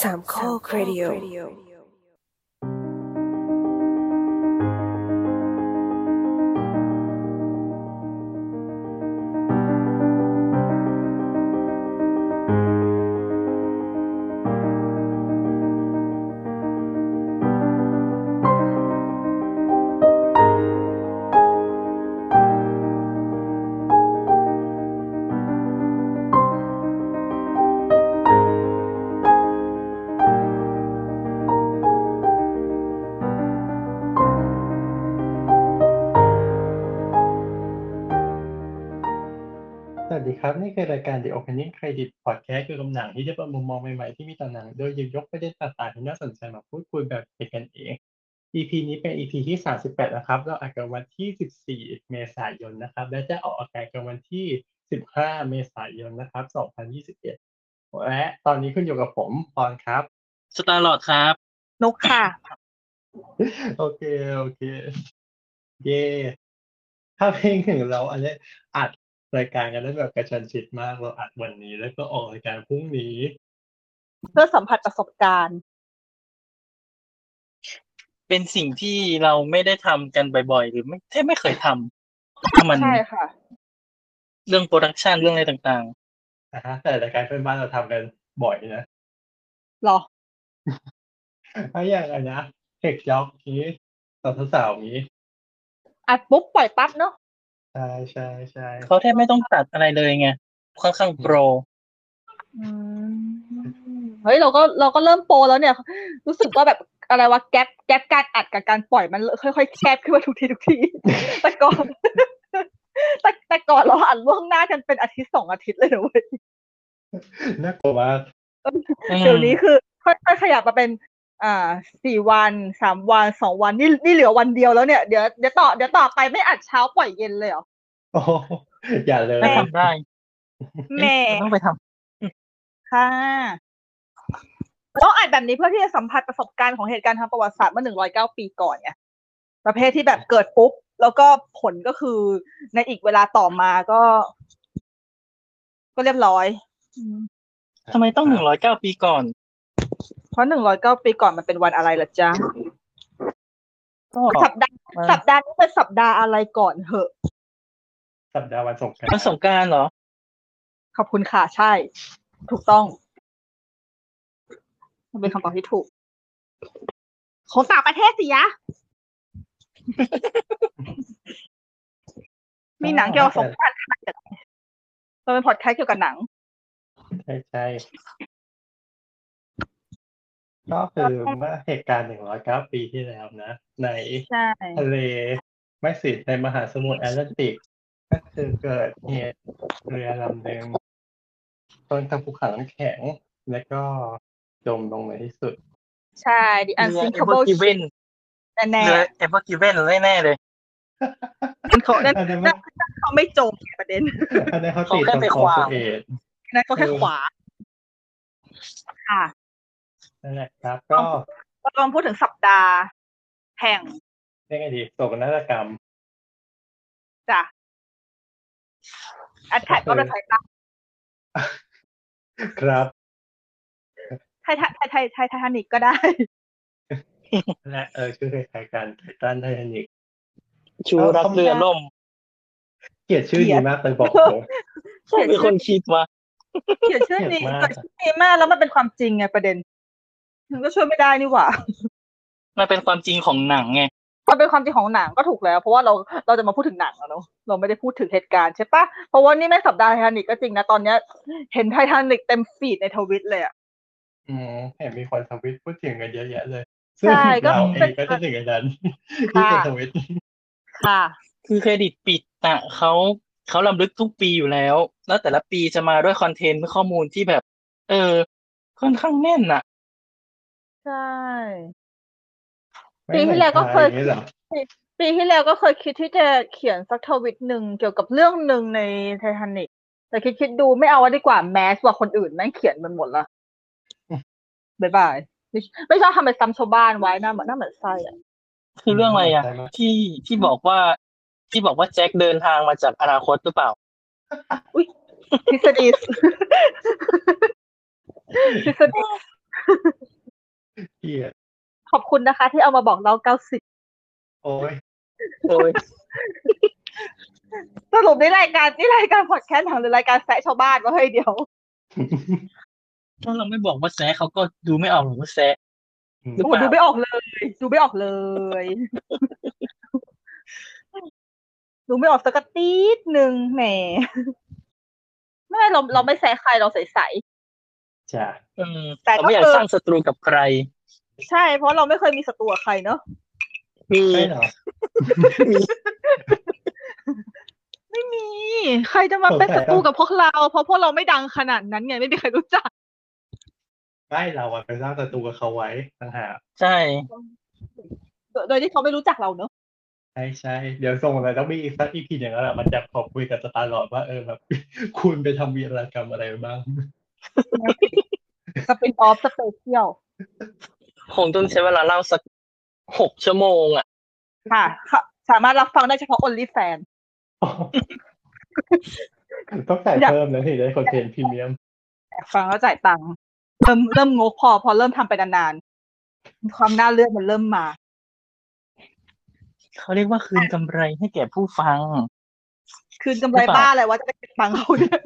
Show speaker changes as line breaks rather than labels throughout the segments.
สามข้อครดิโอ
สวัสดีครับ นี่คือรายการ The Opening Credit Podcast เกี่ยวกับหนังที่จะเปิดมุมมองใหม่ๆที่มีต่อหนัง โดยหยิบยกประเด็นต่างๆที่น่าสนใจมาพูดคุยแบบเป็นกันเอง EP นี้เป็น EP ที่ 38 นะครับ เราอัดกันวันที่ 14 เมษายนนะครับ และจะออกอากาศกันวันที่ 15 เมษายนนะครับ 2021 และตอนนี้คุณอยู่กับผมปอนครับ
สตาร์ลอดครับ
นุกค่ะ
โอเค โอเค เย่ถ้าเพลงถึงเราอันนี้อัดรายการกันได้แบบกระชันชิดมาก เราอัดวันนี้แล้วก็ออกรายการพรุ่งนี้
เพื่อสัมผัสประสบการณ์
เป็นสิ่งที่เราไม่ได้ทำกันบ่อยๆ หรือไม่แทบไม่เคยทำเพราะมัน
ใช่ค่ะ
เรื่องโปรดักชันเรื่องอะไรต่าง
นะฮะแต่รายการเพื่อนบ้านเราทำกันบ่อยนะ
หรอ
ถ้าอย่างไรนะเทคจ็อกนี้สาวสาวๆนี้
อัดปุ๊บปล่อยปั๊บเนาะ
ใช่ใช่ใช่
ๆ เขาแทบไม่ต้องตัดอะไรเลยไง ค่อนข้างโปร
อืม เฮ้ยเราก็เราก็เริ่มโปรแล้วเนี่ย รู้สึกว่าแบบอะไรวะแก๊ปแก๊ปการอัดกับการปล่อยมันค่อยๆแคบขึ้นมาทุกทีทุกที แต่ก่อน แต่แต่ก่อนเราอัดล่วงหน้ากันเป็นอาทิตย์สองอาทิตย์เลยนะเว้ย
น่ากลัวมาก
เดี๋ยวนี้คือค่อยๆขยับมาเป็น อ่าสี่วันสามวันสองวันนี่นี่เหลือวันเดียวแล้วเนี่ยเดี๋ยวเดี๋ยวต่อเดี๋ยวต่อไปไม่อัดเช้าปล่อยเย็นเลยเหรอ
โอ้โหอย่าเลย
ไม่ทำได้
แหม่
เราต้องไปท
ค่ะต้องอ่านแบบนี้เพื่อที่จะสัมผัสประสบการณ์ของเหตุการณ์ทางประวัติศาสตร์เมื่อหนึ่งร้อยเก้าปีก่อนไงประเภทที่แบบเกิดปุ๊บ แล้วก็ผลก็คือในอีกเวลาต่อมาก็ ก็เรียบร้อยอืม
ำทำไมต้องหนึ่งร้อยเก้าปีก่อน
เพราะหนึ่งร้อยเก้าปีก่อนมันเป็นวันอะไรล่ะจ๊ะ
ก็
สัปดาห์
มัน
สัปดาห์นี้เป็นสัปดาห์อะไรก่อนเหอะ
สัปดาห์วันสงกรา
มันส
นต์
งกรารเหรอ
ขอบคุณค่ะ ใช่ ถูกต้องมันเป็นคำตอบที่ถูก ของต่างประเทศสิยะ มีหนังเกี่ยวกับสงกรารขนาดไหนเราเป็นพอดแคสต์เกี่ยวกับหนัง
ใช่ใช่ก็คือเมื่อเหตุการณ์หนึ่งร้อยเก้าปีที่แล้วนะ ใน
ใช่
ทะเลไม่สิในมหาสมุทรแอตแลนติก ก็คือเกิดเหตุเรือลำหนึ่งชนกับภูเขาน้ำแข็ง แล้วก็จมลงในที่สุด
ใช่ดิอันซิงคาเบิล
เรือ Ever Given
แน่
เรือเอเวอร์กิเวนแน่ๆเลย
ๆเขานั่น
อันนั้นมั
นั่
น
นเขาไม่จมไงประเด็น
อันนั้นเขาตี
เขา
ตรง
แค่ไป
โค
ขวา
ส
ง
เอด
นั่นเขาแค่ขวา ค่ะ
นั่นแหละครับ ก็
เรากำลังพูดถึงสัปดาห์แห่ง
เรียกไงดีโศกนาฏกรรม
จ้ะแอดแท็กก็เป็นไทยตา
ครับ
ไทยไทยไทยไทยไททานิกก็ได้
และเออชื่อคล้ายๆกันไททันไททานิก
ชูรักเรือล่ม
เกลียดชื่อดีมากเลยบอกผม
เขียน
มีค
ชื่อน
คิดว่า
เขียน ชื่อนี้
เขียนมาก
เกิดชื่อนี้มากแล้วมันเป็นความจริงไงประเด็นถึงก็ช่วยไม่ได้นี่หว่า
มันเป็นความจริงของหนังไง
มันเป็นความจริงของหนังก็ถูกแล้ว เพราะว่าเราเราจะมาพูดถึงหนังแล้วเนาะเราไม่ได้พูดถึงเหตุการณ์ใช่ปะเพราะว่านี่แม่งสัปดาห์ไททานิกก็จริงนะตอนเนี้ย เห็นไททานิกเต็มฟีดในทวิตเลยอะ
อืมเห็นมีคนทวิตพูดถึงกันเยอะแยะเลยซึ่ง
ใช่ก็
เราเอ
เป็น
งก็จะถึงอันนั้นที่เป็นทวิต
ค่ะ
คือเครดิตปิดอะเขาเขาลำลึกทุกปีอยู่แล้ว แล้วแต่ละปีจะมาด้วยคอนเทนต์ข้อมูลที่แบบ เออ ค่อนข้างแน่นอะ
ใช่
ไม่เหมือน
ปีที่แล้วก็เคย
ใรางงี้หรอ
ปีที่แล้วก็เคยคิดที่จะเขียนสักทวิตหนึ่งเกี่ยวกับเรื่องหนึ่งในไททานิกแต่คิดคิดดูไม่เอาไว้ดีกว่าแมสกว่าคนอื่นแม่งเขียนมันหมดละ
อืม
บายบายไม่ไม่ชอบทำเป็นซ้ำชาวบ้านไว้หน้าเหมือนหน้าเหมือนไส้อะ
คือเรื่องอะไรอะ
ใช่ไหม
ที่ที่บอกว่าที่บอกว่าแจ็คเดินทางมาจากอนาคตหรือเปล่า
ทฤษฎี ทฤษฎี
เกลียด
ขอบคุณนะคะ ที่เอามาบอกเราเก้าสิบ
โอ้ย
โอ้ย
สรุปนี่รายการนี่รายการพอดแคสต์หนังหรือรายการแซะชาวบ้านวะเฮ้ยเดี๋ยว
ถ้าเราไม่บอกว่าแซะเขาก็ดูไม่ออกหรอกว่าแซะ หรื
โอ้โหดูไม่ออกเลย ดูไม่ออกเลย ดูไม่ออกสักกระตีดหนึ่งแหมไม่เราเราไม่แซะใครเราใส
จ้ะ
เออ
แต่ก็
เราไม่อยาก
คือ
สร้างศัตรูกับใคร
ๆใช่เพราะเราไม่เคยมีศัตรูกับใครเนาะ
มี
ใช่เหรอ
ไม่มี ใครจะมาเป็นศัตรูกับพวกเรา เพราะพวกเราไม่ดังขนาดนั้นไงไม่มีใครรู้จัก
ไม่เราอะไปสร้างศัตรูกับเขาไว้ต่างหาก
ใช่
โดยโดยที่เขาไม่รู้จักเราเนาะ
ใช่ใช่เดี๋ยวส่งอะไรต้องมีอีกสักอีพีหนึ่งแล้วแหละมันจะขอบคุยกับสตาร์ลอร์ดว่าเออแบบ คุณไปทำวีรกรรมอะไรบ้าง
สปินออฟสเปเชียล
คงต้องใช้เวลาเล่าสักหกชั่วโมงอ่ะ
ค่ะค่ะ สามารถรับฟังได้เฉพาะ only fan
ต้องจ่าย
อยาก
เพิ่มแล้วถึงได้คอนเทนต์พรีเมียม
ฟังแล้วจ่ายตังค์เริ่มเริ่มงกพอ พอเริ่มทำไปนานๆความน่าเลือดมันเริ่มมา
เขาเรียกว่าคืนกำไรให้แก่ผู้ฟัง
คืนกำไร
หรือเปล่า
บ้าอะไรวะจะไปเก็บตังค์เขาเนี่ย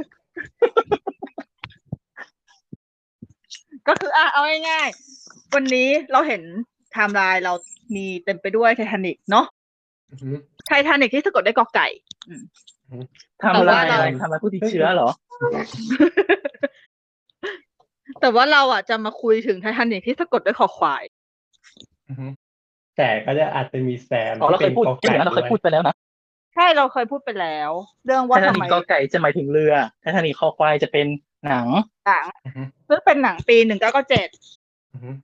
ก็คืออ่ะเอาง่ายๆ วันนี้เราเห็นไทม์ไลน์เรามีเต็มไปด้วยไททานิกเนาะ
อือหือ
ไททานิกที่สะกดด้วยกอไก่
ทำอะไร
แต่ว่าเรา
อะไรทำอะไรผู้ติดเชื้อเหรอ
แต่ว่าเราอ่ะจะมาคุยถึงไททานิกที่สะกดด้วยคอควาย
อือหือแต่ก็จะอาจจะมีแซม
อ๋อเราเคยพูด
ที่
ใช่ไหม
ป็นกอไก่
เราเคยพูดไปแล้วนะ
ใช่เราเคยพูดไปแล้ว เรื่อง
ไท
ว่า
ทา
ทำ
นิก
ไม
กอไก่จะหมายถึงเรือไททานิกคอควายจะเป็นหนัง
หนัง
อือหือ
ซึ่งเป็นหนังปีหนึ่งเก้าเจ็ด
อือหือ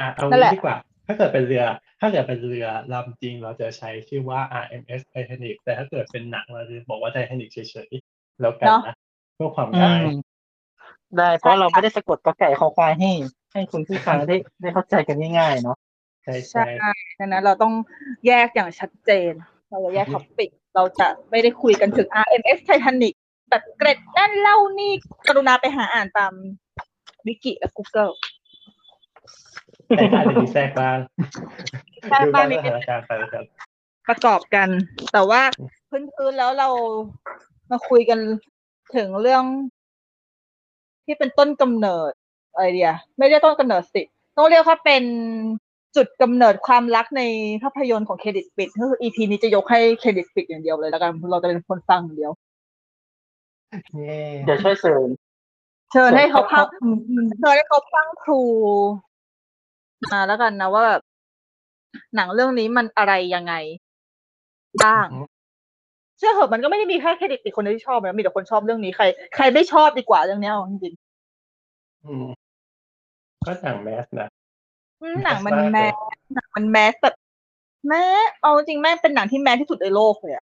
อ่ะเอา
นั่นแห
งี้
ละ
ดีกว่า ถ้าเกิดเป็นเรือ ถ้าเกิดเป็นเรือลำจริงเราจะใช้ชื่อว่า RMS Titanic แต่ถ้าเกิดเป็นหนังเราจะบอกว่า Titanic เฉยๆแล้วกันนะเพื่อความ
อื
ง่าย
มได้เพราะเราไม่ได้สะกดกอไก่คอควายให้ ให้คุณผู้ฟังได้ได้เข้าใจกันง่ายๆเนาะ
ใช่
ใช่
ใช่
ดังนั้นเราต้องแยกอย่างชัดเจน เราจะแยกท็อปิก เราจะไม่ได้คุยกันถึง RMS Titanic แบบเกร็ดนั่นเล่านี่กรุณาไปหาอ่านตามวิกิและ Google
แต่อาจจะมีแทรกบ้าง
แทรกบ้างนิ
ดู
ด
ตามสถานการ
นึง
ณ์ไปแล้วกัน
ประกอบกัน แต่ว่าพื้นๆแล้วเรามาคุยกันถึงเรื่อง ที่เป็นต้นกำเนิดอะไรเดียไม่ได้ต้นกำเนิดสิ ต้องเรียกว่าเป็นจุดกำเนิดความรักในภาพยนตร์ของเครดิตปิดก็คือ EP นี้จะยกให้เครดิตปิดอย่างเดียวเลยแล้วกันเราจะเป็นคนฟังอย่างเดียว
เย้
เดี๋ยวช่วยเสริม
เชิญให้เขาพัง
อืมอืม
เชิญให้เขาพังครูมาแล้วกันนะว่าแบบหนังเรื่องนี้มันอะไรยังไงบ้าง เชื่อเหอะมันก็ไม่ได้มีแค่เครดิตติดคนเดียวที่ชอบนะมีแต่คนชอบเรื่องนี้ใครใครไม่ชอบดีกว่าเรื่องเนี้ยเอาจริง
อืมก็หนังแมสนะ
ๆอืมหนังมัน
มาก
แมสหนังมันแมสแบบแม้เอาจริงแม่งเป็นหนังที่แมสที่สุดในโลกเลยอะ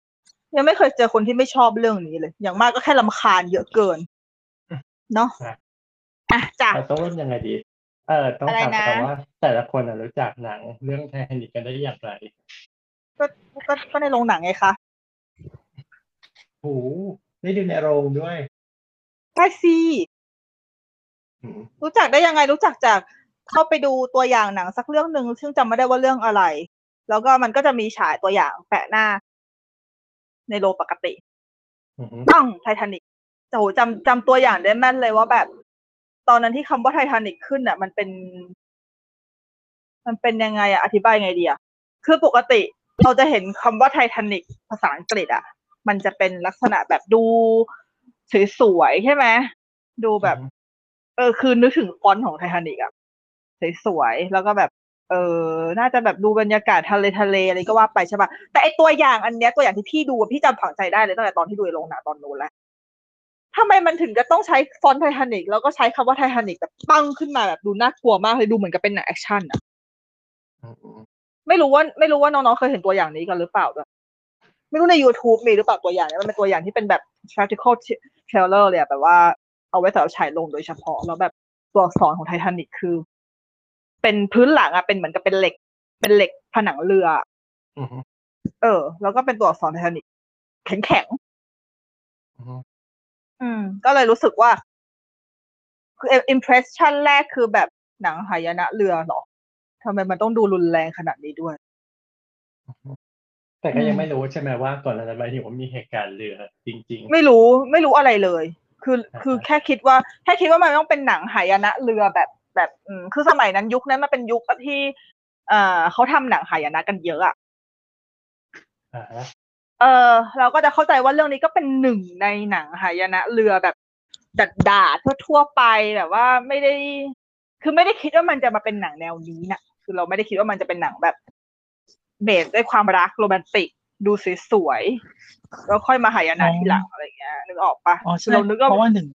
ยังไม่เคยเจอคนที่ไม่ชอบเรื่องนี้เลย อย่างมากก็แค่ลำคาญเยอะเกิน เนาะอ่ะจ้ะ
เราต้องเริ่มยังไงดี เออต้องถาม
อะไรนะ
ก่อนว่า แต่ละคนน่ะรู้จักหนังเรื่องไททานิกกันได้อย่างไร
ก็ก็ในโรงหนังไงคะ
โหได้ดูในโรงด้วย
ได้สิ
อืม
รู้จักได้ยังไงรู้จักจากเข้าไปดูตัวอย่างหนังสักเรื่องหนึ่งซึ่งจำไม่ได้ว่าเรื่องอะไร แล้วก็มันก็จะมีฉายตัวอย่างแปะหน้า ในโรงปกติ
อือหือ
ต้องไททานิกโอ้โหจำจำตัวอย่างได้แม่นเลยว่าแบบ ตอนนั้นที่คำว่าไททานิกขึ้นอ่ะ มันเป็น มันเป็นยังไงอ่ะ อธิบายไงดีอ่ะ คือปกติเราจะเห็นคำว่าไททานิกภาษาอังกฤษอ่ะ มันจะเป็นลักษณะแบบดูสวยๆใช่ไหมดูแบบ เออคือนึกถึงฟอนต์ของไททานิกอะสวยๆแล้วก็แบบ เออน่าจะแบบดูบรรยากาศทะเลทะเลอะไรก็ว่าไปใช่ปะแต่ไอตัวอย่างอันเนี้ยตัวอย่างที่พี่ดูอะพี่จำฝังใจได้เลยตั้งแต่ตอนที่ดูในโรงหนังตอนนู้นแล้วทำไมมันถึงจะต้องใช้ฟอนต์ไททานิกแล้วก็ใช้คำว่าไททานิกแบบปั้งขึ้นมาแบบดูน่ากลัวมากเลยดูเหมือนกับเป็นหนังแอคชั่นอะ
อืมอืม
ไม่รู้ว่าไม่รู้ว่าน้องๆเคยเห็นตัวอย่างนี้กันหรือเปล่าด้วยไม่รู้ใน YouTube มีหรือเปล่าตัวอย่างเนี้ยมันเป็นตัวอย่างที่เป็นแบบ practical trailer เลยอะแบบว่าเอาไว้สำหรับฉายลงโดยเฉพาะแล้วแบบ ตัวอักษรของไททานิกคือ เป็นพื้นหลังอะเป็นเหมือนกับเป็นเหล็ก เป็นเหล็กผนังเรือ
อืมอืม
เออ แล้วก็เป็นตัวอักษรไททานิกแข็งแข็ง
อืม
ๆอืม ก็เลยรู้สึกว่า คืออิมเพรสชันแรกคือแบบหนังหายนะเรือเหรอทำไมมันต้องดูรุนแรงขนาดนี้ด้วย
แต่ก็ยั
อื
ง
ม
ไม่รู้ใช่ไหมว่าก่อนหน้านั้นไปที่ผมมีเหตุการณ์เรือจริง
ไม่รู้ไม่รู้อะไรเลย คือ
อ่าฮะ
คือแค่คิดว่าแค่คิดว่ามันต้องเป็นหนังหายนะเรือแบบแบบอืมคือสมัยนั้นยุคนั้นมันเป็นยุคที่เอ่อเขาทำหนังหายนะกันเยอะอะ
ๆอ่าฮะ
เออเราก็จะเข้าใจว่าเรื่องนี้ก็เป็นหนึ่งในหนังหายนะเรือแบบดัดดาดๆทั่วๆไปแบบว่าไม่ได้ คือไม่ได้คิดว่ามันจะมาเป็นหนังแนวนี้นะคือเราไม่ได้คิดว่ามันจะเป็นหนังแบบเบสด้วยความรักโรแมนติก ดูสวยๆแล้วค่อยมาหายนะทีหลังอะไรอย่างเงี้ยนึกออกปะ
อ๋อใช่
เรานึกว่า
เพราะว่าหนึ่ง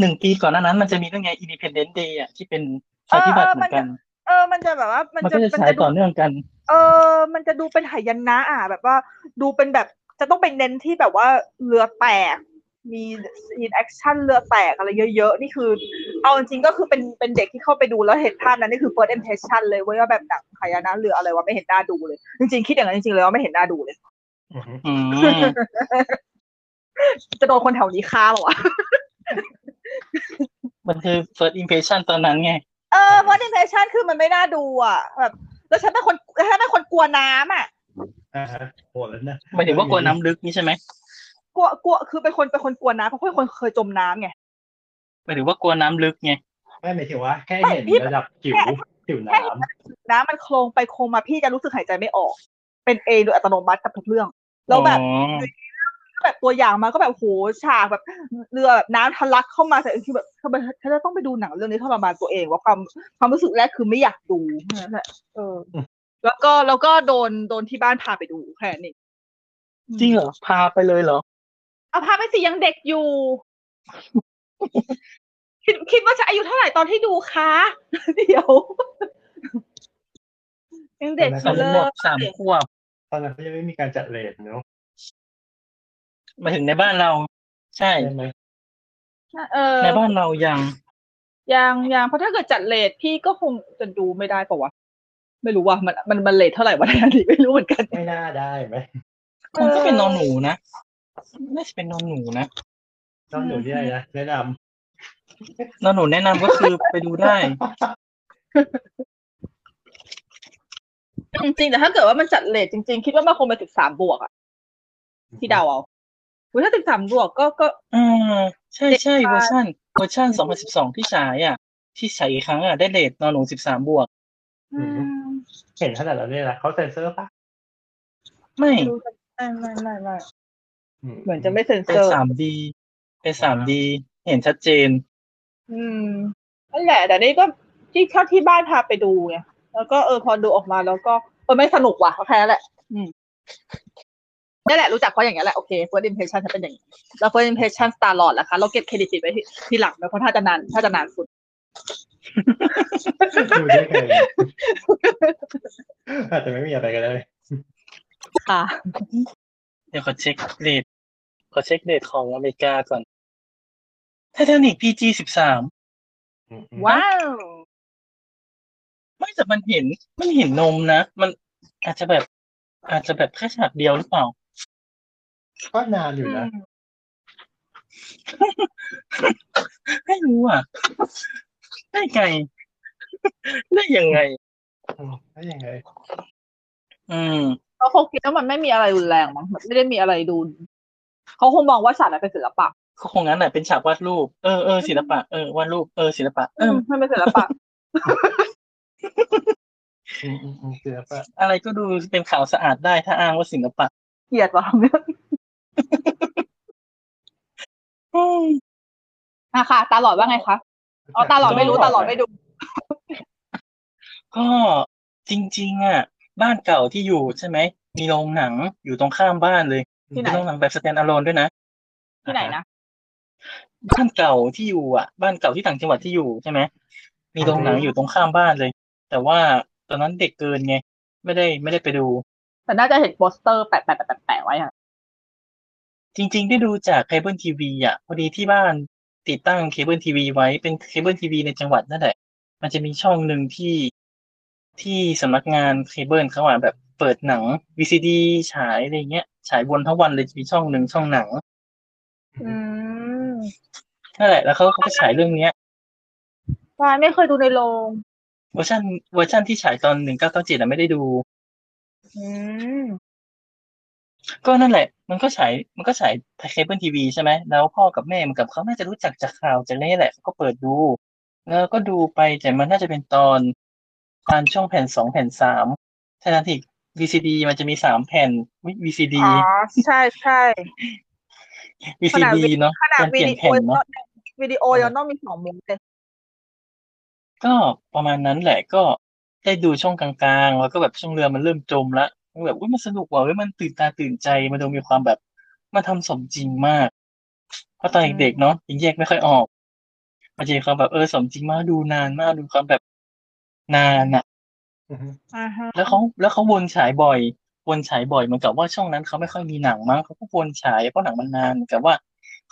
หนึ่งปีก่อนหน้านั้น มันจะมีเรื่องไง Independence Day อ่ะที่เป็นภัยพิบัติเหมือนกัน
เออมันจะแบบว่ามัน
มัน
จะ
ก็จะ
มัน
ฉาย
จะดู
ต่อเนื่องกัน
เออ มันจะดูเป็นหายนะ อ่ะ แบบว่าดูเป็นแบบจะต้องไปเน้นที่แบบว่าเรือแตก มีซีนแอคชั่นเรือแตกอะไรเยอะๆ นี่คือเอาจริงๆก็คือเป็นเป็นเด็กที่เข้าไปดูแล้วเห็นภาพนั้นนี่คือ first impression เลยเว้ยว่าแบบหนังหายนะเรืออะไรวะไม่เห็นหน้าดูเลย จริงๆคิดอย่างนั้นจริงๆเลยว่าไม่เห็นหน้าดูเลย
อือฮึ
อืม
จะโดนคนแถวนี้ฆ่าเหรอวะ
มันคือ first impression ตอนนั้นไง
เออ first impression คือมันไม่น่าดูอ่ะแบบแล้วฉันเป็นคนฉันเป็นคนกลัวน้ำอ่ะ
อ่าฮะโหดแล้วนะ
หมายถึงว่ากลัวน้ำลึกนี่ใช่ไหม
กลัวกลัวคือเป็นคนเป็นคนกลัวน้ำเพราะเป็นคนเคยจมน้ำไง
หมายถึงว่ากลัวน้ำลึกไง
ไม่หมายถึงว่าแค่เห็น
ไม่พี่
ระดับผิวผิวน้
น้ำมันโคลงไปโคลงมาพี่จะรู้สึกหายใจไม่ออก เป็นเองโดยอัตโนมัติกับทุกเรื่องแล้วแบบ
อ๋อ
แบบตัวอย่างมาก็แบบโหฉากแบบเรือแบบน้ำทะลักเข้ามาแต่คือแบบทำไมฉันจะต้องไปดูหนังเรื่องนี้ทรมานตัวเองว่าความความรู้สึกแรกคือไม่อยากดูนั่นแหละเออ แล้วก็แล้วก็โดนโดนที่บ้านพาไปดูแค่นี้
จริงเหรอ พาไปเลยเหรอ
เอาพาไปสิยังเด็กอยู่ คิดคิดว่าจะอายุเท่าไหร่ตอนที่ดูคะ เดี๋ยวยังเด็กอ
สม
ยู่
มติห
เล
มด
ย
สามขวบ
ำตอนนั้นเขายังไม่มีการจัดเลนเนาะ
หมายถึงในบ้านเรา ใช่
ใช่ไหม
เออ
ในบ้านเรายัง
ยังยังเพราะถ้าเกิดจัดเลทพี่ก็คงจะดูไม่ได้ปะวะ ไม่รู้ว่ามันมันมันเลทเท่าไหร่วะใน อดีตไม่รู้เหมือนกัน
ไม่น่าได้ไหม
คงจะเป็นนอนหนูนะน่าจะเป็นนอนหนูนะ
นอนหนูที่ไหนนะแนะน
นอนหนูแนะนำก็คือ ไปดูได้
จริงๆแต่ถ้าเกิดว่ามันจัดเลทจริง ๆ คิดว่ามันคงไปถึงสามบวกอะ
ำ
ที่เดาเอาอุ๊ยถ้าถึงสามบวกก็ก็
อ่าใช่ใช่
เด็ก
เวอ
บ้าน
ร์ชันเวอร์ชันสองพันสิบสองที่ฉายอ่ะ ที่ฉายอีกครั้งอ่ะได้เลทนอนหนูสิบสามบวก
อืม
เห็นขนาดนั้นเลยนะเขาเซ็นเซอร์ปะ
ไม่
ดูกันไม่ไม่ไม่ไม่
อื
เหมือนจะไม่เซ็นเซ
เป็น
อร์
สามดีเป็นสามดีเห็นชัดเจน
อืมนั่นแหละ แต่นี่ก็ที่เท่าที่บ้านพาไปดูไงแล้วก็เออพอดูออกมาแล้วก็เออไม่สนุกว่ะแค่นั้นแหละ อืมนั่นแหละรู้จักเพราะอย่างเงี้ยแหละโอเค first impression ฉันเป็นอย่างนี้แล้ว first impression ตาหลอดล่ะคะเราเก็บเครดิตไปที่ที่หลังนะเพราะถ้าจะนานถ้าจะนานสุด
ดูได้ไงอาจจะไม่มีอะไรก็ได้
ค่ะ
เดี๋ยวขอเช็คเรทขอเช็คเรทของอเมริกาก่อนไททานิกพีจีสิบสาม
ว้าว
ไม่แต่มันเห็น มันเห็นนมนะ มันอาจจะแบบ อาจจะแบบแค่ฉากเดียวหรือเปล่า
ก็นานอยู่
อื
นะ
ม
ไม่รู้อ่ะ ได้ไง ได้ยังไง
อืมแล้วยังไง
อืม
เขาคงคิดว่ามันไม่มีอะไรรุนแรงมั้งแบบไม่ได้มีอะไรดูเขาคงมองว่าฉากนั้นเป็นศิลปะ
ก็คงงั้นแหละเป็นฉากวาดรูป เออเออศิลปะ เออวาดรูป เออศิลปะ เออ
มมันเป็นศิลปะ
อืมอืมอืมเสือปะ
อะไรก็ดูเป็นข่าวสะอาดได้ถ้าอ้างว่าศิลปะ
เกลียดว่ะเรื่อง
อืม
อ่ะค่ะ ตาหลอดว่าไงคะอ๋อตาหลอดไม่รู้ตาหลอดไม่ดู
ก็จริง ๆ อ่ะ บ้านเก่าที่อยู่ใช่ไหม มีโรงหนังอยู่ตรงข้ามบ้านเลย
ที่ไหน
เป็นโรงหนังแบบสแตนด์อะโลนด้วยนะ
ที่ไหนนะ
บ้านเก่าที่อยู่อ่ะ บ้านเก่าที่ต่างจังหวัดที่อยู่ใช่ไหมมีโรงหนังอยู่ตรงข้ามบ้านเลย แต่ว่าตอนนั้นเด็กเกินไง ไม่ได้ไม่ได้ไปดู
แต่น่าจะเห็นโปสเตอร์แปะแปะแปะแปะไว้อะ
จริง ๆ ได้ดูจากเคเบิลทีวีอ่ะ พอดีที่บ้านติดตั้งเคเบิลทีวีไว้เป็นเคเบิลทีวีในจังหวัดนั่นแหละ มันจะมีช่องหนึ่งที่ที่สำนักงานเคเบิลเขาอ่ะแบบเปิดหนัง VCD ฉายอะไรเงี้ย ฉายวนทั้งวันเลยจะมีช่องหนึ่งช่องหนัง
อืม
นั่นแหละแล้วเขาเขาก็ฉายเรื่องเนี้ย
วายไม่เคยดูในโรง
เวอร์ชันเวอร์ชันที่ฉายตอนหนึ่งเก้าเก้าเจ็ดะไม่ได้ดู
อืม
ก็นั่นแหละ มันก็ฉายมันก็ฉายทางเคเบิลทีวีใช่ไหมแล้วพ่อกับแม่มันกับเขาน่าจะรู้จักจากข่าวจากนี่แหละเขาก็เปิดดู แล้วก็ดูไปแต่มันน่าจะเป็นตอนตอนช่องแผ่นสองแผ่นสามไทยนันทิก VCD มันจะมีสามแผ่นวิ VCD
อ๋อใช่ใช่ ขนาด
VCD
วิ
เนาะ
ขนาด
การเป
วิ
ลี่ยน
ดีโอ
แผ่น
ยัง
เนาะ
ต้องวิดีโอยังต้องมีสองมุมเลย
ก็ประมาณนั้นแหละก็ได้ดูช่วงกลางๆ แล้วก็แบบช่วงเรือมันเริ่มจมละมันแบบอุ้ยมันสนุกว่ะเว้ยมันตื่นตาตื่นใจมันดูมีความแบบ มันทำสมจริงมาก เพราะตอนเด็กๆเนาะยังแยกไม่ค่อยออก มันจะมีความแบบเออสมจริงมากดูนานมากดูความแบบนานอะ
อือฮึ
อ่าฮะ
แล้วเขาแล้วเขาวนฉายบ่อยวนฉายบ่อยเหมือนกับว่าช่องนั้นเขาไม่ค่อยมีหนังมั้งเขาก็วนฉายเพราะหนังมันนานเหมือนกับว่า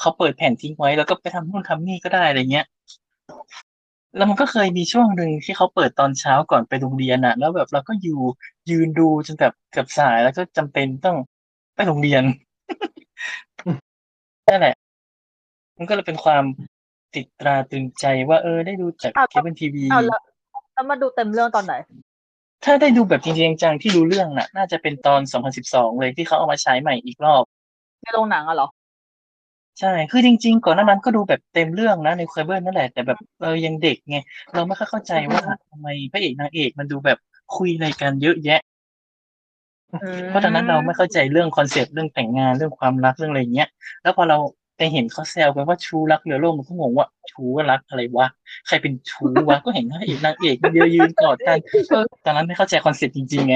เขาเปิดแผ่นทิ้งไว้แล้วก็ไปทำนู่นทำนี่ก็ได้อะไรเงี้ย แล้วมันก็เคยมีช่วงหนึ่งที่เขาเปิดตอนเช้าก่อนไปโรงเรียนน่ะ แล้วแบบเราก็อยู่ยืนดูจนแบบเกือบสายแล้วก็จำเป็นต้องไปโรงเรียน นั่นแหละ มันก็เลยเป็นความติดตราตรึงใจว่าเออได้ดูจากเคเบิลทีวี
เอาแล้วแล้วมาดูเต็มเรื่องตอนไหน
ถ้าได้ดูแบบจริงๆจังๆที่รู้เรื่องน่ะ น่าจะเป็นตอน 2012 เลยที่เขาเอามาใช้ใหม่อีกรอบ
ในโรงหนังอะเหรอ
ใช่ คือจริง ๆ ก่อนหน้านั้นก็ดูแบบเต็มเรื่องนะในเคเบิลนั่นแหละ แต่แบบเรายังเด็กไง เราไม่ค่อยเข้าใจว่าทำไมพระเอกนางเอกมันดูแบบคุยอะไรกันเยอะแยะ เพราะตอนนั้นเราไม่เข้าใจเรื่องคอนเซปต์เรื่องแต่งงานเรื่องความรักเรื่องอะไรอย่างเงี้ย แล้วพอเราไปเห็นเขาแซวกันว่าชูรักเรือล่มมันก็งงว่าชูรักอะไรวะ ใครเป็นชูวะ ก็เห็นพระเอกนางเอกมันเดียวยืนกอดกันเออตอนนั้นไม่เข้าใจคอนเซปต์จริงๆไง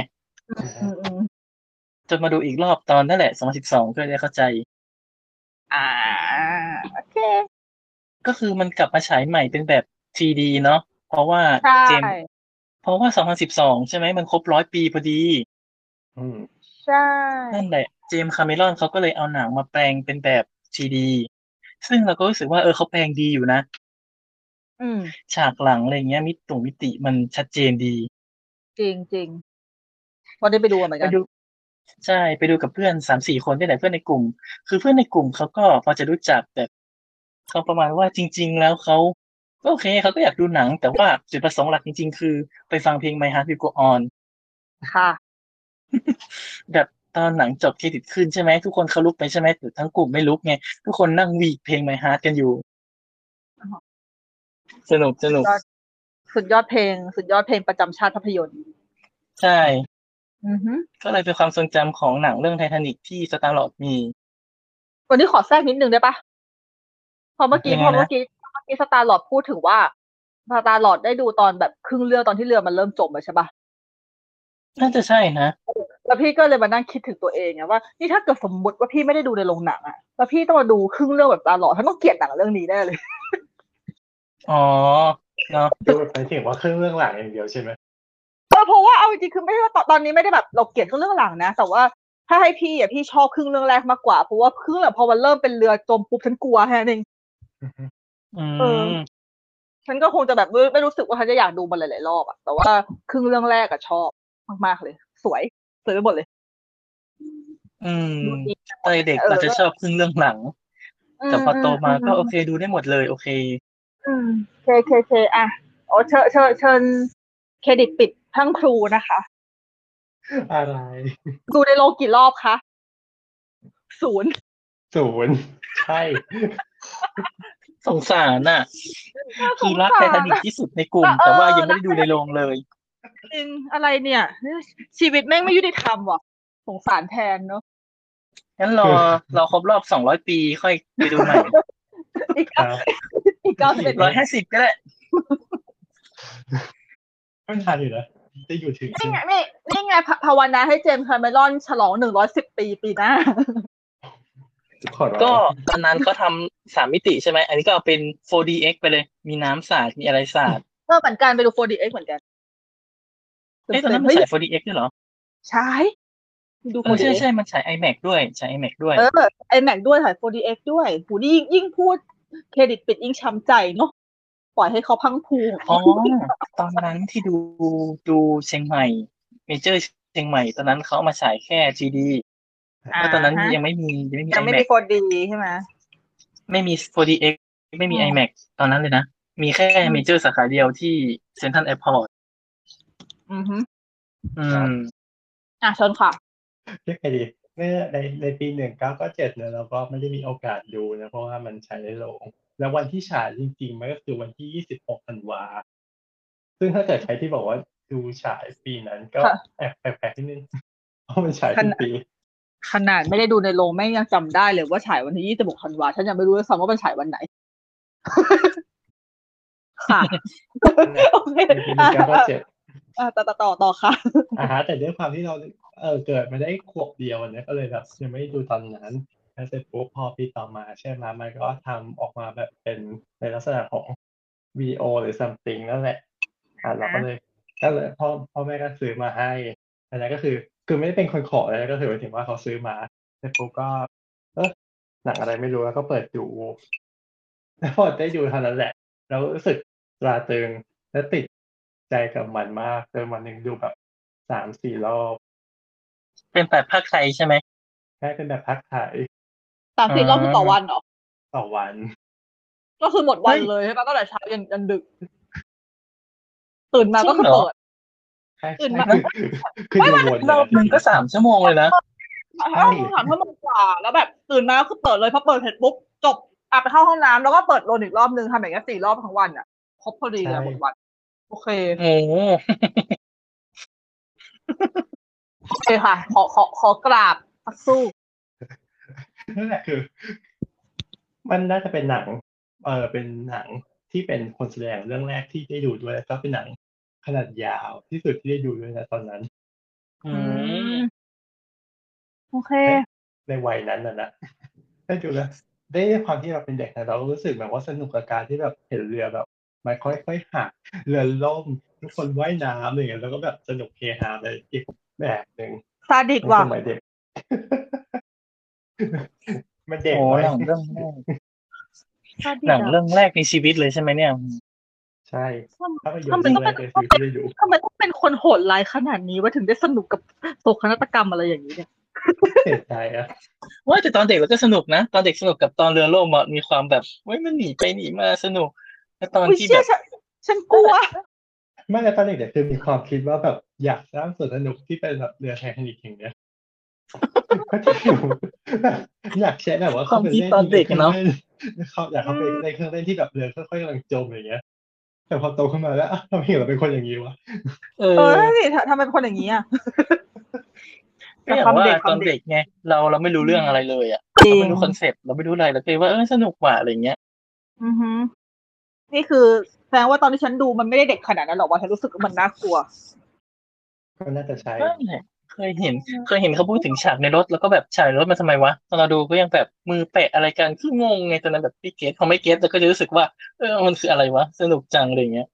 อืมอืม
จนมาดูอีกรอบตอนนั่นแหละ 2012 ก็ได้เข้าใจ
อ่าโอเค
ก็คือมันกลับมาฉายใหม่เป็นแบบ 3D เนาะ เพราะว่า
ใช่
เจมส์เพราะว่า 2012 ใช่ไหมมันครบร้อยปีพอดี
อืม
ใช่
นั่นแหละ เจมส์คาเมรอนเขาก็เลยเอาหนังมาแปลงเป็นแบบ 3D ซึ่งเราก็รู้สึกว่าเออเขาแปลงดีอยู่นะ
อืม
ฉากหลังอะไรเงี้ยมิติมิติมันชัดเจนดี
จริงจริงวันนี้ไปดูมาเหมือน
ไป
กัน
ดูใช่ไปดูกับเพื่อนสามสี่คนนี่แหละเพื่อนในกลุ่ม คือเพื่อนในกลุ่มเขาก็พอจะรู้จักแต่เขาประมาณว่าจริง ๆ แล้วเขาก็โอเคเขาก็อยากดูหนัง แต่ว่าจุดประสงค์หลักจริง ๆ คือไปฟังเพลง My Heart Will Go On
ค่ะ
แบบตอนหนังจบเครดิตขึ้นใช่ไหมทุกคนเขาลุกไปใช่ไหมแต่ทั้งกลุ่มไม่ลุกไงทุกคนนั่งวีดเพลง My Heart กันอยู่
อ๋อ
สนุกสนุก
สุดยอดเพลง สุดยอดเพลงประจำชาติภาพยนตร์
ใช่
อือฮึ
ก็เลยเป็นความทรงจำของหนังเรื่องไททานิกที่สตาร์ลอดมี
วันนี้ขอแทรกนิดนึงได้ปะพอเมื่อกี้
ยัง
พ
ไง
อ
นะ
เมื่อกี้เมื่อกี้สตาร์หลอดพูดถึงว่าสตาร์หลอดได้ดูตอนแบบครึ่งเรื่องตอนที่เรือมันเริ่มจมอะใช่ปะ
น่าจะใช่นะ
แล้วพี่ก็เลยมานั่งคิดถึงตัวเองไงว่านี่ถ้าเกิดสมมติว่าพี่ไม่ได้ดูในโรงหนังอะแล้วพี่ต้องมาดูครึ่งเรื่องแบบตาหลอดฉันต้องเกลียดหนังเรื่องนี้แน่เลย
อ๋อเนาะ
ดูไปถึงว่าเครื่องเรื่องหลังอย่างเดียวใช่ไหม
เออเพราะว่าเอาจริงๆคือไม่ได้ว่าตอนตอนนี้ไม่ได้แบบเราเกลียดครึ่งเรื่องหลังนะ แต่ว่าถ้าให้พี่อะพี่ชอบครึ่งเรื่องแรกมากกว่าเพราะว่าครึ่งหลังพอมันเริ่มเป็นเรือจมปุ๊บฉันกลัวแค่นั้นเอง
อือฮึ
อื
เออ
ม
ฉันก็คงจะแบบไม่ไม่รู้สึกว่าฉันจะอยากดูมันหลายๆรอบอะแต่ว่าครึ่งเรื่องแรกอะชอบมากๆเลย สวยสวยไปหมดเลย
อืม
ดูดี
ตอนเด็ก
เออ
เราจะชอบครึ่งเรื่องหลัง แต่พอโตมาก็โอเคดูได้หมดเลย โอเค
อืมเคเคเคอ่ะโอ้เชิญเชิญเชิญเครดิตปิดทั้งครูนะคะ
อะไร
ดูในโรงกี่รอบคะศูนย์
ศูนย์ใช่
สงสารน่ะ คือรักไท
น่า
ทา
สงสาร
นิกที่สุดในกลุ่ม
เออ
แต่ว่ายังไม่ได้ดูในโรงเลย
จริงอะไรเนี่ย ชีวิตแม่งไม่ยุติธรรมว่ะ สงสารแทน เนาะ
งั้นรอ เราครบรอบสองร้อยปีค่อยไปดูใหม่
อีก
ครั
เก้า
บ
อีกเก้าสิบเอ็ด
ร้อยห้าสิบก็ได้
ไม่ทันอยู่นะจะอยู่ถึง
นี่ไงนี่นี่ไงภภาวนาให้เจมส์คาเมรอนฉลองหนึ่งร้อยสิบปีปีหน้า
ขอร้อง
ก็ตอนนั้นเขาทำสามมิติใช่ไหม อันนี้ก็เอาเป็น 4DX ไปเลย มีน้ำสาด มีอะไรสาด
เออเหมือนกันไปดู 4DX เหมือนกัน
เอ้ยตอนนั้นมัน
เฮ้ย
ฉาย 4DX ด้วยเหรอ
ใช่ดู
เออใช่
4DX
ใช่มันฉาย iMac ด้วยฉาย iMac ด้วย
เออไอแม็กด้วยถ่าย 4DX ด้วยหูนี่ยิ่งยิ่งพูดเครดิตปิดยิ่งช้ำใจเนาะปล่อยให้เขาพังพูง
อ๋อ ตอนนั้นที่ดูดูเชียงใหม่เมเจอร์เชียงใหม่ ตอนนั้นเขาเอามาฉายแค่ GD เพราะตอนนั้น
อ่าฮะ
ยังไม่มียังไม่มี
ยังไม่มี
iMac
คนดีใช่ไหม
ไม่มี 4DX ไม่มี
อืม
iMac ตอนนั้นเลยนะ มีแค่เมเจอร์สาขาเดียวที่เซ็นทรัลแอร์พอร์ต
อือฮึ
อื
ครับ
ม
อ่ะเชนค่ะ
เรียกไงดีเมื่อในในปีหนึ่งเก้าก็เจ็ดเนี่ยเราก็ไม่ได้มีโอกาสดูนะเพราะว่ามันฉายในโรงแล้ววันที่ฉายจริงๆมันก็คือวันที่ยี่สิบหกธันวาซึ่งถ้าเกิดใครที่บอกว่าดูฉายปีนั้นก็
ค่ะ
แอบแปลกๆนิดนึงเพราะมันฉายทุกปี
ขนาดไม่ได้ดูในโรงแม่งยังจำได้เลยว่าฉายวันที่ 26ธันวาฉันยังไม่รู้เลยซ้ำว่ามันฉายวันไหน ค่ะ โอเค
ในปีหนึ่งเก้าก็เจ็ด
อ่ะต่อต่อต่อต่อค่ะ
อ่าฮะแต่ด้วยความที่เราเออเกิดมาได้ขวบเดียวอะเนี่ยก็เลยแบบยังไม่ได้ดูตอนนั้นแล้วเสร็จปุ๊บพอปีต่อมาใช่ไหมมันก็ทำออกมาแบบเป็นในลักษณะของวีโอหรือ something นั่นแหละอ่าเราก็เลยก็เลยพ่อพ่อแม่ก็ซื้อมาให้อันนั้นก็คือคือไม่ได้เป็นคนขอเลยก็คือหมายถึงว่าเขาซื้อมาเสร็จปุ๊บก็เออหนังอะไรไม่รู้แล้วก็เปิดดูแล้วพอได้ดูเท่านั้นแหละ แล้วรู้สึกตราตรึงและติดใจกับมันมากจนวันหนึ่งดูแบบสามสี่รอบ
เป็นแบบภาคไทยใช่ไหม
แค่เป็นแบบพักขาย
ตามสี่
อ่าร
อบคือต่อวันเหรอ
ต่อวัน
ก็คือหมดวัน
เฮ้ย
เลยใช่ปะตั้งแต่เช้ายันยันดึก ตื่นมาก็คือ
จริงเหรอ
เปิด
ใช่
อื่น
ใช่
มา
คือคือดูวน
รอบหนึ่งก็สามชั่วโมงเลยนะ
ห้องสามชั่วโมงกว่า แล้วแบบตื่นมาก็คือเปิดเลยพอเปิดเสร็จปุ๊บจบอ่ะไปเข้าห้องน้ำแล้วก็เปิดโดนอีกรอบนึงทำอย่างเงี้ยสี่รอบทั้งวันอ่ะครบพอดีเลยหมดวัน โอเค
โอ้โห
โอเคค่ะ ขอขอขอกราบสักสู้
นั่นแหละคือ มันน่าจะเป็นหนัง เออเป็นหนังที่เป็นคนแสดงเรื่องแรกที่ได้ดูด้วยแล้วก็เป็นหนังขนาดยาวที่สุดที่ได้ดูด้วยนะตอนนั้น
อืม
โอเค
ในวัยนั้นนะนะ ได้ดูแล้วได้ด้วยความที่เราเป็นเด็กนะเรารู้สึกแบบว่าสนุกกับการที่แบบเห็นเรือแบบ มันค่อยๆหักเรือล่มทุกคนว่ายน้ำอะไรอย่างเงี้ยแล้วก็แบบสนุกเฮฮาไปอีกแบบหนึ่ง
ซาดิส
ใน
ว่ะ
สมัยเด็ ก มันเด็ก
โอ้
ไว้
หนังเรื่องแรก
ซาดิส
หนัง
อะ
เรื่องแรกในชีวิตเลยใช่ไหมเนี่ย
ใช่ภาพยนต
ทำ
ร์
ไม
เรื่อ
ต้อง
แร
ง
กในชี
เป็น
วิตที่ ได้ดู
ทำไมต้องเป็นคนโหดร้ายขนาดนี้ว่าถึงได้สนุกกับโศกนาฏกรรมอะไรอย่างนี้เนี่ย
เสียใจอะ
ว่าแต่ตอนเด็กเราก็สนุกนะ ตอนเด็กสนุกกับตอนเรือล่มอะมีความแบบเว้ยมันหนีไปหนีมาสนุกแล้วตอน
อุ้ย
ที่
เชี่
แบ
ย
บ
ฉันฉันกลัว
ไม่แต่ตอนเด็กๆคือมีความคิดว่าแบบอยากสร้างสวนสนุกที่เป็นแบบเรือไททานิกอย่างเนี้ยก็จะอยู่อยากใช้แบบว่าเขาป็ล่เขาอยากเขาไปในเครื่องเล่นที่แบบเรือค่อยๆกำลังจมอย่างเงี้ย แต่พอโตขึ้นมาแล้วอ้าวทำไมเราเป็นคนอย่างนี้วะ
เอ
เออ
อ
นั่นสิทำทำไมเป็นคนอย่างนี้อ่ะ
ก็อย่างว่าตอนเด็กไงเราเราไม่รู้เรื่องอะไรเลยอ่ะ
จริ
เรา
ง
ไม่รู้คอนเซ็ปต์เราไม่รู้อะไรเราคิดว่าเออสนุกว่ะอะไรเงี้ย
อือฮึนี่คือแสดงว่าตอนที่ฉันดูมันไม่ได้เด็กขนาดนั้นหรอกว่าฉันรู้สึกว่ามันน่ากลัว
ก็น่าจะใช่
นั่นแหละเคยเห็น เคยเห็นเขาพูดถึงฉากในรถแล้วก็แบบฉากในรถมาทำไมวะตอนเราดูก็ยังแบบมือแปะอะไรกันคืองงไงตอนนั้นแบบพี่เกตพอไม่เกตเราก็จะรู้สึกว่าเออมันคืออะไรวะสนุกจังอะไรเงี้ย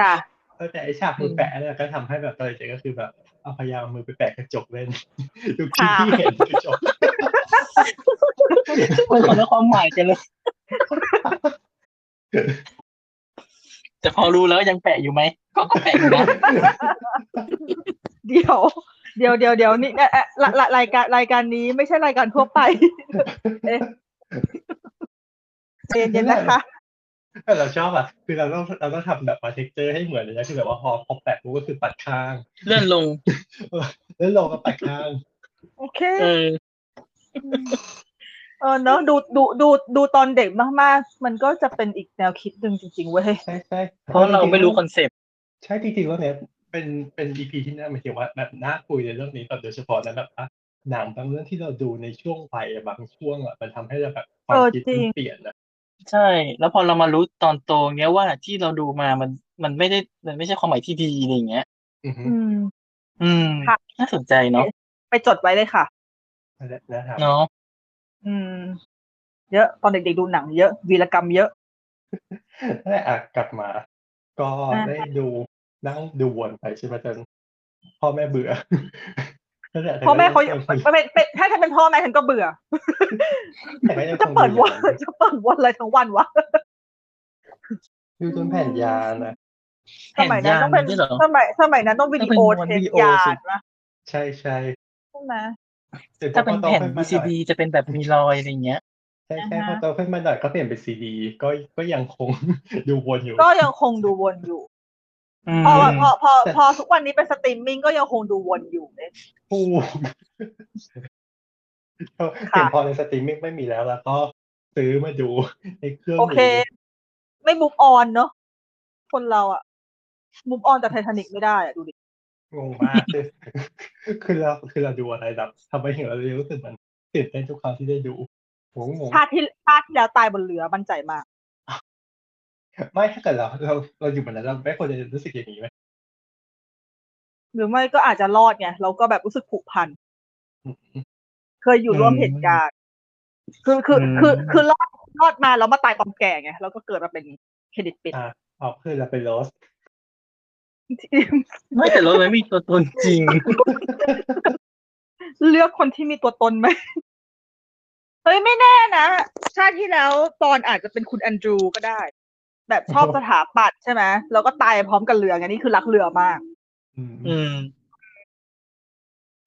จ้ะ
เออแต่ไอฉากมือแปะเนี่ยก็ทำให้แบบตอนเด็กๆก็คือแบบเอาพยายามเอามือไปแปะกระจกเล่นดูที่ที่เห็นกระจก
มันคนละความหมายกันเลย แต่พอรู้แล้วยังแปะอยู่ไหม ก็ก็แปะอยู่นะ
เดี๋ยว เดี๋ยวเดี๋ยวเดี๋ยวนี่เอ่อเอ่อละละรายการรายการนี้ไม่ใช่รายการทั่วไป เอ๊ะใจเย็นๆนะคะ
แต่เราชอบอ่ะ คือเราต้องเราต้องทำแบบมาเท็กเจอร์ให้เหมือนเลยนะคือแบบว่าพอพอแปะปุ๊บก็คือปัดข้าง
เลื่อนลง
แล้วลงมาปัดข้าง
โอเค
เออ
เออเนาะดูดูดูดูตอนเด็กมากๆ มันก็จะเป็นอีกแนวคิดหนึ่งจริงๆเว้ย
ใช่ใช่
เพราะเราไม่รู้คอนเซ็ปต์
ใช่จริงๆแล้วเนี่ยเป็นเป็นอีพีที่น่าหมายถึงว่าแบบน่าคุยในเรื่องนี้แบบโดยเฉพาะนะแบบว่าหนังบางเรื่องที่เราดูในช่วงวัยบางช่วงอ่ะมันทำให้เราแบบความ
เออ
คิด
จริ
มัน
ง
เปลี่ยนนะ
ใช่ แล้วพอเรามารู้ตอนโตเนี้ยว่าที่เราดูมามันมันไม่ได้มันไม่ใช่ความหมายที่ดีอะไรเงี้ย
อือฮึ
อืม
อืม
ค่ะ
น่าสนใจเนาะ
ไปจดไว้เลยค่ะ
นั่นแหละนะครับ
เนาะ
อืม เยอะตอนเด็กๆดูหนังเยอะ วีรกรรมเยอะ
นั่นแหละอ่ะกลับมา ก็
อ่ะ
ได้ดูนั่งดูวนไปใช่ไหมจนพ่อแม่เบื่อ นั่นแหละต่
พ่อแม่เขา
ก็ยังคง
ไม่เป็นเป็นถ้าฉันเป็นพ่อแม่ฉันก็เบื่อ
แต่ก็ยังค
จะ
ง
เปิด
อ
วั
ยู่
นจะเปิดวันอะไรทั้งวันวะ
ดูจนแผ่นยานะ
สมัยนั้นต้องเป็น
แผ่ยาด้วยเหรอ
สมัยสมัยนั้นต้องวิดีโอ
ต้องเป็นม้วน
เท
วิ
ป
ดีโอย
า
สิ
นนะ
ใช่ใช่
ใช่ไหม
แต่
ถ้าเป็น
พอโต
แผ่น
ขึ้มาหอย
VCD จะเป็นแบบมีรอยอะไรเงี้ย
ใ ช่ใช่
อ่าฮะ
พอโตขึ้นมาหน่อยก็เปลี่ยนเป็นซีดี ก็ก็ยังคง ดูวนอยู่
ก็ยังคงดูวนอยู่
อืม
พอพอพอพอทุกวันนี้เป็นสตรีมมิ่งก็ยังคงดูวนอยู่เลย
ถูก
ค่ะ
เห็นพอในสตรีมมิ่งไม่มีแล้วแล้วก็ซื้อมาดู ในเครื่อง
โอเค
ดู
ไม่มุกออนเนาะคนเราอะมุกออนจากไททานิกไม่ได้อะดูดิ
งงมากคือ คือเราคือเราดูอะไรแบบทำไมถึงเรารู้สึกเหมันตื่นเต้นทุกครั้งที่ได้ดูโหงง
ชาติที่ชาติที่แล้วตายบนเรือมั่นใจมาก
ไม่ถ้าเกิดเราเราเราอยู่แบบนั้นเราไม่ควรจะรู้สึกอย่างนี้ไหม
หรือไม่ก็อาจจะรอดไงเราก็แบบรู้สึกผูกพัน เคยอยู่ร่วมเหตุการณ์คือคือคือคือรอดรอดมาแล้วมาตายตอนแก่ไงแล้วก็เกิดมาเป็นเครดิตปิด
อ๋อคือเราไปโรส
ไม่แต่รถมันไม่มีตัวตนจริง
เลือกคนที่มีตัวตนไหม เฮ้ยไม่แน่นะ ชาติที่แล้วตอนอาจจะเป็นคุณแอนดรูก็ได้ แบบชอบสถาปัตย์ใช่ไหมแล้วก็ตายพร้อมกับเรือไงนี่คือรักเรือมาก
อืม
อืม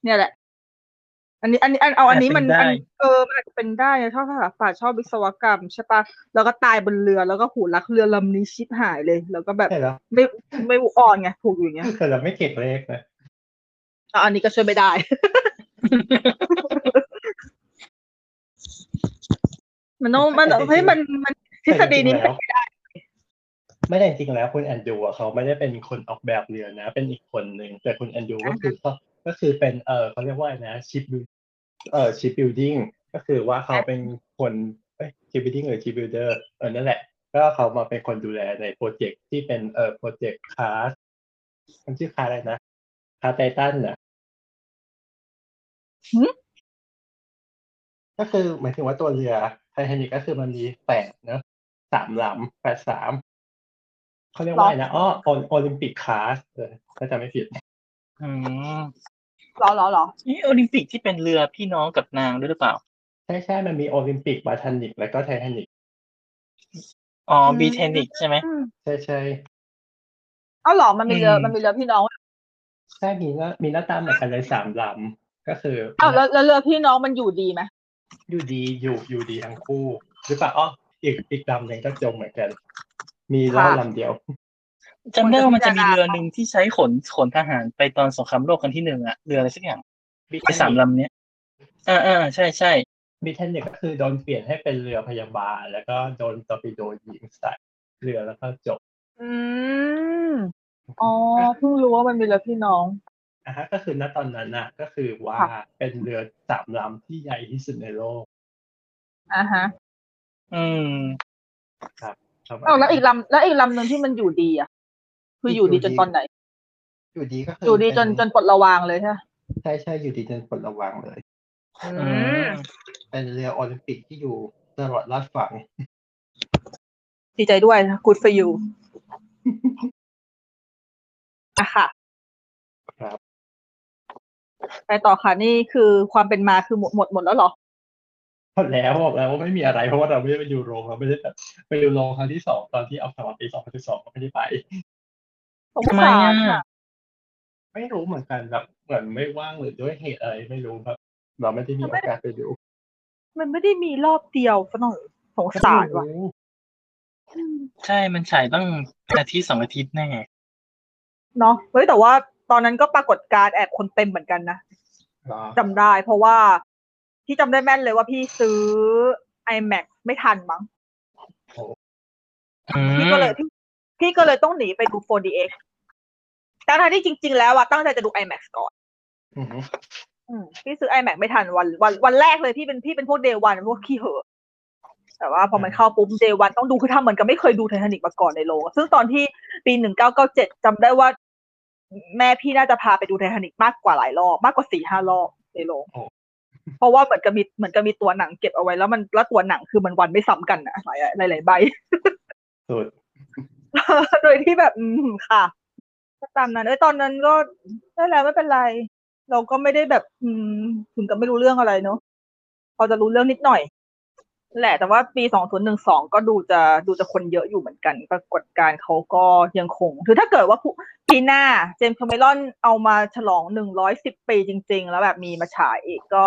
เนี่ยแหละ อันนี้ อันนี้อันเอาอันนี้มัน
อาจ
อั
เป็น
น
ได้
เออมันอาจจะเป็นได้นะชอบสถาปัตย์ชอบวิศวกรรมใช่ปะแล้วก็ตายบนเรือแล้วก็หูรักเรือลำนี้ชิบหายเลย แล้วก็แบบ
ใช่แล้ว
ไม่ไม่หูอ่อนไงผูกอยู่อย่างเงี้ย
คือเราไม่เก่งเลขนะ
อ่ะอันนี้ก็ช่วยไม่ ได้ มันต้องมันเฮ้ยมันมันทฤษฎีนี้มันเป็นไปได้
ไม่ได้จริงแล้วคุณแอนดรูอะเขาไม่ได้เป็นคนออกแบบเรือนะ เป็นอีกคนหนึ่งแต่คุณแอนดรูก็คือเขาก็คือเป็นเออเขาเรียกว่าอะไรนะชิปเออชิปบิลดิ้งก็คือว่าเขาเป็นคนเอ้ยชิปบิลดิ้งหรือชิปบิลเดอร์เออนั่นแหละ ก็เขามาเป็นคนดูแลในโปรเจกต์ที่เป็นเออโปรเจกต์คาร์มันชื่อคาร์อะไรนะคาร์ไททันน่ะ
หึ
ก็คือหมายถึงว่าตัวเรือไททานิกก็คือมันมีแปดเนอะสามลำแปดสามเขาเรียกว่าอะไรนะอ๋อโอโอลิมปิกคาร์เออถ้าจำไม่ผิด
อืม
หรอหรอหรอ
นี่โอลิมปิกที่เป็นเรือพี่น้องกับนางด้วยหรือเปล่า
ใช่ใช่มันมีโอลิมปิกบาทานิกแล้วก็ไททานิก
อ๋อบีเทนิกใช่ไหม
อืม
ใช่ใช่
เอ้าหรอมันมีเรือ
อืม
มันมีเรือพี่น้อง
ใช่มีหน้ามีหน้าตาเหมือนกันเลยสามลำก็คือ
เอ้าแล้วแล้วเรือพี่น้องมันอยู่ดีไหม
อยู่ดีอยู่อยู่ดีทั้งคู่ หรือเปล่าอ๋ออีกอีกลำหนึ่งก็จมเหมือนกัน มีเล่าลำเดียว
จำได้ว่ามันจะมีเรือหนึ่งที่ใช้ขนขนทหารไปตอนสงครามโลกครั้งที่หนึ่งอะเรืออะไรสักอย่างไอ้สามลำเนี้ยอ่าอ่าใช่ใช่
บิเทนเนี่ยก็คือโดนเปลี่ยนให้เป็นเรือพยาบาล แล้วก็โดนตอร์ปิโดยิงใส่เรือแล้วก็จบ
อืม อ๋อเพิ่งรู้ว่ามันมีเรือพี่น้อง
นะฮะก็คือณตอนนั้นน่ะ ก็คือว่า
ค่ะ
เป็นเรือสามลำที่ใหญ่ที่สุดในโลก
อ่ะฮะ
อืม
ครับ
อ้าวแล้วอีกลำแล้วอีกลำหนึ่งที่มันอยู่ดีอ่ะ คืออยู่ดีจนตอนไหน
อยู่ดีก็คื
อยู่ดีจน
เป็
จนปลดระวางเลยใช่ไหม
ใช่ใช่อยู่ดีจนปลดระวางเลย
อืม
เป็นเรือโอลิมปิกที่อยู่ตลอดรอดฝั่ง
ดีใจด้วย good for you อะค่ะ
ครับ
ไปต่อค่ะนี่คือความเป็นมาคือหมดหมดหมดแล้วเหรอ
หมดแล้วบอกแล้วว่าไม่มีอะไรเพราะว่าเราไม่ได้ไปดูโรงเราไม่ได้แบบไปดูโรงครั้งที่สองตอนที่เอาสมัครปีสองพันสิบสองก็ไม่ได้ไป
สง
ทำไม
สาร
อ่ะ
ค่ะ
ไม่รู้เหมือนกันแบบเหมือนไม่ว่างหรือด้วยเหตุอะไรไม่รู้ครับ เราไม่ได้มีโอกาสไปดู
มันไม่ได้มีรอบเดียวซะหน่อยสงสารว่ะ
ใช่มันฉายตั้งอาทิตย์สองอาทิตย์แน่
เนาะเฮ้ยแต่ว่าตอนนั้นก็ปรากฏการณ์แอบคนเต็มเหมือนกันนะ
เหรอ
จำได้เพราะว่าที่จำได้แม่นเลยว่าพี่ซื้อ iMac ไม่ทันมั้ง
อื
พี่
ม
ก็เลยพี่พี่ก็เลยต้องหนีไปดู 4DX ทั้งทที่จริง ๆ แล้วอะตั้งใจจะดู IMAX ก่อน
อือหือ
พี่ซื้อ IMAX ไม่ทันวันวันวันแรกเลยพี่เป็นพี่เป็นพวกเดวันพวกขี้เหอะ แต่ว่าพอมันเข้าปุ๊บเดวันต้องดูคือทำเหมือนกับไม่เคยดูไททานิกมาก่อนในโรงซึ่งตอนที่ปี 1997จำได้ว่า แม่พี่น่าจะพาไปดูไททานิกมากกว่าหลายรอบมากกว่าสี่ห้ารอบในโรงเพราะว่าเหมือนกับมีเหมือนกับมีตัวหนังเก็บเอาไว้แล้วมันแล้วตัวหนังคือมันวันไม่ซ้ำกันนะหลายหลายหลายใบ
สุด
โดยที่แบบอืมค่ะก็ตามนั้น เอ้ยตอนนั้นก็นั่นแหละไม่เป็นไร เราก็ไม่ได้แบบ อืมถึงกับไม่รู้เรื่องอะไรเนาะพอจะรู้เรื่องนิดหน่อยนั่นแหละ แต่ว่าปีสองศูนย์หนึ่งสองก็ดูจะดูจะคนเยอะอยู่เหมือนกันปรากฏการณ์เขาก็ยังคงคือถ้าเกิดว่าผู้ปีหน้าเจมส์คาเมรอนเอามาฉลองหนึ่งร้อยสิบปีจริง ๆ แล้วแบบมีมาฉายอีกก็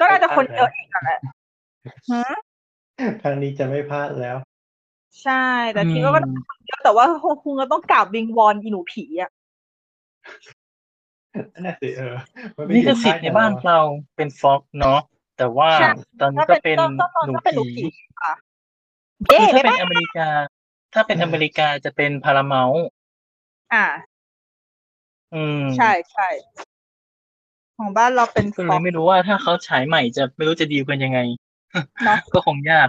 ก็น่าจะคนเยอะอีกนั่นแหละ ฮะ
ครั้งนี้จะไม่พลาดแล้ว
ใช่ แต่ทีว่ามัน
อืม
แต่ว่าคงคงจะต้องกราบวิงวอนอีหนูผีอ่ะ
น่าสิเออมัไม่
ลิข
อยู่
สิท
ค่าย
ธิ์ในบ้านเราเป็นฟ็อกเนาะแต่ว่า
ใช่
ตอนนี้
ถ้า
ก็
เป็น
เป็น
ต้องต้อง
หนู
ต้องเป็นหนู
ผี
ผีค่ะเย้
คือถ้า
ได้
เป็น
ปะ
อเมริกา ถ้าเป็นอเมริกาจะเป็นพาราเมล
อ่า
อืม
ใช่ใช่ของบ้านเราเป็น
ก็
ฟ
เล
อย ก
ไม่รู้ว่าถ้าเขาฉายใหม่จะไม่รู้จะดีลกันยังไง
เนอะ
ก็คงยาก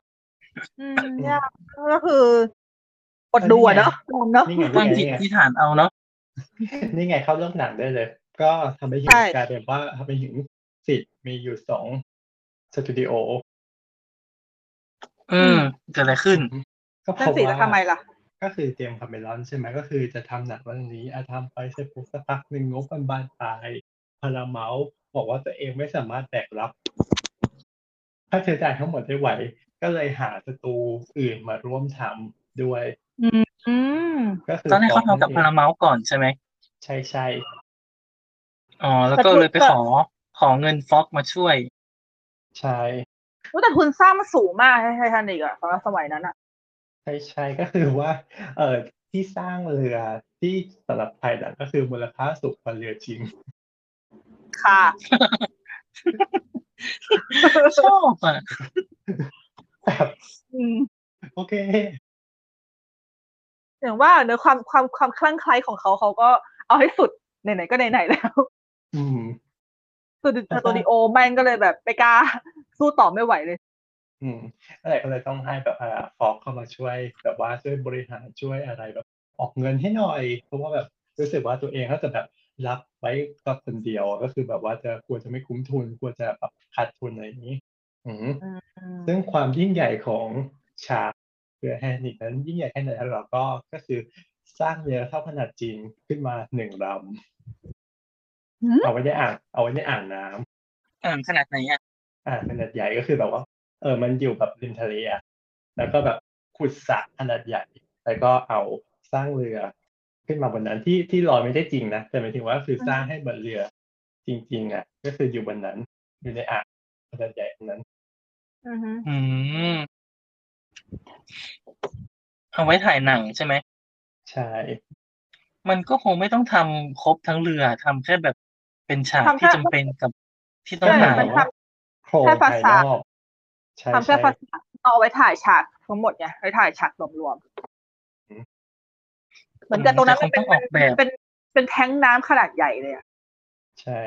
อืมยากก็คืออดดูอะเนาะยอมเนาะ
นี่ไง
ตั้งจิ
นี่
ต
ไง
ที่ฐานเอาเนาะ
นี่ไงเข้าเรื่องหนังได้เลย ก็ทำให้เห็น
ใช่
กลายเป็นว่าทำให้เห็นสิทธิ์มีอยู่สองสตูดิโอ
อืมเกิดอะไรขึ้น
ก็เพ
นั่น
ราะ
สิแล้ว
ว่า
ทำไมล่ะ
ก็คือเตรียมคาเมลอนใช่ไหมก็คือจะทำหนังเรื่องนี้อาทำไปเสร็จปุ๊บสักพักหนึ่งงบมันบานปลายพาราเมาบอกว่าตัวเองไม่สามารถแบกรับค่าใช้จ่ายทั้งหมดได้ไหว ก็เลยหาสตูอื่นมาร่วมทำด้วย
อืม
ก็คือ
ตอนแรกเขาทำกับ
ฟ้อง
พาราเมลก่อนใช่ไหม
ใช่ใช่
อ๋อแล้วก็เลยไปขอขอเงินฟ็อกมาช่วย
ใช่
อุ๊ยแต่ทุนสร้างมันสูงมากไททานิกอะสำหรับสมัยนั้นอะ
ใช่ใช่ก็คือว่า เอ่อที่สร้างเรือที่สำหรับไทยนะก็คือมูลค่าสูงกว่าเรือจริง
ค่ะ
ชอบอ่ะ
แบบ
อืม
โอเค
อย่างว่าเนื้อะความความความคลั่งไคล้ของเขาเขาก็เอาให้สุด ไหนๆก็ไหนๆแล้ว
อืม
สตูดิสตูดิโอแม่งก็เลยแบบไม่กล้า สู้ต่อไม่ไหวเลย
อืมอะไรก็เลยต้องให้แบบอ่าฟอกเข้ามาช่วยแบบว่าช่วยบริหารช่วยอะไรแบบออกเงินให้หน่อย เพราะว่าแบบรู้สึกว่าตัวเองก็จะแบบรับไว้กับคนเดียวก็คือแบบว่าจะกลัวจะไม่คุ้มทุนกลัวจะแบบขาดทุนอะไรอย่างนี้ อืมซึ่งความยิ่งใหญ่ของฉากเรือแฮนิกนั้นยิ่งใหญ่แค่ไหนแล้วเราก็ก็คือสร้างเรือเท่าขนาดจริงขึ้นมาหนึ่งล
หื
ำ
อ
เอาไว้ในอ่างเอาไว้ในอ่างน้ำ
อ่านขนาดไหนอ่ะ
อ่าขนาดใหญ่ก็คือแบบว่า เออมันอยู่แบบริมทะเลอะแล้วก็แบบขุดสระขนาดใหญ่ แล้วก็เอาสร้างเรือ ขึ้นมาบนนั้นที่ที่ลอยไม่ได้จริงนะแต่หมายถึงว่าคือสร้างให้บนเรือ จริง ๆอ่ะก็คืออยู่บนนั้น อยู่ในอ่างขนาดใหญ่อันนั้น
อือฮึ
อืมเอาไว้ถ่ายหนังใช่ไหม
ใช่
มันก็คงไม่ต้องทำครบทั้งเรือทำแค่แบบเป็นฉากที่จำเป็นกับที่ต้อง
ใช่
ถ่าย
มันท
โครง
แค่ภา
ภาย
ษาน
อกใช่
ำทำแค่
ใช่
ภาษาเอาไว้ถ่ายฉากทั้งหมดไงไว้ถ่ายฉากรวมๆเหมือนกับตรงนั้น
ค
มัน
ง
เป็
ต้
น
องออกแบบ
เป็นเป็นแท้งน้ำขนาดใหญ่เลยอะ
ใช่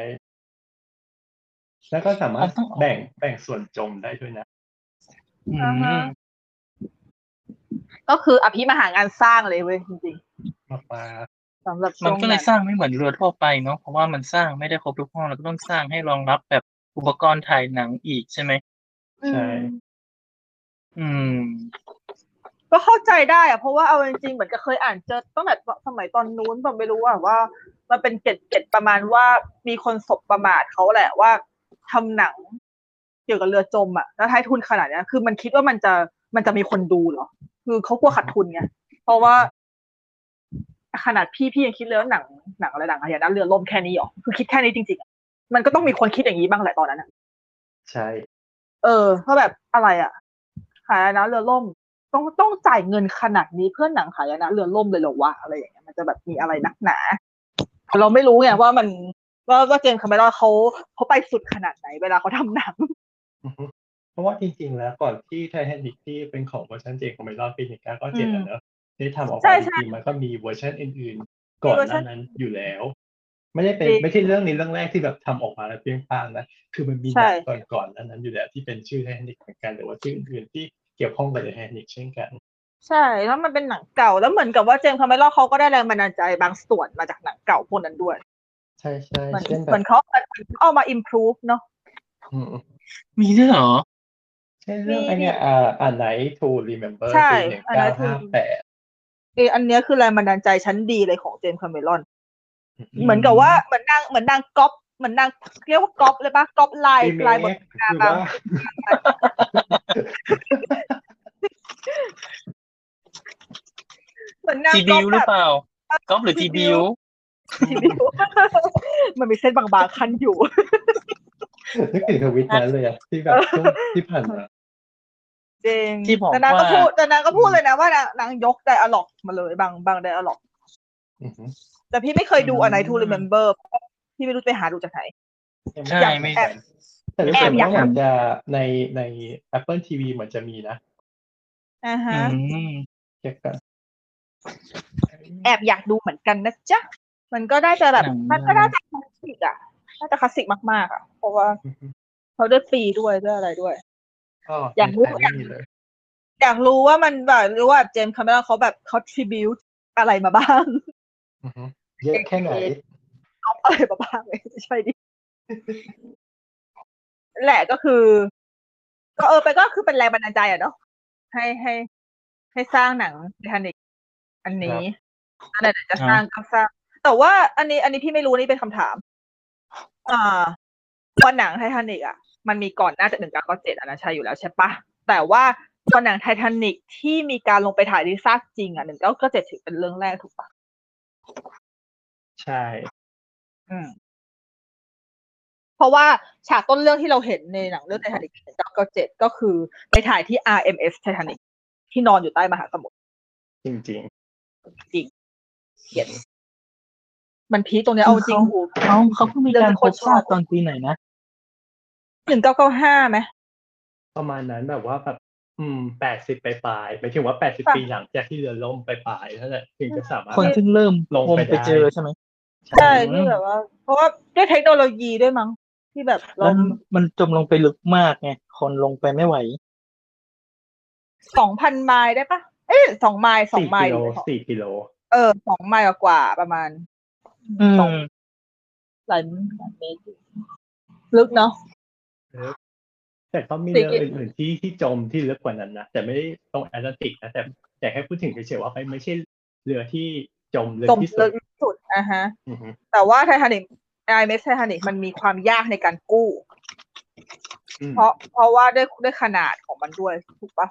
แล้วก็สามารถ
มันต้องออก
แบ่งแบ่งส่วนจมได้ด้วยนะ
อืม
ก็คืออภิมหางานสร้างเลยเว้ยจริง
มากมา
ๆสำหรับ
มัน
ช่วง
ก็เลย
นั้น
สร้างไม่เหมือนเรือทั่วไปเนาะเพราะว่ามันสร้างไม่ได้ครบทุกห้องเราก็ต้องสร้างให้รองรับแบบอุปกรณ์ถ่ายหนังอีกใช่ไหม
อืม
อืม
ก็เข้าใจได้อะเพราะว่าเอาจริงๆเหมือนกับเคยอ่านเจอตั้งแต่สมัยตอนนู้นผมไม่รู้อะว่า มันเป็นเกร็ดเกร็ดประมาณว่ามีคนสบประมาทเขาแหละว่าทำหนัง เกี่ยวกับเรือจมอะแล้วท้ายทุนขนาดเนี้ยคือมันคิดว่ามันจะมันจะมีคนดูเหรอ คือเขากลัวขาดทุนไงเพราะว่า ขนาดพี่พี่ยังคิดเลยว่าหนังหนังอะไรหนังอะไรอย่างนั้นเรือล่มแค่นี้หรอคือคิดแค่นี้จริงๆอะมันก็ต้องมีคนคิดอย่างนี้บ้างแหละตอนนั้นอะ
ใช่
เออเพราะแบบอะไรอ่ะหายนะเรือล่ม ต้องต้องจ่ายเงินขนาดนี้เพื่อหนังหายนะเรือล่มเลยเหรอวะอะไรอย่างเงี้ยมันจะแบบมีอะไรนักหนาเราไม่รู้ไงว่ามันว่าว่าเจมส์คาเมรอนเขาเขาไปสุดขนาดไหนเวลาเขาทำหนัง
อือฮึเพราะว่าจริง ๆ แล้วก่อนที่ไททานิกที่เป็นของเวอร์ชันเจของเมลอนปีหนึ่งเก้าเก้าเจ็ด
อืม
อะเนอะได้ทำออก
ใช่
มา
ใช่
จริงๆมันก็มีเวอร์ชันอื่นๆ ก่อน
มีเวอร์
ห
ชั
น้าน นั้นอยู่แล้ว ไม่ได้เป็น
จริง
ไม่ใช่เรื่องนี้เรื่องแรกที่แบบทำออกมาแล้วเพียงพลางนะคือมันมี
ใช่
ก่อนก่อนๆหน้านั้นอยู่แล้วที่เป็นชื่อไททานิกเหมือนกันหรือว่าชื่ออื่นๆที่เกี่ยวข้องกับไททานิกเช่นกัน
ใช่แล้วมันเป็นหนังเก่าแล้วเหมือนกับว่าเจมส์คาเมรอนเขาก็ได้แรงบันดาลใจบางส่วนมาจากหนังเก่าพวกนั้นด้วย
ใช่ใช่
เหมือน
เช่นแบ
เหมื
บ
อนเขาเอามา improve เนาะ
อืม
มีด้วยเหรอ
เช่นเรื่อง
มี
ไอเนี้ยอ่าอันไหน to remember
ใช่
ปีหนึ่งเก้า
A Night to
ห้าแปด
เอออันเนี้ยคือแรงบันดาลใจชั้นดีเลยของเจมส์คาเมรอน เหมือนกับว่าเหมือนนางเหมือนนางก๊อปเหมือนนางเรียกว่าก๊อปเลยปะก๊อปลาย
remake
ลายบทกา
หรือ
ตาม
ว่า
เหมือนนาง
จี
ก๊
บิ
อป
วห
แบ
รือบ เปล่าก๊อฟหรือ
จี
จี
บิ
บิ
ว
ว
มันมีเส้นบางๆคันอยู่
นึกถึงทวิตนั้นเลยอะที่แบบช่วงที่ผ่านมา
จริง
ที่บอก
แต่นางก็
ว่า
พูดแต่นางก็พูดเลยนะว่านางนางยกไดอะล็อกมาเลยบางบางไดอะล็อก
อือหือ
แต่พี่ไม่เคยดู
อืม
อะไรทูรีเมมเบอร์พี่ไม่รู้ไปหาดูจากไหน
ใช่ไม่
แอบ
แต่รู้สึก
แอบอยา
ว่าก เหมือนจะในใน Apple TV เหมือนจะมีนะ
อ่า
อื
ฮะ
ม
เช็คกัน
แอบอยากดูเหมือนกันนะจ๊ะ มันก็ได้จะแบบ
หนัง
มันก็
นะ
น่าจะคลาสสิกอ่ะ น่าจะคลาสสิกมากๆอ่ะ เพราะว่าเขาได้ฟรีด้วยด้วยอะไรด้วย
ก็
อยากรู้
ในไทไม่มีเลย
อยากรู้ว่ามันแบบหรือว่าเจมส์คาเมรอนเขาแบบเขาทริบิวอะไรมาบ้าง
อือหือเยอะแค่ไหน
เอาอะไรมาบ้างเลยใช่ดิ แหละก็คือ ก็เออไปก็คือเป็นแรงบันดาลใจอ่ะเนาะให้ให้ ให้สร้างหนังไททานิกอันนี้อะไรจะสร้างก็สร้าง แต่ว่าอันนี้ อันนี้พี่ไม่รู้นี่เป็นคำถาม อ่าตัวหนังไททานิกอ่ะ มันมีก่อนหน้าจะหนึ่งเก้าเก้าเจ็ดอันนั้นใช่อยู่แล้วใช่ปะแต่ว่าตัวหนังไททานิกที่มีการลงไปถ่ายที่ซากจริงอ่ะหนึ่งเก้าเก้าเจ็ดถือเป็นเรื่องแรกถูกปะ
ใช่
อืม เพราะว่าฉากต้นเรื่องที่เราเห็นในหนังเรื่องไททานิกเก้าเก้าเจ็ดก็คือไปถ่ายที่ RMS ไททานิกที่นอนอยู่ใต้มหาสมุทร
จริง
จริงเขียนมันพีคตรงเนี้ยเอาจริงหู
เขาเขาเพิ่งมีการพบซากตอนปีไหนนะ
หนึ่งเก้าเก้าห้าไหม
ๆ ประมาณนั้นแบบว่าแบบอืมแปดสิบปลายๆหมายถึงว่าแปดสิบ
ค่ะ
ปีหลังจากที่เรือล่มปลายๆนั่นแหละถึงจะสามารถ
คนเพิ่งเริ่ม
ลง
งม
ไป
ไป
ได้
เจอใช่ไหม
ใช่ที่แบบว่า เพราะว่าด้วยเทคโนโลยีด้วยมั้งที่แบบ
แล้
เรา
วมันจมลงไปลึกมากไงคนลงไปไม่ไหว
สองพันไมล์ได้ปะเอ้ยสองไมล์สอง
สี่
ไม
กิ
ล์
โล
หรือเปล่า
สี่กิโล
เออสองไมล์กว่าๆประมาณ
อืม
สองหลายหลายเมตรอยู่ลึกเนาะ
แต่ก็มี
สี่
เรือ
กิโล
อื่นๆที่ที่จมที่ลึกกว่านั้นนะแต่ไม่ได้ตรงแอตแลนติกนะแต่แต่แค่พูดถึงเฉยๆว่าไม่ไม่ใช่เรือที่จมลึก
จม
ที่สุ
ลึ
ด
กที่สุดอ่ะฮะ
อือฮึ
แต่ว่าไททานิกไอเมสไททานิกมันมีความยากในการกู้
อืม
เพราะเพราะว่าด้วยด้วยขนาดของมันด้วยถูกปะ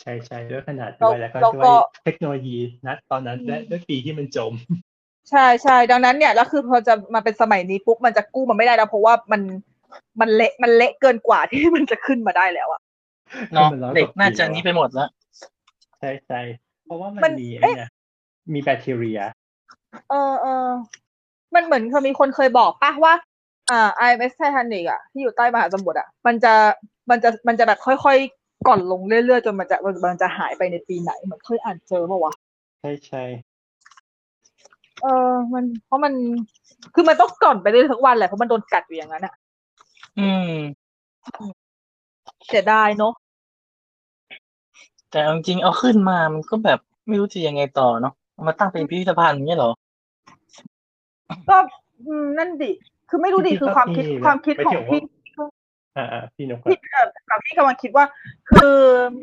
ใช่ใช่ด้วยขนาด
แล้
ด้
ว
วยแล้วก็
แล้ว
ด้
ก็
วยเทคโนโลยีนะตอนนั้น
อืม
และด้วยปีที่มันจม
ใช่ใช่ดังนั้นเนี่ยแล้วคือพอจะมาเป็นสมัยนี้ปุ๊บมันจะกู้มันไม่ได้แล้ว เพราะว่ามันมันเละมันเละเกินกว่าที่มันจะขึ้นมาได้แล้วอะ
เนาะ
ขึ้นมาร้อยกว่า
เด็กน่าจะ
ปีแล้ว
นี้ไปหมดแล้ว
ใช่ใช่เพราะว่ามั
มัน น
มีไอ้เนี่ยมีแบคทีเรีย
เออเออมันเหมือนเคยมีคนเคยบอกป่ะว่าอ่า IMS Titanic อ่ะที่อยู่ใต้มหาสมุทรอ่ะ มันจะมันจะมันจะแบบค่อยๆก่อนลงเรื่อยๆจนมันจะมันมันจะหายไปในปีไหนเหมือนเคยอ่านเจอมาวะ
ใช่ใช่
เออ มันเพราะมันคือมันต้องก่อนไปเรื่อยๆทุกวันแหละเพราะมันโดนกัดอยู่อย่างนั้นอ่ะ
อืม
เสียดายเนาะ
แต่เอาจริงๆเอาขึ้นมามันก็แบบไม่รู้จะยังไงต่อเนาะเอามาตั้งเป็นพิพิธภัณฑ์อย่างเงี้ยเหรอ
ก็อืมนั่นดิคือไม่รู้ดิคือความคิดความคิดของพี่
อ่าอ่าพี่นก
พี่เอ่อกับพี่กำลังคิดว่า คือ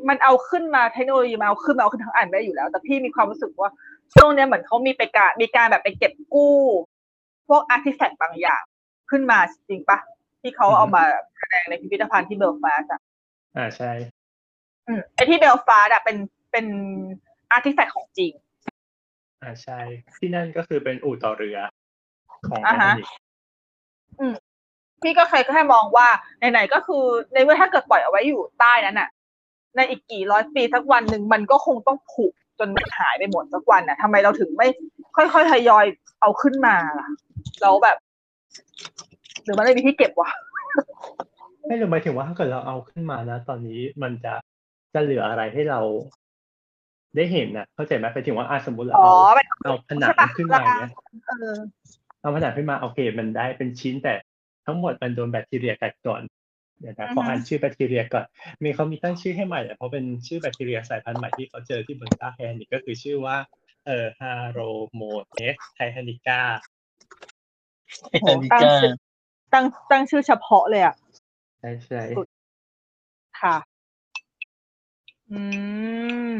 มันเอาขึ้นมาเทคโนโลยีมาเอาขึ้นมาเอาขึ้นทั้งอันได้อยู่แล้ว แต่พี่มีความรู้สึกว่าช่วงเนี้ยเหมือนเขามีไปการมีการแบบไปเก็บกู้ พวกอาร์ติแฟกต์บางอย่างขึ้นมาจริงปะที่เขาเอามาแสดงในพิพิธภัณฑ์ที่เบลฟาสต์อะ
อ่าใช่
อืมไอที่เบลฟาสต์อะเป็นเป็นอาร์ติแฟกต์ของจริง
อ่าใช่ ที่นั่นก็คือเป็นอู่ต่อเรือของ
อ่า
แอตแล
ฮะ
นติก
พี่ก็เคยแค่มองว่าไหนๆก็คือในเมื่อถ้าเกิดปล่อยเอาไว้อยู่ใต้นั้นน่ะ ในอีกกี่ร้อยปีสักวันหนึ่งมันก็คงต้องผุจนมันหายไปหมดสักวันน่ะทำไมเราถึงไม่ค่อยๆทยอยเอาขึ้นมาล่ะเราแบบ หรือมันไม่มีที่เก็บวะ
ไม่รู้หมายถึงว่าถ้าเกิดเราเอาขึ้นมานะ ตอนนี้มันจะจะเหลืออะไรให้เรา ได้เห็นนะเข้าใจไหมไปถึงว่าอ่ะสมมติเรา
อ๋อ
เอา
มัน
เอาผนัง
ใช่ปะ
ขึ้นมาอย่างเนี้ย
เออ
เอาผนังขึ้นมาโอเค มันได้เป็นชิ้นแต่ทั้งหมดมันโดนแบคทีเรียกัดก่อนเดี๋ยวนะขออ่านชื่อแบคทีเรียก่อน มีเขามีตั้งชื่อให้ใหม่อะเพราะเป็นชื่อแบคทีเรียสายพันธุ์ใหม่ที่เขาเจอที่บนตาแฮนิกก็คือชื่อว่าเอ่อฮาโรโมเทสไททานิก้า
ไอตันดิ
ตั้ง
ก้า
ชื่อตั้งตั้งชื่อเฉพาะเลยอ่ะ
ใช่ใช่
สุด ค่ะ อืม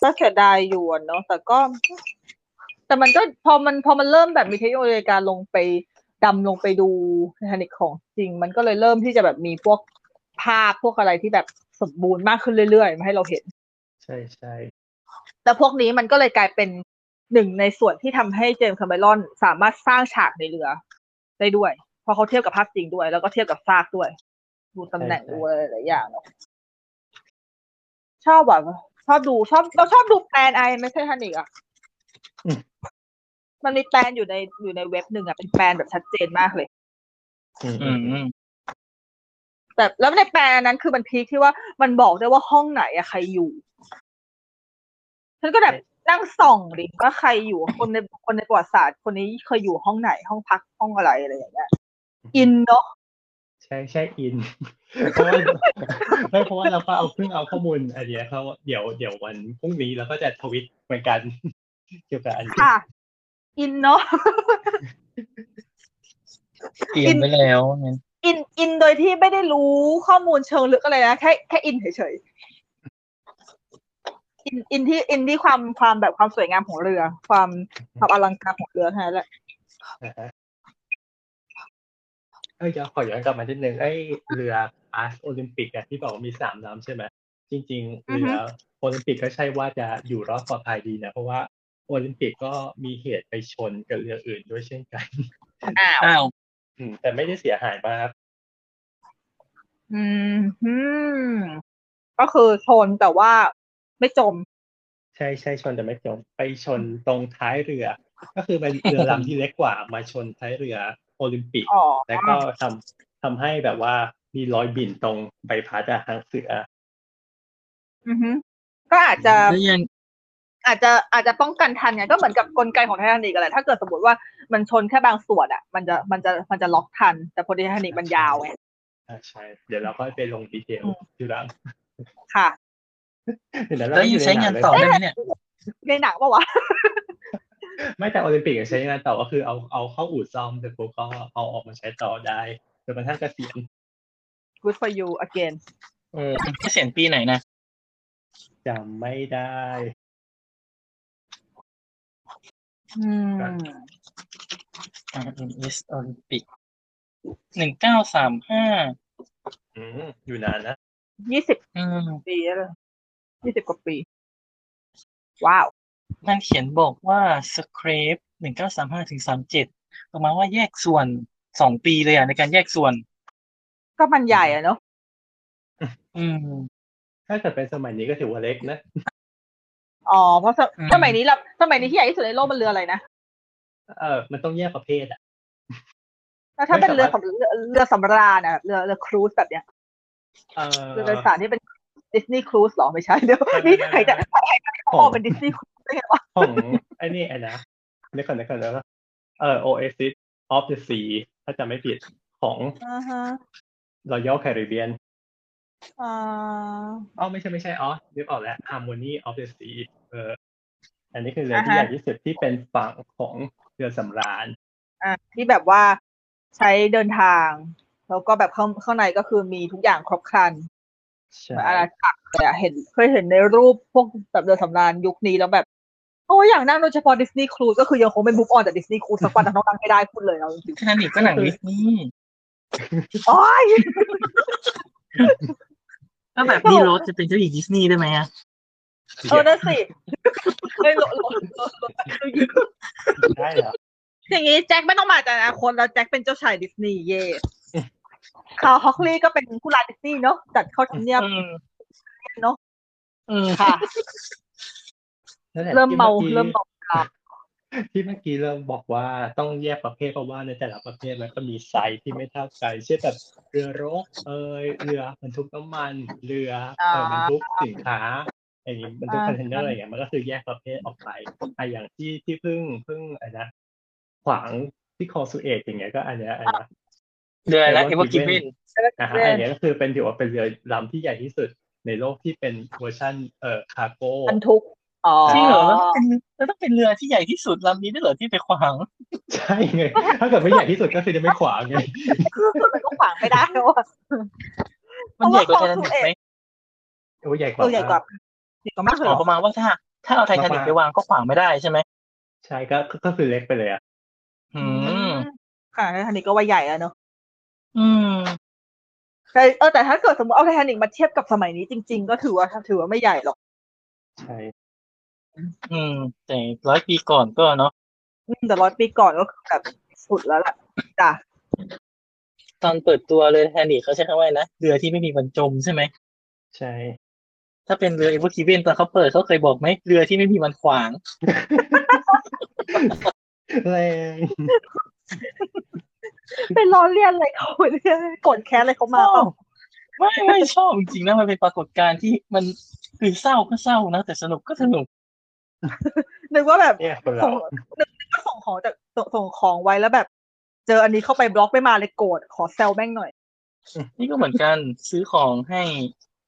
ก็เสียดายอยู่อะเนาะ แต่ก็ แต่มันก็พอมันพอมันเริ่มแบบมีเทคโนโลยีการลงไปดำลงไปดูไททานิกของจริง มันก็เลยเริ่มที่จะแบบมีพวกภาพพวกอะไรที่แบบสมบูรณ์มากขึ้นเรื่อยๆ มาให้เราเห็น
ใช่ใช่
แล้วพวกนี้มันก็เลยกลายเป็นหนึ่งในส่วนที่ทำให้เจมส์แคาเมรอนสามารถสร้างฉากในเรือ ได้ด้วย เพราะเขาเทียบกับภาพจริงด้วย แล้วก็เทียบกับซากด้วย ดูตำแหน่ง
ใช่ใช่
ดูอะไรหลายๆอย่างเนอะ ชอบแบบชอบดูชอบเราชอบดูแปลนไอไม่ใช่ทันอีกอ่ะ
อืม
มันมีแปลนอยู่ในอยู่ในเว็บหนึ่งอ่ะเป็นแปลนแบบชัดเจนมากเลย
อืม
อืมอืม
แบบแล้วในแปลนอันนั้นคือมันพีคที่ว่ามันบอกได้ว่าห้องไหนอะใครอยู่ ฉันก็แบบนั่งส่องดิว่าใครอยู่คนในคนในประวัติศาสตร์ คนนี้เคยอยู่ห้องไหนห้องพักห้องอะไรอะไรอย่างเงี้ยอินเนาะ
ใช่ใช่อิน เพราะว่าไม่เพราะว่าเราก็เอาเพิ่งเอาข้อมูลอันเนี้ยเขาเดี๋ยวเดี๋ยววันพรุ่งนี้เราก็จะทวิตเหมือน กัน เกี่ยวกับอันนี้
ค่ะ อินเนาะ
เตรียมไว้แล้วเนี่ย
อินอินโดยที่ไม่ได้รู้ข้อมูลเชิงลึกอะไรนะแค่แค่อินเฉยๆอินอินที่อินที่ความความแบบความสวยงามของเรือ ความความอลังการของเรือแค่นั้นแหละ
นะฮะเอ้ยเดี๋ยวขอย้อนกลับมานิดนึงไอ้เรืออาร์สโอลิมปิกอะที่บอกว่ามีสามลำใช่ไหมจริง ๆ เรือโอลิมปิกก็ใช่ว่าจะอยู่รอดปลอดภัยดีนะ เพราะว่าโอลิมปิกก็มีเหตุไปชนกับเรืออื่นด้วยเช่นกัน
อ้าว
อ้าว
อืม แต่ไม่ได้เสียหายมาก
อืมฮึมก็คือชนแต่ว่าไม่จม
ใช่ใช่ชนแต่ไม่จมไปชนตรงท้ายเรือ ก็คือเป็นเรือลำที่เล็กกว่ามาชนท้ายเรือโอลิมปิก
อ๋อ
แล้วก็ทำทำให้แบบว่ามีรอยบิ่นตรงใบพัดอะหางเสือ
อือฮึก็อาจจะ
แล้วยัง
อาจจะอาจจะป้องกันทันไงก็เหมือนกับกลไกของไททานิกอะไรถ้าเกิดสมมติว่ามันชนแค่บางส่วนอ่ะ มันจะมันจะมันจะล็อกทัน แต่พอดีไททานิกมันยาวไง
อ่าใช่ เดี๋ยวเราค่อยไปลงดีเทล
อืม
ทีหลัง
ค่ะ
เดี๋ยวเรา
แล้วยังใช้งานต่อได้ไหมเนี่ย
ในหนังปะวะ
ไม่แต่โอลิมปิกยังใช้งานต่อก็คือเอาเอาเข้าอู่ซ่อมแต่พวกก็เอาออกมาใช้ต่อได้จนกระทั่งเกษียณ
Good for you again
เออจะเสียนปีไหนนะ
จำไม่ได้
อืม
อ่า MS Olympic หนึ่งเก้าสามห้า
อืมอยู่นานนะ
ยี่สิบ
อืม
ปีแล้วยี่สิบกว่าปี ว้าว
มันเขียนบอกว่าสครปหนึ่งเก้าสามห้าถึงสามเจ็ดประมาณว่าแยกส่วนสองปีเลยอ่ะในการแยกส่วน
ก็มันใหญ่อะเนาะ
อืม
ถ้าเกิดเป็นสมัยนี้ก็ถือว่าเล็กนะ
อ๋อเพราะสม
อืม
สมัยนี้เราสมัยนี้ที่ใหญ่ที่สุดในโลกมันเรืออะไรนะ
เออมันต้องแยกประเภทอะ
แล้วถ้าเป็น
ไม่
เรือ
สามารถ
สำเรือเรือสำราญอะเรือเรือครูซแบบเนี้ย
เออ
เรือโดยสารที่เป็นดิสนีย์ครูซหรอไม่ใช่เดี๋ยวนี่ใครจะใครจะ
ข
อ
อ
อง กเป็นดิสนีย์ครูซได้ไงวะ
ของไอ้นี่ไอ้นะเดี๋ยวก่อนเดี๋ยวก่อนแล้วก็เออ Oasis of the Sea ถ้าจำไม่ผิดของ
อ่าฮะ
Royal Caribbean
อ่า
อ๋อไม่ใช่ไม่ใช่อ๋อนึกออกแล้ว Harmony of the Sea เอออันนี้คือเรือที่
อ่าฮะ
ใหญ่ที่สุดที่เป็นฝั่งของเรือสำราญ
อ่ะที่แบบว่าใช้เดินทาง แล้วก็แบบข้างข้างในก็คือมีทุกอย่างครบครัน
ใช่
อาณาจักรเลยอะเห็นเคยเห็นในรูปพวกแบบเรือสำราญยุคนี้แล้วแบบ โอ้ยอย่างนั่งโดยเฉพาะดิสนีย์ครูก็คือยังคงเป็นบุ๊กออนจากดิสนีย์ครูสักวันนะน้องนั่งไม่ได้พูดเลยเอาจริง
แค่นั้นอีกก็หนังลิสนี่
ๆโอ้ย
ก็แบบนี้รถจะเป็นเจ้าหญิงดิสนีย์ได้ไหมอ่ะ
เออนั่นสิเฮ้ยโลโลโลโล
ได้เหรอ
อย่างงี้แจ็คไม่ต้องมาจากอนาคตแล้วแจ็คเป็นเจ้าชายดิสนีย์เย่คาร์ลฮอกลีย์ก็เป็นผู้ร้ายดิสนีย์เนาะจัดเข้าทำเนียบ
อืม
เนาะ
เออ
ค่ะ
นั่นแหละ
เริ่มเมา
ที่
เริ่มเมา
ที่เมื่อกี้เริ่มบอกว่าต้องแยกประเภทเพราะว่าในแต่ละประเภทมันก็มีไซส์ที่ไม่เท่ากันเช่นแบบเรือรบเอยเรือบรรทุกน้ำมัน เรือเอ่อ
อ่า
บรรทุกสินค้าอย่างนี้บรรทุกคอนเทนเนอร์อะไรอย่างเงี้ยมันก็คือแยกประเภทออกไปไอะอย่างที่ที่เพิ่งเพิ่งอะไรนะขวางที่คอสุเอตอย่างเงี้ยก็อันเนี้ยอันเนี้ย
เดือนละเอเวอร์กิเวน
นะฮะ
เรียน
อันเนี้ยก็คือเป็นถือว่าเป็นเรือลำที่ใหญ่ที่สุดในโลกที่เป็นเวอร์ชันเอ่อคาร์โก้
บรรทุก อ๋อ
จริงเหรอแล้วเป็นแล้วต้องเป็นเรือที่ใหญ่ที่สุดลำนี้ด้วยเหรอที่ไปขวาง
ใช่ไงถ้าเกิดไม่ใหญ่ที่สุดก็คือจะไม่ขวางไง
มันก็ขวางไม่ได้แล้วอะ
มันใหญ่กว่าไททานิกไหม
โอ้ใหญ่ก
เอ
ว่า
อใหญ่กว่าใหญ่กว่ามากเล
อ๋
ยเหร
อ
อ
ประมาณว่าถ้า ถ้าเอาไททานิกไปวางก็ขวางไม่ได้ใช่ไหม
ใช่ก็ก็ก็คือเล็กไปเลยอ่ะ
อืม
ขนาดไททานิกก็ว่าใหญ่แล้วเนอะ
อืม
แต่เออแต่ถ้าเกิดสมมติเอาไททานิกมาเทียบกับสมัยนี้จริง ๆ ก็ถือว่าถือว่าไม่ใหญ่หรอก
ใช่
อืม แต่ร้อยปีก่อนก็เนาะ
อืมแต่ร้อยปีก่อนก็คือแบบสุดแล้วล่ะจ้ะ
ตอนเปิดตัวเลยแทนิกเขาใช้คำว่าอะไรนะ เรือที่ไม่มีวันจมใช่ไหม
ใช่
ถ้าเป็นเรือเอเวอร์คิเวนตอนเขาเปิดเขาเคยบอกไหมเรือที่ไม่มีมันขวาง
แรง
เป็นล้อเลียนอะไรเขา เนี่ยกดแคสอะไรเขามาเปล่า
ไม่ไม่ชอบจริงๆนะมันเป็นปรากฏการณ์ที่มันคือเศร้าก็เศร้านะ แต่สนุกก็สนุก
นึกว่าแบบ
เนี่ยคน
ส่
เรา
งนึกว่าส่งของจากส่งส่งของไว้แล้วแบบ เจออันนี้เข้าไปบล็อกไม่มาเลยโกรธขอแซวแม่งหน่อย
นี่ก็เหมือนกันซื้อของให้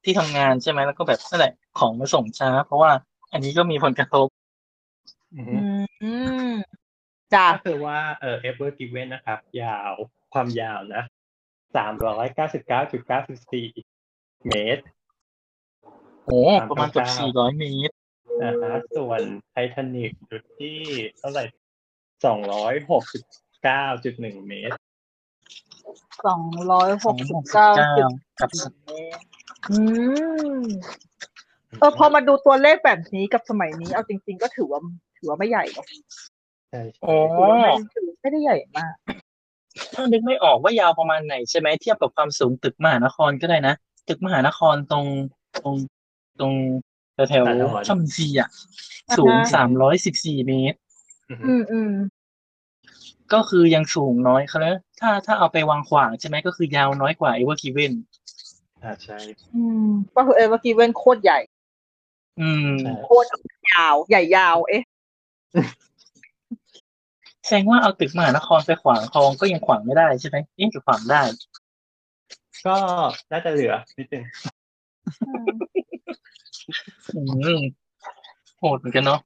ที่ทำงานใช่ไหมแล้วก็แบบนั่นแหละของมาส่งช้า เพราะว่าอันนี้ก็มีผลกระทบ
อืม
อืมจ้ะ
ก็คือว่าเอ่อ ever given นะครับ ยาวความยาวนะสามร้อยเก้าสิบเก้าจุดเก้าสิบสี่เมตร
โอ้
ตาม
ประมาณเกือบ
เก้า
สี่ร้อยเมตร
นะฮะส่วนไททานิกอยู่ที่เท่าไหร่สองร้อยหกสิบเก้าจุดหนึ่งเมตร
สองร้อยห
สอก ง
สิบ
เก้า
เก้าจุด
กับ
อืมเออพอมาดูตัวเลขแบบนี้กับสมัยนี้ เอาจริง ๆ ก็ถือว่าถือว่าไม่ใหญ่หรอก
ใช่
โอ้
ถือว่าไม่ถือไม่ได้ใหญ่มาก
ถ้านึกไม่ออกว่ายาวประมาณไหนใช่ไหมเทียบกับความสูงตึกมหานครก็ได้นะ ตึกมหานครตรงตรงตรงแถวๆช่องซีอ่ะ สูง
อ่าฮะ
สามร้อยสิบสี่เมตร
อือฮึ
อืมอืม
ก็คือยังสูงน้อยเขาเลยถ้าถ้าเอาไปวางขวางใช่ไหมก็คือยาวน้อยกว่าเอเวอร์คิเวน
อ่าใช่
อืมก็คือเอเวอร์กีเวนโคตรใหญ่
อืม
ใช่
โคตรยาว ใหญ่ยาว เอ๊ะ
แสดงว่าเอาตึกมหานครไปขวางคลองก็ยังขวางไม่ได้ใช่ไหมเอ๊ะหรือขวางได้
ก็น่าจะเหลือนิดนึง
อืมโหดเหมือนกันเนาะ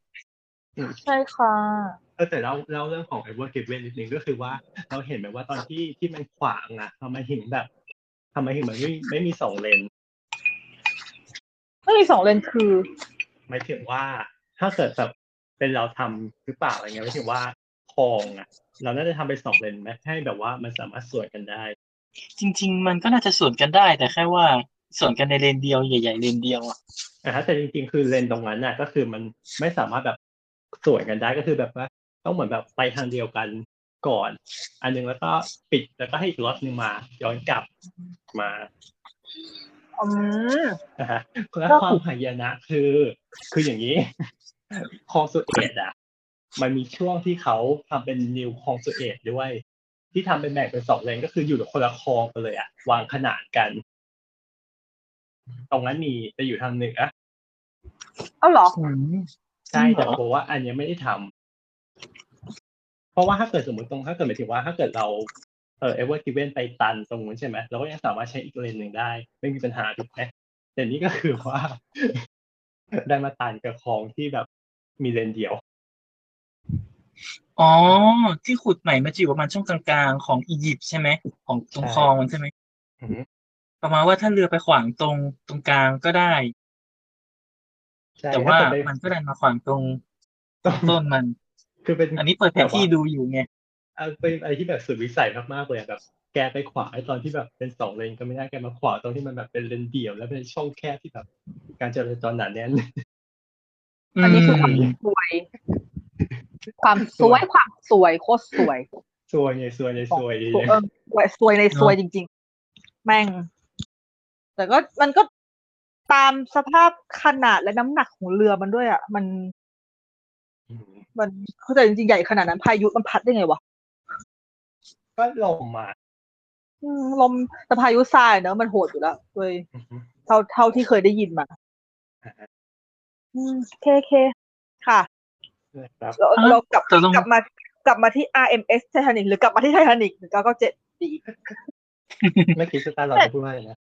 ใช่ค่ะ
เออแต่เราเราเรื่องของ ever given นิดนึงก็คือว่าเราเห็นไหมว่าตอนที่ที่มันขวางอะทำไมถึงแบบทำไมถึงมันไม่ไม่มีสองเลน
ไม่มีสองเลนคือ
หมายถึงว่าถ้าเกิดแบบเป็นเราทำหรือเปล่าอะไรเงี้ยหมายถึงว่าคลองอ่ะ เราน่าจะทำไปนสองเลนไหมให้แบบว่ามันสามารถสวนกันได้
จริง ๆ มันก็น่าจะสวนกันได้ แต่แค่ว่าสวนกันในเลนเดียวใหญ่ๆเลนเดียวอ่ะ
นะฮะแต่จริงๆ คือเลนตรงนั้นน่ะก็คือมันไม่สามารถแบบสวนกันได้ก็คือแบบว่าต้องเหมือนแบบไปทางเดียวกันก่อน อันหนึงแล้วก็ปิดแล้วก็ให้อีกรถหนึ่งมา ย้อนกลับมา
อืม
นะฮะแล้วความหายนะคือ คืออย่างนี้ คลองสุเอตอ่ะ มันมีช่วงที่เขาทำเป็นนิวคลองสุเอตด้วย ที่ทำเป็นแบ่งเป็นสองเลนก็คืออยู่คนละคลองกันเลยอ่ะ วางขนานกัน ตรงนั้นมีจะอยู่ทางเหนือ
เอ้าเหรอ
ใช่แต่บอกว่าอันเนี้ยไม่ได้ทำเพราะว่าถ้าเกิดสมมติตรงถ้าเกิดหมายถึงว่าถ้าเกิดเราเออเอเวอร์กิเวนไปตันตรงนู้นใช่ไหมเราก็ยังสามารถใช้อีกเลนหนึ่งได้ ไม่มีปัญหาถูกไหมแต่นี่ก็คือว่า ได้มาตันกับคลองที่แบบมีเลนเดียว
อ๋อ ที่ขุดใหม่มันจะอยู่ประมาณช่วงกลางๆของอียิปต์ใช่ไหมของตรง
ใช่
คลองมันใช่ไหม
อืม
ประมาณว่าถ้าเรือไปขวางตรงตรงกลางก็ได้
ใช่
แต่
ถ้
ว่า
เกิดไป
มันก็ดันมาขวางตรงต้นมัน
คือเป็น
อันนี้เปิดแผนที่ดูอยู่ไง
เอ่อเป็นอะไรที่แบบสุดวิสัยมากๆเลยอะแบบแกไปขวาไอ้ตอนที่แบบเป็นสองเลนก็ไม่ได้แกมาขวาตรงที่มันแบบเป็นเลนเดียว แล้วเป็นช่องแคบที่แบบการจราจรหนาแน่น
อันนี้คือความสวย ความสวย ความสวย โคตรสวย
ซวยไงซวยไงซวยดี
สวย
เลย
เออสวยสวยในสวยจริง ๆ แม่ง แต่ก็มันก็ตามสภาพขนาดและน้ำหนักของเรือมันด้วยอ่ะ มัน มันเข้าใจจริงๆ ใหญ่ขนาดนั้น พายุมันพัดได้ไงวะ
ก็ลงมา
อืมลมแต่พายุทรายเนอะมันโหดอยู่แล้วโดยเท่าเท่าที่เคยได้ยินมา อืมเคเคค่ะ
นะครับ
เรา
อ่ะ
เรากลับ
แต่ลอง
กลับมากลับมาที่ RMS Titanic หรือกลับมาที่ Titanic หนึ่งเก้าเก้าเจ็ดดี
เมื่อกี้สตาร์เราจะพูดว่าอะไรนะ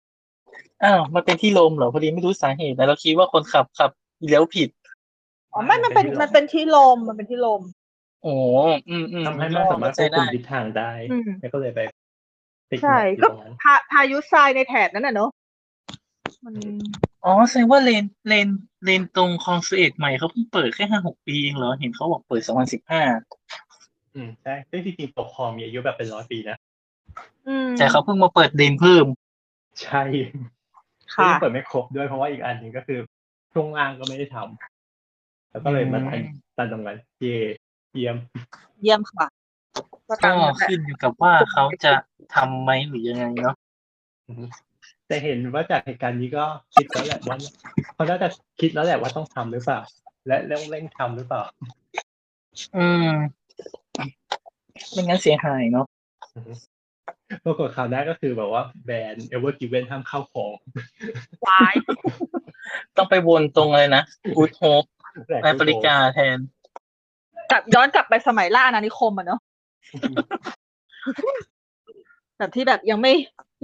อ้าวมันเป็นที่ลมเหรอพอดีไม่รู้สาเหตุนะเราคิดว่าคนขับขับเลี้ยวผิด
อ๋อไม่มันเป็นมันเป็นที่ลมมันเป็นที่ลม
โอ้อืมอืม
ทำให้ไม่สามารถควบคุมทิศทางได้
อืม
แล้วก็เลยไปติด
ใช่
อยู่
ก็
ตรงนั้น
พาพายุทรายในแถบนั้นน่ะเนอะมัน
อ๋อแสดงว่าเลนเลนเลนตรงคลองสุเอตใหม่เขาเพิ่งเปิดแค่ห้าหกปีเองเหรอ เห็นเขาบอกเปิดสองพันสิบห้า
อืมใช่ซึ่งจริงๆปกครองมีอายุแบบเป็นร้อยปีนะ
อืม
แต่เขาเพิ่งมาเปิดเลนเพิ่ม
ใช่
ค่ะ
ที่เปิดไม่ครบด้วยเพราะว่าอีกอันหนึ่งก็คือช่วงล่างก็ไม่ได้ทำแล้วก็เลยมาตัน
อืม
ตันตรงนั้นเย่เยี่ยม
เยี่ยมค่ะก็ตา
ก็
มนั้นแหละ
ขึ้นอยู่กับว่าเขาจะทำไหมหรือยังไงเนาะ
แต่เห็นว่าจากเหตุการณ์นี้ก็คิดแล้วแหละว่าเขาน่าจะคิดแล้วแหละว่าต้องทำหรือเปล่า และเร่งเร่งทำหรือเปล่า
อืมไม่งั้นเสียหายเนาะ
ปรากฏข่าวหน้าก็คือแบบว่าแบรนด์ Ever Given ห้ามเข้าของ
วาย
ต้องไปวนตรงเลยนะ Good Hope
แหล่ง
แอฟริกาแทน
กลับย้อนกลับไปสมัยล่าอาณานิคมอ่ะเนาะแบบที่แบบยังไม่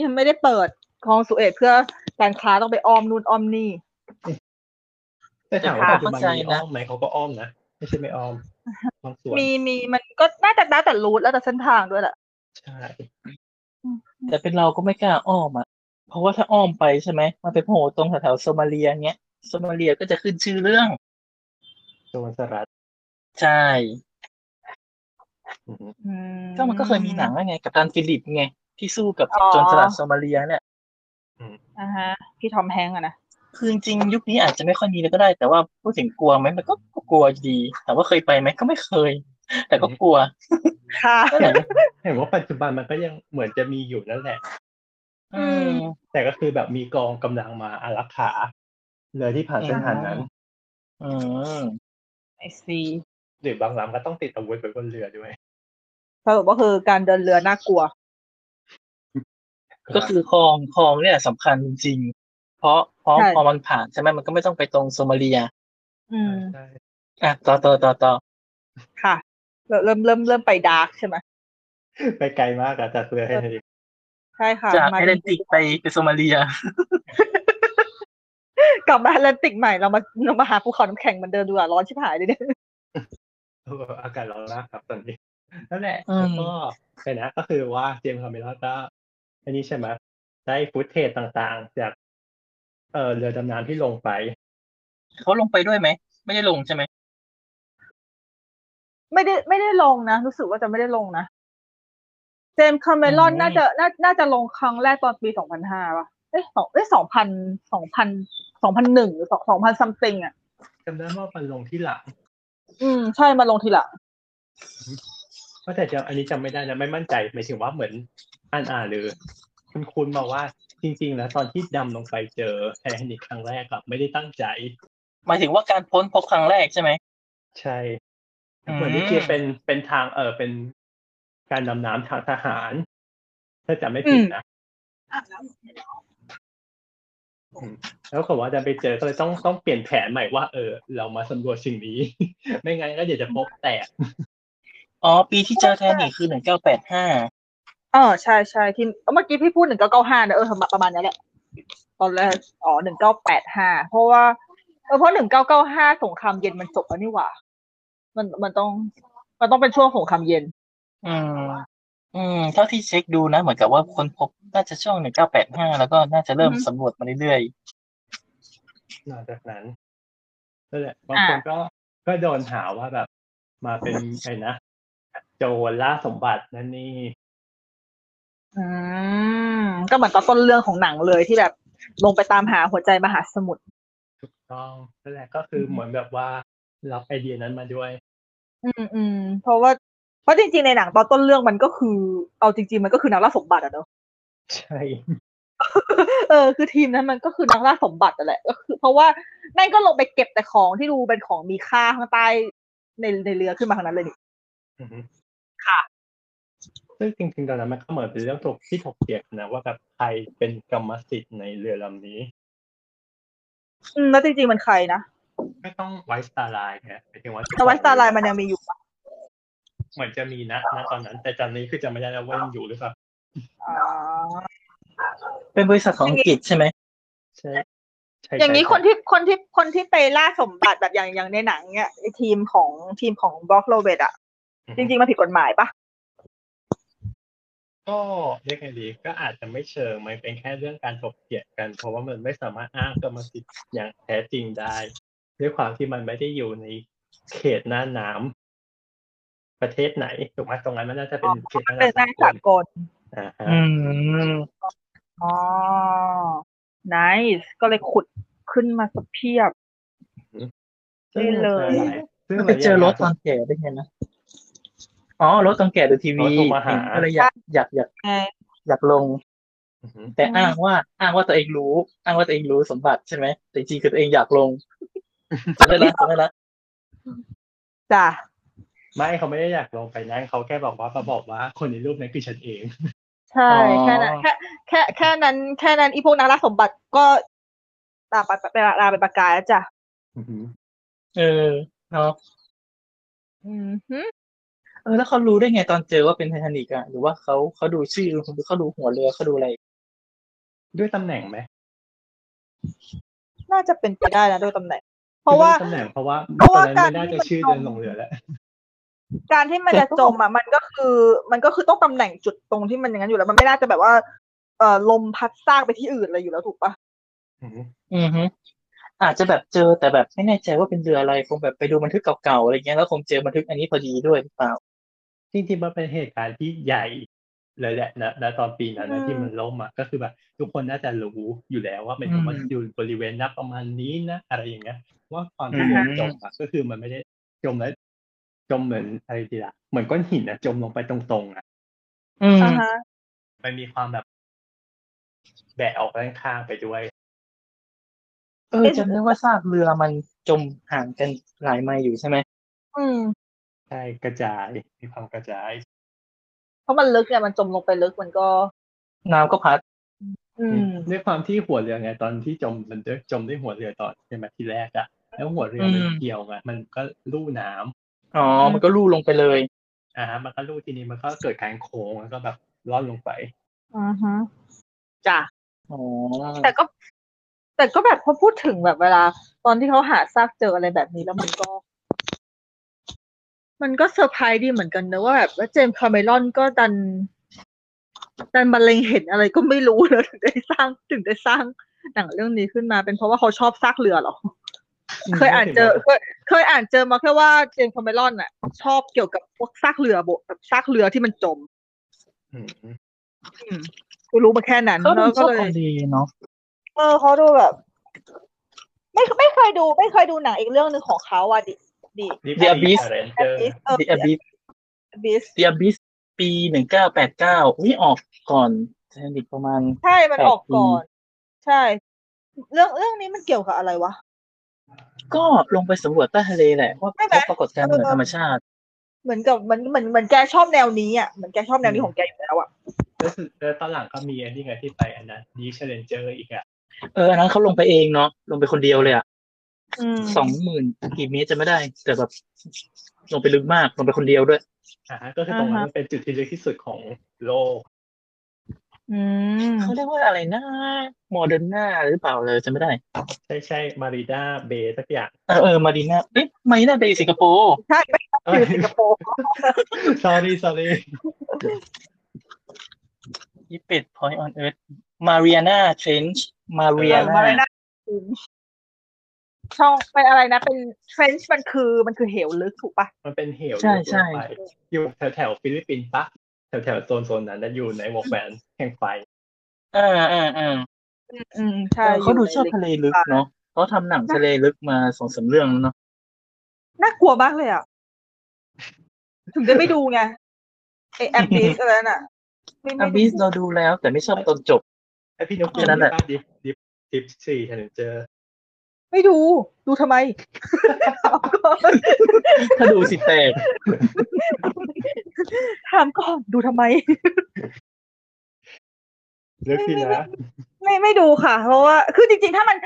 ยังไม่ได้เปิดคลองสุเอตเพื่อการค้าต้องไปอ้อมนู่นอ้อมนี่
แต่ถามว่าปัจจุบัน
เข้าใจ
มี
นะ
อ้อมไหมเขาก็อ้อมนะไม่ใช่ไม่อ้อมบางส่วน
มีมีมันก็น่าจะน่าแต่รูทแล้วแต่เส้นทางด้วยแหละ
ใช่
แต่เป็นเราก็ไม่กล้าอ้อมอ่ะ เพราะว่าถ้าอ้อมไปใช่ไหมมันไปโผล่ตรงแถวๆโซมาเลียเงี้ยโซมาเลียก็จะขึ้นชื่อเรื่อง
โจรสลัด
ใช่
อือฮึ
อื
ก็มันก็เคยมีหนังแล้วไง กับตันฟิลิปไง ที่สู้กับโจรสลัดโซมาเลียเนี่ย
อ่าฮะ พี่ทอมแฮงก์อะนะ
คือจริงๆยุคนี้อาจจะไม่ค่อยมีแล้วก็ได้ แต่ว่าพูดถึงกลัวไหมมันก็ก็กลัวอยู่ดีแต่ว่าเคยไปไหมก็ไม่เคย แต่ก็กลัว
ค่ะ
นั่นแหละ
เห็นว่าปัจจุบันมันก็ยังเหมือนจะมีอยู่นั่นแหละ
อื
อื
ม
ม
แต่ก็คือแบบมีกองกำลังมาอารักขาเลยที่ผ่านเส้นทางนั้น
อืม
ไอซี
หรือบางลำก็ต้องติดอาวุธไปบนเรือด้วย
สรุปก็คือการเดินเรือน่ากลัว
ก็คือคลองคลองเนี่ยสำคัญจริงๆเพราะเพราะ
ใช่
พอมันผ่านใช่ไหมมันก็ไม่ต้องไปตรงโซมาเลีย
อืม
ใช่
อ่ะต่อต่อต่อต่อ
ค่ะ เริ่มเริ่มเริ่มเริ่มไปดาร์กใช่ไหม
ไปไกลมากอะจากเรือให้ดี
ใช่ค่ะ
จาก
มา
แอตแลนติกไปไปโซมาเลีย
กลับมาแอตแลนติกใหม่เรามาเรามาหาภูเขาน้ำแข็งเหมือนเดิมดูอ่ะร้อนชิบหายเลยเนี่ย
โอ้โห อากาศร้อนมากครับตอนนี้ นั่นแหละ
อืม
แล้วก็เห็นนะก็คือว่าเจมส์คาเมรอนก็อันนี้ใช่ไหมได้ฟุตเทจต่างๆ จากเออเรือดำน้ำที่ลงไป
เขาลงไปด้วยไหม ไม่ได้ลงใช่ไหม
ไม่ได้ไม่ได้ลงนะ รู้สึกว่าจะไม่ได้ลงนะ เจมส์คาเมรอนน่าจะน่าน่าจะลงครั้งแรกตอนปีสองพันห้าป่ะ เอ้ยสองเอ้ยสองพันสองพันสองพันหนึ่งหรือสองสองพันซัมติงอ่ะ
จำได้ว่ามันลงที่หลัง
อืม ใช่มาลงทีหลัง
ก็แต่จำอันนี้จำไม่ได้นะไม่มั่นใจหมายถึงว่าเหมือนอ่านอ่านหรือคุณคุณมาว่าจริงๆ แล้วตอนที่ดำลงไปเจอไททานิคครั้งแรกอะไม่ได้ตั้งใจ
หมายถึงว่าการพ้นพบครั้งแรกใช่ไหม
ใช่
อืม
เหมือนที่เกียร์เป็นเป็นทางเออเป็นการดำน้ำทางทหาร ถ้าจำไม่ผิดนะอืมแล้วผมว่าจะไปเจอก็เลยต้องต้องเปลี่ยนแผนใหม่ว่า เออ เรามาสำรวจสิ่งนี้ ไม่งั้นก็เดี๋ยวจะพบแตก
อ๋อ ปีที่เจอแทนนี่คือหนึ่งเก้าแปดห้า
เออใช่ใช่ที่เมื่อกี้พี่พูดหนึ่งเก้าเก้าห้านะเออประมาณเนี้ยแหละ ตอนแรกอ๋อหนึ่งเก้าแปดห้าเพราะว่าเออเพราะหนึ่งเก้าเก้าห้าสงครามเย็นมันจบแล้วนี่หว่า มันมันต้อง มันต้องเป็นช่วงสงครามเย็น
อืม อืม เท่าที่เช็คดูนะ เหมือนกับว่าคนพบน่าจะช่วงหนึ่งเก้าแปดห้าแล้วก็น่าจะเริ่ม
อือฮึ
สำรวจมาเรื่อย
หลังจากนั้นนั่นแหละบางคนก็ก็โดนหาว่าแบบ มาเป็นไอ้นะโจรล่าสมบัตินั่นนี่
อืมก็เหมือนตอนต้นเรื่องของหนังเลยที่แบบลงไปตามหาหัวใจมหาสมุทร
ถูกต้องนั่นแหละก็คือเหมือนแบบว่ารับไอเดียนั้นมาด้วย
อืมอืมเพราะว่าเพราะจริงๆในหนังตอนต้นเรื่องมันก็คือ เอาจริง ๆ มันก็คือนักล่าสมบัติอะเนอะ
ใช่
เออคือทีมนั้นมันก็คือนักล่าสมบัตินั่นแหละก็คือเพราะว่าแม่งก็ลงไปเก็บแต่ของที่ดูเป็นของมีค่าข้างใต้ในในเรือขึ้นมาทางนั้นเลยนี่
อือฮึ
ค่ะ
ซึ่งจริงๆตอนนั้นมันก็เหมือนเป็นเรื่องถกที่ถกเถียงนะว่าแบบใครเป็นกรรมสิทธิ์ในเรือลำนี้
อืมแล้วจริงๆมันใครนะ
ก็ต้องไวสตาร์ไลน์นะหมายถึงว่า
แต่ว่าสตาร์ไลน์มันยังมีอยู่ปะ
เหมือนจะมีนะณตอนนั้น แต่จำนี้คือจำไม่ได้แล้วว่ายังอยู่หรือเปล่า
อ๋อ
ๆ เป็นบริษัทของอังกฤษใช่ไหม
ใช่ใช่
อย่างนี้
ใช่
คนที่คนที่คนที่ไปล่าสมบัติแบบอย่างอย่างในหนังเนี่ยไอ้ทีมของทีมของบล็อกโรเวตอะจริง ๆมันผิดกฎหมายปะ
ก็เรียกไงดีก็อาจจะไม่เชิงมันเป็นแค่เรื่องการถกเถียงกัน เพราะว่ามันไม่สามารถอ้างกรรมสิทธิ์อย่างแท้จริงได้ด้วยความที่มันไม่ได้อยู่ในเขตหน้าน้ำประเทศไหนถูกไหมตรงนั้นมันน่าจะเป็นเขตหน้า
เป็นหน้า
น้ำสา
สา
ล
กกล
อ่าฮะ
อืม
อ๋อ nice ก็เลยขุดขึ้นมาสกเพียบ ได้เลย
ซึ่ง
มันไปเจอรถตอนแก่ได้ไงนะ อ๋อ รถตอนแก่ดูที
ร
วี
ถโทรมาหา
ก็เลยอยากอยากอยาก
ไง
อยากลง
อือหือ
แต่อ้างว่าอ้างว่าตัวเองรู้ อ้างว่าตัวเองรู้สมบัติใช่ไหมแต่จริงๆคือตัวเองอยากล งจำได้ละจำได้ละ
จ้ะ
ไม่เขาไม่ได้อยากลงไปนั้นเขาแค่บอกว่ามาบอกว่าคนในรูปนั้นคือฉันเอง
ใช่แค่นั้นแค่แค่แค่นั้นแค่นั้นอีพวกนักรักสมบัติก็ลาไปไปลาไปประกาศแล้วจ้ะ
อือหือ
เออเนาะ
อืมหืม
เออแล้วเขารู้ได้ไงตอนเจอว่าเป็นไททานิกอะหรือว่าเขาเขาดูชื่อหรือเขาดูหัวเรือเขาดูอะไร
ด้วยตำแหน่งไหม
น่าจะเป็นไปได้นะโดยตำแหน่ง เพราะว่า
ด้วยตำแหน่งเพราะว่า
เพ
ต
ราะ
อ
ว่าน
นั้น
การ
ไม่น่าจะชื่อเดินลงเรือแล้ว
การที่มันจะจมอ่ะมันก็คือ มันก็คือต้องตำแหน่งจุดตรงที่มันอย่างนั้นอยู่แล้ว มันไม่น่าจะแบบว่า เอ่อลมพัดซากไปที่อื่นอะไรอยู่แล้วถูกปะ
อือหือ
อือฮึอาจจะแบบเจอแต่แบบไม่แน่ใจว่าเป็นเรืออะไรคงแบบไปดูบันทึกเก่าๆอะไรเงี้ยแล้วคงเจอบันทึกอันนี้พอดีด้วยหรือเปล่า
จริงๆมันเป็นเหตุการณ์ที่ใหญ่เลยแหละนะณตอนปีนั้นนะที่มันล่มอ่ะก็คือแบบทุกคนน่าจะรู้อยู่แล้วว่าเป็น
อืม
ว่าอยู่บริเวณนับประมาณนี้นะอะไรอย่างเงี้ยว่าความ
อื
ที่
ม
มันจมอ่ะก็คือมันไม่ได้จมแล้วจมเหมือนอะไรทีละเหมือนก้อนหินอ่ะจมลงไปตรงๆอ่ะ
อืม
อ่าฮะ
มันมีความแบบแบะออกด้านข้างไปด้วย
เออจำได้ว่าซากเรือมันจมห่างกันหลายไมล์อยู่ใช่ไหม
อืม
ใช่กระจายมีความกระจาย
เพราะมันลึกเนี่ยมันจมลงไปลึกมันก็
น้ำก็พัด
อืม
ด้วยความที่หัวเรือไงตอนที่จมมันด้วยจมด้วยหัวเรือตอนใช่ไหมทีแรกอ่ะแล้วหัวเรือมัน
อืม
เกี่ยวไงมันก็ลู่น้ำ
อ๋อ มันก็ลู่ลงไปเลย
อ่าฮะมันก็รูดทีนี้มันก็เกิดการโค้งแล้วก็แบบล่อนลงไป
อือฮึจ้ะ
อ๋อ
แต่ก็ แต่ก็แบบพอพูดถึงแบบเวลา ตอนที่เขาหาซากเจออะไรแบบนี้แล้วมันก็ มันก็เซอร์ไพรส์ดีเหมือนกันนะว่าแบบว่าเจมส์คาเมรอนก็ดัน ดันบรรเลงเห็นอะไรก็ไม่รู้แล้วถึงได้สร้างถึงได้สร้างหนังเรื่องนี้ขึ้นมา เป็นเพราะว่าเขาชอบซากเรือเหรอ เคยอ่านเจอเคยเคยอ่านเจอมาแค่ว่าเจมส์คาเมรอนน่ะ ชอบเกี่ยวกับพวกซากเรือโบแบบซากเรือที่มันจม
อืม
อืมกูรู้มาแค่นั้น
เขาดู
แล้ว
ช
ก็
อบ
เลย
ทะเลเนาะ
เออเขาดูแบบ ไม่ไม่เคยดู ไม่เคยดูหนังอีกเรื่องหนึ่งของเขาอ่ะดิดิ
นี่ก็
The Abyss
มี Power
แอ
Ranger
บิสเออ
The Abyss
บิส
The Abyss ปีหนึ่งเก้าแปดเก้านี่ออกก่อนไททานิกประมาณ
ใช่มันออกก่อน ใช่ เรื่องเรื่องนี้มันเกี่ยวกับอะไรวะ
ก็ลงไปสำรวจใต้ทะเลแหละว่า
ใช่ไหม
พบปรากฏการณ์เหนือธรรมชาติ
เหมือนกับมันเหมือนเหมือนแกชอบแนวนี้อ่ะเหมือนแกชอบแนวนี้ของแกอยู่แล้วอ่ะ
แล้วสุดแล้วตอนหลังก็มีอันนี้ไงที่ไปอันนั้นดีเชลเลนเจอร์อีกอ่ะ
เอออันนั้นเขาลงไปเองเนาะลงไปคนเดียวเลยอะ
อืม
สองหมื่นกี่เมตรจะไม่ได้ แต่แบบลงไปลึกมากลงไปคนเดียวด้วย
อ่าฮะก็คือตรงนั้นมันเป็นจุดที่ลึกที่สุดของโลก
อืม
เขาเรียกว่าอะไรนะโมเดอร์นาหรือเปล่าเลยจะไม่ได้
ใช่ใช่มารีดาเบย์สักอย่าง
เออเออมาดีนาเอ๊ะมาดีนาไปสิงคโปร์
ใช่ไปอยู่สิงคโป ร์
สอรี่สอรี่
ยี่สิบพอยต์ออนเอิร์ธมาเรียนาเทรนช์มาเรีย
มา
นา
เลยนะช่องเป็นอะไรนะ เป็นเฟรนช์มันคือมันคือเหวลึกถูกปะ
มันเป็นเหว
ใช่ใช่
ลงไปอยู่แถวแถวๆฟิลิปปินส์ปะแถวแถวๆโซนโซนนั้นนะอยู่ในวงแหวนแห่งไฟ
อ่าอ่าอ่า
อืม
เอ
ใช่
อเขาดูชอบ
ยู่ใน
ทะเลลึกเนาะเขาทำหนังทะเลลึกมาสองสามเรื่องแล้วเนาะ
น่ากลัวมากเลยอ่ะ ถึงได้ไม่ดูไงไอแอมบิสอะไรน่ะไม่
อ
ไม่
บิสเราดูแล้ว แต่ไม่ชอบตอนจ บ
ไอพี่นก
แค่นั้นแหละ
ดิฟดิฟดิฟสี่เชลเลนเจอร์
ไม่ดู ดูทำไม ถามก่อน
ถ้าดูสิแตก
ถามก่อนดูทำไม
ลึกดีนะ
ไม่ไม่ดูค่ะ เพราะว่า คือจริง ๆ ถ้ามัน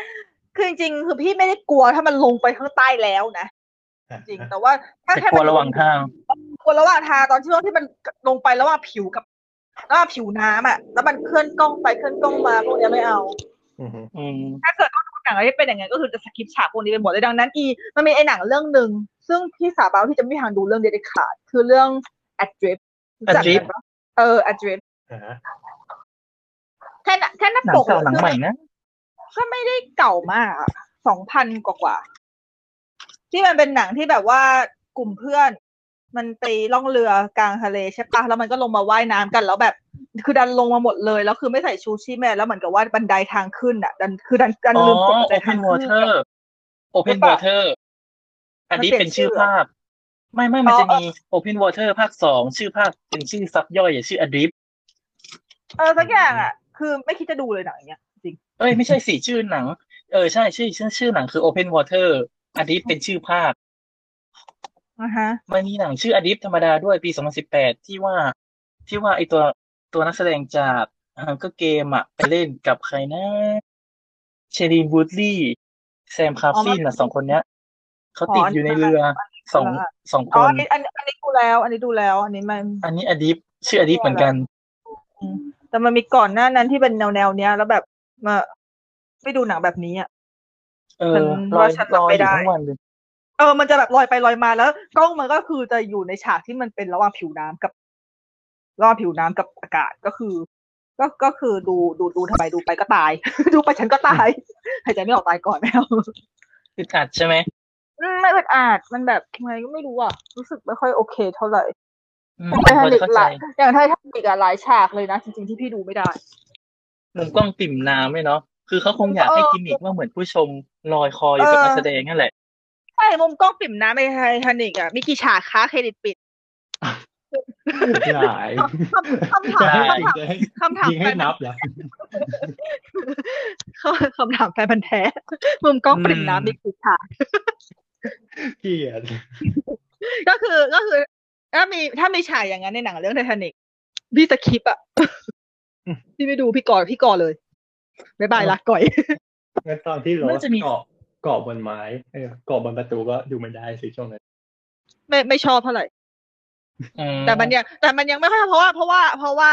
คือจริง ๆ คือพี่ไม่ได้กลัวถ้ามันลงไปข้างใต้แล้วนะ จริง แต่ว่าถ้า
แต่
แค่
กลัวระหว่างทาง
กลัวระหว่างทางตอนที่ว่าที่มันลงไประหว่างผิวกับระหว่างผิวน้ำอ่ะ แล้วมันเคลื่อนกล้องไปเคลื่อนกล้องมาพวกเนี้ยไม่เอา
อือฮึ
อืม
ถ้าเกิดว่าดูหนังอะไรที่เป็นอย่างนั้นก็คือจะสกิปฉากพวกนี้ไปหมดเลยดังนั้นอีมันมีไอหนังเรื่องหนึ่งซึ่งพี่สาวเบาที่จะไม่มีทางดูเรื่องเดดขาด คือเรื่อง Adrift รู้จักกันปะเออ Adrift
อ่าฮะ
แค่น่ะแค่หน้า
หนั
ป
ง
ก
เก่าหนังใหม่นะ
ก็ไม่ได้เก่ามากสองพันกว่ากว่าๆที่มันเป็นหนังที่แบบว่ากลุ่มเพื่อน มันไปล่องเรือกลางทะเลใช่ปะแล้วมันก็ลงมาว่ายน้ำกันแล้วแบบ คือดันลงมาหมดเลย แล้วคือไม่ใส่ชูชีพแม่แล้วเหมือนกับว่าบันไดทางขึ้นอ่ะ ดันคือดันดัน
อ๋อ
ลืมกดบันไดทาง
Open
ขึ้
Water
น
Open
หรือเปล่า
Water อันนี้
มันเปลี่
เป็
ย
น
น
ชื่อ
ชื่อ
ภาพ ไม่ไม่มัน
อ๋อ
จะมี Open Water ภาคสองชื่อภาคเป็นชื่อซับย่อยอะชื่อ Adrift
เออสักอย่างอ่ะ คือไม่คิดจะดูเลยหนังอย่างเงี้ยจริง
เอ้ยไม่ใช่สิชื่อหนัง เออใช่ชื่อชื่อชื่อหนังคือ Open Water อดิฟเป็นชื่อภาค
อ่าฮะ
มันมีหนังชื่ออดิฟธรรมดาด้วยปี 2018 ที่ว่า ที่ว่าไอตัวตัวนักแสดงจากฮังก็เกมอะไปเล่นกับใครนะเชลีนวูดลี่แซมคาฟิน
อ๋อมั
อะ
น
สองคนเนี้ยเขา
อ๋อ
ติด
อัน
อ
นี้
ยู่ในเรือสอง
อ่ะ
สองค
อ๋อน อันนี้อันนี้อันนี้ดูแล้ว อันนี้ดูแล้ว อันนี้มัน
อันนี้อดิฟชื่ออดิฟเหมือนกัน
แต่มันมีก่อนหน้านั้นที่เป็นแนวแนวๆเนี้ย แล้วแบบมาไม่ดูหนังแบบนี้อ่ะ
เออ
ฉัน
ลอ
ว่าย ฉัน
ลอย
ไม่
อยู่
ได้
ทั้งวันเลย
เออ มันจะแบบลอยไปลอยมาแล้วกล้องมันก็คือจะอยู่ในฉากที่มันเป็นระหว่างผิวน้ำกับ ระหว่างผิวน้ำกับอากาศก็คือ ก็ก็คือดูดูดูทำไมดูไปก็ตาย ดูไปฉันก็ตายหายใจไม่ออกตายก่อนแล้ว
อึดอัดใช่ไหม
อืมไม่อึดอัดมันแบบทำไมก็ไม่รู้อ่ะรู้สึกไม่ค่อยโอเคเท่าไหร่
อืม
ผมไป
พ
ทา
อง จะ
เด็ก
เข้า
ห
ใจ
ลายอย่างไทยทำอีกอะหลายฉากเลยนะ จริงๆที่พี่ดูไม่ได้
มุมกล้องปิ่มน้ำไหมเนาะคือเขาคงอยากให้กิมมิกว่าเหมือนผู้ชมลอยคออยู่กับ
เออ
นักแสดงนั่นแหละ
ใช่มุมกล้องปิ่มน้ำในไททานิกอะมีกี่ฉากคะเครดิตปิด
หลาย
คำถาม
ใช่
คำถามคำถาม
ยิง
แฟ
ให้
น
นับเหรอ
คำถามแฟนพันธ์แท้ มุมกล้องปิ่มน้ำมีกี่ฉาก
เกลียด
ก็คือก็คือถ้ามีถ้ามีฉากอย่างนั้นในหนังเรื่องไททานิกพี่สคิป อะพี่ไม่ดูพี่ก่อนพี่ก่อนเลยบ๊ายบายละก่อย
งั้นตอนที่รถ
น่าจะมี
เกาะเกาะบนไม้เออเกาะบนประตูก็ดูไม่ได้สิช่วงนั้น
ไม่ไม่ชอบเท่าไหร่
อืม
แต่มันยังแต่มันยังไม่ค่อยเพราะว่าเพราะว่าเพราะว่า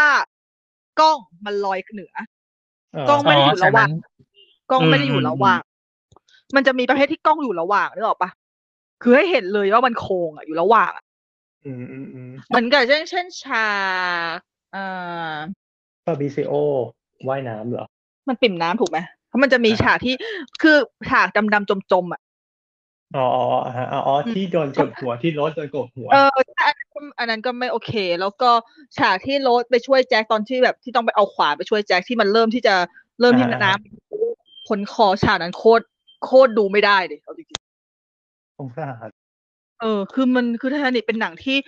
กล้องมันลอยเหนือ กล้องไม่ได้อยู่ระหว่าง กล้องไม่ได้อยู่ระหว่าง มันจะมีประเภทที่กล้องอยู่ระหว่างนึกออกปะคือให้เห็นเลยว่ามันโค้งอะอยู่ระหว่างอะ
อืมอืมอืม
เหมือนกับเช่นเช่นฉากเอ่อ
ฟาบิซิโอว่ายน้ำเหรอ
มันปิ่มน้ำถูกไหมเพราะมันจะมี
อ่า
ฉากที่คือฉากดำๆจมๆอ่ะ
อ๋ออ๋ออ๋ออ๋อที่โดนกดหัวที่รถโดนกดหัว
เอออันนั้นอันนั้นก็ไม่โอเค แล้วก็ฉากที่โรสไปช่วยแจ็คตอนที่แบบที่ต้องไปเอาขวานไปช่วยแจ็คที่มันเริ่มที่จะเริ่มที่
อ่า
น้ำผลคอฉากนั้นโคตรโคตรดูไม่ได้เลยเอาจริงๆ
สงสาร
เออคือมันคือไททานิกเป็นหนังที่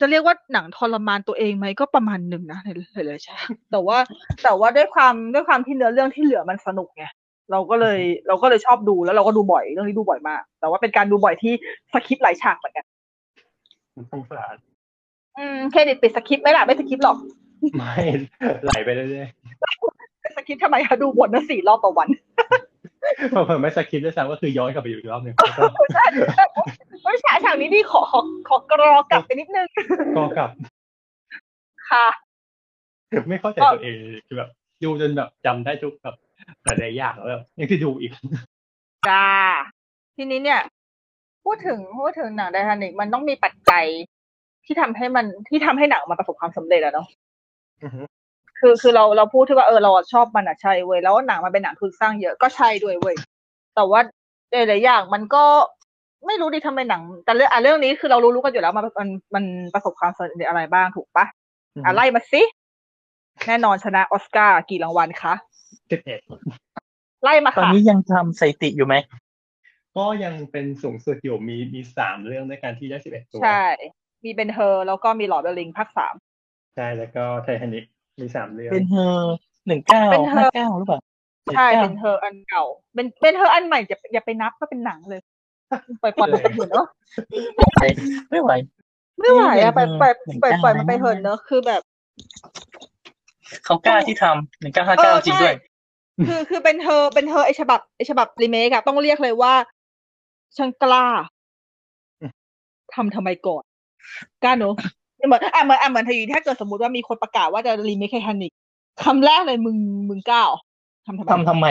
จะเรียกว่าหนังทรมานตัวเองไหมก็ประมาณหนึ่งนะในหลายๆฉากแต่ว่าแต่ว่าด้วยความด้วยความที่เนื้อเรื่องที่เหลือมันสนุกไงเราก็เลยเราก็เลยชอบดูแล้วเราก็ดูบ่อยเรื่องนี้ดูบ่อยมาก แต่ว่าเป็นการดูบ่อยที่สคิปหลายฉากเหมือนกัน
สงสาร
อืมเครดิตปิดสคิปไหมล่ะไม่สคิปหรอก
ไม่ไหลไปเรื่อย
สคิปทำไมคะดูวนนะสี่รอบต่อ วัน
ๆเผื่อไม่สคริปต์ด้วยซ้ำก็คือย้อนกลับไปอีกรอบหนึ่ง
ใช่เอ้ยฉากฉากนี้ดีขอขอขอกรอกลับไปนิดนึง
ก็กลับ
ค่ะ
ไม่เข้าใจตัวเองเลยคือแบบดูจนแบบจำได้ทุกแบบหลายๆอย่างแล้วแบบยังที่ดูอีก
จ้าทีนี้เนี่ย พูดถึงพูดถึงหนังไททานิกมันต้องมีปัจจัยที่ทำให้มันที่ทำให้หนังมันประสบความสำเร็จอะเนาะ
อือฮึ
คือคือเราเราพูดที่ว่าเออเราชอบมันอะใช่เว้ยแล้วหนังมันเป็นหนังทุนสร้างเยอะก็ใช่ด้วยเว้ยแต่ว่าหลายๆอย่างมันก็ไม่รู้ดิทำไมหนัง แต่เรื่องอ่ะเรื่องนี้คือเรารู้รู้กันอยู่แล้วมันมันมันประสบความสำเร็จอะไรบ้างถูกปะอ่ะไล่มาสิแน่นอนชนะออสการ์กี่รางวัลคะ
สิบเอ็ด
ไล่มา
ตอน
ค่ะ
นี้ยังทำสถิติอยู่ไหม
ก็ยังเป็นสูงสุดอยู่มีมีสามเรื่องด้วยกันที่ได้สิบเอ็ดตัว
ใช่ มีเป็นเธอแล้วก็มีหลอดเบลลิงภาคสาม
ใช่แล้วก็ไททานิกมีสามเรื่อง
เป็นเฮอหนึ่งเก้า
เป็นเธ
ห้า
อ
เก้าหรือเปล่า
ใช่
19
เป็นเธออันเก่า เป็นเป็นเธออันใหม่อย่าอย่าไปนับก็เป็นหนังเลย ปล่อยปล่อยมันไปเถอะเนอะ
ไม่ไหว
ไม่ไหวอะปล่อยปล่อยปล่อยปล่อยมันไป
เป็น
เถ
เธอ
อะเนอะคือแบบ
เขากล้าที่ทำหนึ่งเก้าห้า
เอ
เก้า
อ
จริง
ใช่
ด้วย
คือคือเป็นเธอเป็นเธอไอฉบับไอฉบับรีเมคอะต้องเรียกเลยว่าช่างกล้าทำทำไมก่อนกล้าเนอะเหมือนอ่ะเหมือนอ่ะเหมือนเธออยู่ถ้าเกิดสมมติว่ามีคนประกาศว่าจะรีเมคไททานิกคำแรกเลยมึงมึงกล้าเหรอทำทำไม
ทำทำไม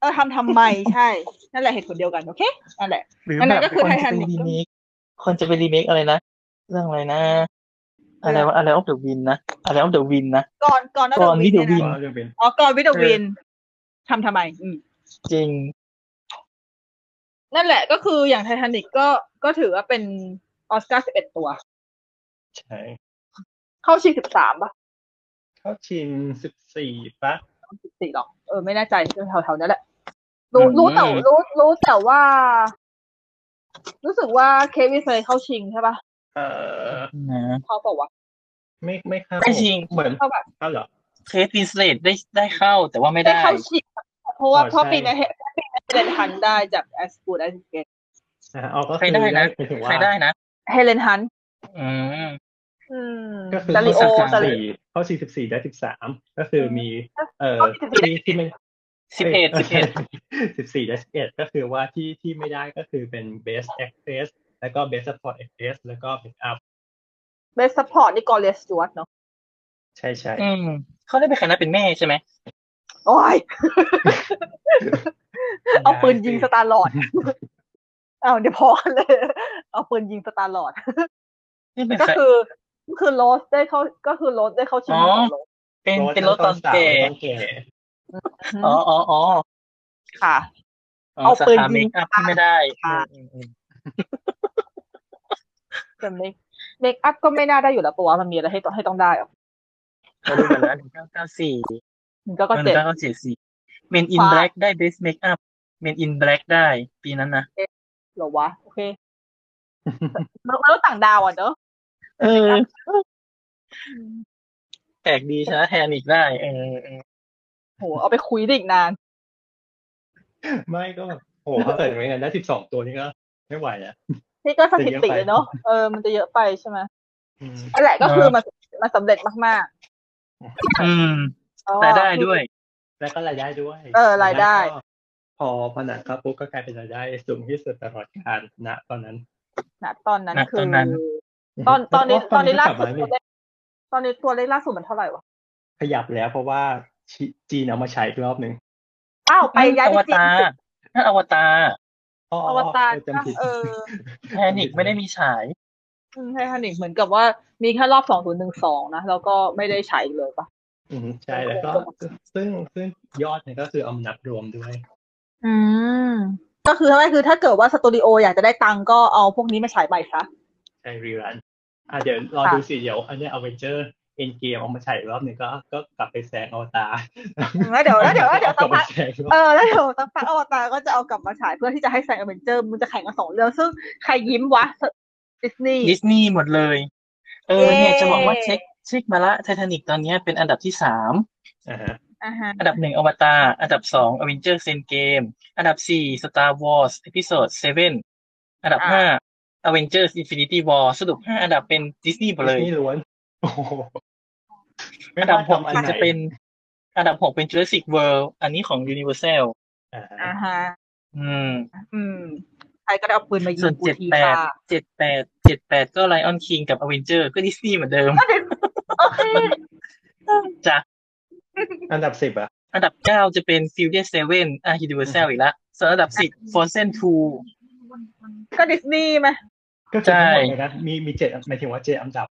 เออทำทำไมใช่ นั่นแหละเหตุผลเดียวกันโอเคนั่นแหละ
หรือ
อัน
แบ
นั้น
บ
ก็คือ
คนจะไป
Titanic
รีเมคคนจะไปรีเมคอะไรนะ เรื่องอะไรนะ อะไรวะอะไรออฟเดอะวินนะอะไรออฟเดอะวินนะ
ก่อนก่อน
ก่อน
วิเย
Widow Win
ก็เรื่องเป็น
อ๋อ ก่อนวิด
เออ
วินทำทำไม อืม
จริง
นั่นแหละก็คืออย่างไททานิกก็ก็ถือว่าเป็นออสการ์สิบเอ็ดตัว
ใช่
เข้าชิงสิบสามป่ะ
เข้าชิงสิบสี่ปะ
สิบสี่หรอก เออ ไม่แน่ใจแถวๆนั้นแหละ รู้
อืม
รู้แต่รู้รู้แต่ว่า รู้สึกว่าเควินเคยเข้าชิงใช่ป่ะ
เออ
นะ
เขาบอกว่า
ไม่ไม่เข้า
ไม่ชิง
เหมือน
เขาแบบ
เข้าเหรอ
เคสวินสเลตได้ได้เข้าแต่ว่าไม่
ได้
ได้
เข้าชิงเพราะว่า
อ๋อ
เพราะ
ใช่
ปีนั้นปีนั้นเฮเลนฮันได้จากแอสกูดแอสเกต
อ่ะเอาก็
ใครได้นะ
หมายถึงว่า
ใครได้นะ
เฮเลนฮัน
อืม
อืม
ก็คือ
ซาริโอ
เข้า
ซาริ
ลิ
สี่เข้าสี่สิบสี่ได้สิบสามก็คือมี เอ่อ
เข้า44
ที่ที่ไม่
สิบเอ็ดสิบเอ็ด
สิบสี่ได้สิบเอ็ดก็คือว่าที่ที่ไม่ได้ก็คือเป็น best actress แล้วก็ best support actress แล้วก็ make up
เบสซัพพอร์ตนี่กอเลสจวดเนาะ
ใช่ใช่
อืมเขาได้ไปใครนะเป็นแม่ใช่ไหม
โอ้ย เอาปืนยิงสตาร์ ลอร์ด เอาเดี๋ยวพอกันเลย เอาปืนยิงสตาร์ลอร์ด
นี่เป็น
ก็
ใคร
คือก็คือโรสได้เข้าก็คือโรสได้เข้าชิง
อ๋อ
ของโรส
เป็นเป็นรถตอนแก่
ตอนแก่
อ๋ออ๋ออ๋อ
ค่ะ
อ๋อ
เอา
สา
ปืน
ขา
ยิ
เม
ง
คอัพที่ไม่ได้
ค่ะ
อืมอืม
แต่เมคเมคอัพก็ไม่น่าได้อยู่แล้วปะวะมันมีอะไรให้ต้องให้ต้องได้เหรอ
อืมเราดูกันแล้วหนึ่งเก้าเก้าสี่
มันก็
ห
ก็
นึ่
เจ็
ง
บ
เก้าเก้าสี่สี่เมนอิน
ฟ้า
แบล็กได้เบสเมคอัพเมนอินแบล็กได้ ปีนั้นนะ
เหรอวะ โอเค แล้วแล้วต่างดาวอ่ะเนอะ
เออแปลกดีชนะแฮนอีกได้เออเออ
โหเอาไปคุยได้อีกนาน
ไม่ก็แบบโอ้โหถ้าเกิดไม่งั้นได้สิบสองตัวนี่ก็ไม่ไหวอ่ะ
นี่ก็สถิติเลยเนอะเออมันจะเยอะไปใช่ไหม
อืม
นั่นแหละก็คือมันมันสำเร็จมาก
อืม
ๆอ๋อ
รายได้ด้วย
แล้วก็รายได้ด้วย
เออรายได้
ก็พอผนังครับปุ๊บก็กลายเป็นรายได้สูงที่สุดตลอดกาลณตอนนั้น
นะตอนนั้น
นะ
คื
ต
อ
อนนั้น
ตอนตอนนี้
แล้ว
ต
ก็
อนนี้ล่า
ก็
สุด
กบม
ตัวเลขตอนนี้ตัวเลขล่าสุดมันเท่าไหร่วะ
ขยับแล้วเพราะว่าชิจีนเอามาใช้อีกรอบหนึ่ง
อ้าวไปย้าย
อ
ไป
ว
จีน
ตารนั่นอวตาร
อ๋อ
อวตาร
เจำผิด
เออ
แฮนอีกไม่ได้มีฉาย
อืมใช่ค่ะนี่เหมือนกับว่ามีแค่รอบสองศูนย์หนึ่งสองนะ แล้วก็ไม่ได้ใช้อีกเลยปะ
อืมใช่แล้วก็ซึ่งซึ่งยอดเนี่ยก็คือเอามานับรวมด้วย
อืม ก็คือทำไมคือถ้าเกิดว่าสตูดิโออยากจะได้ตังค์ก็เอาพวกนี้มาฉายใหม่ซะ
ใช่รีรันอ่ะเดี๋ยวรอ
ค่ะ
ดูสิเดี๋ยวอันเนี้ยอเวนเจอร์เอ็นเกมออกมาฉายอีกรอบหนึ่งก็ก็กลับไปแซงอวตาร
แล้วเดี๋ยวแล้วเดี๋ยวแล้วเดี๋ยว
ก
สั
ลั
ก
บไป
พัก
แซงอีกรอบ
เออแล้วเดี๋ยวสักพักอวตารก็จะเอากลับมาฉายเพื่อที่จะให้แซงอเวนเจอร์มันจะแข่งกันสองเรื่องซึ่งใครยิ้มวะดิสนีย์
ดิสนีย์หมดเลย เออ เนี่ย
เย้
จะบอกว่าเช็คเช็คมาละไททานิกตอนเนี้ยเป็นอันดับที่สาม
อ่าฮะ
อ่าฮะ
อันดับหนึ่งอวตาร อันดับสองอเวนเจอร์เซนเกม อันดับสี่สตาร์วอร์สเอพิโซดเซเว่นอันดับห้าอเวนเจอร์อินฟินิตี้วอร์สรุปห้าอันดับเป็นดิสนีย์หมดเลย
นี่ล้วนโอ้โห
อันดับหก
ไม่
ถึ
ว่าง ทำ
จะเป็น อันดับหกเป็นจูเลสิกเวิลด์อันนี้ของยูนิเวอร์แซล
อ่าฮะ
อ่าฮะ
อืม
อืมใครก็ได้เอาปืนมายิ
ส่ว
ง
น
กู
เจ็ด
ที
แปด
ค่ะ
เจ็ดแปดเจ็ดแปดก็ไลออนคิงกับอเวนเจอร์ก็ดิสนีย์เหมือนเดิมจ้ะ
อันดับสิบอ่ะ
อันดับเก้าจะเป็น Furious Seven อ่ะ Universal อีกแล้วส่วนอันดับสิบ Frozen 2
ก็ดิสนีย์ไหม
ก็คือ
ใช่
ทั้งหมดเลยนะมีมีเจ็ดหมายถึงว่าเจ็ดอันดับ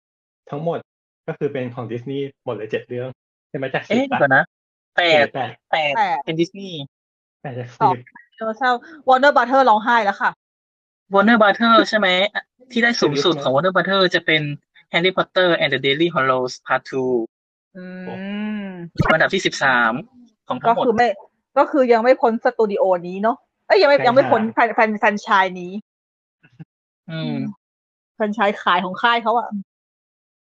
ทั้งหมดก็คือเป็นของดิสนีย์หมดเลยเจ็ดเรื่องใช่ไหมจากสิ
เอ๊ะ
บอะ
เดี๋ยวนะแปด
แปด
แปด
แต่
เป็นดิสนีย์
แปดจาก
ต
สิ
อบ
บ
เออเศร้าวอร์เนอร์บัตเทอร์ร้องไห้แล้วค่ะ
Warner Brother ใช่ไหม ที่ได้สูงสุดของ Warner Brother จะเป็น Harry Potter and the Deathly Hallows Part
อืม
2อันดับที่สิบสามของทั้
ก็
งหมด
คือไม่ ก็คือยังไม่พ้นสตูดิโอนี้เนาะ เอ้ยยังไม่ยังไม่พ้นแฟนแฟนแฟรนไชายนี้
อืม
แฟรนไชายขายของค่ายเขาอะ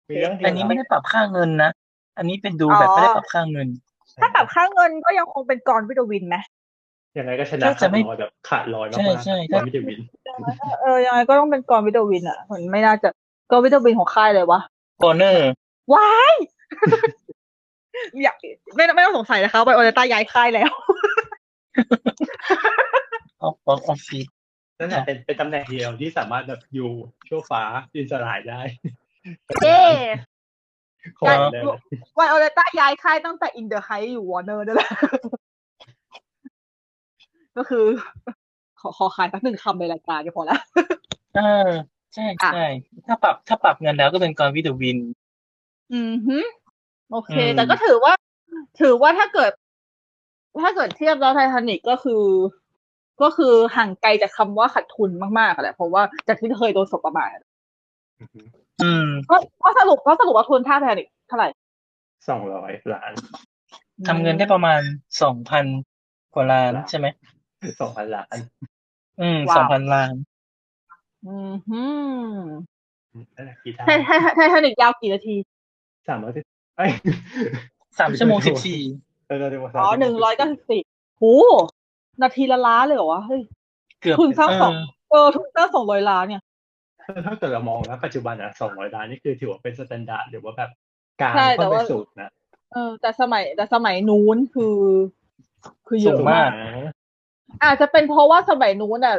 มีเรื่องเดียว
อันนี้ไม่ได้ปรับค่าเงินนะ อันนี้เป็นดู
อ๋อ
แบบไม่ได้ปรับค่าเงิน
ถ้าปรับค่าเงินก็ยังคงเป็นกรวิดวินไหม
ยังไงก็ชนะ
ถ้าจะ
ขาด
ไม่
ลอยแบบขาดลอยมาก
ใช่
ๆ
ใช่
ตอ
ถ้า
นไม่ได้วิน
เออยังไงก็ต้องเป็นกรวิดวินอะมันไม่น่าจะกรวิดวินของค่ายเลยวะ
Warner
ว้าย อยากไม่ไม่ต้องสงสัยนะคะไบโอเลต้าย้ายค่ายแล้ว
of of of Feed
นั่นแหละเป็นเป็นตำแหน่งเดียวที่สามารถแบบอยู่ชั่วฟ้าดินสลายได้
เย้
ขอได้เลย
ไบโอเลต้าย้ายค่ายตั้งแต่อินเดอะไฮอยู่วอร์เนอร์นั่นแหละ ก็คือ ขอขอขายสักหนึ่งคำในรายการก็พอละ
เออใช่ใช่ถ้าปรับถ้าปรับเงินแล้วก็เป็นกรวิดวิน
อืมฮึโอเค
อืม
แต่ก็ถือว่า ถือว่าถ้าเกิด ถ้าเกิดเทียบแล้วไททานิกก็คือ ก็คือห่างไกลจากคำว่าขาดทุนมากๆอะแหละเพราะว่าจากที่เคยโดนสบประมาทอะ
อืม
ก็ก็สรุปก็สรุปว่าทุนท่าไททานิกเท่าไหร่
สองร้อยล้าน
ทำเงินได้ประมาณสองพันกว่าล้านใช่ไหม
สองพันล้าน
อืมสองพันล้าน
อืมฮึ
นั่นแหละกีตา
ไททาไททานิกยาวกี่นาที
สามร้อยเอ้ย
สามชั่วโมงสิบสี่
เราจะดูว่า
อ๋อหนึ่งร้อยเก้าสิบสี่โหนาทีละล้านเลยเหรอวะเฮ้ย
เกือบ
ทุนสร้าง
เออ
สอง เออทุนตั้งสองร้อยล้านเนี่ย
ถ้าเกิดเรามองนะปัจจุบันอ่ะสองร้อยล้านนี่คือถือว่าเป็นสแตนดาร์ดหรือว่าแบบกลาง
ใช่
ก็
แต่
ไป
ว่า
สุดนะ
เออ แต่สมัยแต่สมัยนู้นคือ คือเย
สู
อะมาม
งาก ก
อาจจะเป็นเพราะว่าสมัยนู้นอ่ะ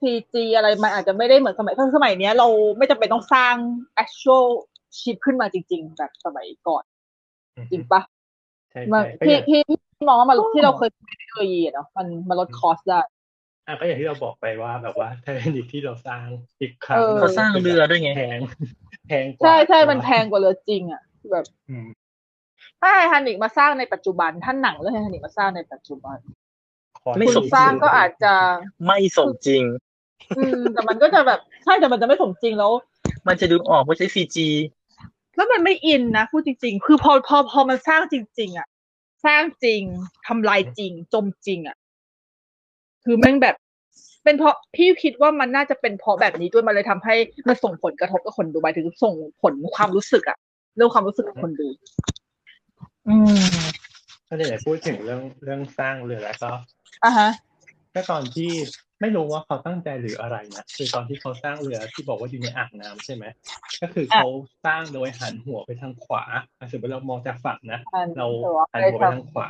4G อะไรมันอาจจะไม่ได้เหมือนสมัยถ้าสมัยเนี้ยเราไม่จำเป็นต้องสร้าง actual chip ขึ้นมาจริง ๆ แบบสมัยก่อนจริงปะ
ใช่
มัน
ใช่ก็อ
ที่
ย่าง
ที่ที่มองว่ามันที่เราเคยใช้เทคโนโลยีอะเนาะมันมันลดคอสได้
อ่ะก็อย่างที่เราบอกไปว่าแบบว่าเทคนิคที่เราสร้างอีกครั้ง
เออ
เราสร้างเรือด้วยไง
แพงแพงกว่า
ใช่ใช่มันแพงกว่าเรือจริงอ่ะแบบ
อืม
ถ้าไททานิกมาสร้างในปัจจุบันถ้าหนังเรื่องไททานิกมาสร้างในปัจจุบัน
คอส
ไม่
คุณ
สมจริง
สร้างก็อาจจะ
ไม่สมจริง
อืมแต่มันก็จะแบบใช่แต่มันจะไม่สมจริงแล้ว
มันจะดูออกว่าใช้ซีจี
แล้วมันไม่อินนะพูดจริง ๆ คือพอพอพอมันสร้างจริง ๆ อ่ะ สร้างจริงทำลายจริง จมจริง อ่ะ คือแม่งแบบ เป็นเพราะพี่คิดว่ามันน่าจะเป็นเพราะแบบนี้ด้วยมันเลยทำให้มันส่งผลกระทบกับคนดูไปถึงส่งผลความรู้สึกอ่ะเรื่องความรู้สึกของคนดู อืม
ก็เลยพูดถึงเรื่องเรื่องสร้างเรือแล้วก็
อ่ะฮะ
ก็ตอนที่ไม่รู้ว่าเขาตั้งใจหรืออะไรนะคือตอนที่เขาสร้างเรือที่บอกว่าอยู่ในอ่างน้ำใช่ไหมก็คือเขาสร้างโดยหันหัวไปทางขวาอ่ะสมมติเรามองจากฝั่งนะ เราหันหัวไปทางขวา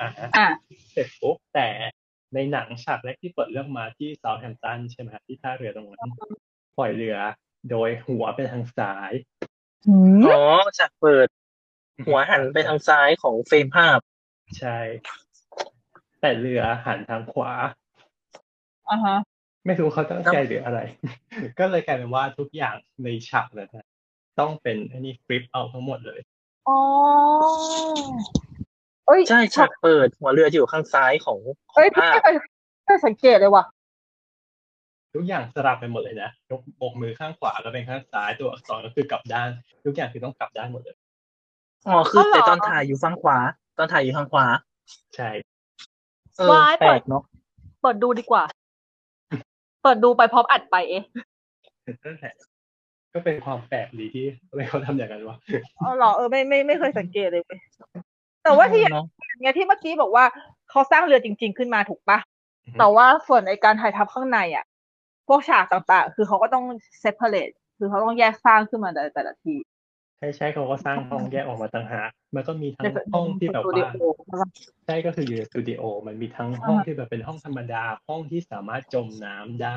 อ่าฮะ
อ่ะ
เสร็จปุ๊บแต่ในหนังฉากแรกที่เปิดเรื่องมาที่เซาแฮมป์ตันใช่ไหมฮะที่ท่าเรือตรงนั้นปล่อยเรือ โดยหัวไปทางซ้าย
อืม
อ๋อจากเปิด หัวหันไปทางซ้ายของเฟรมภาพ
ใช่ แต่เรือหันทางขวา
อ่ะฮะ
ไม่รู้เขาตั้งใจหรืออะไร ก็เลยกลายเป็นว่าทุกอย่างในฉากนั้นน่ะต้องเป็นไอันนี้ฟลิปเอาทั้งหมดเลย
อ๋อเอ้ย
ใช่ฉากเปิด หัวเรือจะอยู่ข้างซ้ายของขอ
เอ้
ง
ยพี่
ภาพ
ไม่เคยสังเกตเลยว่ะ
ทุกอย่างสลับไปหมดเลยนะยกบกมือข้างขวาแล้วเป็นข้างซ้ายตัวอักษรก็คือกลับด้าน ทุกอย่างคือต้องกลับด้านหมดเลย
อ๋อคือ
อ๋อเหรอ
แต่ตอนถ่ายอยู่ฝั่งขวา ตอนถ่ายอยู่ทางขวา
ใช่
เออ
ว้าย
แปล
เปิด
กเนาะ
เปิดดูดีกว่า เปิดดูไปพร้อมอัดไปเอ๊ะ
นั่นแหละก็เป็นความแปลกดีที่ทำไมเขาทำอย่างนั้นวะ
อ๋อเหรอเออไม่ไม่ไม่เคยสังเกตเลยเว้ยแต่ว่าที่อย่าง
เนาะ
เงี้ยที่เมื่อกี้บอกว่าเขาสร้างเรือจริง ๆ ขึ้นมาถูกปะแต่ว่าส่วนไอการถ่ายทำข้างในอ่ะ พวกฉากต่างๆ คือเขาก็ต้อง separate คือเขาต้องแยกสร้างขึ้นมาแต่แต่ละที
ใช่ใช่เขาก็สร้างห้องแยกออกมาต่างหากมันก็มีทั้ง
ใน
ห้องที่แบบ
สตูดิ
ว่า
โอ
ใช่ก็คืออยู่ในสตูดิโอ มันมีทั้งห้องที่แบบเป็นห้องธรรมดา ห้องที่สามารถจมน้ำได้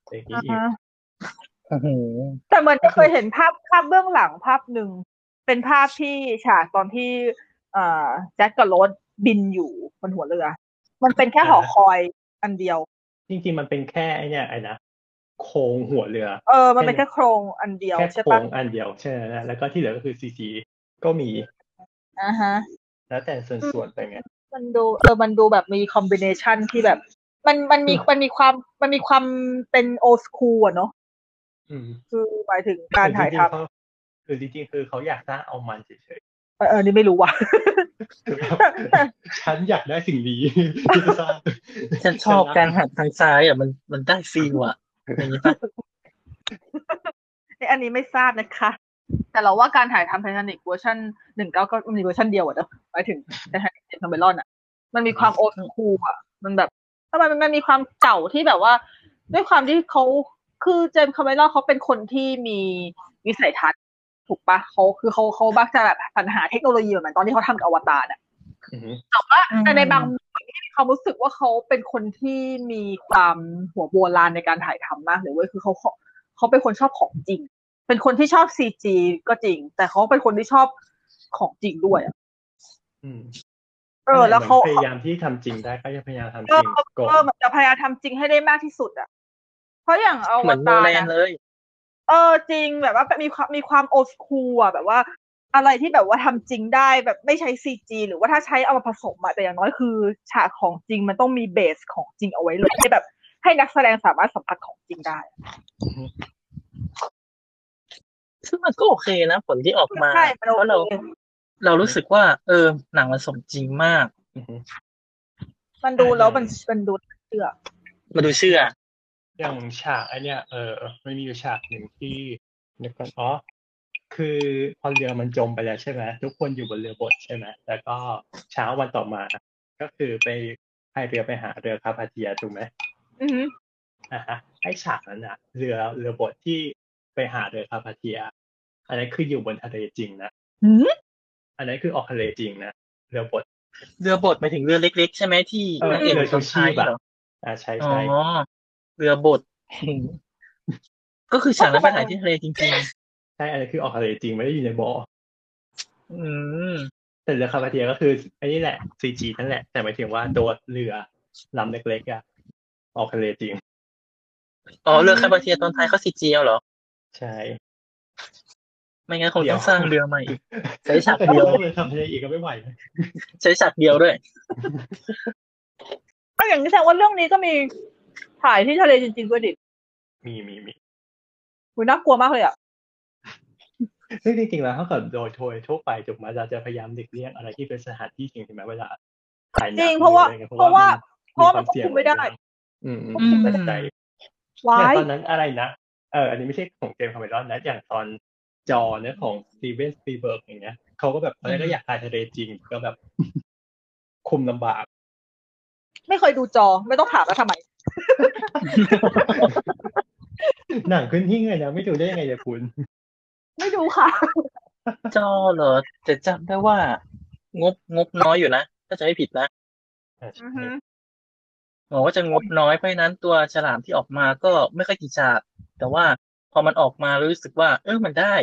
อะไรอย่างนี้
อ่า
อีก
ฮะ
โอ้โห
แต่เหมือนจะเคยเห็นภาพภาพเบื้องหลังภาพหนึ่ง เป็นภาพที่ฉากตอนที่เอ่อแจ็คกับโรสบินอยู่บนหัวเรือ มันเป็นแค่หอคอยอันเดียว
จริงๆ มันเป็นแค่ไอเนี่ยไอ้นะโครงหัวเรือ
เออ มันเป็นแค่โครงอันเดียว
แค่
ใช่
โคร
ปะ
งอันเดียวใช่ไหมนะแล้วก็ที่เหลือก็คือซีจีก็มี
อ่าฮะ
แล้วแต่ส่วนส่วนๆไปไง
มันดู เออ มันดูแบบมีคอมบิเนชันที่แบบ มัน มันมี มันมีความ มันมีความเป็นโอสคูลอะเนาะ
อืม
คือหมายถึงการถ่ายทำ
คือจริงๆคือเขาอยากสร้างเอามันเฉย
เออเออ นี่ไม่รู้ว่ะ
ๆฉันอยากได้สิ่งนี้ที่จะสร้าง
ฉันชอบการหันทางซ้ายอ่ะมันมันได้ฟีลอ่ะอย่างนี้ปะ
ในอันนี้ไม่ทราบนะคะ แต่เราว่าการถ่ายทำไททานิกเวอร์ชันหนึ่งเก้าก็มีเวอร์ชันเดียวอะเนอะหมายถึงไททานิกเจมส์แคมเบรอนอะมันมีความโอสคูลอะมันแบบทำไมมันมันมีความเก่าที่แบบว่า ด้วยความที่เขาคือเจมส์แคมเบรอนเขาเป็นคนที่มีวิสัยทัศน์ถูกปะเขาคือเขาเขาบักจะแบบสรรหาเทคโนโลยีแบบนั้นตอนที่เขาทำกับอวตารอะ
อืม
แต่ว่าแต่ในบางมุมเนี่ยเขารู้สึกว่าเขาเป็นคนที่มีความหัวโบราณในการถ่ายทำมากเลยเว้ยคือเขาเขาเขาเป็นคนชอบของจริง เป็นคนที่ชอบซีจีก็จริง แต่เขาเป็นคนที่ชอบของจริงด้วยอะ
อืม
เออ แล้วเขา
พยายามที่ทำจริงได้ก็จะพยายามทำจ
เอ
ริ
อง
ก่อน
เออมันจะพยายามทำจริงให้ได้มากที่สุดอ่ะ เพราะอย่างเอา
เหมือนโน
ตา
แลน
นะ
เลย
เออจริงแบบว่ามีความมีความโอสคูลอะแบบว่า อะไรที่แบบว่าทำจริงได้แบบไม่ใช้ซีจีหรือว่าถ้าใช้เอามาผสมอะแต่อย่างน้อยคือ ฉากของจริงมันต้องมีเบสของจริงเอาไว้เลยให้แบบ ให้นักแสดงสามารถสัมผัสของจริงได้
ซึ่งมันก็โอเคนะผลที่ออกมา
ใช่
เพ
มัน
ราะ
โอ
เรา
เค
เรารู้สึกว่า เออ หนังมันสมจริงมาก
อือฮึ
มันดูแล้วมันมันดูเชื่อ
มาดูเชื่อ
อย่างฉากไอเนี้ยเออมันมีอยู่ฉากหนึ่งที่นึกก่อนอ๋อ คือพอเรือมันจมไปแล้วใช่ไหมทุกคนอยู่บนเรือบดใช่ไหมแล้วก็เช้าวันต่อมา ก็คือไปพายเรือไปหาเรือคาพาเทียถูกไหม
อือหือ
อ่าฮะไอ้ฉากนั้นอะเรือเรือบดที่ไปหาเรือคาพาเทีย อันนั้นคืออยู่บนทะเลจริงนะ
หืม
อันนั้นคือออกทะเลจริงนะเรือบด
เรือบดหมายถึงเรือเล็ก ๆ ใช่ไหมที่
เออ
นักย
เรือชูชีพอะ
เหรอ
อ่าใช่
อ๋อ
ใช่
เรือบด ก็คือฉากนั้นไปถ่ายที่ทะเลจริง
ใช่อันนั้นคือออกทะเลจริงไม่ได้อยู่ในบ่อ
ๆ อืม
แต่เรือคาปาเทียก็คือไอ้นี่แหละซีจีนั่นแหละ แต่หมายถึงว่าตัวเรือลำเล็กๆอะออกทะเลจริง
อ๋อเรือคาบาเทียตอนท้ายเขาซีจีเอาเหรอ
ใช่
ไม่งั้นคง
เดี๋
ต้
ย
อ
ว
งสร้างเรือใหม่อีก ใช้ฉาก
เดี
เดียว
เลยทำทะเลอีกก็ไม่ไหวนะ
ใช้ฉากเดียว ด้วย
ก็อย่างนี้แสดงว่าเรื่องนี้ก็มีถ่ายที่ทะเลจริงๆด้วยดิ
มีมีมี
หูน่ากลัวมากเลยอ่ะ
ซึ่งจริงๆแล้วถ้าเกิดโดยโดยทั่วไปจุกมาจะจะพยายามหลีกเลี่ยงอะไรที่เป็นสถานที่จริงใช่ไหมเวลาถ่ายหนั
จริงเพราะว่า
อไงี้ย
เพราะว่า เพราะว่ามันคว
คาว
บ
เสี่ยง
คุมไม่ได้
อืมอืม
อืม
ตัดใจ
วา
อย่าง
ย
ตอนนั้นอะไรนะ เออ อันนี้ไม่ใช่ของเจมส์คาเมรอนนะ อย่างตอนจอเนี่ยของสตีเวนสตีเบิร์กอย่างเงี้ยเขาก็แบบตอนแรกก็อยากถ่ายทะเลจริง ก็แบบ คุมลำบาก
ไม่เคยดูจอไม่ต้องถามว่าทำไม
หนังขึ้นที่ไงนะไม่ดูได้ยังไงเนี่ยคุณ
ไม่ดูค่ะ
จอเหรอแต่จำได้ว่า งบงบน้อยอยู่นะถ้าจะไม่ผิดนะหมอว่าจะงบน้อยเพราะฉะนั้นตัวฉลามที่ออกมาก็ไม่ค่อยกี่ฉาก แต่ว่าพอมันออกมารู้สึกว่า เออมันได้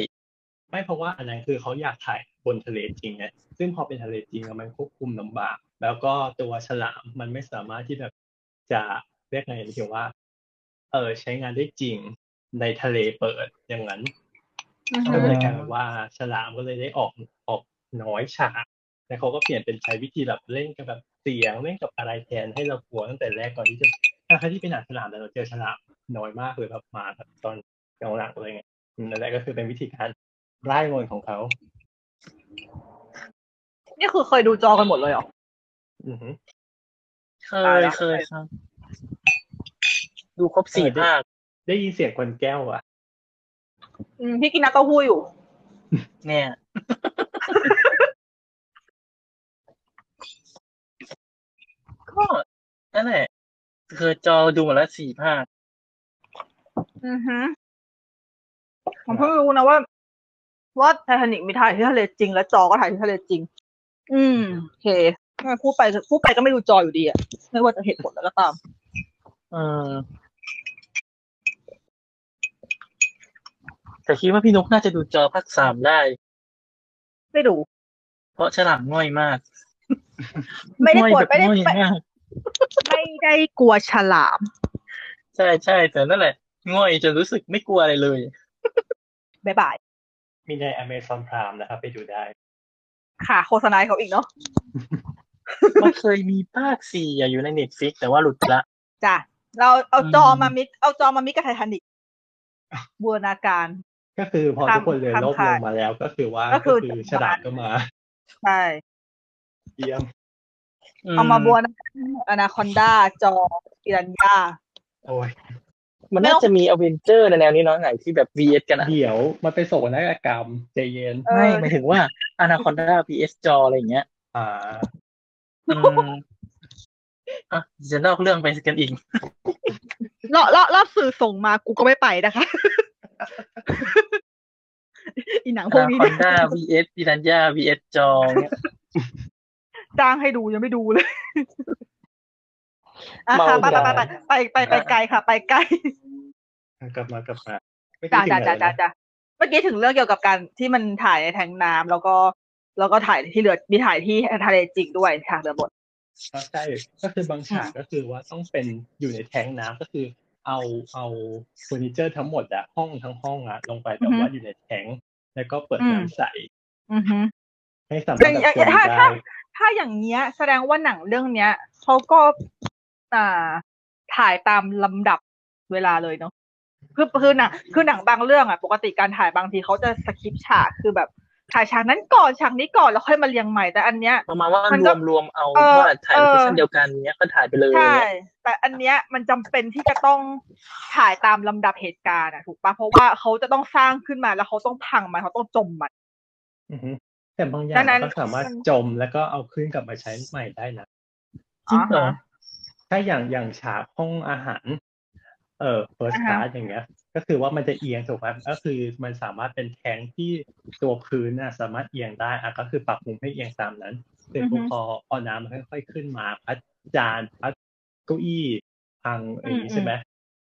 ไม่เพราะว่าอันนั้นคือเขาอยากถ่ายบนทะเลจริงไงซึ่งพอเป็นทะเลจริงอะมันควบคุมลำบาก แล้วก็ตัวฉลามมันไม่สามารถที่แบบจะเรียกไงเรียกว่า เออใช้งานได้จริงในทะเลเปิดอย่างนั้น
อือฮึ
ก็เลย
อ่า
กลายเป็นว่าฉลามก็เลยได้ออกออกน้อยฉากแต่เขาก็เปลี่ยนเป็นใช้วิธีแบบเล่นกับแบบเสียงเล่นกับอะไรแทนให้เรากลัวตั้งแต่แรกก่อนที่จะถ้าใครที่เป็นหนังฉลามแต่เราเจอฉลามน้อยมากเลยแบบมาแบบตอนกลางหลังเลยไงอืมนั่นแหละก็คือเป็นวิธีการไล่มนต์ของเขา
นี่คือเคยดูจอกันหมดเลยเหรอ
อือหือ
เค
ตาย
ย
แล้ว
เคยครับ ดูครบสี่
เออได้
ภาค
ได้ยินเสียงคนแก้วอ่ะ
อืมพี่กินน้ำเต้าหู้อยู่
เนี่ย ก็นั่นแหละคือจอดูหมดแล้วสี่ภาค
อือฮึผมเพิ่งรู้นะว่า ว่าไททานิกมีถ่ายที่ทะเลจริง และจอก็ถ่ายที่ทะเลจริง อืมโอเคงั้นพูดไปพูดไปก็ไม่ดูจออยู่ดีอะไม่ว่าจะเหตุผลแล้วก็ตาม
เออแต่คิดว่าพี่นุกน่าจะดูจอภาคสามได้
ไม่ดู
เพราะฉลามง่อยมาก
ไม่ได้
ง่อย
กด
แบบ
ไม่ได้
ง่อย
ไม่
มาก
ไม่ได้กลัวฉลาม
ใช่ใช่แต่นั่นแหละ ง่อยจนรู้สึกไม่กลัวอะไรเลย
บ๊ายบาย
มีใน Amazon Prime นะครับ ไปดูได้
ค่ะ โฆษณาให้เขาอีกเนาะ
มันเคยมีภาคสี่อะอยู่ในเน็ตฟิกแต่ว่าหลุดไปละ
จ้ะเราเอาจอ
อืม
มามิกเอาจอมามิกกับไททานิกบูรณาการ
ก็คือพอทุกคนเลย
ข้าม
ลบล
ข้าม
งมาแล้ว ก็คือว่า
ก็
ก็
คื
คือ อฉลามก็มา
ใช่
เยี่ยม
เอามาบูรณาการอนาคอนดาจออิรันยา
โอ้ย
มันน่าจะมีอเวนเจอร์ในแนวนี้เนาะไหนที่แบบวีเอสกันอะ
เดี๋ยวมันเป็นโศกนาฏกรรมใจเย็น
เออ
ไม่หมายถึงว่าอนาคอนดาพีเอสจออะไรอย่างเงี้ย
อ่า
อืมอ่ะจะนอกเรื่องไปกันอีก
รอบรอบรอบสื่อส่งมากูก็ไม่ไปนะคะ อีหนังพวกนี้
คอน
เนี่ย
ด้า vs ปิรันยา vs จองเนี่ย
จ้างให้ดูยังไม่ดูเลยอ่ะค่ะไปไปไปไปไปไปไกลค่ะ ไปไกล
อ่ะกลับมากลับมาไม่
จ้า
คิด
จ้า
ถึงไหน
จ้า
แล้ว
จ้า
นะ
จ้าเมื่อกี้ถึงเรื่องเกี่ยวกับการที่มันถ่ายในแทงน้ำแล้วก็ แล้วก็ถ่ายที่เรือมีถ่ายที่ทะเลจริงด้วยฉากเรือบด
ก็ใช่ก็คือบางฉากก็คือว่าต้องเป็นอยู่ในแทงน้ำก็คือ เอาเอาเฟอร์นิเจอร์ทั้งหมดอะห้องทั้งห้องอะลงไปแต่
อือฮึ
ว่าอยู่ในแทงแล้วก็เปิด
อืม
น้ำใส
อือฮึ
ให้สามารถแบบ
อย่าง
กวน
ถ้า
ได้
ถ้า ถ้าอย่างเงี้ย แสดงว่าหนังเรื่องเนี้ยเขาก็อ่าถ่ายตามลำดับเวลาเลยเนาะคือคือหนังคือหนังบางเรื่องอ่ะ ปกติการถ่ายบางทีเขาจะสคิปฉากคือแบบ ถ่ายฉากนั้นก่อนฉากนี้ก่อนแล้วค่อยมาเรียงใหม่แต่อันเนี้ย
ประมาณว่าร
มันก็
วมรวมเอา
เออ
ว่าถ่าย
เออ
เซสชั่นเดียวกันเนี้ยก็ถ่ายไปเลย
ใช่ แต่อันเนี้ยมันจำเป็นที่จะต้องถ่ายตามลำดับเหตุการณ์อะถูกปะเพราะว่าเขาจะต้องสร้างขึ้นมาแล้วเขาต้องพังมันเขาต้องจมมัน
อือฮึแต่บางอย่าง
ดังนั้น
ก็สามารถจมแล้วก็เอาขึ้นกลับมาใช้ใหม่ได้นะ
จริงเหรอ
อ่าฮะ
ถ้าอย่างอย่างฉากห้องอาหาร เอ่อ first
อ่าฮะ
class อย่างเงี้ย ก็คือว่ามันจะเอียงถูกไหมก็คือมันสามารถเป็นแทงที่ตัวพื้นน่ะสามารถเอียงได้อะก็คือปรับมุมให้เอียงตามนั้นเสร็จปุ๊บ
อือฮึ
พอพอน้ำมันค่อยๆขึ้นมาพัดจานพัดเก้าอี้พังอย่าง
อื
นี้
ม
ใช่ไหม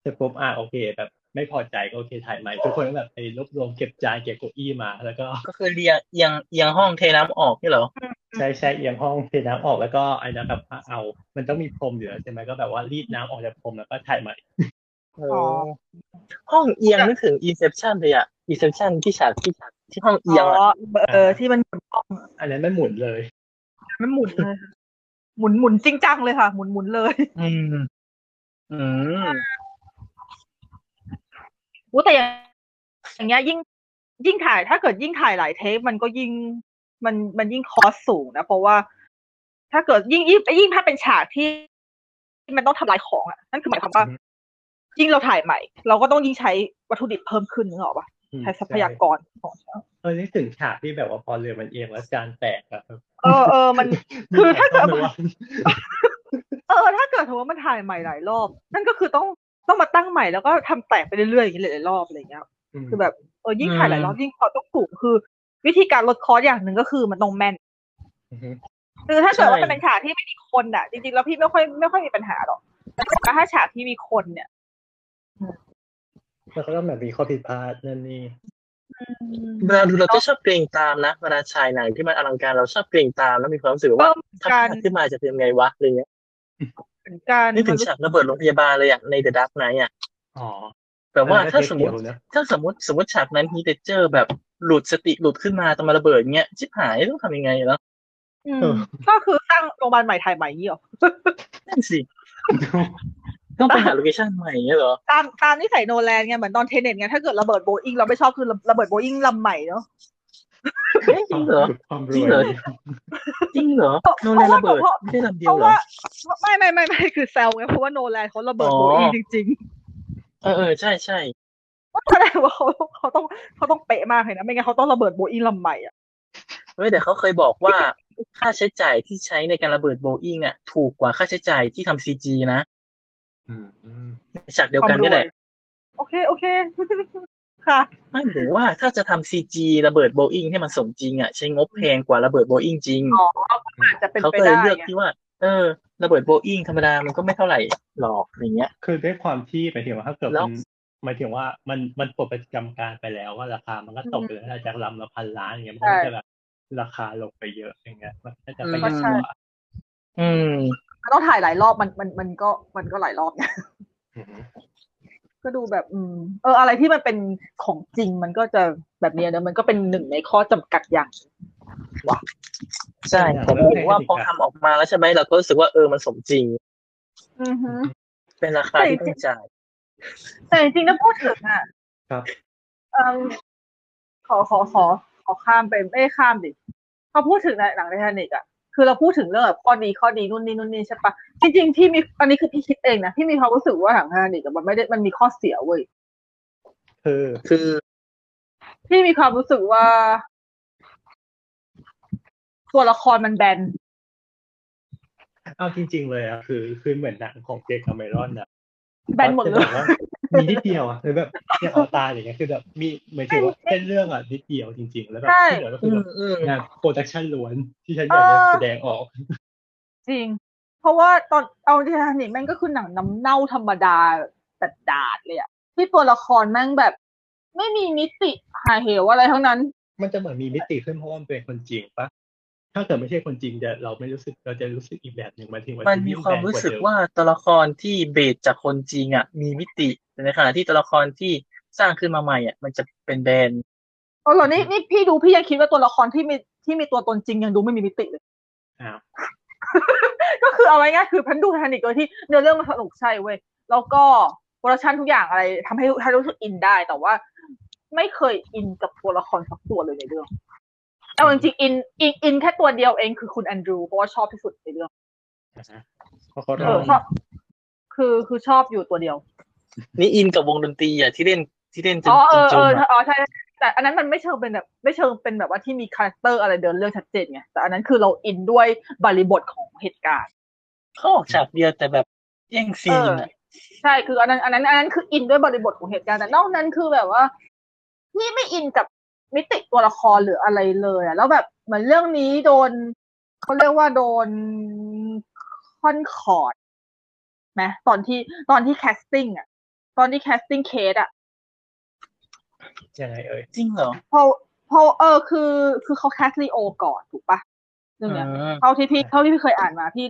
เสร็จปุ๊บอ่ะโอเค แบบไม่พอใจก็โอเคถ่ายใหม่ทุกคนก็แบบไปรวบรวมเก็บจานเก็บเก้าอี้มา แล้วก็
ก็คือเรียงเอียงเอียงห้องเทน้ำออกนี่เหรอ
ใช่ใช่เอียงห้องเทน้ำออกแล้วก็ไอ้นะครับเอา มันต้องมีพรมอยู่แล้วใช่ไหมก็แบบว่ารีดน้ำออกจากพรมแล้วก็ถ่ายใหม่
เออห้องเอียงนึกถึง Inception เลยอะ Inception ที่ฉากที่ฉากที่ห้องเอียง
อ๋
อะ
อเออที่มันหมุนกล้องอะ
อันนั้นไม่หมุนเลย
มันหมุนเลยค่ะหมุนหมุนจริงจังเลยค่ะหมุนหมุนเลย
อืม อืม
อู้แต่อย่างอย่างเงี้ยยิ่งยิ่งถ่ายถ้าเกิดยิ่งถ่ายหลายเทปมันก็ยิ่งมันมันยิ่งคอสสูงนะ เพราะว่า ถ้าเกิดยิ่งยิ่งยิ่งถ้าเป็นฉากที่ที่มันต้องทำลายของอ่ะนั่นคือหมายความว่า
อืม
ยิ่งเราถ่ายใหม่ เราก็ต้องยิ่งใช้วัตถุดิบเพิ่มขึ้นนึกออกปะ
อืม
ใช้ทรัพยากรของ
เออนึกถึงฉากที่แบบว่าพอเรือมันเอียงแล้วจานแตกอะครับ
เออเอ อมัน คือถ้าเกิด
มีหลยรอบลยว่า
เออถ้าเกิดสมมติว่ามันถ่ายใหม่หลายรอบ นั่นก็คือต้องต้องมาตั้งใหม่แล้วก็ทำแตกไปเรื่อยๆอย่างนี้หลายๆรอบอะไรอย่างเงี้ย
ม
คือแบบเออยิ่ง
อืม
ถ่ายหลายรอบยิ่งคอสต้องสูงคือ วิธีการลดคอสอย่างหนึ่งก็คือมันต้องแม่น
อือฮึ
คือถ้าเกิดว่า
ใช่
มันเป็นฉากที่ไม่มีคนอ่ะ จริงๆ แล้วพี่ไม่ค่อยไม่ค่อยมีปัญหาหรอกแต่ถ้าฉากที่มีคนเนี่ย
แล้วก็ต้องแบบมีข้อผิดพลาดนั่นนี่
เวลาดูเราจะชอบเกรงตามนะเวลาฉายหนังที่มันอลังการเราชอบเกรงตามแล้วมีความรู้สึก
ก็
ว่า
เหมือน
ถ้า
กัน
พลาดขึ้นมาจะเป็นยังไงวะอะไรเงี้ย
เหมือนกัน
นึกถึงฉากระเบิดโรงพยาบาลเลยอะใน The Dark Knight อะ
อ๋อ
แบบว่าถ้าสมมติ
เออเทคเดียวนะ
ถ้าสมมติสมมติฉากนั้นฮีเดเจอร์แบบหลุดสติหลุดขึ้นมาตอนมาระเบิดเงี้ยชิบหายต้องทำยังไงเนาะ
อืมก็คือตั้งโรงพยาบาลใหม่ถ่ายใหม่อย่างนี้หรอ
นั่นสิต้องไปหาโลเคชั่นใหม่เงี้ยเหรอ
ตามตามนิสัยโนแลนไงเหมือนตอนเทเน็ตไงถ้าเกิดระเบิดโบอิงเราไม่ชอบคือระเบิดโบอิงลำใหม่เนาะ
เฮ้ยจริงเหรอ
ความร
จริ
ว
ง
ย
เหรอ จริงเหรอโนแลนระเบิดไม่ได้ลำเดี
เพ
ยว
ราะ
เหร
ว่า
อ
ไม่ไม่ไม่ไม่คือแซวไงเพราะว่าโนแลนเขาระเบิดโบอิง
อ๋อ
จริง
เออเออใช่ใช่
ๆก็แสดงว่าเขาเขาต้องเขาต้องเป๊ะมากเลยนะไม่งั้นเขาต้องระเบิดโบอิงลำใหม่อะ
เว้ยแต่เขาเคยบอกว่า ค่าใช้จ่ายที่ใช้ในการระเบิดโบอิงอ่ะถูกกว่าค่าใช้จ่ายที่ทำซีจีนะ
อืมอืม
ในฉากเดียวกันนี่แหละ
โอเคโอเค ค่ะ
ไม่หรือว่าถ้าจะทำซีจีระเบิดโบอิงให้มันสมจริงอ่ะใช้งบแพงกว่าระเบิดโบอิงจริง
อ๋ออาจจะเป็น
เขา
ไป
ก็เลย
ได้
เลือก
อะ
ที่ว่า เออ ระเบิดโบอิงธรรมดามันก็ไม่เท่าไหร่หรอกอย่างเงี้ย
คือด้วยความที่หมายถึงว่าถ้าเกิด
แล้
มั
ว
นหมายถึงว่ามันมันปลดประจำการไปแล้วว่าราคามันก็ตกไปแล้วจากลำละพันล้านอย่างเงี้ยมันก็จะแบบราคาลงไปเยอะอย่างเงี้ยมันก็จะประหยัดกว่า
อืม
มันต้องถ่ายหลายรอบมันมันมันก็มันก็หลายรอบไง
อือฮึ
ก็ดูแบบอืมเอออะไรที่มันเป็นของจริงมันก็จะแบบเนี้ยนะมันก็เป็นหนึ่งในข้อจำกัดอย่าง
ใช่
ใช่
แต่
แล้ว
ผมว่า
เทคนิค
พอ
อะ
ทำออกมาแล้วใช่ไหมเราก็รู้สึกว่าเออมันสมจริง
อือฮึ
เป็นราคา
แต่
ที่
จริง
ต้องจ่าย
แต่จริงๆถ้าพูดถึงอ่ะ
ครับ
เออขอขอขอขอข้ามไปเอ้ยข้ามดิพอพูดถึงในหนังไททานิกอ่ะคือเราพูดถึงเรื่องแบบข้อดีข้อดีนู่นนี่นู่นนี่ใช่ปะจริงๆพี่มีอันนี้คือพี่คิดเองนะพี่มีความรู้สึกว่าหนังไททานิกอะมันไม่ได้มันมีข้อเสียเว้ย
คือ
คือ
พี่มีความรู้สึกว่า ตัวละครมันแบน
เอาจริง ๆ เลยอะคือคือเหมือนหนังของเจคคาเมรอนนะ
แบนหมดเลย
แต่ว่ามีนิดเดียวอะคือแบบอย่างอวตารอย่างเงี้ยคือแบบมีเหมือนถือว่าเส้นเรื่องอะนิดเดียวจริง ๆ แล้วแบบ
ใช่
ที่เหลือก็คือ
อื
แบ
ม
บ
อืม
งานโปรดักชันล้วนที่ฉันอยากจะแสดงออก
จริง เพราะว่าตอนเอาจริงๆนี่แม่งก็คือหนังน้ำเน่าธรรมดาแต่ดาดเลยอะที่ตัวละครแม่งแบบ ไม่มีมิติหาเหวอะไรทั้งนั้น
มันจะเหมือนมีมิติขึ้นเพราะว่ามันเป็นคนจริงปะถ้าเกิดไม่ใช่คนจริงจะเราไม่รู้สึกเราจะรู้สึกอีกแบบหนึ่งหมายถึงว่า
มั
มัน
มีความรู้สึกว่าตัวละครที่เบสจากคนจริงอ่ะมีมิติแต่ในขณะที่ตัวละครที่สร้างขึ้นมาใหม่อ่ะมันจะเป็นแบรนด์
เออเหรอนี่นี่พี่ดูพี่ยังคิดว่าตัวละครที่มีที่มีตัวตนจริงยังดูไม่มีมิติเลย
อ้าว
ก็คือเอาไว้ง่ายๆคือพันดูไททานิกโดยที่เนื้อเรื่องมันสนุกใช่เว้ยแล้วก็โปรดักชันทุกอย่างอะไรทำให้ให้รู้สึกอินได้แต่ว่า ไม่เคยอินกับตัวละครสักตัวเลยในเรื่อง เอาจริงๆอินอินอินแค่ตัวเดียวเองคือคุณแอนดรูเพราะว่าชอบที่สุดในเรื่อง
เพราะเขา
เอ
ร้อ
อง ชอบคือคือชอบอยู่ตัวเดียว
นี่อินกับวงดนตรีอ่ะที่เล่นที่เล่นจน
อ๋อเอ
จน
อ
จ
เอบอ
อะ
อ๋อใช่แต่อันนั้นมันไม่เชิงเป็นแบบ ไม่เชิงเป็นแบบว่าที่มีคาแรคเตอร์อะไรเดินเรื่องชัดเจนไงแต่อันนั้นคือเราอินด้วยบริบทของเหตุการณ์
เขาออกฉากเดียวแต่แบบแย่งซีนอ่ะ
ใช่คืออันนั้นอันนั้นอันนั้นคืออินด้วยบริบทของเหตุการณ์แต่นอกนั้นคือแบบว่า นี่ไม่อินกับมิติตัวละครหรืออะไรเลยอะแล้วแบบเหมือนเรื่องนี้โดนเขาเรียกว่าโดนค่อนคอร์ดไหมตอนที่ตอนที่แคสติ้งอะตอนที่แคสติ้งเคสอะ
ยังไงเอ่ย
จริงเหรอ
เพราะเพราะเออคือ คือเขาแคสลีโอก่อนถูกปะเรื่องเนี้ย
อ่า
เท่าที่พี่เท่าที่พี่เคยอ่านมาพี่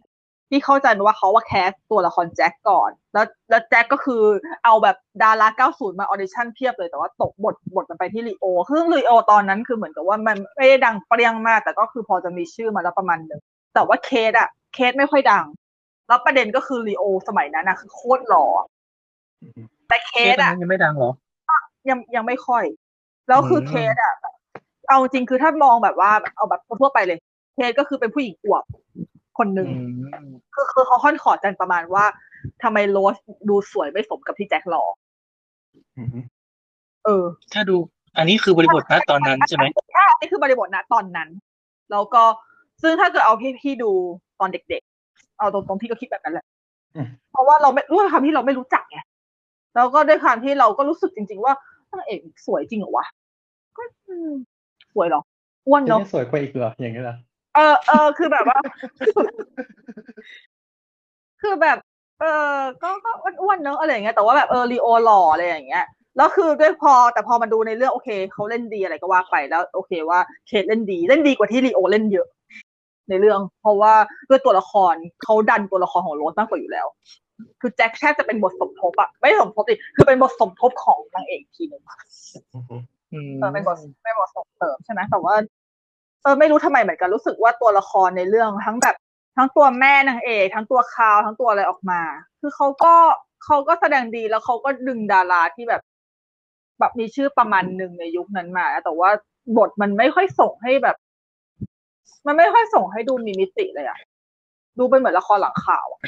พี่เข้าใจมาว่าเขาว่าแคสตัวละครแจ็คก่อน แล้วแล้วแจ็คก็คือเอาแบบดารา 90 มาออดิชั่นเพียบเลยแต่ว่าตกบทบทมันไปที่ลีโอซึ่งลีโอตอนนั้นคือเหมือนกับว่ามันไม่ได้ดังเปรี้ยงมาก แต่ก็คือพอจะมีชื่อมาแล้วประมาณหนึ่งแต่ว่าเคสอะเคสไม่ค่อยดัง แล้วประเด็นก็คือลีโอสมัยนั้นนะคือโคตรหล่อแต่เค
เคส
ส
อัน
อะ
นั้นยังไม่ดังเหรอ
ยังยังไม่ค่อย แล้วคือเคสอะเอาจริงคือถ้ามองแบบว่าเอาแบบทั่วไปเลย เคสก็คือเป็นผู้หญิงอวบคนหนึ่ง
อืม
คือคือเขาค่อนขอดกันประมาณว่าทำไมโรสดูสวยไม่สมกับที่แจ็คหล่อ
อืม
เออ
ถ้าดูอันนี้คือบริบทนะตอนนั้นใช่ไหม
ใช่นี่คือบริบทนะตอนนั้น แล้วก็ซึ่งถ้าเกิดเอาพี่พี่ดูตอนเด็กๆ เอาตรงๆพี่ก็คิดแบบนั้นแหละ เพราะว่าเราไม่ด้วยความที่เราไม่รู้จักไงแล้วก็ด้วยความที่เราก็รู้สึกจริง ๆ ว่านางเอกสวยจริงเหรอวะก็อืมสวยเหรออ้วน
จะ
เนาะ
ได้สวยกว่าอีกเหรออย่างนี้เหรอ
เออเออคือแบบว่า คือแบบ เออก็ก็อ้วนๆเนอะอะไรอย่างเงี้ยแต่ว่าแบบเออรีโอหล่ออะไรอย่างเงี้ยแล้วคือด้วยพอแต่พอมาดูในเรื่องโอเคเขาเล่นดีอะไรก็ว่าไปแล้ว โอเคว่าเคทเล่นดีเล่นดีกว่าที่รีโอเล่นเยอะ ในเรื่อง เพราะว่าด้วยตัวละครเขาดันตัวละครของโรสมากกว่าอยู่แล้ว คือแจ็คแทบจะเป็นบทสมทบอะไม่สมทบดิคือเป็นบทสมทบของนางเอกอีกทีหนึง
อืม
อืม
เออเป็นบทเป็นบทส่งเสริมใช่ไหมแต่ว่าเออไม่รู้ทำไมเหมือนกันรู้สึกว่าตัวละครในเรื่องทั้งแบบ ทั้งตัวแม่นางเอกทั้งตัวคาวทั้งตัวอะไรออกมา คือเขาก็เขาก็แสดงดีแล้วเขาก็ดึงดาราที่แบบ แบบมีชื่อประมาณหนึ่งในยุคนั้นมา แต่ว่าบทมันไม่ค่อยส่งให้แบบ มันไม่ค่อยส่งให้ดูมีมิติเลยอะดูเป็นเหมือนละครหลังข่าวอะ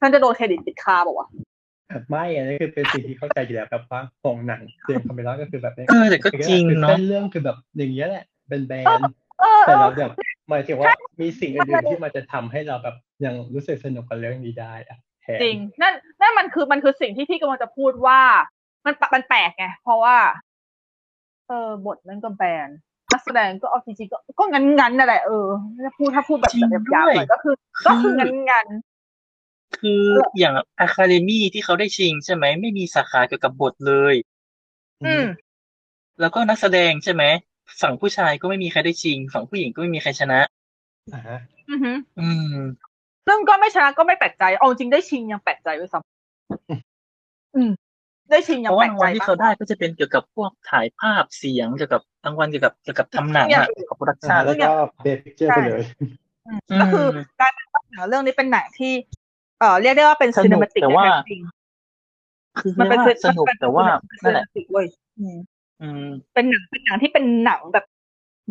ฉันจะโดนเครดิตติดคาบอกว่าวะ
ไม่อันนี้คือเป็นสิ่งที่เข้าใจอยู่แล้วแบบว่าของหนังเจมส์คาเมรอนก็คือแบบนี้
เออแต่ก็จริงเนาะ
เส้นเรื่องคือแบบอย่างเงี้ยแหละเป็นแบรนด์
เออเอ
แต่
อ
เราแบบหมายถึงว่ามีสิ่งอื่นๆที่มันจะทำให้เราแบบยังรู้สึกสนุกกับเรื่องนี้ได้อะแทน
จริง นั่น นั่นมันคือ มันคือสิ่งที่พี่กำลังจะพูดว่า มันปะมันแปลกไง เพราะว่า เออ บทนั่นก็แบนนักแสดงก็เอาจริงๆก็ ก็งั้นๆนั่นแหละ เออถ้าพูด ถ้าพูดแบบแบบยาวๆหน่อยก็คือ ก็คืองั้นๆ
คืออย่างอะคาเดมี่ที่เขาได้ชิงใช่ไหมไม่มีสาขาเกี่ยวกับบทเลย
อืม
แล้วก็นักแสดงใช่ไหมฝั่งผู้ชายก็ไม่มีใครได้ชิง ฝั่งผู้หญิงก็ไม่มีใครชนะ
อ่าฮะ
อือหือ
อืม
ซึ่งก็ไม่ชนะก็ไม่แปลกใจ เอาจริงได้ชิงยังแปลกใจด้วยซ้ำอืม ได้ชิง
เพ
ยัง
ราะ
แป
ว่า
ลก
ราง
ใจ
วัลที่
มาก
เขาได้ก็จะเป็นเกี่ยวกับพวกถ่ายภาพเสียงเกี่ยวกับรางวัลเกี่ยวกับเกี่ยวกับทำหนังอะเกี่ยวกับโปรดักชัน
แล้วก็เบสพิกเจอร์ไปเลย
อื
ก็คือ
ม
การเป็นว่าหนังเรื่องนี้เป็นหนังที่ เอ่อ เรียกได้ว่าเป็น
ส
ซี
นุ
น
ก
มาติก
แต่ว่า
จริง
คือ
ๆมันเป็น
ว่าสนุกแต่ว่า
มัเป็
นั่น
น
แหละ
ซีน cinematic เว้ยอืม
อืม
เป็นหนังเป็นหนังที่เป็นหนังแบบ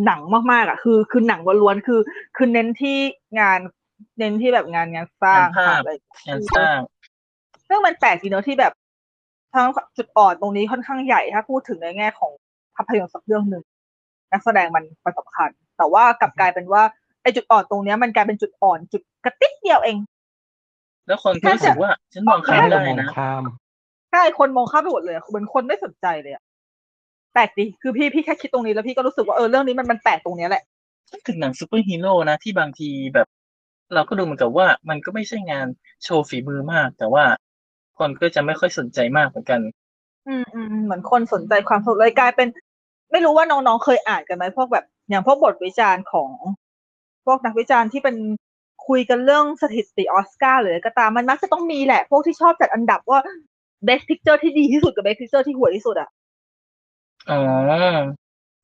หนังมากๆอ่ะ คือคือหนังล้วนๆคือ คือเน้นที่งาน เน้นที่แบบงานงานสร้าง
งานภาพ
อะไร
แอนสร้าง
ซึ่งมันแปลกดีเนอะที่แบบทั้งจุดอ่อนตรงนี้ค่อนข้างใหญ่ถ้าพูดถึงในแง่ของภาพยนตร์สักเรื่องหนึ่งนักแสดงมันมันสำคัญ แต่ว่ากลับกลายเป็นว่าไอ้จุดอ่อนตรงเนี้ยมันกลายเป็นจุดอ่อนจุดกระติกเดียวเอง
แล้วคนก็รู้สึกว่าฉันมองข้า
ให้
ม
เรา
ได้
มอง
นะ
ข้าม
ใช่คนมองข้ามไปหมดเลยอะเหมือนคนไม่สนใจเลยอะแปลกดีคือพี่พี่แค่คิดตรงนี้แล้วพี่ก็รู้สึกว่าเออเรื่องนี้มันมันแปลกตรงเนี้ยแหละ
ถึงหนังซูเปอร์ฮีโร่นะ ที่บางทีแบบ เราก็ดูเหมือนกับว่ามันก็ไม่ใช่งานโชว์ฝีมือมาก แต่ว่าคนก็จะไม่ค่อยสนใจมากเหมือนกัน
อืมอืมอืมเหมือนคนสนใจความสนุกเลยกลายเป็น ไม่รู้ว่าน้องๆเคยอ่านกันไหมพวกแบบ อย่างพวกบทวิจารณ์ของ พวกนักวิจารณ์ที่เป็นคุยกันเรื่องสถิติออสการ์หรืออะไรก็ตามมันมักจะต้องมีแหละ พวกที่ชอบจัดอันดับว่า best picture ที่ดีที่สุดกับ best picture ที่ห่วยที่สุดอ่ะ
อ๋อ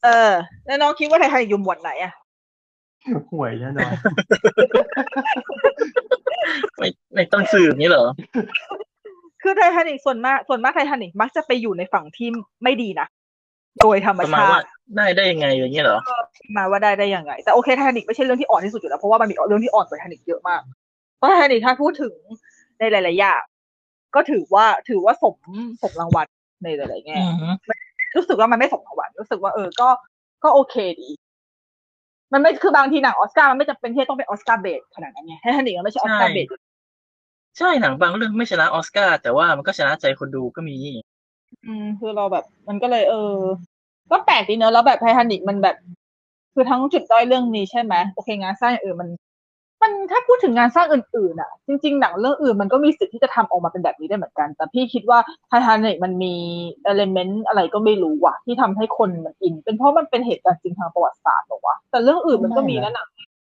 เออ แล้วน้องคิดว่าไทยไทยอยู่หมวดไหนอ่ะ
ห่วยแน่นอน
ไม่ไม่ต้องสืบนี้เหรอ
คือไททานิกส่วนมากส่วนมากไททานิกมักจะไปอยู่ในฝั่งที่ไม่ดีนะโดยธรรม
ประมาณ
ชา
ว่า
ติ
ได้ได้ยังไงอย่างเงี้ยเหรอ
ที่มาว่าได้ได้อย่างไรแต่โอเคไททานิกไม่ใช่เรื่องที่อ่อนที่สุดอยู่แล้วเพราะว่ามันมีเรื่องที่อ่อนกว่าไททานิกเยอะมากเพราะไททานิกถ้าพูดถึงในหลายๆอย่างก็ถือว่าถือว่าสมสมรางวัลในหลายๆแง่
อือฮึ
รู้สึกว่ามันไม่สมหวังรู้สึกว่าเออ ก็ ก็โอเคดี มันไม่ คือบางทีหนังออสการ์มันไม่จำเป็นที่จะต้องเป็นออสการ์เบสขนาดนั้นไงให้ท่านหนิงก็ไม่ใช่ออสการ์เบส
ใช่หนังบางเรื่องไม่ชนะออสการ์แต่ว่ามันก็ชนะใจคนดูก็มี
อืม คือเราแบบ มันก็เลย เออ ก็แปลกดีเนอะแล้วแบบไททานิกมันแบบ คือทั้งจุดด้อยเรื่องนี้ใช่ไหมโอเค งานสร้างอย่างอื่นมัน มันถ้าพูดถึงงานสร้างอื่นๆอ่ะ จริงๆหนังเรื่องอื่นมันก็มีสิทธิ์ที่จะทำออกมาเป็นแบบนี้ได้เหมือนกัน แต่พี่คิดว่าไททานิกมันมีเอลเมนต์อะไรก็ไม่รู้ว่ะ ที่ทำให้คนมันอิน เป็นเพราะมันเป็นเหตุการณ์จริงทางประวัติศาสตร์เหรอวะแต่เรื่องอื่นมันก็มีนะหนัง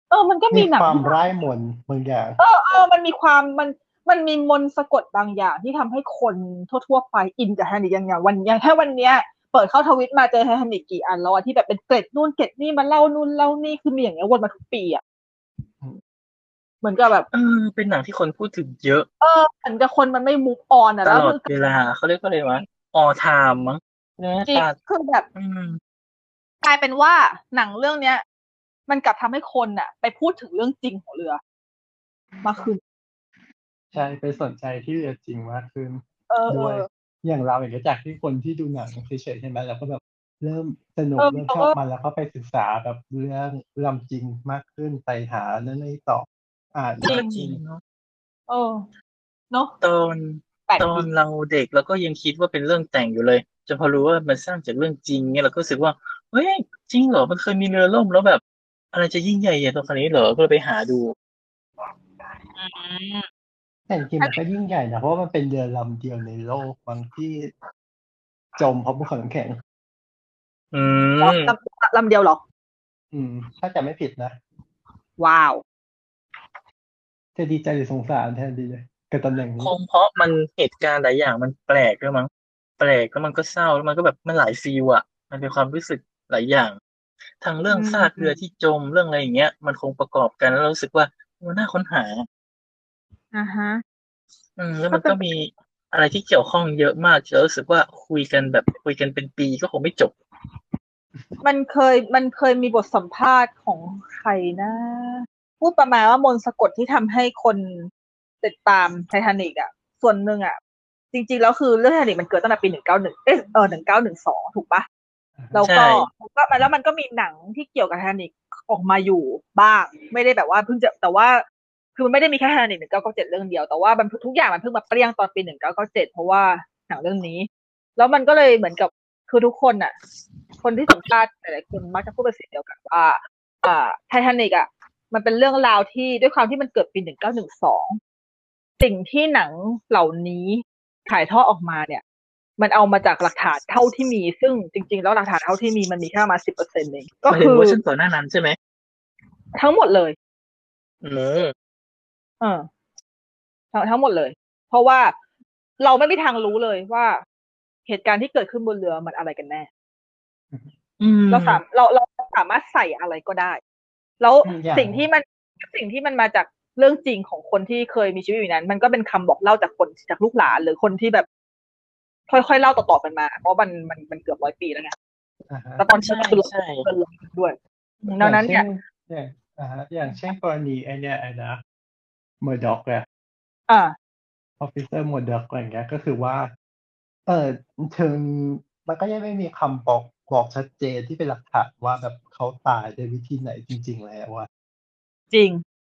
เออมันก็
มี
มีหนัง
ความ
ที่
ร้ายมนต์บางอย่าง
เออเออ มันมีความมันมันมีมนต์สะกดบางอย่างที่ทำให้คนทั่วๆไปอินกับแฮนดิกยังไงวันยังแค่วันเนี้ย เปิดเข้าทวิตมาเจอแฮนดิกกี่อันแล้วอะที่แบบเป็นเกร็ดนู่นเกร็ดนี่มาเล่านู่นเล่านี่คือมีอย่างเงี้ยวนมาทุกปีอะ
อืม
เหมือนกับแบบ
เออ เป็นหนังที่คนพูดถึงเยอะ
เออเหมือนกับคนมันไม่มูฟออนอะ
ต
แล้ว
ลอด
คือ
เวลาเขาเรียกว่าอะไรวะออไทม์มั้งเนื้อ
จริง
ตัด
คือแบบ
อืม
กลายเป็นว่าหนังเรื่องเนี้ย มันกลับทำให้คนอะไปพูดถึงเรื่องจริงของเรือมากขึ้น
ใช่ไปสนใจที่เรือจริงมากขึ้น
เออเอ
ด้วย
อ
อย่างเราอย่างเงี้ยจากที่คนที่ดูหนังเฉยๆใช่ไหมเราก็แบบเริ่มสนุก
เออ
เริ่ม
เรา
ช
ก็
อบมันแล้วก็ไปศึกษาแบบเรื่องลำจริงมากขึ้นไปหาเรื่องนี้ต่ออ่าน
จริง
จริง
เออเนาะ
ตอน
แปด
ตอน
ปี
เราเด็กเราก็ยังคิดว่าเป็นเรื่องแต่งอยู่เลยจนพอรู้ว่ามันสร้างจากเรื่องจริงเนี่ยเราก็รู้สึกว่าเฮ้ยจริงเหรอมันเคยมีเรือล่มแล้วแบบ อะไรจะยิ่งใหญ่ใหญ่ตรงขนาดนี้เหรอก็เลยไปหาดู
แต่จริงมันก็ยิ่งใหญ่นะเพราะว่ามันเป็นเรือลำเดียวในโลกบางที่จมเพราะภูเขาน้ำแข็ง
อื
ล
ม
ำลำเดียวเหรอ
อืม ถ้าจะไม่ผิดนะ
ว้าว
จะดีใจหรือสงสารแทนดีเลยกับตำแหน่งนี้
คงเพราะมันเหตุการณ์หลายอย่างมันแปลกด้วยมั้งแปลกแล้วมันก็เศร้าแล้วมันก็แบบมันหลายฟีลอะมันเป็นความรู้สึกหลายอย่างทั้งเรื่อง
อืม
ซากเรือที่จมเรื่องอะไรอย่างเงี้ย มันคงประกอบกันแล้วเรารู้สึกว่ามันน่าค้นหา
อ่าฮะ
อืมแล้วมันก็มีอะไรที่เกี่ยวข้องเยอะมากจนเรารู้สึกว่าคุยกันแบบคุยกันเป็นปีก็คงไม่จบ
มันเคยมันเคยมีบทสัมภาษณ์ของใครนะ พูดประมาณว่ามนต์สะกดที่ทำให้คนติดตามไททานิกอ่ะ ส่วนหนึ่งอ่ะ จริงๆแล้วคือเรื่องไททานิกมันเกิดตั้งแต่ปีหนึ่งเก้าหนึ่งเออเออหนึ่งเก้าหนึ่งสองถูกปะแล้วก็
ใช่
แล้วก็แล้วมันก็มีหนังที่เกี่ยวกับไททานิกออกมาอยู่บ้าง ไม่ได้แบบว่าเพิ่งจะแต่ว่า คือมันไม่ได้มีแค่ไททานิกหนึ่งเก้าเก้าเจ็ดเรื่องเดียวแต่ว่ามันทุกอย่างมันเพิ่งมาเปรี้ยงตอนปีหนึ่งเก้าเก้าเจ็ดเพราะว่าหนังเรื่องนี้ แล้วมันก็เลยเหมือนกับคือทุกคนอ่ะ คนที่สัมภาษณ์หลายๆคนมักจะพูดเป็นเสียงเดียวกันว่าอ่าไททานิกอ่ะ มันเป็นเรื่องราวที่ด้วยความที่มันเกิดปี 1912 สิ่งที่หนังเหล่านี้ถ่ายทอดออกมาเนี่ย มันเอามาจากหลักฐานเท่าที่มี ซึ่งจริง ๆ แล้วหลักฐานเท่าที่มีมันมีแค่ประมาสิบเปอร์เซ็นต์เองก็
หมายถึ
คื
ง
อ
เวอร์ชันก่อนหน้านั้นใช่ไหม
ทั้งหมดเลย
เออ
เออทั้งทั้งหมดเลย เพราะว่าเราไม่มีทางรู้เลยว่าเหตุการณ์ที่เกิดขึ้นบนเรือมันอะไรกันแน่
อืม
เราสามเราเราสามารถใส่อะไรก็ได้ แล้ว
อย่าง
สิ่งที่มันสิ่งที่มันมาจากเรื่องจริงของคนที่เคยมีชีวิตอยู่นั้น มันก็เป็นคำบอกเล่าจากคนจากลูกหลาน หรือคนที่แบบค่อยๆเล่าต่อๆกันมา เพราะมันมันมันเกือบร้อยปีแล้วไง
อ่าฮะ
แล้วตอนนี้
ใช่
มันคือ
ใช่
เกินร้อยด้วยดังนั้นเนี่
อ
ย
ย่างเช่นอย่างอ่าฮะอย่างเช่นกรณีไอเนี่ยไอ้นะมอร์ด็อกอะ
อ่า
ออฟฟิเซอร์มอร์ด็อกอะไรอย่างเงี้ยก็คือว่า เออถึงมันก็ยังไม่มีคำบอกบอกชัดเจนที่เป็นหลักฐานว่าแบบเขาตายด้วยวิธีไหนจริง ๆ แล้วอะ
จริง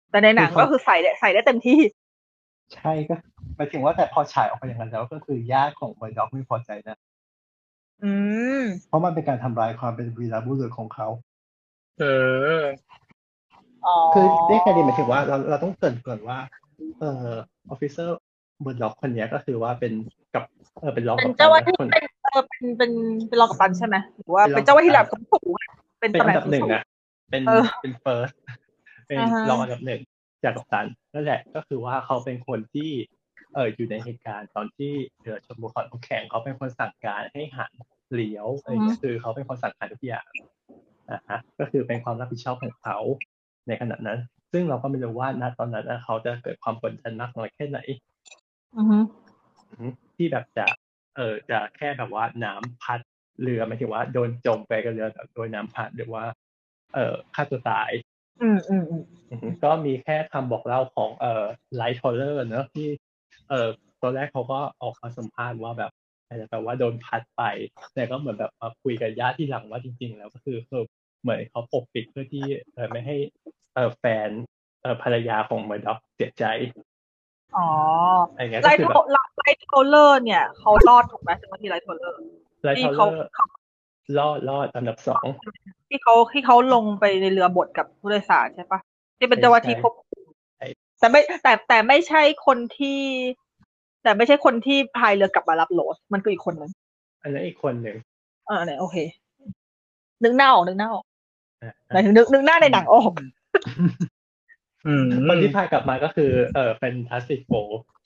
แต่ในหนังก็คือใส่ได้ใส่ได้เต็มที่
ใช่ก็หมายถึงว่าแต่พอฉายออกไปอย่างนั้นแล้วก็คือญาติของมอร์ด็อกไม่พอใจนะ
อืม
เพราะมันเป็นการทำลายความเป็นวีรบุรุษของเขา
เออ
อ๋อ
คือได้แค่ดีหมายถึงว่าเราเราต้องเกรินก่อนว่า เอ่อออฟฟิเซอร์มอร์ด็อกคนเนี้ยก็คือว่าเป็นกับเออเป็นรอง
เป็น
กับ
เจ้าหน้าที่
คน
เป็นเออเป็นเป็นเป็นรองกัปตันใช่ไหมหรือว่าเป็นเจ้าหน้าที่ระดับสูงอะเป็น
เป็น
ตำแหน่
อัน
ง
ดับหนึ่ง
สูง
นะ เป็น
เออ
เป็นเฟิร์ส เป็น
อ่าฮะ
รองอันดับหนึ่งจากกัปตันนั่นแหละ ก็คือว่าเขาเป็นคนที่ เอออยู่ในเหตุการณ์ตอนที่เรือชนบุคคลแข่งเขาเป็นคนสั่งการให้หันเลี้ยวอะไรเงี้ยคือเขาเป็นคนสั่งการทุกอย่างอ่าฮะ ก็คือเป็นความรับผิดชอบของเขาในขณะนั้น ซึ่งเราก็ไม่รู้ว่าณตอนนั้นน่ะเขาจะเกิดความกดดันมากน้อยแค่ไหน
อือฮึ
ที่แบบจะ เออจะแค่แบบว่าน้ำพัดเรือหมายถึงว่าโดนจมไปกับเรือแบบโดยน้ำพัดหรือว่า เอ่อฆ่าตัวตาย
อืมอืมอืม
อือฮึก็มีแค่คำบอกเล่าของเอ่อไลท์ทอลเลอร์เนอะที่เอ่อตอนแรกเขาก็ออกมาสัมภาษณ์ว่าแบบอาจจะแปลว่าโดนพัดไป แต่ก็เหมือนแบบมาคุยกับญาติที่หลังว่าจริง ๆ แล้วก็คือคือเหมือนเขาปกปิดเพื่อที่เอ่อไม่ให้เอ่อแฟนเอ่อภรรยาของเมอร์ด็อกเสียใจ
อ๋อ
อะไรเงี้ย
ไล
ก็
ท์
คือ
โท
แบ
ร
บ
ไลท์โทรเลอร์เนี่ย เขารอดถูกไหมจากที่ไลท์โทรเลอร์
ไลท์
ที่
ทอลเล
เขา
อร์รอดรอดอันดับสอง
ที่เขาที่เขาลงไปในเรือบดกับผู้โดยสารใช่ปะที่เป็นเจ้าหน้าที่ควบคุม
ใช่ใช่
แต่ไม่แต่แต่ไม่ใช่คนที่ แต่ไม่ใช่คนที่พายเรือกลับมารับโหลดมันคืออีกคนนึง
อันนั้นอีกคนหนึ่ง
เออเนี่ยโอเค นึกหน้าออกนึกหน้าออก
อ่ะ
หมายถึงนึกนึกหน้าในหนังออก
อืม
คนที่พากลับมาก็คือเอ่อเป็นทัสติโก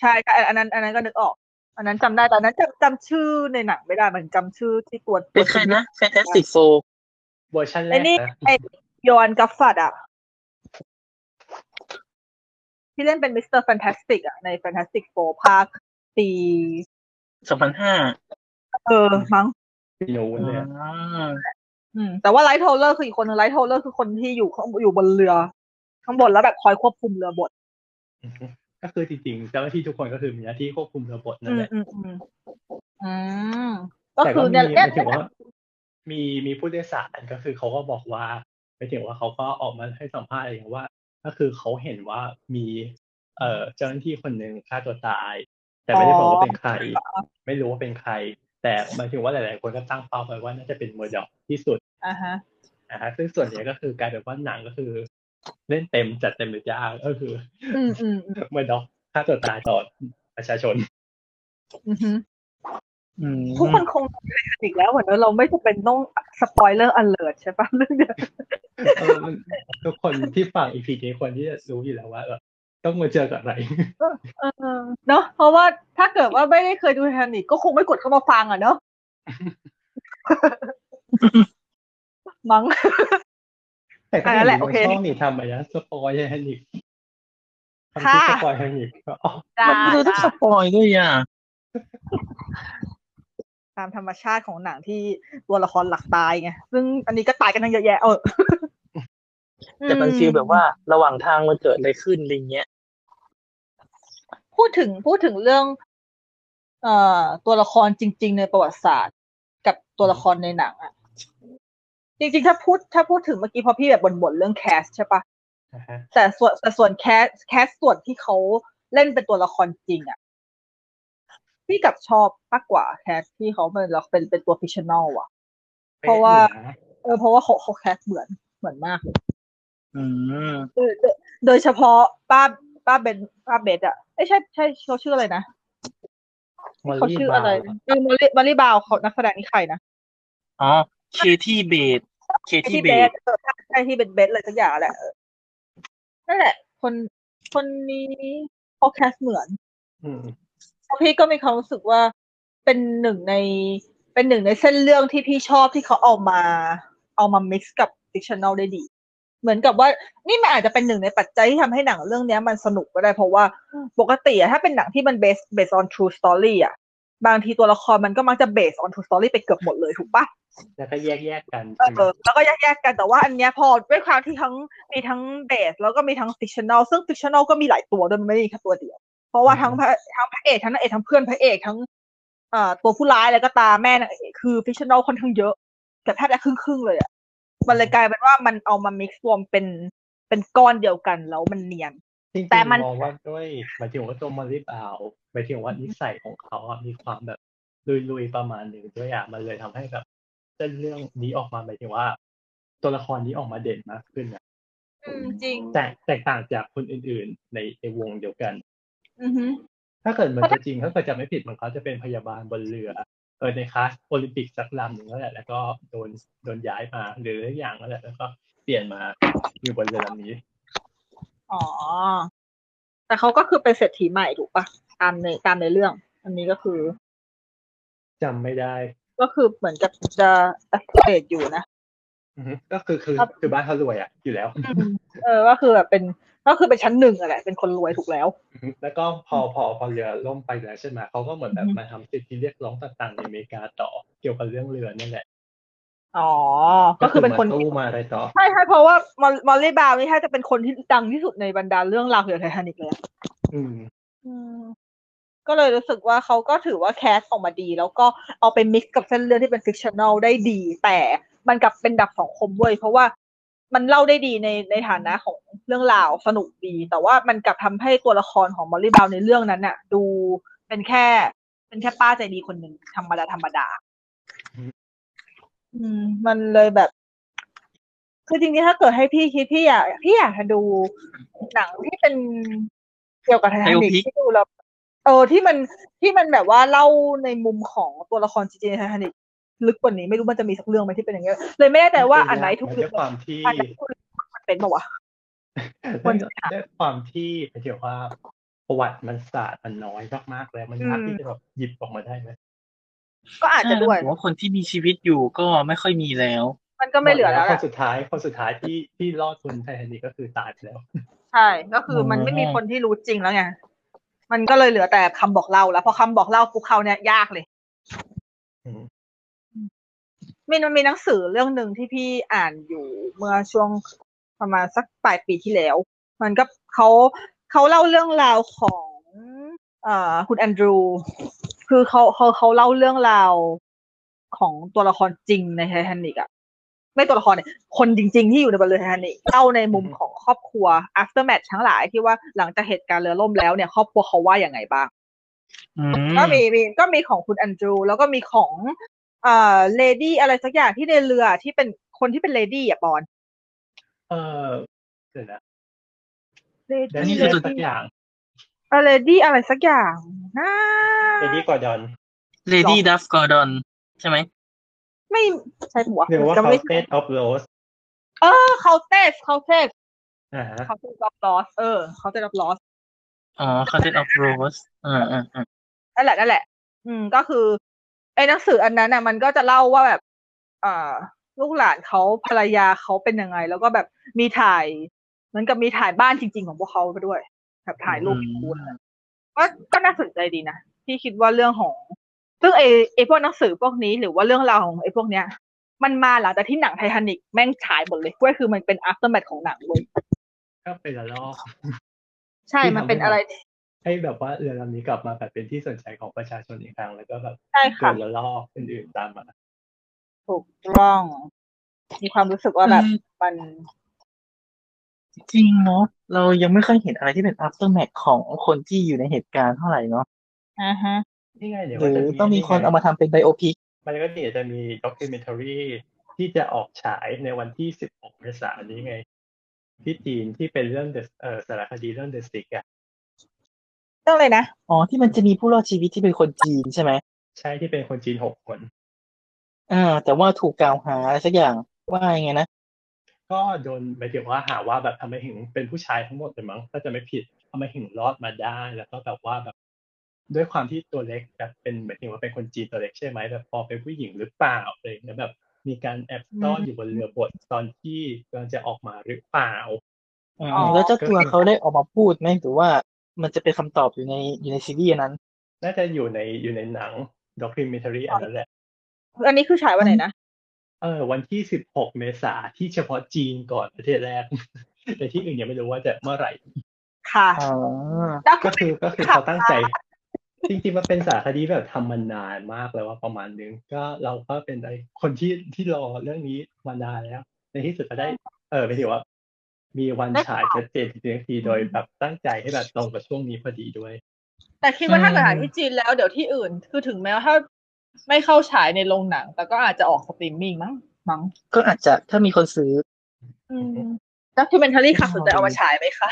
ใช่ค่ะอันอันนั้นอันนั้นก็นึกออก อันนั้นจำได้แต่อันนั้นจำจำชื่อในหนังไม่ได้มันจำชื่อที่ตัวตั
เป็
วน
ใครนะแฟนตาสติกโฟ
เวอร์ชันแร
ไอ้
ก
นี่
นะ
ไอ้ยอนกัฟฟัดอะที่เล่นเป็นมิสเตอร์แฟนตาสติกอะในแฟนตาสติกโฟภาคตี
สองพันห้า
เออ มั้ง
ปีนู้นเนี่ย
อืม แต่ว่าไลท์โทเลอร์คืออีกคนนึงไลท์โทเลอร์คือคนที่อยู่ข้างอยู่บนเรือ ข้างบนแล้วแบบคอยควบคุมเรือบด
อือฮึก็คือจริงๆเจ้าหน้าที่ทุกคนก็คือมีหน้าที่ควบคุมระบบนั่
อื
น
ม
แหละ
อืมอืมอืมก็
แต่
คื
ก็
อ
มีห
เนี่ยเนี่
มา
ย
ยถึงว่า มีมีผู้โดยสารก็คือเขาก็บอกว่าหมายถึงว่าเขาก็ออกมาให้สัมภาษณ์เองว่า ก็คือเขาเห็นว่ามีเอ่อเจ้าหน้าที่คนหนึ่งฆ่าตัวตาย แต่ไม่ได้บอกว่าเป็นใคร ไม่รู้ว่าเป็นใคร แต่หมายถึงว่าหลายๆ คนก็ตั้งเป้าไปว่าน่าจะเป็นเมอร์ดอกที่สุด
อ่าฮะ
นะฮะซึ่งส่วนใหญ่ก็คือกลายเป็นว่าหนังก็คือ เล่นเต็มจัดเต็มเลยจ้าก็คือ
อืมอืมอืม
เมอร์ดอกฆ่าตัวตายต่อประชาชน
อือฮึ
อืม
ทุกคนคงทำกันอีกแล้วเหมือนว่าเราไม่จำเป็นต้องสปอยเลอร์อันเลิร์ใช่ปะเรื่องเนี้ย
เออมันทุกคนที่ฟังอีพีนี้คนที่จะรู้อยู่แล้วว่าเออต้องมาเจอกับอะไร
เออเนาะเพราะว่าถ้าเกิดว่าไม่ได้เคยดูแทนิกก็คงไม่กดเข้ามาฟังอ่ะเนาะ มั้ง
แต่ก็
อ่ะแหละ
เห็นมัน
โอเค
ชอบมีทำอะไรนะสปอยแฮนดิกทำ
ค่ะ
ที่สปอยแฮนดิกก็อ๋อ
ได้
มันดูต้องสปอยด้วยอ่ะ
ตามธรรมชาติของหนังที่ตัวละครหลักตายไงซึ่งอันนี้ก็ตายกันทั้งเยอะแยะเออ
แต่มันฟีลแบบว่าระหว่างทางมันเกิดอะไรขึ้นอะไรเงี้ย
พูดถึงพูดถึงเรื่อง เอ่อตัวละครจริง ๆ ในประวัติศาสตร์ กับตัวละครในหนังอะจริง ๆ ถ้าพูดถ้าพูดถึงเมื่อกี้พอพี่แบบบ่นๆเรื่องแคสใช่ปะ
นะฮะ
แต่ส่วนแต่ส่วนแคสแคสส่วนที่เขาเล่นเป็นตัวละครจริงอะพี่กลับชอบมากกว่าแคสที่เขาเป็นละเป็นเป็นตัวฟิชชั่นอลอะ เพราะว่า เออเพราะว่าเขาเขาแคสเหมือนเหมือนมากเลย
อืม
เออโดยโดยเฉพาะป้าป้าเบนป้าเบสอะเอ้ยใช่ใช่เขาชื่ออะไรนะ
มอล
เขาชื่อบ
ลี่า
อะไร
ว
เออมอลลี่มอลลี่บาวเขานักแสดงนี่ใครนะ
อ๋อเคที่เบดเคที่
ที่
เบ
เบ
ด
สเออใช่ที่เป็นเบสเลยสักอย่างแหละเออนั่นแหละ คนคนนี้เขาแคสเหมือน
อืม
พี่ก็มีความรู้สึกว่าเป็นหนึ่งใน เป็นหนึ่งในเส้นเรื่องที่พี่ชอบที่เขาเอามา เอามา mix กับ fictional ได้ดี เหมือนกับว่า นี่มันอาจจะเป็นหนึ่งในปัจจัยที่ทำให้หนังเรื่องเนี้ยมันสนุกก็ได้เพราะว่าปกติอะถ้าเป็นหนังที่มัน based based on true story อะบางทีตัวละครมันก็มักจะ based on true story ไปเกือบหมดเลยถูกปะ
แล้วก็แยกแยกๆกัน
เอ
ใช่ไหม
อแล้วก็แยกๆกันแต่ว่าอันเนี้ยพอด้วยความที่ทั้งมีทั้งเบสแล้วก็มีทั้งฟิ c ชั่น a ลซึ่งฟิ c ชั่น a ลก็มีหลายตัวด้วยมันไม่ได้มีแค่ตัวเดียว เพราะว่าทั้งพระทั้งพระเอกทั้งนางเอกทั้งเพื่อนพระเอกทั้งเอ่อตัวผู้ร้ายอะไรก็ตามแม่นางเอกคือฟิ c ชั่น a ลค่อนข้างเยอะแต่แทบจะครึ่งๆเลยอ่ะมันเลยกลายเป็นว่ามันเอามา mix รวมเป็นเป็นก้อนเดียวกันแล้วมันเนียน
จริงๆ
แต่มัน
มองว่าด้วยหมายถึงว่าตัวมอลลี่บาวหมายถึงว่านิสัยของเขาอะมีความแบบลุยๆประมาณหนึ่งด้วยอ่ะมันเลยทำให้แบบเส้นเรื่องนี้ออกมาหมายถึงว่า ตัวละครนี้ออกมาเด่นมากขึ้นนะ
จริง
แตกแตกต่างจากคนอื่น ๆ ในในวงเดียวกัน
อือฮึ
ถ้าเกิดมัน
เพราะ
จะ
ถ้า
จริงถ้าเกิดจะไม่ผิดมันเขาจะเป็นพยาบาลบนเรือ เออในคลาสโอลิมปิกสักลำหนึ่งแล้วแหละแล้วก็โดนโดนย้ายมาหรืออย่างแล้วแหละแล้วก็เปลี่ยนมาอยู่บนเรือลำนี้
อ๋อ แต่เขาก็คือเป็นเศรษฐีใหม่ถูกปะตามในตามในเรื่อง อันนี้ก็คือ
จำไม่ได้
ก็คือเหมือนกับจะอัปเกรดอยู่นะ
อือฮึก็คือคือ
ครับ
คือบ้านเขารวยอ่ะอยู่แล้ว
เออ ก็คือแบบเป็น ก็คือเป็นชั้นหนึ่งอะแหละ เป็นคนรวยถูกแล้ว
อือฮึ แล้วก็พอพอพอเรือล่มไปแล้วใช่ไหมเขาก็เหมือนแบบ
อือฮึ
มาทำสิทธิเรียกร้องต่างๆในอเมริกาต่อเกี่ยวกับเรื่องเรือนี่แหละ
อ๋อ ก็คือเป็นคน
มาตู้มาอะไรต่อ
ใช่ใช่เพราะว่ามอลมอลลี่บราวน์นี่แทบจะเป็นคนที่ดังที่สุดในบรรดาเรื่องราวเกี่ยวกับไททานิกเลยอะ
อืม
ก็เลยรู้สึกว่าเขาก็ถือว่าแคสออกมาดี แล้วก็เอาไปมิกซ์กับเส้นเรื่องที่เป็นฟิกชัน a ลได้ดี แต่มันกลับเป็นดับสองคมเว้ยเพราะว่ามันเล่าได้ดีในในฐานะของเรื่องราวสนุกดี แต่ว่ามันกลับทำให้ตัวละครของมอลลี่บราวน์ในเรื่องนั้นน่ะ ดูเป็นแค่ เป็นแค่ป้าใจดีคนหนึ่งธรรมดาธรรมดา
อืม
อืม มันเลยแบบ คือจริงๆ ถ้าเกิดให้พี่คิดพี่อยากพี่อยากจะดูหนังที่เป็นเกี่ยวกับไททานิก
Biopic
ที่ดูแล้วเออที่มันที่มันแบบว่าเล่าในมุมของตัวละครจริงๆในไททานิกลึกกว่านี้ไม่รู้มันจะมีสักเรื่องไหมที่เป็นอย่างเงี้ยเลยไม่แน่ใจว่าอันไหนถูกห
ด้
รื
ว
อย เปล่าว
คามที่
อันไหนถูกหรือเปล่ามันเป็นปะวะ คนจะหา
ด้วยความที่เดี๋ยวว่าประวัติมันศาสตร์มันน้อยมากๆแล้วมันยาก
อืม
ที่จะแบบหยิบออกมาได้ไหม
ก็อาจจะด้วย
ผมว่าคนที่มีชีวิตอยู่ก็ไม่ค่อยมีแล้ว
มันก็ไม่เหลือแล้
ค
วแห
น
ละ
สุดท้ายคนสุดท้ายที่ที่รอดทุนไททานิกก็คือตายไปแล้ว
ใช่ ก็คือมันไม่มีคนที่รู้จริงแล้วไงมันก็เลยเหลือแต่คำบอกเล่าแล้วพอคำบอกเล่าปุ๊บเขาเนี่ยยากเลย
อืม
มินมันมีหนังสือเรื่องหนึ่งที่พี่อ่านอยู่เมื่อช่วงประมาณสักปลายปีที่แล้ว มันก็เขาเขาเล่าเรื่องราวของเอ่อคุณแอนดรู คือเขาเขาเขาเล่าเรื่องราวของตัวละครจริงในไททานิกอะไม่ตัวละครเนี่ยคนจริง ๆ ที่อยู่ในบนเรือไททานิกเล่าในมุมของครอบครัว after match ทั้งหลายที่ว่าหลังจากเหตุการณ์เรือล่มแล้วเนี่ยครอบครัวเขาว่าอย่างไงบ้าง
อืม
ก็มีมีก็มีของคุณแอนดรูแล้วก็มีของเอ่อเลดี้อะไรสักอย่างที่ในเรือที่เป็นคนที่เป็นเลดี้อ่ะบอล
เออเกิดนะ
เล
เดี๋ยว
ดี้
นี้
เล
เล่น
ดี้
สักอย่าง
อะไรดี้อะไรสักอย่างนะ
เอดี้กอร์ดอน
เลดี้ดัฟกอร์ดอนใช่ไหม
ไม่ใช่หัว
หรือว่า
จะ
เขา
ไม่
เตนออฟโรส
เออเขาเทสเขาเทส
อ่าฮะ
เขาเทสรับลอสเออเขาเทสรับลอส
อ๋อ Content of Rose อ่าอ่าอ่า
นั่นแหละนั่นแหละ อืมก็คือไอ้หนังสืออันนั้นน่ะ มันก็จะเล่าว่าแบบ เอ่อ ลูกหลานเขาภรรยาเขาเป็นยังไง แล้วก็แบบมีถ่ายเหมือนกับมีถ่ายบ้านจริง ๆ ของพวกเขาไปด้วยแบบถ่ายรูปคู่อะไร ก็ก็น่าสนใจดีนะที่คิดว่าเรื่องของ ซึ่งไอไอพวกหนังสือพวกนี้หรือว่าเรื่องราวของไอพวกเนี้ย มันมาหลังจากที่หนังไททานิกแม่งฉายหมดเลยก็คือมันเป็น after math ของหนังเลย
ก็เป็นละลอก
ใช่ มันเป็นอะไร
ให้แบบว่าเรือลำนี้กลับมาแบบเป็นที่สนใจของประชาชนอีกครั้งแล้วก็แบบ
ใช่
โด
ค่ะ
นละลอกอื่นๆตามมา
ถูกต้อง มีความรู้สึกว่าแบบมัน
จริงเนาะเรายังไม่ค่อยเห็นอะไรที่เป็น aftermath ของคนที่อยู่ในเหตุการณ์เท่าไหร่เนาะ
อ่าฮะ
นี่ไงเดี๋ยว
หรื
ก็
อ
จะ
ต้องมีคนเอามาทำเป็นไบโอพิก
มันก็เดี๋ยวจะมีด็อกิเมนทารีที่จะออกฉายในวันที่ 16เมษายนนี้ไง ที่จีนที่เป็นเรื่อง The- เอ่อสารคดีเรื่องเดอะสิกอะ
ต้องเลยนะ
อ๋อ ที่มันจะมีผู้รอดชีวิตที่เป็นคนจีนใช่ไหม
ใช่ที่เป็นคนจีนหกคน
อ่า แต่ว่าถูกกล่าวหาอะไรสักอย่างว่ายังไงนะ
ก็โดนหมายถึงว่าหาว่าแบบทำไมถึงเป็นผู้ชายทั้งหมดเลยมั้งถ้าจะไม่ผิดทำไมถึงรอดมาได้แล้วก็แบบว่าแบบ ด้วยความที่ตัวเล็กแบบเป็นหมายถึงว่าเป็นคนจีนตัวเล็กใช่ไหมแบบพอเป็นผู้หญิงหรือเปล่าอะไรอย่างเงี้ยแบบ มีการแอบซ่อนอยู่บนเรือบดตอนที่กำลังจะออกมาหรือเปล่า
อ๋
อ๋อ
แล้วเจ้าตัวเขาได้ออกมาพูดไหมหรือว่ามันจะเป็นคำตอบอยู่ในอยู่ในซีรีส์อันนั้น
น่าจะอยู่ในอยู่ในหนังด็อกิเมนทารีอันนั้นแหละ
อันนี้คือฉายวันไหนนะ
เออ วันที่ 16 เมษาที่เฉพาะจีนก่อนประเทศแรก แต่ที่อื่นยังไม่รู้ว่าจะเมื่อไหร่
ค่ะ
อ๋อ
แล้ว
ก็
ก็
คือก็คือเขาตั้งใจ จริงๆมันเป็นสารคดีแบบทำมานานมากแล้วว่าประมาณนึง ก็เราก็เป็นไอคนที่ที่รอเรื่องนี้มานานแล้ว ในที่สุดก็ได้ เออไม่ถือว่า มีวันฉายชัดเจนจริงๆทีโดยแบบตั้งใจให้แบบตรงกับช่วงนี้พอดีด้วย
แต่คิดว่าถ้า
อืม
เกิดฉายที่จีนแล้วเดี๋ยวที่อื่น คือถึงแม้ว่าถ้าไม่เข้าฉายในโรงหนัง แต่ก็อาจจะออกสตรีมมิ่งมั้งมั้ง
ก็อาจจะถ้ามีคนซื้อ
ด็อกคิวเมนทารี่ค่ะสนใจ
อ๋อ
เอามาฉายไหม คะ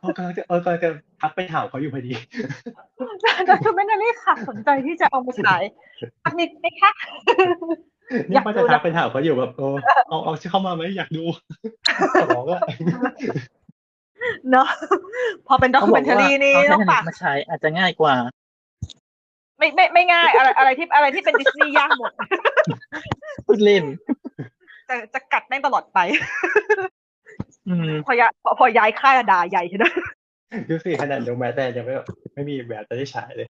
เออกำลังจะเออกำลังจะทักไปถามเขาอยู่พอดี
ด็อกคิวเมนทารี่ค่ะสนใจที่จะเอามาฉายอันนี้ไหมคะ
นี่ก็จะทักไปถามเขาอยู่แบบเออเอาเอาชื่อเข้ามาไหมอยากดูแต่บอกว่า
เนาะพอเป็นด็อก
เขา
คิว
บอก
เมนทา
ว่า
รี่นี่
เอาเทค
ต้อง
นิ
ฝา
ค
ก
มาใช้อาจจะง่ายกว่า
ไม่ไม่ไม่ง่าย อะไรอะไรที่อะไรที่เป็นดิสนีย์ยากหมด
พูดเล่น
จะจะกัดแม่งตลอดไป
อืม
พอย้ายพอพอย้ายค่ายอะด่าใหญ่ใช่ไหม
ดูสิขนาดดูแม้แต่ยังไม่แบบไม่มีแบบจะได้ฉายเลย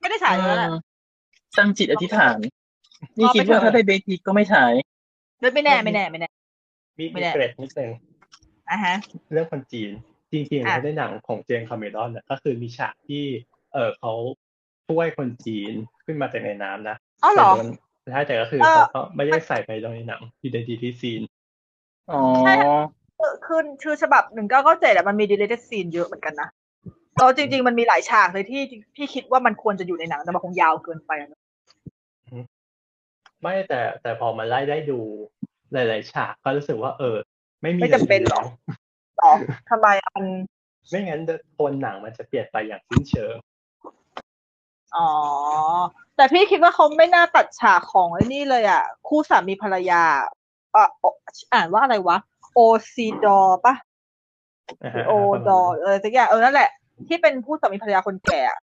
ไม่ได้ฉายแล้วแหละ
ตั้งจิตอธิษฐาน นี่คิดว่าถ้าได้เบทีก็ไม่ฉาย
ไม่แน่ไม่แน่ไม่แน่
มีมี
ไม่ได้
เกร็ดนิดนึง
อ่ะฮะ
เรื่องคนจีน จริงๆ
อ่ะ
แล้วในหนังของเจมส์คาเมรอนเนี่ยก็คือมีฉากที่เออเขาช่วยคนจีนขึ้นมาจากในน้ำนะ
อ้าวเหรอ
แต่ว่าใช่แต่ก็คือ
เอ่อ
เขาก็ไม่ได้ใส่ไปลงในหนังอยู่ในดีที่ซีน
อ๋อ
เออขึ้นชื่อฉบับหนึ่งเก้าเก้าเจ็ดอะมันมีดีเล t ซีนเยอะเหมือนกันนะเราจริง ๆ มันมีหลายฉากเลยที่ที่คิดว่ามันควรจะอยู่ในหนังแต่มันคงยาวเกินไปอะเนอะ
ไม่แต่แต่พอมาไล่ได้ดูหลาย ๆ ฉากก็รู้สึกว่า เออ ไม่มี
ไม่จำเป็นหรอกหรอทำไมอะมัน
ไม่งั้นโทนหนังมันจะเปลี่ยนไปอย่างสิ้นเชิง
อ๋อ แต่พี่คิดว่าเขาไม่น่าตัดฉากของไอ้นี่เลยอะคู่สามีภรรยาเอ่อโออ่านว่าอะไรวะโอซีดอปะ
นะฮะ
โอ
ประมาณ
ด
นั้
อน เออสักอย่างเออนั่นแหละ ที่เป็นผู้สามีภรรยาคนแก่อะ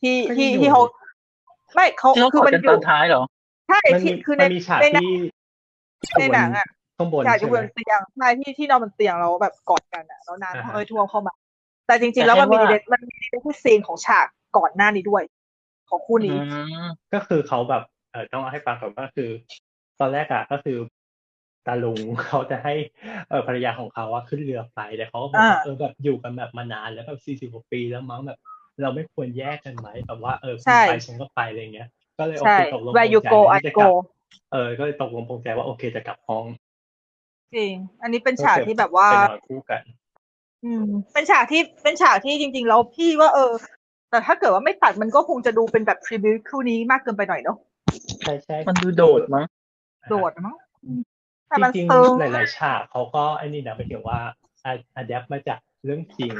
ที่
ก็ยัง
ที่
อยู่
ที่เขาไม่เขา
ที่เขา
คื
ก
อ
อด
มัน
กัน
อ
ต
ยู่
อนท้ายเหรอ
ใช่
มัน
ที่
มี
คือใน
มันมีฉาก
ในหนัง
ที่
ในหนังอ่ะ
ข้างบน
ฉากอ
ใช่
ยู่
ไห
บ
ม
นเตียงใช่ที่ที่นอนบนเตียงเราแบบกอดกันอ่ะแล้ว
อ่า
น้ำ
ฮะ
เอยท่วมเข้ามา แต่จริง ๆ แล้ว
แต่
มันมี
แค่ว่า
เดทมันมีเดทที่ซีนของฉากก่อนหน้านี้ด้วย ของคู่
อื
นี้
ม
ก็คือเขาแบบเออต้องเอาให้ฟังก่อนก็คือ ตอนแรกอะก็คือตาลุง เขาจะให้เออภรรยาของเขาอะขึ้นเรือไปแต่เขาก็บอกว่า
อ่า
เออแบบอยู่กันแบบมานานแล้วแบบสี่สิบกว่าปีแล้วมั้งแบบ เราไม่ควรแยกกันไหมแบบว่าเออคุ
ใช่
ณไปฉันก็ไปอะไรเงี้ย ก็เลยโอ
ใช่
เคตกลงปร
where
ง
you
ใจ
go
ว่า
I
จะกลับ
go
เออก็เลยตกลงปรงใจว่าโอเคจะกลับห้อง
จริง อันนี้เป็นฉากที่แบบว่า
ไปนอนคู่กัน
อืมเป็นฉากที่เป็นฉากที่จริง ๆ แล้วพี่ว่าเออ แต่ถ้าเกิดว่าไม่ตัดมันก็คงจะดูเป็นแบบทริบิวคู่นี้มากเกินไปหน่อยเนาะ
ใช่ใช่
มันดูโดดมั้ง
โดดมั้งแต่มัน
จริง
ซึ้ง
ๆหลาย ๆ ฉากเขาก็ไอ้นี่นะไปถึงว่าอะแดปมาจากเรื่องจริง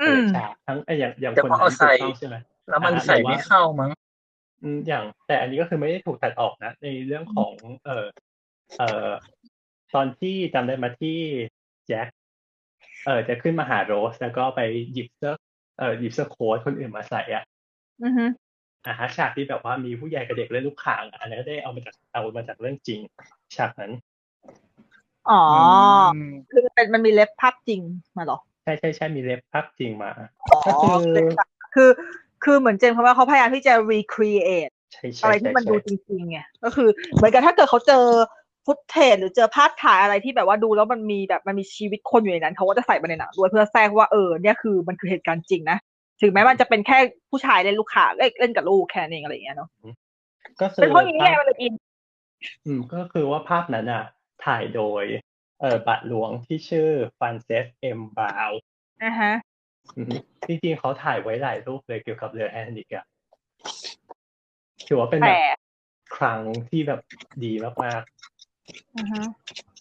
อืม
ฉากทั้งไอ้อย่างอย่าง
แต่
คน
ว่า
นั้น
เอาใส่
ถูกต้องใช่ไหม
แล้วมันใส่ไม่เข้ามั้ง
อืมอย่างแต่อันนี้ก็คือไม่ได้ถูกตัดออกนะ ในเรื่องของ เอ่อเอ่อตอนที่จำได้ไหมาที่แจ็คเอ่อจะขึ้นมาหาโรส แล้วก็ไปหยิบเสื้อเอ่อหยิบเสื้อโค้ทคนอื่นมาใส่อ่ะ
อือฮึ
อ่าฮะฉากที่แบบว่ามีผู้ใหญ่กับเด็กเล่นลูกข่างอะอันนั้นก็ได้เอามาจากเอามาจากเรื่องจริง ฉากนั้น
อ๋อ
อ๋
อคือมันเป็นมันมีเล็บภาพจริงมาเหรอ
ใช่ใช่ใช่มีเล็บภาพจริงมา
อ๋อ
ก็คือ
เล็บภาพคือ คือเหมือนเจนเพราะว่าเขาพยายามที่จะ recreate
ใช่ใช่
อะไร
ใช่
ที่มัน
ใช่
ดูจริงๆไงก็คือ เหมือนกับถ้าเกิดเขาเจอฟุตเทจหรือเจอภาพถ่ายอะไรที่แบบว่าดูแล้วมันมีแบบมันมีชีวิตคนอยู่ในนั้นเขาก็จะใส่มาในหนังด้วยเพื่อแทรกว่าเออเนี่ยคือมันคือเหตุการณ์จริงนะถึงแม้มันจะเป็นแค่ผู้ชายเล่นลูกค้าเล่นเล่นกับลูกแค่นั้นเองอะไรอย่างเงี้ยเนาะ
ก็คือ
เป็นเพราะอย่างนี้ไง
ภาพ
มันเลยอิน
อืมก็คือว่าภาพนั้นอ่ะ ถ่ายโดย เอ่อบัตรหลวงที่ชื่อฟรานเซสเอ็มบาว
นะฮะ
อืมจริงๆเขาถ่ายไว้หลายรูปเลยเกี่ยวกับเรือแอตแลนติกอะถือว่าเป็นแบ
แต่
บครั้งที่แบบดีมาก
อือฮะ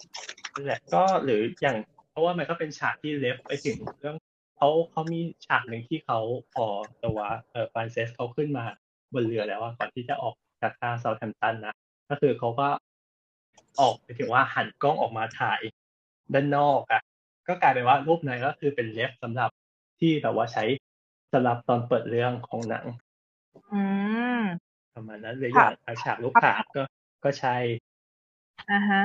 ๆนั่นแหละก็หรืออย่างเพราะว่ามันก็เป็นฉากที่เลฟไปถึงเรื่องเขาเขามีฉากหนึ่งที่เขาพอตัวเอ่อฟรานเซสเขาขึ้นมาบนเรือแล้วอะก่อนที่จะออกจากท่าเซาแธมป์ตันนะก็คือเขาก็ออกไปถึงว่าหันกล้องออกมาถ่ายด้านนอกอะก็กลายเป็นว่ารูปนั้นก็คือเป็นเลฟสำหรับที่แบบว่าใช้สำหรับตอนเปิดเรื่องของหนัง
อืม
ประมาณนั้นหรืออ
ค่ะ
ย่างอาฉากลูกค้าก็ก็ใช่
อ่าฮะ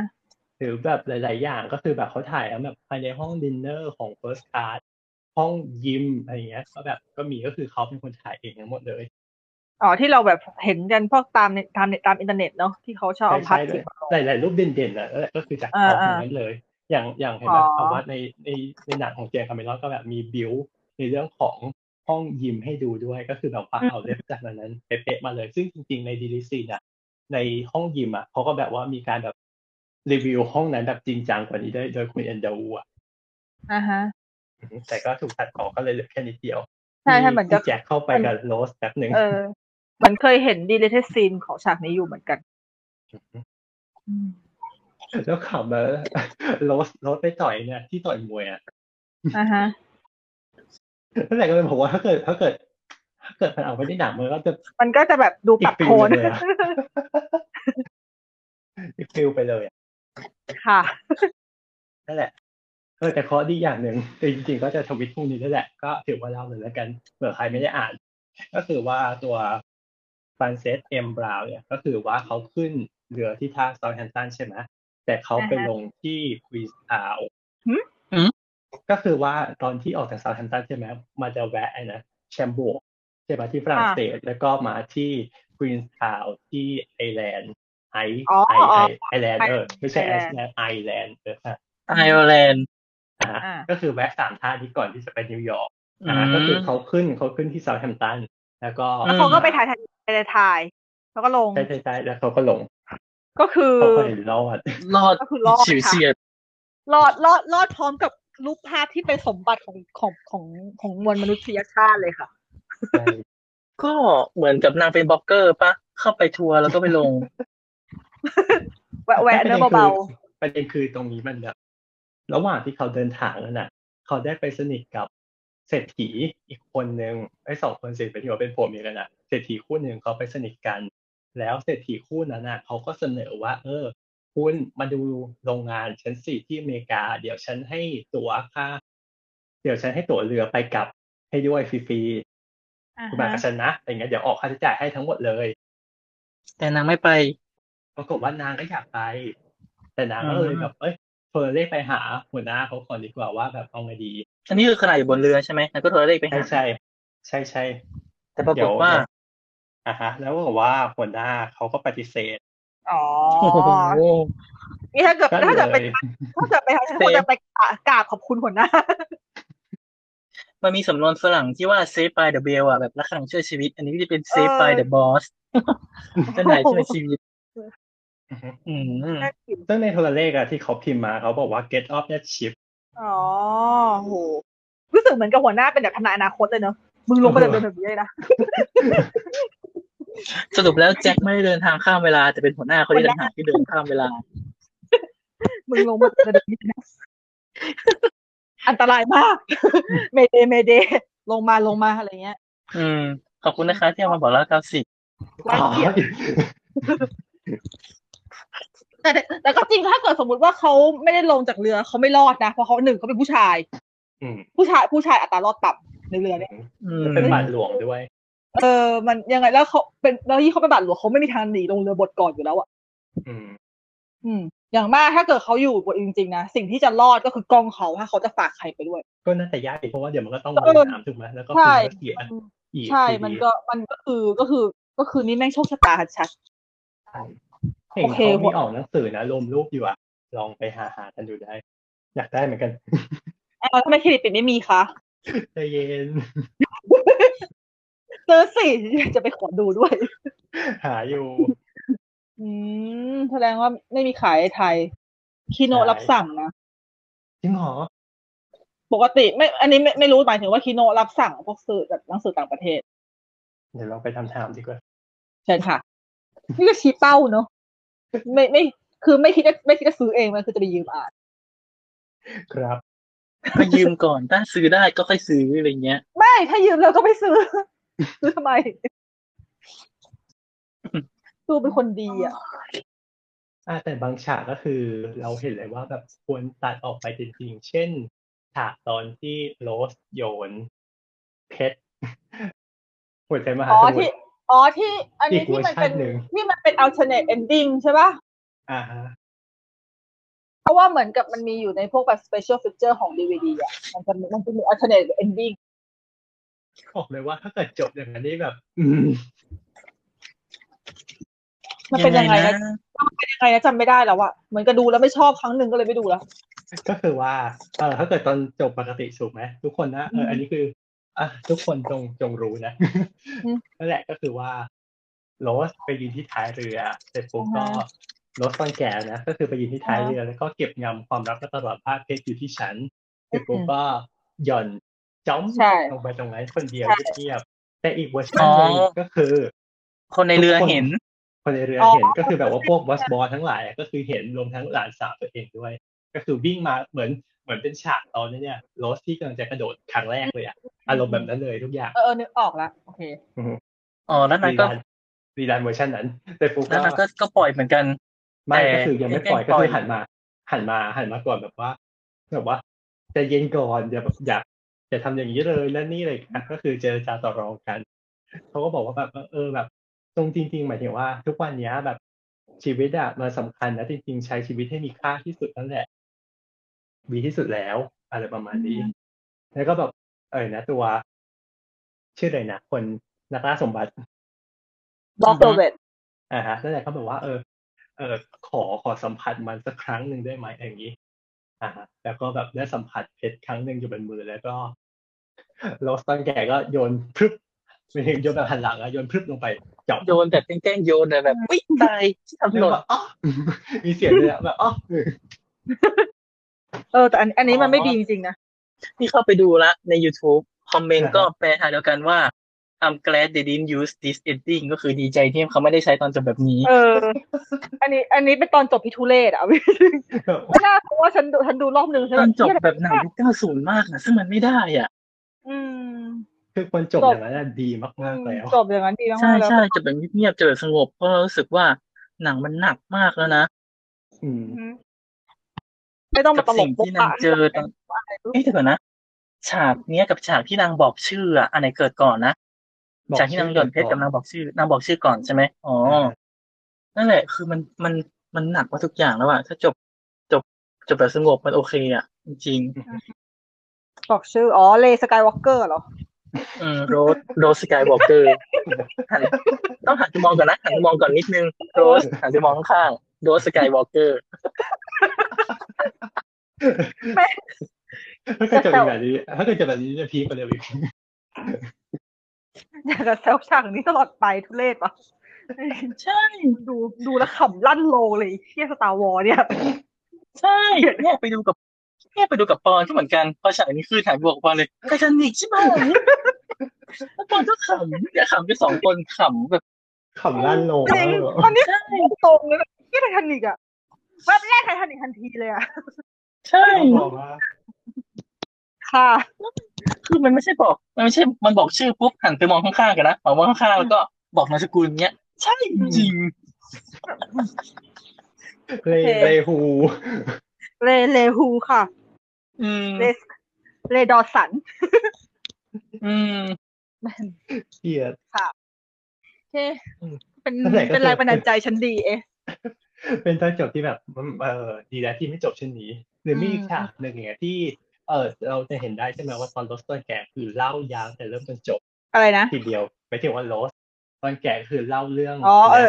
หรือแบบหลาย ๆ อย่างก็คือแบบเขาถ่ายเอาแบบภายในห้องดินเนอร์ของ First Class ห้องยิมอะไรอย่างเงี้ยก็แบบก็มีก็คือเขาเป็นคนถ่ายเองทั้งหมดเลย
อ๋อที่เราแบบเห็นกันพวกตามในตามในตามอินเทอร์เน็ตเนาะที่เขาชอบเอา
ใช่
พลาส
ใช่เลย
ติกมาลง
หลาย ๆ รูปเด่นๆนะนั่นแหละก็คือจาก
อ่า
เขา
อ่า
ทั้งนั้นเลย อย่างอย่างเห็นไหม
อ๋อ
คำว่าในในในหนังของเจมส์คาเมรอนก็แบบมีบิวในเรื่องของห้องยิมให้ดูด้วย ก็คือแบบว่าเอาเล็บจากนั้นๆเป๊ะๆมาเลย ซึ่งจริง ๆ ในดีลิซีนอ่ะในห้องยิมอ่ะเขาก็แบบว่ามีการแบบรีวิวห้องนั้นแบบจริงจังกว่านี้ได้โดยคุณเอนดาวูอ่ะ
อ่าฮะ
อืมแต่ก็ถูกตัดออกก็เลยเหลือแค่นิดเดียว
ใช่ใช่เหมือนจะ
ที่แจ็คเข้าไปกับโรสแป๊บหนึ่ง
เออเห มันเคยเห็นดีเลทซีนของฉากนี้อยู่เหมือนกัน อืม
แล้วขำมา โรสโรสไปต่อยเนี่ยที่ต่อยมวยอ่ะ
อ่าฮะ
นั่นแหละก็เลยบอกว่าถ้าเกิดถ้าเกิด ถ้าเกิดมันเอาไปได้หนังมันก็จะ
มันก็จะแบบดูปรับ
อีก
โท
ฟิล
น
หนึ่งเลยอะ ฟิลไปเลยอะ
ค่ะ
นั่นแหละเออแต่ข้อดีอย่างห นึ่งแต่จริงๆก็จะทวิตพรุ่งนี้นั่นแหละก็ถือว่าเล่าเลยแล้วกันเผื่อใครไม่ได้อ่าน ก็คือว่าตัวฟรานเซสเอ็มบราวเนี่ย ก็คือว่าเขาขึ้นเรือที่ท่าเซาแฮมป์ตันใช่ไหมแต่เขาไปลงที่ควีสอาว
หึ
หึ
ก็คือว่าตอนที่ออกจากเซาแฮมป์ตันใช่ไหมมันจะแวะไอ้นะแชมโบกใช่ไหมที่ฝรั่งเศสแล้วก็มาที่ควีนส์ทาวน์ที่ไอร์แลนด์ ไอ
อ๋อ
ไอ
อ๋อ
ไอแลนด์เออไม่ใช่ไอ
Iceland
ซ์แลนด์ไอแลนด์เอออ่ะ
ไอร์แลนด์
อ่ะ
อ่า
ก็คือแวะสามท่านี้ก่อนที่จะไปนิวยอร์กอ่ะก็คือเขาขึ้นเขาขึ้นที่เซาท์แฮมป์ตันแล้วก็
แล้วเขาก็ไปถ่ายถ่ายถ่ายถ่ายแล้วก็ลง
ใช่ใช่ใช่แล้วเขาก็หลง
ก็คือ
เขาก็เลยรอด
รอด
ก็คือรอด
ฉิว
ค่ะ
เฉียด
รอดรอดรอดพร้อมกับรูปภาพที่เป็นสมบัติของของของของมวลมนุษยชาติเลยค่ะ
ก็เหมือนกับนางเป็นบล็อกเกอร์ปะเข้าไปทัวร์แล้วก็ไปลง
แวะแวะเนื้อเบา
ๆประเด็นคือตรงนี้มันแบบระหว่างที่เขาเดินทางนั่นน่ะ เขาได้ไปสนิทกับเศรษฐีอีกคนนึงไอ้สองคนเศรษฐีที่ว่าเป็นผัวเมียกันน่ะเศรษฐีคู่หนึ่งเขาไปสนิทกัน แล้วเศรษฐีคู่นั้นน่ะเขาก็เสนอว่า เออ คุณมาดูโรงงานชั้นสี่ที่อเมริกา เดี๋ยวฉันให้ตั๋วค่าเดี๋ยวฉันให้ตั๋วเรือไปกลับให้ด้วยฟรี
ๆอ่า
ๆคุณมากับ
ฮะ
ฉันนะอะไรเงี้ยเดี๋ยวออกค่าใช้จ่ายให้ทั้งหมดเลย
แต่นางไม่ไป
ปรากฏว่านางก็อยากไป แต่นางก็เลย
อืม
แบบเอ้ยโทรเลขไปหาหัวหน้าเขาก่อนดีกว่าว่าแบบเอาไงดี
อันนี้คือขนาดอยู่บนเรือใช่ไหมนางก็โทรเลขไป
ใช่
หา
ใช่ใช่ใช่
แต่ปรากฏว่า
อ่ะฮะ แล้วก็บอกว่าหัวหน้าเขาก็ปฏิเสธ
อ๋อ
โอ้โห
นี่ถ้าเกิด
ก็
ถ้า
เล
เกิดเป็น
ย
ถ้าเกิดเป็นฉันค
เซฟ
วรจะไปกราบขอบคุณหัวหน้า
มันมีสำนวนฝรั่งที่ว่า save by the bell อ่ะแบบระฆังช่วยชีวิต อันนี้ก็จะเป็น save
เออ
by the boss เจ้านายช่วยชีวิต อืม
น่ากิน
ซึ่งในโทรเลขอะที่เขาพิมพ์มาเขาบอกว่า get off that ship
อ๋อโหรู้สึกเหมือนกับหัวหน้าเป็นแบบทนายอนาคตเลยเนาะมึงลงไปแบบเดินแบบนี้เลยนะ
สรุปแล้วแจ็คไม่ได้เดินทางข้ามเวลา แต่เป็นหัวหน้าเขาที่
หัวห
ต่า
น้า
งหากที่เดินข้ามเวลา
มึงลงมาระดับนี้นะ อันตรายมาก เมเดเมเดลงมาลงมาอะไรเงี้ย
อืม ขอบคุณนะคะที่เอามาบอกเล่าเก้าสิบ
ว่าเกลียดแต่แต่แต่ก็จริงถ้าเกิดสมมติว่าเขาไม่ได้ลงจากเรือเขาไม่รอดนะ เพราะเขาหนึ่งเขาเป็นผู้ชาย
อืม
ผู้ชายผู้ชายอัตรารอดต่ำในเรือเนี่ย
อืม
แล้วเป็นบาทหลวงด้วย
เออมันยังไงแล้วเขาเป็นแล้วที่เขาไปนบาดหลวงเขาไม่มีทางหนีลงเรือบทก่อนอยู่แล้วอ่ะ
อืม
อืม อย่างมากถ้าเกิดเขาอยู่บทจริงๆนะสิ่งที่จะรอดก็คือกล้องเขาถ้าเขาจะฝากใครไปด้วย
ก็น่าจะยากอีกเพราะว่าเดี๋ยวมันก็ต้อง
เอ
ล
อ
งน้ำถูกไหมแล้วก็คื
ใช่
อเสีย
มัน
อีก
ใช่
ที
มัน
นี้
ก็มันก็คือก็คือก็คือนี่แม่งโชคชะตาชัด
เห็น
โอเค
เขา
หั
มี
ว
ออกหนังสือนะรวมรูปอยู่อะลองไปหาหากันดูได้ อยากได้เหมือนกัน
ๆเอาทำไมเครดิตปิดไม่มีคะ
ใจเย็น
เจอสิ จะไปขอดูด้วย
หาอยู่
อืมแสดงว่าไม่มีขายในไทย คีโน
ใช่
รับสั่งนะ
จริงเหรอ
ปกติไม่ อันนี้ไม่ไม่รู้หมายถึงว่าคีโนรับสั่งพวกสื่อจากหนังสือต่างประเทศ
เดี๋ยวเราไปทำถามดีกว่า
เชิญค่ะ นี่ก็ชี้เป้าเนอะไม่ไม่คือไม่คิดจะไม่คิดจะซื้อเองมันคือจะไปยืมอ่าน
ครับ
มายืมก่อน ถ้าซื้อได้ก็ค่อยซื้ออะไรเงี้ย
ไม่ถ้ายืมแล้วก็ไม่ซื้อ ซื้อทำไมดูเป็นคนดีอ่ะ
อ่าแต่บางฉากก็คือเราเห็นเลยว่าแบบควรตัดออกไปจริงๆ เช่น ฉากตอนที่โรสโยน เพชร หัวใจมหา
อ๋อ
สมุท
ที่
ร
อ๋อที่อันนี้ที่มันเป็
อีกเวอร์
น
ชันหนึ่ง
ที่มันเป็น alternate ending ใช่ปะ
อ่าฮะ
เพราะว่าเหมือนกับมันมีอยู่ในพวกแบบ special feature ของ DVD อ่ะ มันจะมันจะมี alternate ending
บอกเลยว่าถ้าเกิดจบอย่างนั้นนี่แบบ อืม
มันเป็นยังไงนะยังไงนะจำไม่ได้แล้วอะเหมือนกับดูแล้วไม่ชอบครั้งหนึ่งก็เลยไม่ดูแล้ว
ก็คือว่า เออถ้าเกิดตอนจบปกติถูกไหมทุกคนนะเอออันนี้คือ อ่ะทุกคนจงจงรู้นะ
อืม
นั่นแหละก็คือว่าโรสไปยืนที่ท้ายเรือเสร็จปุ๊บก็
อ่าฮะ
โรสตอนแก่นะก็คือไปยืนที่ท้ายเรือแล้วก็เก็บงำความรักและตลอดภาพเพชรอยู่ที่ฉัน เสร็จปุ๊บก็หย่อนจ้อม
ใช่
ลงไปตรงนั้นคนเดียว
ใช่
เทียบๆแต่อีกเวอร์ชันหนึ่ง
อ๋อ
ก็คือ
คนในเรือเห็น
คนในเรือเห็นก็คือแบบว่าพวกบอสบอสทั้งหลายก็คือเห็นรวมทั้งหลานสาวตัวเองด้วย ก็คือวิ่งมาเหมือนเหมือนเป็นฉากตอนนี้เนี่ยโรสที่กำลังจะกระโดดครั้งแรกเลยอะอารมณ์แบบนั้นเลยทุกอย่าง
เออเออนึกออกละโอเค
อ๋อ แล้วนางก็
รีรันเวอร์ชันนั้น แต่ปุ๊บ
แล้วนางก็ก็ปล่อยเหมือนกัน
ไม่
แต่
ก็คือยังไม่ปล่อย
ยังไม่
ก็
ปล่อย
คือหันมา หันมาหันมาก่อนแบบว่าแบบว่าใจะเย็นก่อนอย่าแบบอย่าอย่าทำอย่างนี้เลยและนี่เลยอ่ะก็คือเจรจาต่อรองกันเขาก็บอกว่าแบบเออแบบตรงจริง ๆ หมายถึงว่า ทุกวันเนี้ยแบบชีวิตอะมันสำคัญนะจริงๆ ใช้ชีวิตให้มีค่าที่สุดนั่นแหละดีที่สุดแล้ว อะไรประมาณนี้ แล้วก็แบบ เออนะตัว ชื่ออะไรนะคนนักล่าสมบัติ
บล็อกเดเวต
อ่าฮะนั่นแหละเขาบอกว่าเออ เออขอขอสัมผัสมันสักครั้งหนึ่งได้ไหมอย่างนี้ อ่า แล้วก็แบบได้สัมผัสเพชรครั้งหนึ่งอยู่บนมือแล้วก็โรสตันแกก็โยนพรึบไม่ถึงโยนแบบหันหลังอะโยนพรึบลงไปจับ
โยนแบบแกล้งๆโยนอะแบบอุ๊ยตายที่ทำห
แล้
ล่
วน แบบอ๋อมีเสียงเลยอะแบบอ๋อ
เออแต่อันอันนี้มันไม่ดีจริงๆนะ
นี่เข้าไปดูละใน YouTube คอมเมนต์
อ่าฮะ
ก็แปลทางเดียวกันว่า I'm glad they didn't use this ending ก็คือดีใจที่เขาไม่ได้ใช้ตอนจบแบบนี้
เออ อันนี้ อันนี้เป็นตอนจบพิทุเรศอ่ะ พี่ไม่น่าเพราะว่าฉันดูฉันดูรอบหนึ่งฉัน
ตอนจบ
เหี้ยอะไร
แบบหนังยุคเก้าศูนย์มากนะซึ่งมันไม่ได้อ่ะ
อืม
คือคนจบ
จบ
อย่างนั้นอะดีมากๆแล้ว
จบอย่างนั้นดีมากๆ
ใช่
แล้ว
ใช่จะแบบเงียบๆจะแบบสงบเพราะเรารู้สึกว่าหนังมันหนักมากแล้วนะ
อืม
อืมไม่ต้อง
กั
มา
บ
ตล
สิ่
ก
ง
โป๊ะ
ที่นางเจอตอน
ปะอะไร
เอ๊ะเดี๋ยวก่อนนะ ฉากเนี้ยกับฉากที่นางบอกชื่ออะอันไหนเกิดก่อนนะ
บอก
ฉากที่นางหย่อนเพชรกับนางบอกชื่อนางบอกชื่อก่อนใช่ไหมอ๋อ
อ่า
นั่นแหละ คือมันมันมันหนักกว่าทุกอย่างแล้วอะถ้าจบจบจบแบบสงบมันโอเคอะจริง
บอกชื่อ อ๋อ เลสกายวอล์กเกอร์เหรอ
ๆอืมโรสโรสสกายวอล์กเกอร์หันต้องหันจะมองก่อนนะหันจะมองก่อนนิดนึงโรสหันจะมองข้างโรสสกายวอล์กเกอร์
ถ้าเกิดจบแบบนี้ถ้าเกิดจบแบบนี้จะพีคกว่าเดิมอีก
อยากจะแซวฉากนี้ตลอดไปทุเรศปะ
ใช่
ดูดูแล้วขำลั่นโลเลยไอ้เฮียสตาร์วอเนี่ย
ใช่เนี่ยไปดูกับเนี่ยไปดูกับปอนก็เหมือนกันพอฉากนี้คือถ่ายบวกบปอนเลยไททานิกใช่ไหม แล้วปอนก็ขำเนี่ยขำไปสองคนขำแบบ
ขำลั่นโลง
จริง
แล้วเหรอ
ตอนนี้
ใช่
ตรงเลยที่ไททานิกอะแวบแรกไททานิกทันทีเลยอะ
ใช่
ต้องบอกว่า
ค่ะ
คือมันไม่ใช่บอกมันไม่ใช่มันบอกชื่อปุ๊บหันไปมองข้างๆกันนะมองว่าข้างๆแล้วก็บอกนามสกุลเนี้ย ใช่จริง
เล
โอเค
เลฮู
เลเลฮูค่ะ
อืม
เลเลดอสัน
อืม
เกียด
โอเค
อืม
เป็น
นั่นแหละก็
เป็นแรง
คือ
บันดาลใจฉันดีเอะ
เป็นตอนจบที่แบบเออดีแล้วที่ไม่จบเช่นนี้ หรือมีอีก
อืม
ฉากหนึ่งอย่างเงี้ยที่เออเราจะเห็นได้ใช่ไหมว่าตอนโรสตอนแก่คือเล่ายาวแต่เริ่มจนจบ
อะไรนะ
ทีเดียวไม่ถึงว่าโรสตอนแก่คือเล่าเรื่อง
อ๋อเออ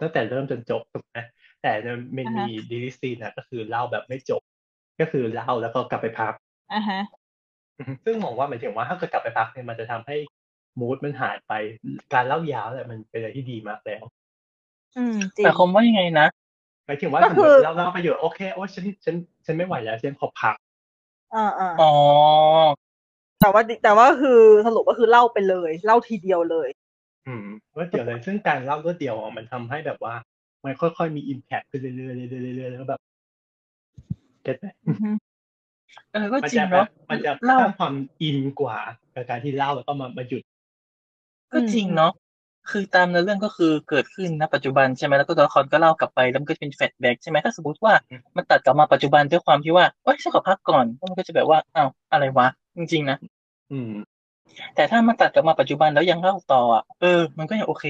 ตั้งแต่เริ่มจนจบถูกไหมแต่มัน
อ่าฮะ
มีดีลิซีนะก็คือเล่าแบบไม่จบ ก็คือเล่าแล้วก็กลับไปพัก
อ่าฮะ
ซึ่งมองว่าหมายถึงว่าถ้าเกิดกลับไปพักเนี่ยมันจะทำให้มูดมันหายไปการเล่ายาวเนี่ยมันเป็นอะไรที่ดีมากแล้ว
อืมจริง
แต่คมว่ายังไงนะ
หมายถึงว่า
ก็
สม
คื
ม
อ
ติเราเล่าไปอยู่โอเคโอ้ยฉันฉันฉันไม่ไหวแล้วฉันขอพัก
เออเออ
อ๋อ
แต่ว่าแต่ว่าคือสรุปก็คือเล่าไปเลย เล่าทีเดียวเลย
อืมรวดเดียวเลยซึ่งการเล่ารวดเดียวอ่ะมันทำให้แบบว่า มันค่อยๆมีอิมแพคขึ้นเรื่อยๆเรื่อยๆเรื่อยๆแล้วก็แบบเก็ตไหม
เออก็
มั
จริ
จะ
ง
แบ
เนาะ
บมันจะส
เล่า
ร้างความอินกว่ากับการที่เล่าแล้วก็มามาหยุด
ก็จริงเนาะ คือตามเนื้อเรื่องก็คือเกิดขึ้นณปัจจุบันใช่ไหมแล้วก็ตัวละครก็เล่ากลับไปแล้วมันก็จะเป็นแฟลชแบ็กใช่ไหมถ้าสมมติว่า
อืม
มันตัดกลับมาปัจจุบันด้วยความที่ว่าเอ้ยฉันขอพักก่อนแล้วมันก็จะแบบว่าอ้าวอะไรวะ จริงๆนะ
อืม
แต่ถ้ามันตัดกลับมาปัจจุบันแล้วยังเล่าต่ออ่ะเออ มันก็ยังโอเค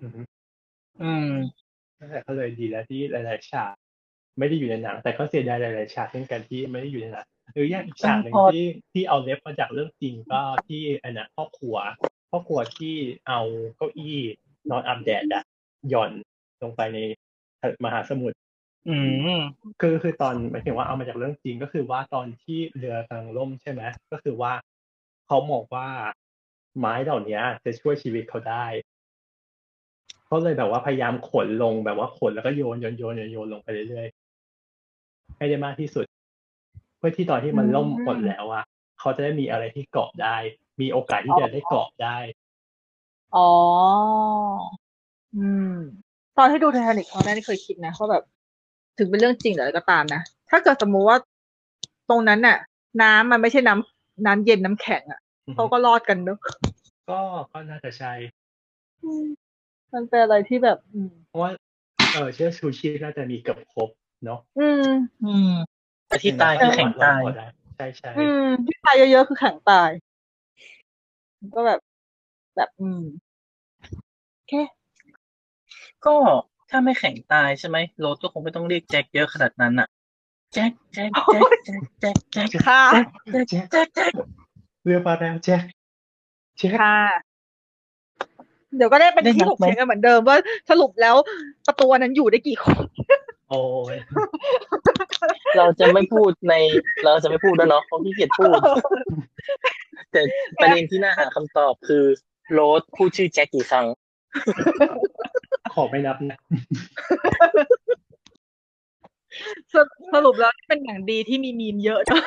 อืม
อืม
นั่นแหละก็เลยดีแล้วที่หลายๆฉากไม่ได้อยู่ในหนัง แต่ก็เสียดายหลายๆฉากเช่นกันที่ไม่ได้อยู่ในหนังหรืออย่างอีกฉากหนึ่ง
เออ
ที่ที่เอาเล็บมาจากเรื่องจริงก็ที่อันนั้นพ่อครัวพ่อครัวที่เอาเก้าอี้นอนอาบแดดอะหย่อนลงไปในมหาสมุทร
อืม
คือคือตอนหมายถึงว่าเอามาจากเรื่องจริงก็คือว่าตอนที่เรือกำลังล่มใช่ไหมก็คือว่าเขาบอกว่าไม้เหล่านี้จะช่วยชีวิตเขาได้เขาเลยแบบว่าพยายามขนลงแบบว่าขนแล้วก็โยนโยนโยนโยนโยนลงไปเรื่อยๆให้ได้มากที่สุด เพื่อที่ตอนที่มันล่ม
อืม
หมดแล้วอ่ะเขาจะได้มีอะไรที่เกาะได้ มีโอกาสที่จะได้เกาะได้
อ๋อ อืม ตอนที่ดูไททานิกตอนแรกนี่เคยคิดนะว่าแบบ ถึงเป็นเรื่องจริงหรืออะไรก็ตามนะ ถ้าเกิดสมมุติว่าตรงนั้นน่ะ น้ำมันไม่ใช่น้ำน้ำเย็นน้ำแข็งอ่ะ
อือฮึ
เขาก็รอดกันเนอะ
ก็ก็น่าจะใช่
มันเป็นอะไรที่แบบ อืม
เพราะว่าเออเชื่อกชูชีพน่าจะมีเกือบครบเนาะ
อืม
อืมแต่ที่ตายคือแข็งตาย
ใช่ใช่
อืมที่ตายเยอะๆ คือแข็งตาย ก็แบบ แบบอืม
ก็ถ้าไม่แข็งตายใช่ไหมโรสก็คงไม่ต้องเรียกแจ็คเยอะขนาดนั้นอ่ะ แจ็คแจ็คแจ็คแจ็คแจ็คแจ็ค
ค่ะ
แจ็คแจ็คแจ็ค
เรือมาแล้วแจ็คแจ็ค
ค่ะ เดี๋ยวก็ได้เป็น
ได้
ที่
นั
ถ
บ
ก
ไหม
เถียงกันเหมือนเดิมว่าสรุปแล้วประตูอันนั้นอยู่ได้กี่คน
โอ้ย
เราจะไม่พูดใน เราจะไม่พูดแล้วยเนาะเพราะขี้เกียจพูด แต่ประเด็นที่น่าหาคำตอบคือโรสพูดชื่อแจ็คกี่ครั้ง
ขอไม่นับนะ
สรุปสรุปแล้วเป็นอย่างดีที่มีมีมเยอะเนอะ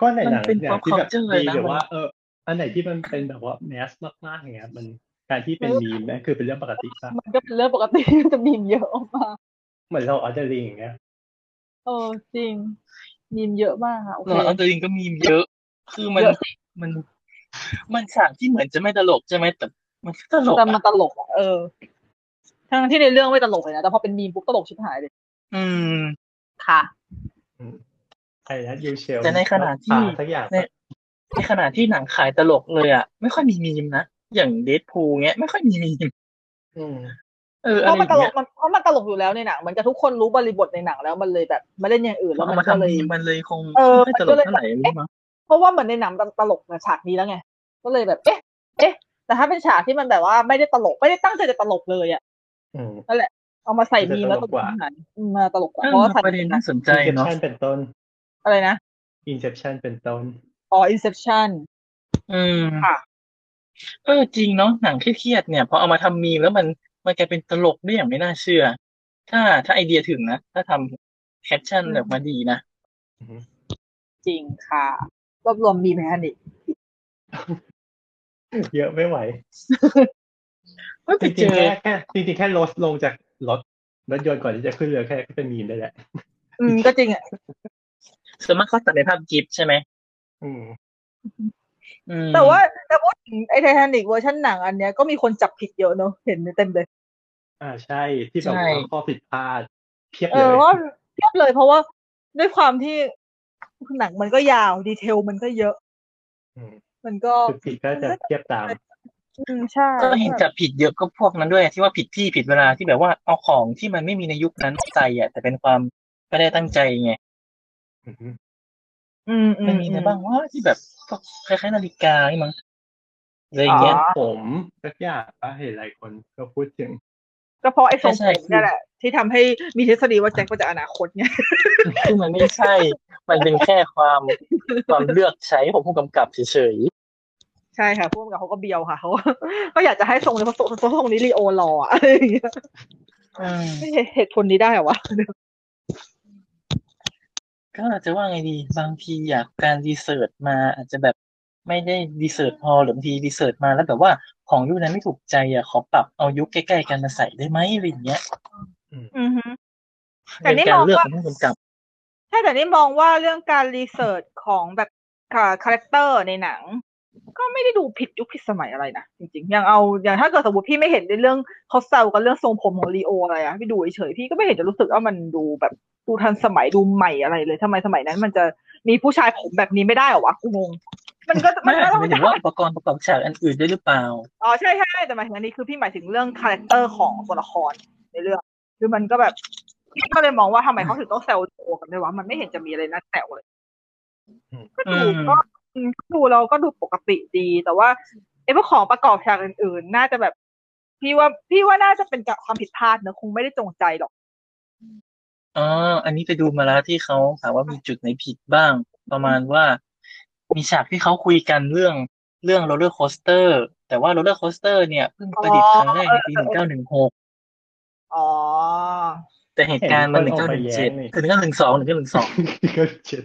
ก็ไหนหนัง
มันเป็น
เนี่ย
pop
ที่แบบ
culture
ดี
นะ
หรือ
มัน
ว่าเอออันไหนที่มันเป็นแบบว่าแมสมากๆอย่างเงี้ยมันการที่เป็นมีมนะคือเป็นเรื่องปกติป่ะ
มันก็เป็นเรื่องปกติที่จะมีมเยอะออกมา
เหมือนเราอาจจะรีอย่างเงี้ย
เออจริง มีมเยอะมากค่ะโอเค
เราเอาตัวเองก็มีมเยอะ คือมันมัน มันฉากที่เหมือนจะไม่ตลกใช่ไหมแต่มันก็ตลก
แต่มั
อะ
นตลกอะเออ ทั้งที่ในเรื่องไม่ตลกเลยนะแต่พอเป็นมีมปุ๊บตลกชิบหายเลย
อืม
ค่ะ
ไอ้นะยูเชล
แต่ในขณะที่
สักอย่าง
ในในขณะที่หนังขายตลกเลยอ่ะ ไม่ค่อยมีมีมนะ อย่างเดดพูเงี้ย ไม่ค่อยมีมีม
อืม
เออ
เพ
อะไร
ราะ
อ
มัน
ย่าง
ตล
เงี้
ก
ย
มันเพราะมันตลกอยู่แล้วในหนังเหมันกับทุกคนรู้บริบทในหนังแล้วมันเลยแบบมาเล่นอย่างอื่นแล้
เรา
ว
เอา
มั
มาน
ก็เล
ทำ
ย
มีมมันเลยคง
เออ
ไม่ค่อยตล
มัน
ก
ก็เลย
เท่าไหร่รู้มั้ง
เพราะว่าเหมือนในหนังมันตลกนะฉากนี้แล้วไงก็เลยแบบ เอ๊ะ เอ๊ะ แต่ถ้าเป็นฉากที่มันแบบว่าไม่ได้ตลกไม่ได้ตั้งใจจะตลกเลยอ่ะ
อืม
เอามาใส่มีมแล้ว
จะตลกกว่า
หนังอืมมาตลกกว่า
เอ
เพราะ
อ
ว่าใส่
ประเด็นน่าสนใจ
อินเซป
เนาะ
ชันเป็นต้น
อะไรนะ
อินเซปชันเป็นต้น
อ๋อ Inception
อืม
ค่ะ
เออจริงเนาะหนังเครียดๆเนี่ยพอเอามาทำมีมแล้วมันมันกลายเป็นตลกได้อย่างไม่น่าเชื่อ ถ้าถ้าไอเดียถึงนะ ถ้าทำแคปชั่นออกมาดีนะ
จริงค่ะรวบรวมมีมแมนอีก
เยอะไม่ไหว
ไม่ไป
จ
เจ
ริงๆ
อ
แค่แค่จริงๆแค่ลดลงจากรถรถยนต์ก่อนที่จะขึ้นเรือแค่ก็เป็นมีมได้แหละ
อืมก็จริงอ่ะ
ส่วนมากเขาตัดในภาพกิฟใช่ไหม
อืม
อืม
แต่ว่าแต่พูดถึงไอ้ไททานิกเวอร์ชันหนังอันเนี้ยก็มีคนจับผิดเยอะเนอะเห็นเต็มเลย
อ่าใช่ที่แบบ
ใช่
ว่าข้อผิดพลาดเพียบ
เอ
เล
อย ว่าเทียบเลยเพราะว่าด้วยความที่หนังมันก็ยาวดีเทลมันก็เยอะ
ม
มันก็
คือผิดก็จะเทียบตาม
อืมใช่
ก็เห็นจับผิดเยอะก็พวกนั้นด้วยที่ว่าผิดที่ผิดเวลาที่แบบว่าเอาของที่มันไม่มีในยุคนั้นใส่อะแต่เป็นความไม่ได้ตั้งใจไง
อืม
อืมอื
มันมีอะไรบ้างว่าที่แบบพวกคล้ายๆนาฬิกานี่มั้งอะไรอย่างเงี้ย
ผมสักอย่างก็เห็นหลายคนก็พูดถึง
ก็เพราะไอ้ทรง
ใช่
ผม
ใช่
เนี่ยแหละ ที่ทำให้มีทฤษฎีว่าแจ็คมาจากอนาคตไง
ซึ่งมันไม่ใช่ มันเป็นแค่ความความเลือกใช้ของผู้กำกับเฉย
ใช่ค่ะพวกกับเขาก็เบียวค่ะเขาก็อยากจะให้ทรงนี้เพราะทรงทรงนี้รีโอรออะอะไรอย่างเงี้ย
ๆอืม
ไม่เหตุผลนี้ได้เหรอวะ
ก็จะว่าไงดีบางทีอยากการรีเสิร์ชมาอาจจะแบบไม่ได้รีเสิร์ชพอหรือบางทีรีเสิร์ชมาแล้วแบบว่าของยุคนั้นไม่ถูกใจอ่ะขอปรับเอายุคใกล้ๆกันมาใส่ได้ไหมอะไรอย่างเงี้ย
อือฮึ แต่
เป็น
นี่
การ
มอง
เลือกข
ว่า
องผู้กำกับ
ใช่แต่นี่มองว่าเรื่องการรีเสิร์ชของแบบค่ะคาแรคเตอร์ในหนัง ก็ไม่ได้ดูผิดยุคผิดสมัยอะไรนะจริงๆอย่างเอาอย่างถ้าเกิดสมมติพี่ไม่เห็นในเรื่องเขาแซวกันเรื่องทรงผมของลีโออะไรอะพี่ดูเฉยๆพี่ก็ไม่เห็นจะรู้สึกว่ามันดูแบบดูทันสมัยดูใหม่อะไรเลยทำไมสมัยนั้น มันจะมีผู้ชายผมแบบนี้ไม่ได้เหรอวะกูงงมันก็
ไม่
มัน
อาจจะ
ก็ต้อง
หมายถึงว่าอุปกรณ์ประกอบฉากอันอื่นด้วยหรือเปล่า
อ๋อใช่ใช่แต่หมายถึงอันนี้คือพี่หมายถึงเรื่องคาแรคเตอร์ของตัวละครในเรื่องคือมันก็แบบพี่ก็เลยมองว่าทำไมเขาถึงต้องแซวลีโอกันด้วยวะมันไม่เห็นจะมีอะไรน่าแซวเลย ก็ดู
อืม
ก็อืมก็ดูเราก็ดูปกติดี แต่ว่าไอ้พวกของประกอบฉากอื่นๆ น่าจะแบบ พี่ว่าพี่ว่าน่าจะเป็นจากความผิดพลาดเนอะคงไม่ได้จงใจหรอก
อ๋อ อันนี้ไปดูมาแล้วที่เขาถามว่ามีจุดไหนผิดบ้าง ประมาณว่ามีฉากที่เขาคุยกันเรื่องเรื่องโรลเลอร์โคสเตอร์ แต่ว่าโรลเลอร์โคสเตอร์เนี่ยเพิ่งประดิษฐ์ครั้งแรกในปี 1916
อ๋อ
แต่เหตุการณ์มัน
เห็นคนออกมาแย้งนี่
1917ถึง1912 1912
ก็เจ็ด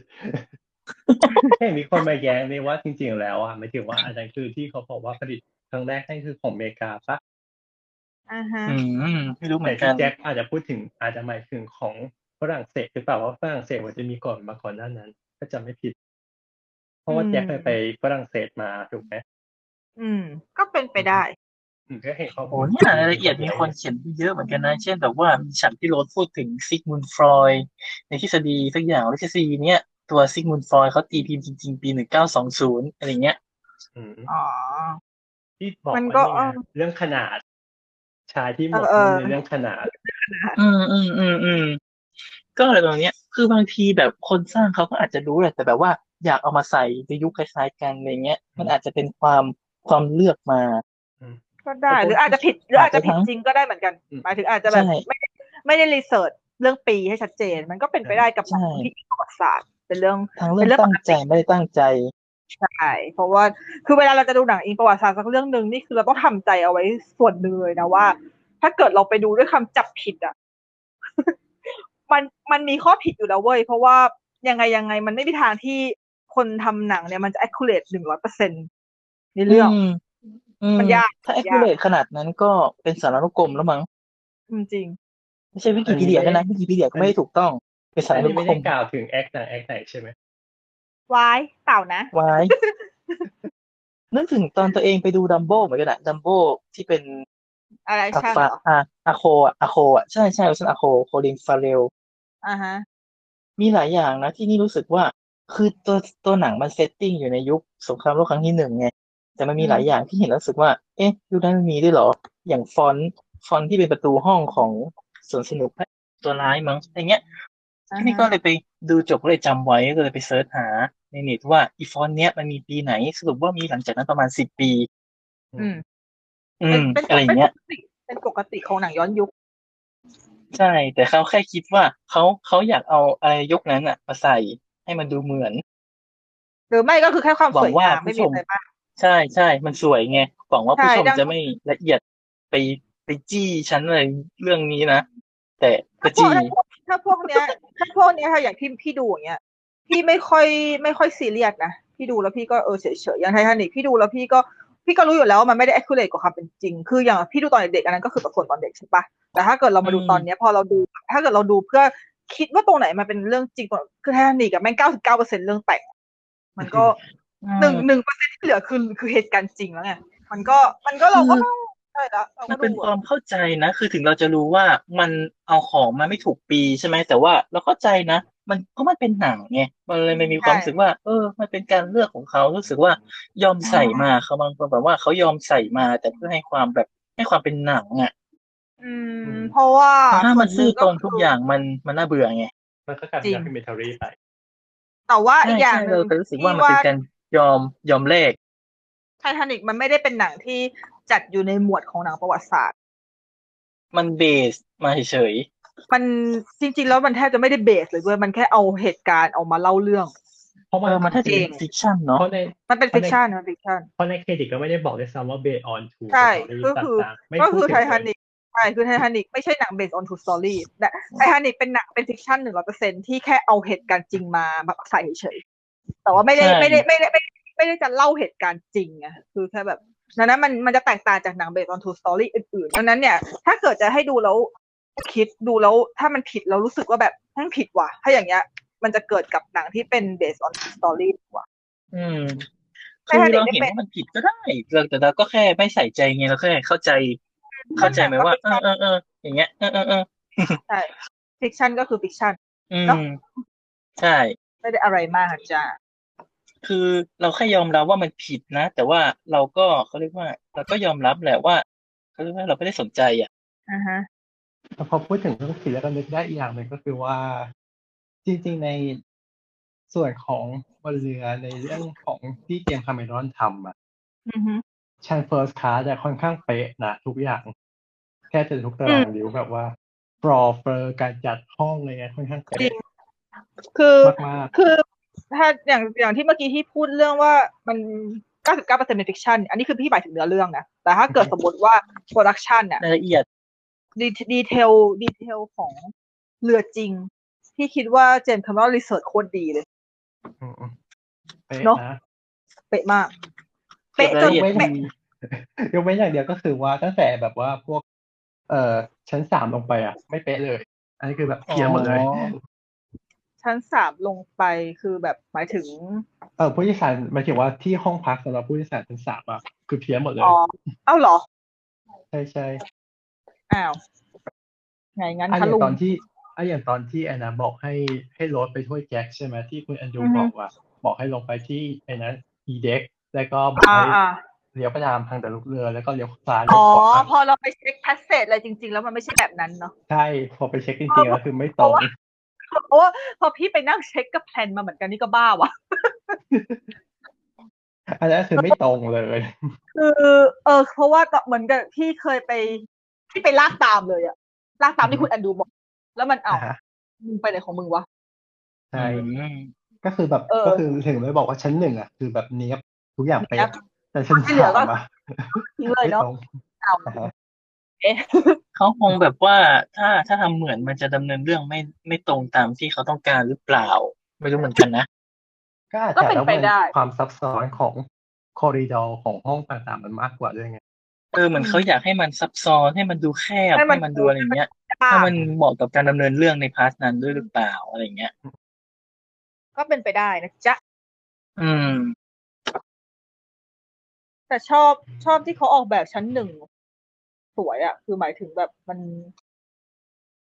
แค่มีคนมาแย้งนี่ว่าจริง ๆ แล้วอ่ะไม่ถึงว่าอันนั้นคือที่เขาบอกว่าผลิตครั้งแรกนั่นคือของอเมริกาปะ
อ่าฮะ
อืม ไม่รู้เหมื
แต่
อนกั
ที่
น
แจ็คอาจจะพูดถึงอาจจะหมายถึงของฝรั่งเศสหรือเปล่าว่าฝรั่งเศสมันจะมีก่อนมาก่อนหน้านั้น ก็จะไม่ผิด เพราะว่าแจ็คเคยไปฝรั่งเศสมาถูกไหม
อืม ก็เป็นไปได้
อืมก็เห็นข้อมู
โอ้เนี่ยรายละเอียดมีคนเขียนไว้เยอะเหมือนกันนะ เช่นแบบว่ามีฉากที่โรสพูดถึงซิกมุนด์ฟรอยด์ในทฤษฎีสักอย่างแล้วทฤษฎีเนี้ยตัวซิกมุนด์ฟรอยด์เขาตีพิมพ์จริงๆ ปี 1920 อะไรเงี้ย
อืม
อ๋อ
ที่บอก
มัน
ไว้
ก็
นี่ไงเรื่องขนาด ชายที่หมด
เออ
ในเรื่องขนาด
อืมอืมอืมอืมก็อะไรตรงเนี้ย คือบางทีแบบคนสร้างเขาก็อาจจะรู้แหละแต่แบบว่าอยากเอามาใส่ในยุคคล้ายๆกันอะไรเงี้ย มันอาจจะเป็นความความเลือกมา
ก็ได้หรืออาจจะผิดหรืออาจจะผิดจริงก็ได้เหมือนกัน
อืม
หมายถึงอาจจะแบบ
ใช่
ไม่ได้ไม่ได้รีเสิร์ชเรื่องปีให้ชัดเจน มันก็เป็นไปได้กับหนัง
ใช่
ที่ประวัติศาสตร์เป็นเรื่อง
ทั้งเรื่อง
เป็นเรื่อง
ตั้งใจไม่ได้ตั้งใจ
ใช่เพราะว่าคือเวลาเราจะดูหนังอิงประวัติศาสตร์สักเรื่องหนึ่งนี่คือเราต้องทำใจเอาไว้ส่วนหนึ่งเลยนะว่า ถ้าเกิดเราไปดูด้วยคำจับผิดอ่ะ มันมันมีข้อผิดอยู่แล้วเว้ย เพราะว่ายังไงยังไงมันไม่มีทางที่คนทำหนังเนี่ยมันจะ accurate หนึ่งร้อยเปอร์เซ็นในเรื่อง
มอื
มันยาก
ถ้า
มันยาก
accurate ขนาดนั้นก็เป็นสารานุกรมแล้วมั้ง
จริง
ไม่ใช่วิกิพีเดียด้วยนะวิกิพีเดียก็ไม่ได้ถูกต้อง เป็นสา
อั
ราน นุ
นี้
ก
ไม่
ร
ได้
ม
กล่าวถึงแอคหนังแอคไหนใช่ไหม
ๆ วายเต่านะ
ไว้ นึกถึงตอนตัวเองไปดูดัมโบ้เหมือนกันอะดัมโบ้ที่เป็น
อะไร
ทัก
ใช่าง
ษะ
เหรอ
อะอะโคอะอะโคอะใช่ใช่เวอร์ชันอะโคโคลินฟาเรล
อ่าฮะ
มีหลายอย่างนะที่นี่รู้สึกว่า คือตัวตัวหนังมันเซตติ้งอยู่ในยุคสงครามโลกครั้งที่หนึ่งไง แต่มันมี
อืม
หลายอย่างที่เห็นแล้วรู้สึกว่า เอ๊ะยุคนั้นมันมีด้วยเหรอ อย่างฟอนต์ฟอนต์ที่เป็นประตูห้องของสวนสนุกตัวร้ายมั้งอย่างเงี้ย
อ่า
นี่
ฮะ
ก็เลยไปดูจบก็เลยจำไว้ก็เลยไปเซิร์ชหาในเน็ตว่าอีฟอนต์เนี้ยมันมีปีไหนสรุปว่ามีหลังจากนั้นประมาณสิบปี
อืม
อื
เป็น
ม
เป็น
อะไรอย่างเงี้ย
เป็นปกติเป็นปกติของหนังย้อนยุค
ใช่ แต่เขาแค่คิดว่าเขาเขาอยากเอาอะไรยุคนั้นอ่ะมาใส่ให้มันดูเหมือน
หรือไม่ก็คือแค่ความสว
ห
ย
วังว่าง
ามไม่
ผู้ช
มี
ม
อะไรมาก
ใช่ใช่ มันสวยไงหวังว่า
ใช่
ผู้ชม
ดัง
จะไม่ละเอียดไปไปจี้ฉันอะไรเรื่องนี้นะ แต่ก็
ถ้าพวก
จี้
ถ้าพวกเนี้ยถ้าพวกเนี้ยค่ะอย่างที่พี่ดูอย่างเงี้ยพี่ไม่ค่อยไม่ค่อยซีเรียสนะพี่ดูแล้วพี่ก็เออเฉยๆอย่างไททานิกพี่ดูแล้วพี่ก็พี่ก็รู้อยู่แล้วว่ามันไม่ได้ accurate กว่าความเป็นจริง คืออย่างพี่ดูตอนเด็กๆอันนั้นก็คือประกวดตอนเด็กใช่ปะแต่ถ้าเกิดเรามาดู
อืม
ตอนเนี้ยพอเราดู ถ้าเกิดเราดูเพื่อคิดว่าตรงไหนมันเป็นเรื่องจริงตรงคือไททานิกอะแม่งเก้าสิบเก้าเปอร์เซ็นต์เรื่องแต่งมันก็ หนึ่งหนึ่งเปอร์เซ็นต์ที่เหลือคือคือเหตุการณ์จริงแล้วไงมันก็มันก็เราก็ต้องใช่แล้วเรา
มั
ก็
นเป็น
ดู
ค
อะ
วามเข้าใจนะ คือถึงเราจะรู้ว่ามันเอาของมาไม่ถูกปีใช่ไหม แต่ว่าเราเข้าใจนะ มันก็มันเป็นหนังไง มันเลยมันมีความ
ใช่
รู้สึกว่า เออ มันเป็นการเลือกของเขารู้สึกว่ายอมใส่มาเขาบางคนแบบว่าเขายอมใส่มา แต่เพื่อให้ความแบบให้ความเป็นหนังอ่ะ
ื
อื
ม
ม
เพราะว่า
ถ้ามัน
ส่
ซื่อ
ว
น
ห
ต
ก็
รงทุก
คื
อย่างมันมันน่าเบื่อไง
มันก็กลาย
จริ
เป็นดอกิ
ง
เมนทารีไป
แต่ว่า
ใช่
อีกอย่าง
ใช่
หนึ่
เรา
ง
จะรู้สึกว่ามันเป็นการยอมยอมเลข
ไททานิกมันไม่ได้เป็นหนังที่จัดอยู่ในหมวดของหนังประวัติศาสตร์
มันเบสมาเฉย
มันจริงๆแล้วมันแทบจะไม่ได้เบสเลยเว้ยมันแค่เอาเหตุการณ์ออกมาเล่าเรื่อง
เพราะ
ๆ
มัน
เออมันถ้าจะเป็นฟิกชั่น
เพ
เนาะ
ราะใน
มันเป็น
อัน
ฟิ
นี้
กชันมันฟิกชัน
เพราะในเครดิตก็ไม่ได้บอกด้วยซ้ำว่า based on true
ใช่
story
ก็คือ
ต่างๆไม่
ก็
พูด
คือ
ถึ
ไท
ง
ทา
เลย
นิกใช่คือไททานิกไม่ใช่หนังเบสออนทูสตอรี่แต่ไททานิกเป็นหนังเป็นฟิกชันหนึ่งร้อยเปอร์เซ็นที่แค่เอาเหตุการณ์จริงมามาใส่เฉยๆแต่ว่าไม่ได้
ใช่
ไม่ได้ไม่ได้ไม่ได้ไม่ได้จะเล่าเหตุการณ์จริงอะคือแค่แบบดังนั้นมันมันจะแตกต่างจากหนังเบสออนทูสตอรี่อื่นๆดังนั้นเนี่ย ถ้าเกิดจะให้ดูแล้วคิดดูแล้วถ้ามันผิดเรารู้สึกว่าแบบมันผิดว่ะถ้าอย่างเงี้ย มันจะเกิดกับหนังที่เป็นเบสออนทูสตอรี่ว่ะ
อืมคื
ไม่
อ
ให้เด็ก
เรา
ได้
เห็น
เป็น
ว่ามันผิดก็ได้เราแต่เราก็แค่ไม่ใส่ใจไงเราแค่เข้าใจ เข้าใจไหมว่าเออเออเอออย่างเงี้ยเออเออเออ
ใช่ฟิกชันก็คือฟิกชัน
อื
เนอะ
มใช่
ไม่ได้อะไรมากอะจ้า
คือเราแค่ยอมรับว่ามันผิดนะ แต่ว่าเราก็เขาเรียกว่า เราก็ยอมรับแหละว่าเขาเรียกว่าเราไม่ได้สนใจอ่ะ
อ่าฮะ
แต่พอพูดถึงเรื่องศิลป์แล้วก็นึกได้อีกอย่างหนึ่งก็คือว่า จริงๆในส่วนของบนเรือในเรื่องของที่เจมส์คาเมรอนทำอะ
อือฮึ
ชันเฟิร์สคลาสแต่ค่อนข้างเป๊ะนะทุกอย่างแค่จะทุกตารางนิ้วแบบว่าฟลอเฟอร์การจัดห้องอะไรเงี้ยค่อนข้างเป๊ะ
จริง คือ
มาก
คือถ้าอย่างอย่างที่เมื่อกี้ที่พูดเรื่องว่ามัน 99%เป็นฟิกชันอันนี้คือพี่หมายถึงเนื้อเรื่องนะ แต่ถ้าเกิดสมมติว่าโปรดักชันน่ะ
รายละเอียด
ดีดีเทลดีเทลของเรือจริง ที่คิดว่าเจมส์คาร์ลรีเสิร์ชโคตรดีเลย
ๆอืมๆเป๊ะ
เนอะ
นะ
เป๊ะมาก เป๊ะจน
เก็บ
ไม่
รายละเอียด
เป๊ะ
ดี ยกเว้นอย่างเดียวก็คือว่าตั้งแต่แบบว่าพวก เอ่อชั้นสามลงไปอ่ะ ไม่เป๊ะเลย อันนี้คือแบบเพี้ยนหมดเลย
อ๋อ
ชั้นสามลงไปคือแบบหมายถึง
เออผู้โดยสารหมายถึงว่าที่ห้องพักสำหรับผู้โดยสารชั้นสามอ่ะคือเพี้ยนหมดเลย
อ๋อ เอ้าเหรอ
ใช่ใช่
อ้าวไงงั้น
อันอ
คะ
ย่า
ลุ
ง
ง
ตอนที่อันอย่างตอนที่แอนนาบอกให้ให้รถไปช่วยแจ็คใช่ไหมที่คุณแอนดรู
อือฮึ
บอกว่า บอกให้ลงไปที่ไอ้นั้นอีเด็กแล้วก็บอก
อ่า
ให้
อ่า
เลี้ยวไปตามทางแต่ลูกเรือแล้วก็เลี้ยวซ้าย
อ๋อ
เลี้ยวขวา
พอเราไปเช็คแพสเซจอะไรจริง ๆ แล้วมันไม่ใช่แบบนั้นเนาะ
ใช่พอไปเช็คจริงๆแล้วคือไม่ตรง
โอ้พอพี่ไปนั่งเช็คกับแพลนมาเหมือนกันนี่ก็บ้าวะ
อันนั้นคือไม่ตรงเลย
คือเออเพราะว่าเหมือนกับที่เคยไปที่ไปลากตามเลยอะลากตามที่คุณแอนดูบอก แล้วมันเอา
อ่าฮะ
มึงไปไหนของมึงวะ
ใช่
อืม
ก็คือแบบ
เออ
ก็คือถึงไม่บอกว่าชั้นหนึ่งอ่ะคือแบบเนี้ยบทุกอย่างไปะ
เนี๊ยบ
แต่ชั้น
ที่เหลื
สา
อก็
มอะ
ทิ้งเล
ไม่ต
ยเนาะ
รง
เอา
อ่าฮะ
เขาคงแบบว่าถ้าถ้าทำเหมือนมันจะดำเนินเรื่องไม่ไม่ตรงตามที่เขาต้องการหรือเปล่า ไม่รู้เหมือนกันนะ
ก็อาจ
ก็
จะ
เป็น
แล้ว
ไป
มัน
ได้
ความซับซ้อนของคอริดอร์ของห้องต่างๆมันมากกว่าด้วยไง
เออเหมือน
อืม
เขาอยากให้มันซับซ้อนให้มันดูแคบ
ให้มัน
ให้มันดูอะไรอย่างเงี้ยให้มันเหมาะกับการดำเนินเรื่องในพาร์ทนั้นด้วยหรือเปล่าอะไรอย่างเงี้ย
ก็เป็นไปได้นะจ๊ะ
อืม
แต่ชอบชอบที่เขาออกแบบชั้นหนึ่งสวยอะคือหมายถึงแบบมัน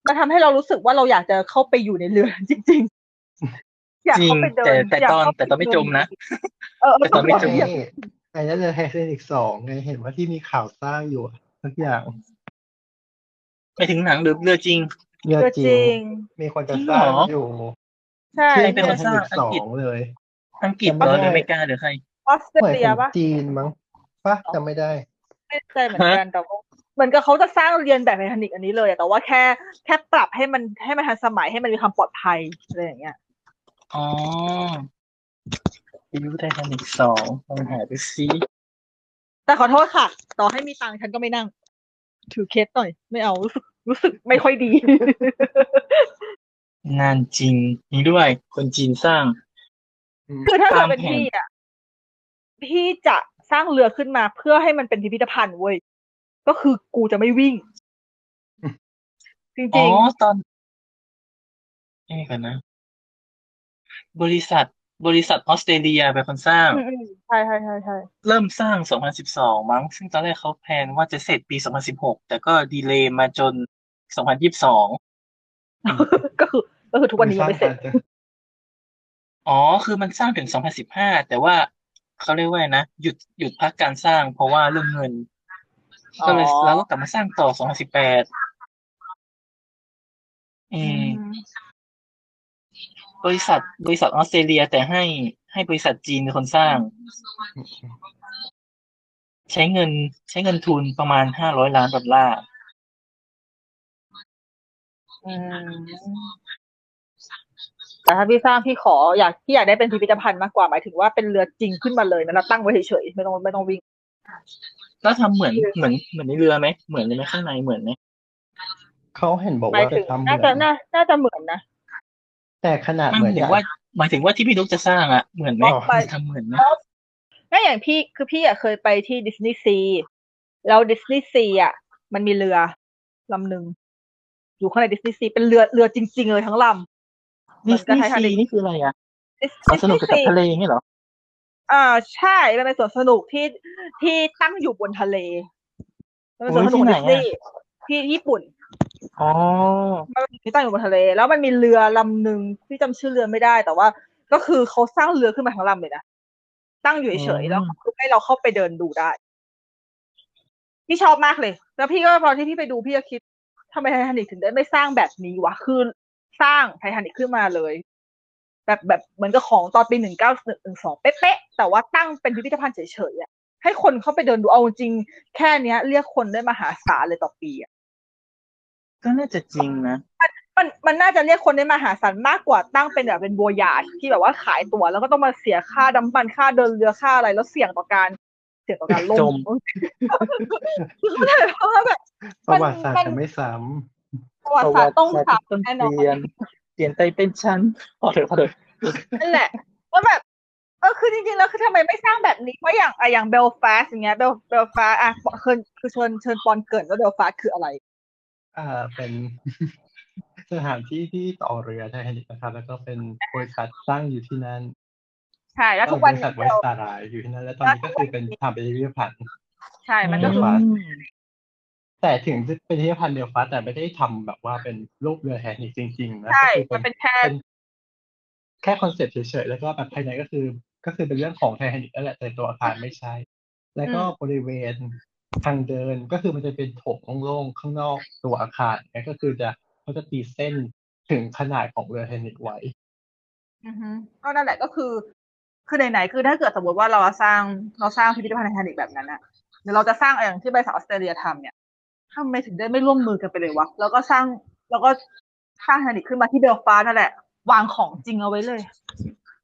มันทำให้เรารู้สึกว่าเราอยากจะเข้าไปอยู่ในเรือจ ริง ๆ อยากเข้าไปเดิ
จริ
น
งแต่แต่
ยาก
ตอน
เข้าป
แต่ตอนไม่จมนะ
เออเ
แต่ตอนไม่จม
อยาก
ไอ้นั่นเลยไททานิกสองไงเห็นว่าที่มีข่าวสร้างอยู่อะสักอย่าง
ไปถึงหนังหรือเรือจริง
เรือ
เรือ
จริ
จริ
ง
ง
มีคนจะสร้างอยู่
ใช่
ชื่อ
เป็น
ไท
คนส
ทานิ
ร้าง
ก
อั
ส
ง
อก
ฤษ
งเลย
อังกฤษเหรอหรืออเมริกาหรือใคร
ออสเตร
เหมือน
เลีย
ของ
ปะ
จีนมั้งปะจำไม่ได้
ไม่แน่ใจเหมือนกันแต่ว่าเหมือนกับเขาจะสร้างเรียนแบบไททานิกอันนี้เลยอะแต่ว่าแค่แค่ปรับให้มันให้มันทันสมัยให้มันมีความปลอดภัยอะไรอย่างเงี้ย
อ๋อดิวไททานิกสองลองหาดูซิ
แต่ขอโทษค่ะ ต่อให้มีตังค์ฉันก็ไม่นั่ง ถือเคสหน่อย ไม่เอารู้สึกรู้สึกไม่ค่อยดี
นานจริงจริงด้วย คนจีนสร้าง
คือถ้าเกิดเป็น
ตามแผน
พี่อ่ะพี่จะสร้างเรือขึ้นมาเพื่อให้มันเป็นพิพิธภัณฑ์เว้ยก็คือกูจะไม่วิ่ง
อืม
จ
อ๋
ริ
อง ตอนนี่ก่อนนะ บริษัท บริษัทออสเตรเลียเป็นคนสร้าง
ๆอืมๆใช่ใช่ใช่ใช่
เริ่มสร้าง 2012 มั้ง ซึ่งตอนแรกเขาแพลนว่าจะเสร็จปี 2016 แต่ก็ดีเลย์มาจน 2022
ก็คือ ก็คือทุกวันนี้ยังไม่เสร็จ
อ๋อ คือมันสร้างถึง 2015 แต่ว่าเขาเรียกว่าไงนะ หยุด หยุดพักการสร้าง เพราะว่าเรื่องเงิน ก็เลย
อ๋อ
แล้วก็กลับมาสร้างต่อ 2018 อืม บริษัท บริษัทออสเตรเลียแต่ให้ให้บริษัทจีนเป็นคนสร้าง ใช้เงินใช้เงินทุนประมาณ 500 ล้านดอลลาร์
อืมแต่ถ้าพี่สร้างพี่ขออยากพี่อยากได้เป็นพิพิธภัณฑ์มากกว่าหมายถึงว่าเป็นเรือจริงขึ้นมาเลยนะเราตั้งไว้เฉยๆไม่ต้องไม่ต้องวิ่ง
แล้วทำเหมือนเหมือนเหมือนในเรือไหม เหมือนเลยไหมข้างในเหมือนไหม
เขาเห็นบอก
หมาย
ว่า
ถึ
จะ
ง
ทำเหมื
น่า
อ
จะ
น
น่าน่าจะเหมือนนะ
แต่ขนาด
ไม่
เหมือน
หมาย
กั
ถึ
น
งว่าหมายถึงว่าที่พี่นุ๊กจะสร้างอะเหมือนไหม
อ๋อ
ไป
ทำเหมือนไหม
ก็อย่างพี่คือพี่อ่ะเคยไปที่ดิสนีย์ซีแล้วดิสนีย์ซีอ่ะ มันมีเรือลำหนึ่งอยู่ข้างในดิสนีย์ซีเป็นเรือเรือจริง ๆ เลยทั้งลำเหมื
นี่
อนกับไททานิ
นี่
ก
นี่คืออะไรอะ
ดิส
สวนสนุก
นีย์
เกี่ยวกับ
ซี
ทะเลอย่างเงี้ยเหรอ
อ่าใช่มันเป็นสวนสนุกที่ที่ตั้งอยู่บนทะเลมันเป็นสวนสนุกของดิสนีย์ที่ญี่ปุ่น
อ๋อ
มันมีที่ตั้งอยู่บนทะเล แล้วมันมีเรือลำหนึ่งที่จำชื่อเรือไม่ได้ แต่ว่าก็คือเขาสร้างเรือขึ้นมาทั้งลำเลยนะตั้งอยู่เฉยๆแล้วคือให้เราเข้าไปเดินดูได้ พี่ชอบมากเลย แล้วพี่ก็พอที่พี่ไปดูพี่ก็คิดทำไมไททานิกถึงได้ไม่สร้างแบบนี้วะคือสร้างไททานิกขึ้นมาเลย แบบแบบเหมือนกับของตอนปีหนึ่งเก้าหนึ่งสองเป๊ะๆแต่ว่าตั้งเป็นพิพิธภัณฑ์เฉยๆอะให้คนเข้าไปเดินดูเอาจริงๆแค่เนี้ย เรียกคนได้มหาศาลเลยต่อปีอะ
ก็น่าจะจริงนะ
มันมันน่าจะเรียกคนได้มหาศาลมากกว่าตั้งเป็นแบบเป็นบัวยาดที่แบบว่าขายตั๋วแล้วก็ต้องมาเสียค่าดำมันค่าเดินเรือค่าอะไรแล้วเสี่ยงต่อการ เสี่ยงต่อการล่
จ
ม
ม
คือเข้าใจไหมเพราะว่าแบบ
ประวัติศาสต
มัน
ร์จะไม่ซ้
ประวัติศาสตร์ต้อง
ประ
สา
วั
บ
ติศาสตร์ต้อง
แน่นอน
เปลี่ยนเปลี่ยนไตเป็นชั้น พอเถอะพอเถอะ
นั่นแหละว่าแบบเออคือจริงๆแล้วคือทำไมไม่สร้างแบบนี้ว่าอย่างอะอย่างเบลฟาสอย่างเงี้ยเบลเบลฟาสอ่ะเชิญคือเชิญเชิญปอนเกรินว่าเบลฟาสคืออะไร
ำอ่าเป็น สถานที่ที่ต่อเรือไททานิกนะครับ แล้วก็เป็นบริษัทสร้างอยู่ที่นั่น
ใช่แล้วทุกวัน
บริษัท
นี้
ไว
เรา
สตาร์ไลน์อยู่ที่นั่น และตอนนี้ก็คือเป็นทำเป็นพิพิธภัณฑ์
ใช่มันก็คือ
ม
อืม
แต่ถึงจะเป็นพิพิธภัณฑ์เบลฟาสต์แต่ไม่ได้ทำแบบว่าเป็นรูปเรือไททานิกจริงๆนะ
ใช่
ก็คือ
มันเป็นแค่
เป็นแค่คอนเซ็ปต์เฉยๆแล้วก็แบบภายในก็คือ ก็คือเป็นเรื่องของไททานิกนั่นแหละแต่ตัวอาคารไม่ใช่ แล้วก็บริเวณทางเดินก็คือมันจะเป็นโถงโล่งๆข้างนอกตัวอาคารเนี่ยก็คือจะเขาจะตีเส้นถึงขนาดของเรือไททานิกไว้
อือฮึก็นั่นแหละก็คือ คือไหนๆคือถ้าเกิดสมมติว่าเราสร้างเราสร้างพิพิธภัณฑ์ไททานิกแบบนั้นอะหรือเราจะสร้างอย่างที่บริษัทออสเตรเลียทำเนี่ยทำไมถึงได้ไม่ร่วมมือกันไปเลยวะแล้วก็สร้างแล้วก็สร้างไททานิกขึ้นมาที่เบลฟาสต์นั่นแหละ วางของจริงเอาไว้เลย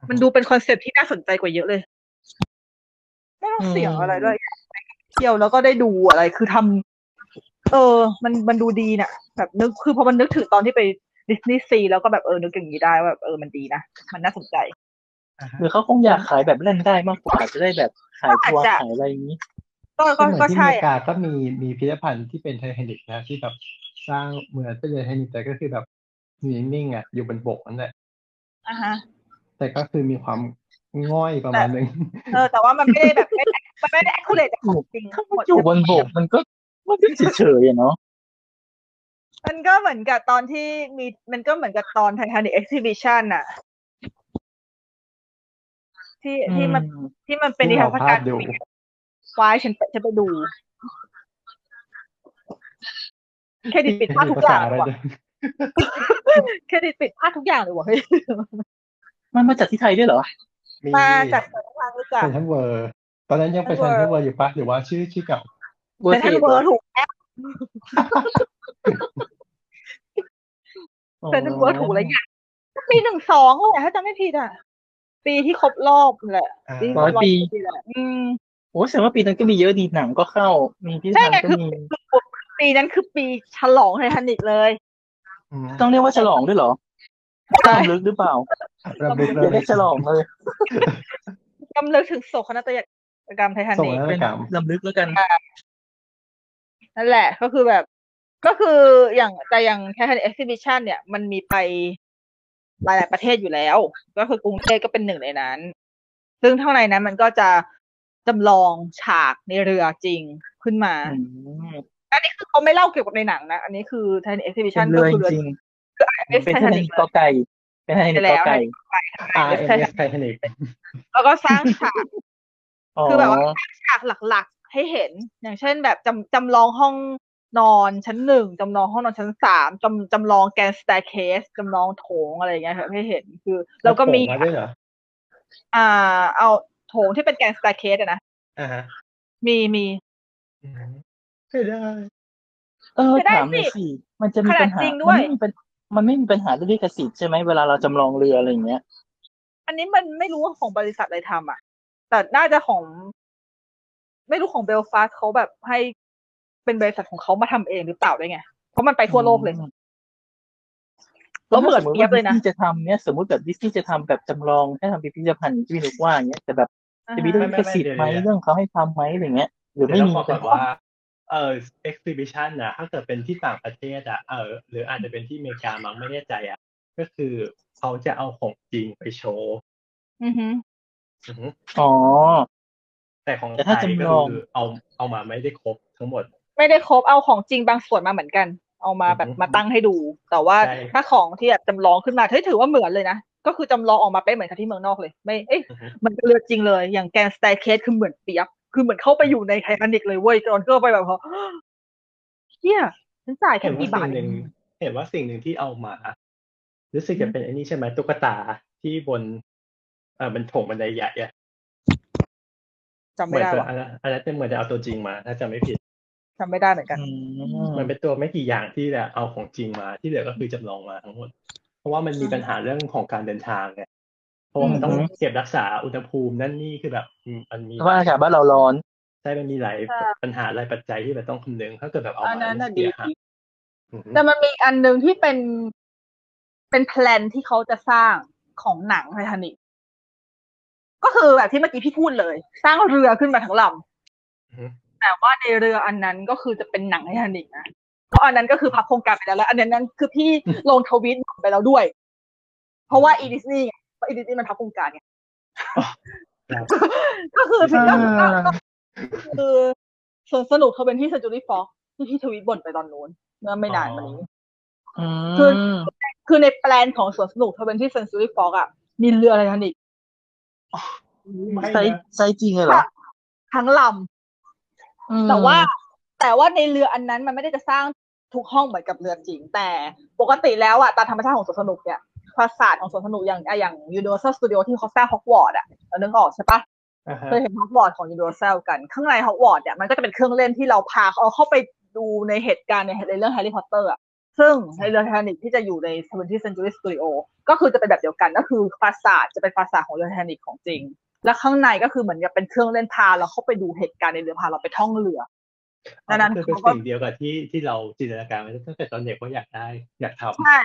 มันดูเป็นคอนเซ็ปต์ที่น่าสนใจกว่าเยอะเลย ไม่ต้องเสียงอะไรด้วยเที่ยวแล้วก็ได้ดูอะไรคือทำเออ มันมันดูดีน่ะ แบบนึกคือพอมันนึกถึงตอนที่ไปดิสนีย์ซีแล้วก็แบบเออนึกอย่างนี้ได้ว่าแบบเออมันดีนะ มันน่าสนใจ
หรือเขาคงอยากขายแบบเล่นได้มากกว่าจะได้แบบขายทัวร์ขายอะไรอย่างนี้
ก็
ก็
ก็
เหมือน
ก็
ที่อ
ใช่
เมริ
อะ
กาก็มีมีพิพิธภัณฑ์ที่เป็นไททานิกนะที่แบบสร้างเหมือนเป็นไททานิกแต่ก็คือแบบอยู่นิ่งๆอ่ะอยู่บนบกนั่นแหละ
อ่าฮะ
แต่ก็คือมีความง่อยประมาณนึง
เออแต่ว่ามันไม่ได้แบบไม่ได้มันไม่ได้แอคคูเรทจากของจริง
ถ้ามันอยู่บนบกมันก็มันก็เฉยๆอะเนาะ
มันก็เหมือนกับตอนที่มีมันก็เหมือนกับตอนไททานิ c เอ็กซิบิชันอะที่ที่มัน
อืม
ที่มันเป็น
ที่
นิทร
เรา
รศกา
พ
ร
ลาดดู
ไว้ฉันไปฉันไปดูเครดิตปิดพลาดทุกอย่าง
อะไร
เลยว่ะ
ด้วย
เครดิตปิดพลาดทุกอย่างเลยว่ะเฮ้ย
มันมาจากที่ไทยด้วยเหรอ
มี
มาจากสายทางรู้จัก
เซนทรัลเวิร์ตอนนั้นยังเป็นเซน
Central
ทรัลเวิร์อยู่ปะหรือว่าชื่อชื่อเก่า
เวอ
แต่
ร์เท
ท่าน
ส
เบอร์ถูกแอปแต่ท่านเบอร์ถูกอะไรอย่างเงี้ยปีหนึ่งสองแหละถ้าจำไม่ผิดอ่ะ ปีที่ครบรอบแหละ
อ่า
ที่คบ
ร้อยปี
แหละอืม
โอ้แสดงว่าปีนั้นก็มีเยอะดีหนังก็เข้า มีพิธี
ใช่
กา
ไง
รก็
คือ
มี
ปีนั้นคือปีฉลองไททานิกเลย
อืม
ต้องเรียกว่าฉลองด้วยเหรอ
ใช่
ตามลึกหรือเปล่า
ระบุ
อย่าเรียกฉลองเลย
กำลึกถึงโศกนาฏกรรมไททา
ส่ง
นิก
นาฏ
เป็น
กรรม
ลำลึกแล้วกัน
นั่นแหละก็คือแบบ ก็คืออย่างแต่อย่างไททานิก e อ h ซิบิชันเนี่ยมันมีไปหลาย ๆ ประเทศอยู่แล้ว ก็คือกรุงเทพก็เป็นหนึ่งในนั้น ซึ่งเท่าในนั้นมันก็จะจำลองฉากในเรือจริงขึ้นมา
อืม
อันนี้คือเขาไม่เล่าเกี่ยวกับในหนังนะ อันนี้คือไททานิก e อ h ซิบิ
เป็
ชัน
นเรื
ก็
อ
คือเรือ
จริง
คือไอเอส
เป็น
ไท
ไท
ทา
ทา
นิ
นิ
ก
กกอไก่ เป็นไททานิกกอไก่
RMS ไททานิก
แล้วก็สร้างฉาก
อ๋อ
คือแบบว่า ฉากหลักๆให้เห็นอย่างเช่นแบบจำจำลองห้องนอนชั้นหนึ่งจำลองห้องนอนชั้นสามจำจำลองแกนสแตเคสจำลองโถงอะไรอย่างเงี้ยครับให้เห็นคือ แล้วก็มี
โผล่มาด้วยเหรอ
อ่า เอาโถงที่เป็นแกนสแตเคสอะนะ
อ่าฮะ
มีมี
อืมไม่ได้
เออ
คือได้
ถามเลย
สิ
สิมันจะมีปัญหา
ขนาดจริงด้วย
มันไม่มีปัญมันไม่มีปัญหาเรื่องลิขสิทธิ์ใช่ไหมเวลาเราจำลองเรืออะไรอย่างเงี้ย
อันนี้มันไม่รู้ว่าของบริษัทอะไรทำอ่ะ แต่น่าจะของ ไม่รู้ของเบลฟาสเขาแบบให้เป็นบริษัทของเขามาทำเองหรือเปล่าด้วยไงเพราะมันไปทั่วโลกเลย แล้วเหมือน
สติ
เจี๊ยบเลยนะ
ดิสนีจะทำเนี่ยสมมติแบบดิสนีย์จะทำแบบจำลองให้ทำเป็นพิพิธภัณฑ์อย่างที่พี่ลูกว่าอย่างเงี้ยแต่แบบจะมีเรื่องลิขสิทธิ์ไหม
ไม่ไม่ไม่เดี๋ยว
เรื่องเขาให้ทำไหมอะไรเงี้ยหรือไม่มี
เดี๋ยวเราบอกก่อนว่าเออ exhibition นะถ้าเกิดเป็นที่ต่างประเทศอ่ะเออหรืออาจจะเป็นที่อเมริกามั้งไม่แน่ใจอ่ะ ก็คือเขาจะเอาของจริงไปโชว์
อือฮึ
อือหือ
อ๋อ
แต่ของ
แต่ถ้า
ไทยก็
จำลอง
คือเอาเอามาไม่ได้ครบทั้งหมด
ไม่ได้ครบเอาของจริงบางส่วนมาเหมือนกัน เอามาแบบ
อือฮึ
มาตั้งให้ดู แต่ว่า
ใช่
ถ้าของที่แบบจำลองขึ้นมาเฮ้ยถือว่าเหมือนเลยนะ ก็คือจำลองออกมาเป็นเหมือนกับที่เมืองนอกเลย ไม่เอ๊ะ
อือหือ
มันเรือจริงเลย อย่างแกนสไตเคสคือเหมือนเปียบ คือเหมือนเข้าไปอยู่ในไททานิกเลยเว้ยจนก็ไปแบบเขาเฮียฉันจ่ายแค่
เห็นว่า
กี่บา
สิ่ง
ท
ห
เอ
นึ่
ง
งเห็นว่าสิ่งหนึ่งที่เอามา รู้สึกจะเป็นไอ้นี่ใช่ไหมตุ๊กตาที่บนเออมันโถงบันไดใหญ่อะ
จำ
เห
ไม่
มือน
ได้
จะ
ว่ะ
อันนั้นอันนั้นจะเหมือนจะเอาตัวจริงมา ถ้าจะไม่ผิด
จำไม่ได้เหมือนกัน
อืม
มันเป็นตัวไม่กี่อย่างที่จะเอาของจริงมาที่เหลือก็คือจำลองมาทั้งหมด เพราะว่ามันมีปัญหาเรื่องของการเดินทางไงเพราะว่ามันต้องเก็บรักษาอุณหภูมินั่นนี่คือแบบอืมมันมี
เพราะว่าอากาศบ้านเราร้อน
ใช่มันมีหลาย
ใช่
ปัญหาหลายปัจจัยที่แบบต้องคำนึงถ้าเกิดแบบเอา
อั
มาน
นั้นน่ะ
เสียหา
ดี
ยอืม
แต่มันมีอันหนึ่งที่เป็นเป็นแพลนที่เขาจะสร้างของหนังไททานิกก็คือแบบที่เมื่อกี้พี่พูดเลย สร้างเรือขึ้นมาทั้งลำ
อืม
แต่ว่าในเรืออันนั้นก็คือจะเป็นหนังไททานิกนะ เพราะอันนั้นก็คือพับโครงการไปแล้วแล้ว อันนั้นคือพี่ลงทวิตบอกไปแล้วด้วย เพราะว่าอีดิสนีย์ไงเพราะอีดิสนีย์มันพับโครงการไงก็คือพี่ก็คือก็คือส่วนสนุกเขาเป็นที่สจูรี่ฟ็อกที่พี่ทวิตบ่นไปตอนนู้นเมื่อไม่นานมานี้
อื
คือ
ม
คือในแปลนของสวนสนุกเขาเป็นที่เซนซูรี่ฟ็อกอ่ะมีเรือไททานิก
ไม่
ไซส์
นะ
ไซส์จริงเลยเหรอ
ทั้งลำ
อืม
แต่ว่าแต่ว่าในเรืออันนั้นมันไม่ได้จะสร้างทุกห้องเหมือนกับเรือจริง แต่ปกติแล้วอะตามธรรมชาติของสวนสนุกเนี่ย ปราสาทของสวนสนุกอย่างอ่ะอย่าง Universal Studio ที่เขาสร้างฮอกวอตส์อ่ะเรานึกออกใช่ปะ
อ่าฮะ
เคยเห็นฮอกวอตส์ของยูนิเวอร์แซลกัน ข้างในฮอกวอตส์เนี่ยมันก็จะเป็นเครื่องเล่นที่เราพาเอาเข้าไปดูในเหตุการณ์ในในเรื่องแฮร์รี่พอตเตอร์อะซึ่งในเรือไททานิกที่จะอยู่ใน 20th Century Studio ก็คือจะเป็นแบบเดียวกันก็คือปราสาทจะเป็นปราสาทของเรือไททานิกของจริง และข้างในก็คือเหมือนกับเป็นเครื่องเล่นพาเราเข้าไปดูเหตุการณ์ในเรือพาเราไปท่องเรือดังนั้น
คือเป็น
เขาก็
สิ่งเดียวกับที่ที่เราจินตนาการไว้ตั้งแต่ตอนเด็กว่าอยากได้อยากทำ
ใช่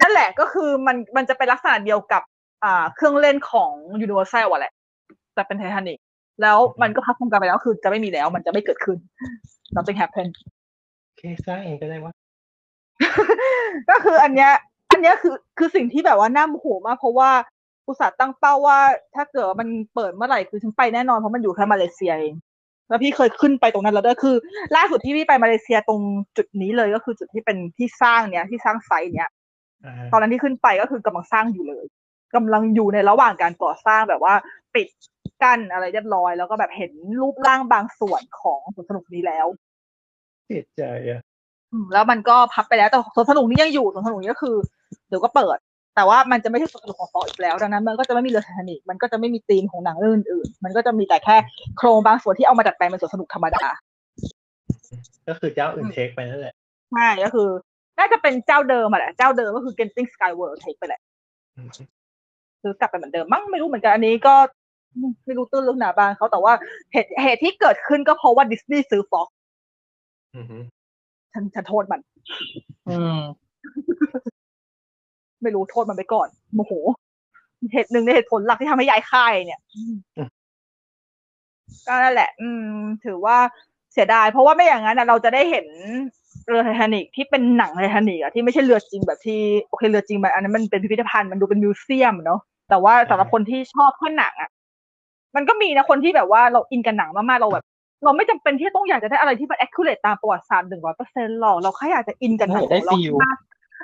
นั่นแหละก็คือมันมันจะเป็นลักษณะเดียวกับอ่าเครื่องเล่นของ Universal อะแหละ แต่เป็นไททานิกแล้วมันก็พักโครงการไปแล้วคือจะไม่มีแล้วมันจะไม่เกิดขึ้น nothing happen
เคสร้างเองก็ได้ว่า
ก็คืออันเนี้ยอันเนี้ยคือคือสิ่งที่แบบว่าน่าโมโหมากเพราะว่าอุตสาห์ตั้งเป้าว่าถ้าเกิดว่ามันเปิดเมื่อไหร่คือฉันไปแน่นอนเพราะมันอยู่แค่มาเลเซียเองแล้วพี่เคยขึ้นไปตรงนั้นแล้วด้วยคือ ล่าสุดที่พี่ไปมาเลเซียตรงจุดนี้เลยก็คือจุดที่เป็นที่สร้างเนี้ยที่สร้างไซต์เนี้ย ตอนนั้นที่ขึ้นไปก็คือกำลังสร้างอยู่เลยกำลังอยู่ในระหว่างการก่อสร้างแบบว่าปิดกั้นอะไรเรียบร้อย แล้วก็แบบเห็นรูปร่างบางส่วนของสวนสนุกนี้แล้ว
เสียใจอ่ะ
อืมแล้วมันก็พับไปแล้วแต่สวนสนุกนี้ยังอยู่สวนสนุกนี้ก็คือเดี๋ยวก็เปิด แต่ว่ามันจะไม่ใช่สวนสนุกของฟออีกแล้วดังนั้นมันก็จะไม่มีเรือไททานิกมันก็จะไม่มีธีมของหนังเรื่องอื่นๆมันก็จะมีแต่แค่โครงบางส่วนที่เอามาดัดแปลงเป็นสวนสนุกธรรมดา
ก็คือเจ้าอื่นเทคไปนั่นแหละ
ใช่ก็คือ น่าจะเป็นเจ้าเดิมอะแหละเจ้าเดิมก็คือ Genting Sky World เทคไปแหละ คือกลับไปเหมือนเดิมมั้งไม่รู้เหมือนกันอันนี้ก็ไม่รู้ตื้นลึกหนาบางเขาแต่ว่าเหตุเหตุที่เกิดขึ้นก็เพราะว่าดิสนีย์ซื้อฟ็อก
อือฮึ
ฉันฉันโทษมัน
อืม
ไม่รู้โทษมันไปก่อนโมโหเหตุหนึ่งในเหตุผลหลักที่ทำให้ย้ายค่ายเนี่ยก็นั่นแหละ อืม ถือว่าเสียดาย เพราะว่าไม่อย่างนั้นน่ะเราจะได้เห็นเรือไททานิกที่เป็นหนังไททานิกอะที่ไม่ใช่เรือจริงแบบที่โอเคเรือจริงมันอันนั้นมันเป็นพิพิธภัณฑ์มันดูเป็นมิวเซียมเนาะแต่ว่าสำหรับคนที่ชอบแค่หนังอะมันก็มีนะคนที่แบบว่าเราอินกับหนังมากๆเราแบบ เราไม่จำเป็นที่จะต้องอยากจะได้อะไรที่มัน accurate ตามประวัติศาสตร์หนึ่งร้อยเปอร์เซ็นต์หรอกเราแค่อยากจะอินกับหนังของเรา
ได้ฟีล
มาก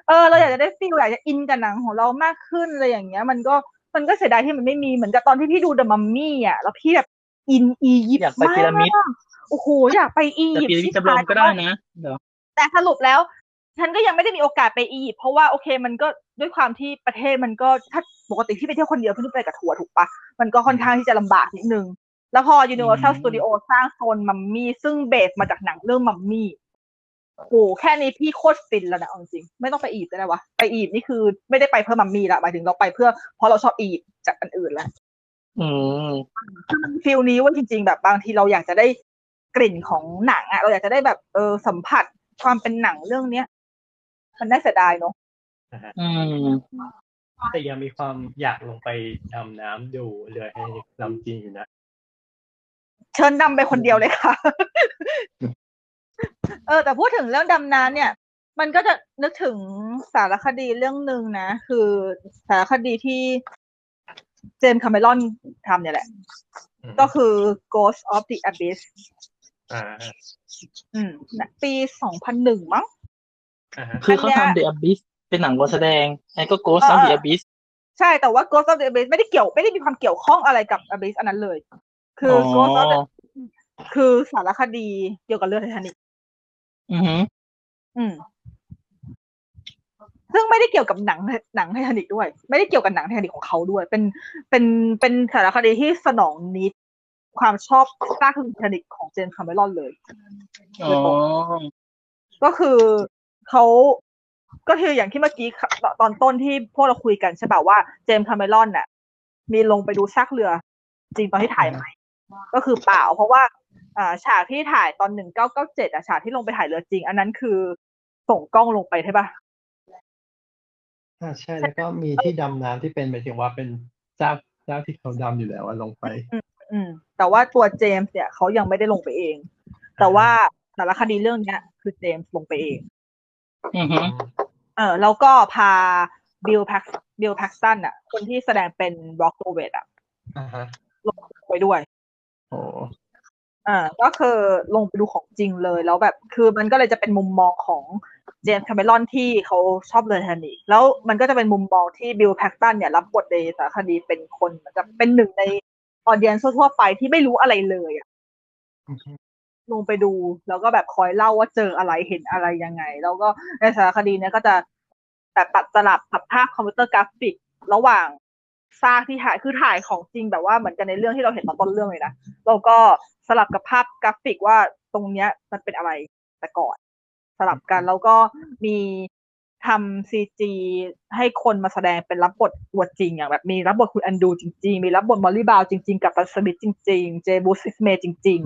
เออเราอยากจะได้ฟีลอยากจะอินกับหนังของเรามากขึ้นอะไรอย่างเงี้ย มันก็มันก็เสียดายที่มันไม่มีเหมือนกับตอนที่พี่ดู The Mummy อ่ะแล้วพี่แบบอินอียิปต์
อยากไปพีระมิด
ากโอ้โหอยากไปอี
แต่
ยิป
ปี
ต์
นี้
ชิบ
จำลอง
หาย
ก็ได้นะเดี๋ยว
แต่สรุปแล้ว ฉันก็ยังไม่ได้มีโอกาสไปอียิปต์เพราะว่าโอเคมันก็ด้วยความที่ประเทศมันก็ถ้าปกติที่ไปเที่ยวคนเดียวพี่ต้องไปกับทัวร์ถูกปะมันก็ค่อนข้างที่จะลำบากนิดนึง แล้วพอ Universal Studio สร้างโซนมัมมี่ซึ่งเบสมาจากหนังเรื่องมัมมี่โอ้โหแค่นี้พี่โคตรฟินแล้วนะเอาจริงไม่ต้องไปอียิปต์ก็ได้วะไปอียิปต์นี่คือไม่ได้ไปเพื่อมัมมี่ละหมายถึงเราไปเพื่อเพราะเราชอบอียิปต์จากอันอื่นละ
อืม
ฟิลนี้ว่าจริง ๆ แบบบางทีเราอยากจะได้กลิ่นของหนังอะเราอยากจะได้แบบเออสัมผัสความเป็นหนังเรื่องเนี้ย มันน่าเสียดายเนาะ
อืม
แต่ยังมีความอยากลงไปดำน้ำดูเรือไฮนิกลำจริงอยู่นะ
เชิญดำไปคนเดียวเลยค่ะ เออ แต่พูดถึงเรื่องดำน้ำเนี่ย มันก็จะนึกถึงสารคดีเรื่องหนึ่งนะ คือสารคดีที่เจมส์คาเมรอนทำเนี่ยแหละ
อืม
ก็คือ Ghost of the Abyss
อ่า
อืมนะปีสองพันหนึ่งมั้ง
อ่าฮะ
คือเขาทำ The Abyss เป็นหนังวัแสดงไอ้ก็ Ghost of
อ่า
the Abyss
ใช่แต่ว่า Ghost of the Abyss ไม่ได้เกี่ยวไม่ได้มีความเกี่ยวข้องอะไรกับ Abyss อันนั้นเลย คือ Ghost of the คือสารคดีเกี่ยวกับเรือไททานิก
อือหือ
อืม ซึ่งไม่ได้เกี่ยวกับหนังหนังไททานิกด้วย ไม่ได้เกี่ยวกับหนังไททานิกของเขาด้วย เป็นเป็นเป็นสารคดีที่สนองนิดความชอบสร้างเรือไททานิกของเจนคาเมรอนเลย
อ๋อ
ก็คือเขาก็คืออย่างที่เมื่อกี้ค่ะตตอนต้นที่พวกเราคุยกันใช่ป่าวว่าเจมส์คาเมรอนน่ะ มีลงไปดูซากเรือ จริงตอนที่ถ่ายไหมก็คือเปล่า เพราะว่าอ่าฉากที่ถ่ายตอนหนึ่งเก้าเก้าเจ็ดอะฉากที่ลงไปถ่ายเรือจริง อันนั้นคือส่งกล้องลงไปใช่ป่ะ
อ่าใช่แล้วก็มีที่ดำน้ำที่เป็นหมายถึงว่าเป็นเจ้าเจ้าที่เขาดำอยู่แล้วอะลงไป
อืม แต่ว่าตัวเจมส์เนี่ยเขายังไม่ได้ลงไปเอง แต่ว่าสารคดีเรื่องเนี้ย คือเจมส์ลงไปเอง
อือหือ
เออแล้วก็พาบิลแพ็กบิลแพ็กซันอะคนที่แสดงเป็นบ็อกโรเวตอะ
อ่าฮะ
ไปด้วย
โอ้
อ่าก็คือลงไปดูของจริงเลยแล้วแบบคือมันก็เลยจะเป็นมุมมองของเจมส์แคมเมรอนที่เขาชอบเรือไททานิกแล้วมันก็จะเป็นมุมมองที่บิลแพ็กตันเนี่ย รับบทในสารคดีเป็นคนเหมือนกับเป็นหนึ่งในออเดียนทั่วๆไปที่ไม่รู้อะไรเลยอะลงไปดูแล้วก็แบบคอยเล่าว่าเจออะไรเห็นอะไรยังไง แล้วก็ในสารคดีเนี่ยก็จะ แต่ตัดสลับกับภาพคอมพิวเตอร์กราฟิก ระหว่างซากที่ถ่ายคือถ่ายของจริงแบบว่าเหมือนกันในเรื่องที่เราเห็นตอนต้นเรื่องเลยนะแล้วก็สลับกับภาพกราฟิกว่าตรงเนี้ยมันเป็นอะไรแต่ก่อน สลับกันแล้วก็มีทำซีจีให้คนมาแสดงเป็นรับบทตัวจริงอย่างแบบมีรับบทคุณอันดูจริง ๆ มีรับบทมอลลี่บาวจริง ๆ กับปัสมิธจริง ๆ เจบูซิสเมย์จริง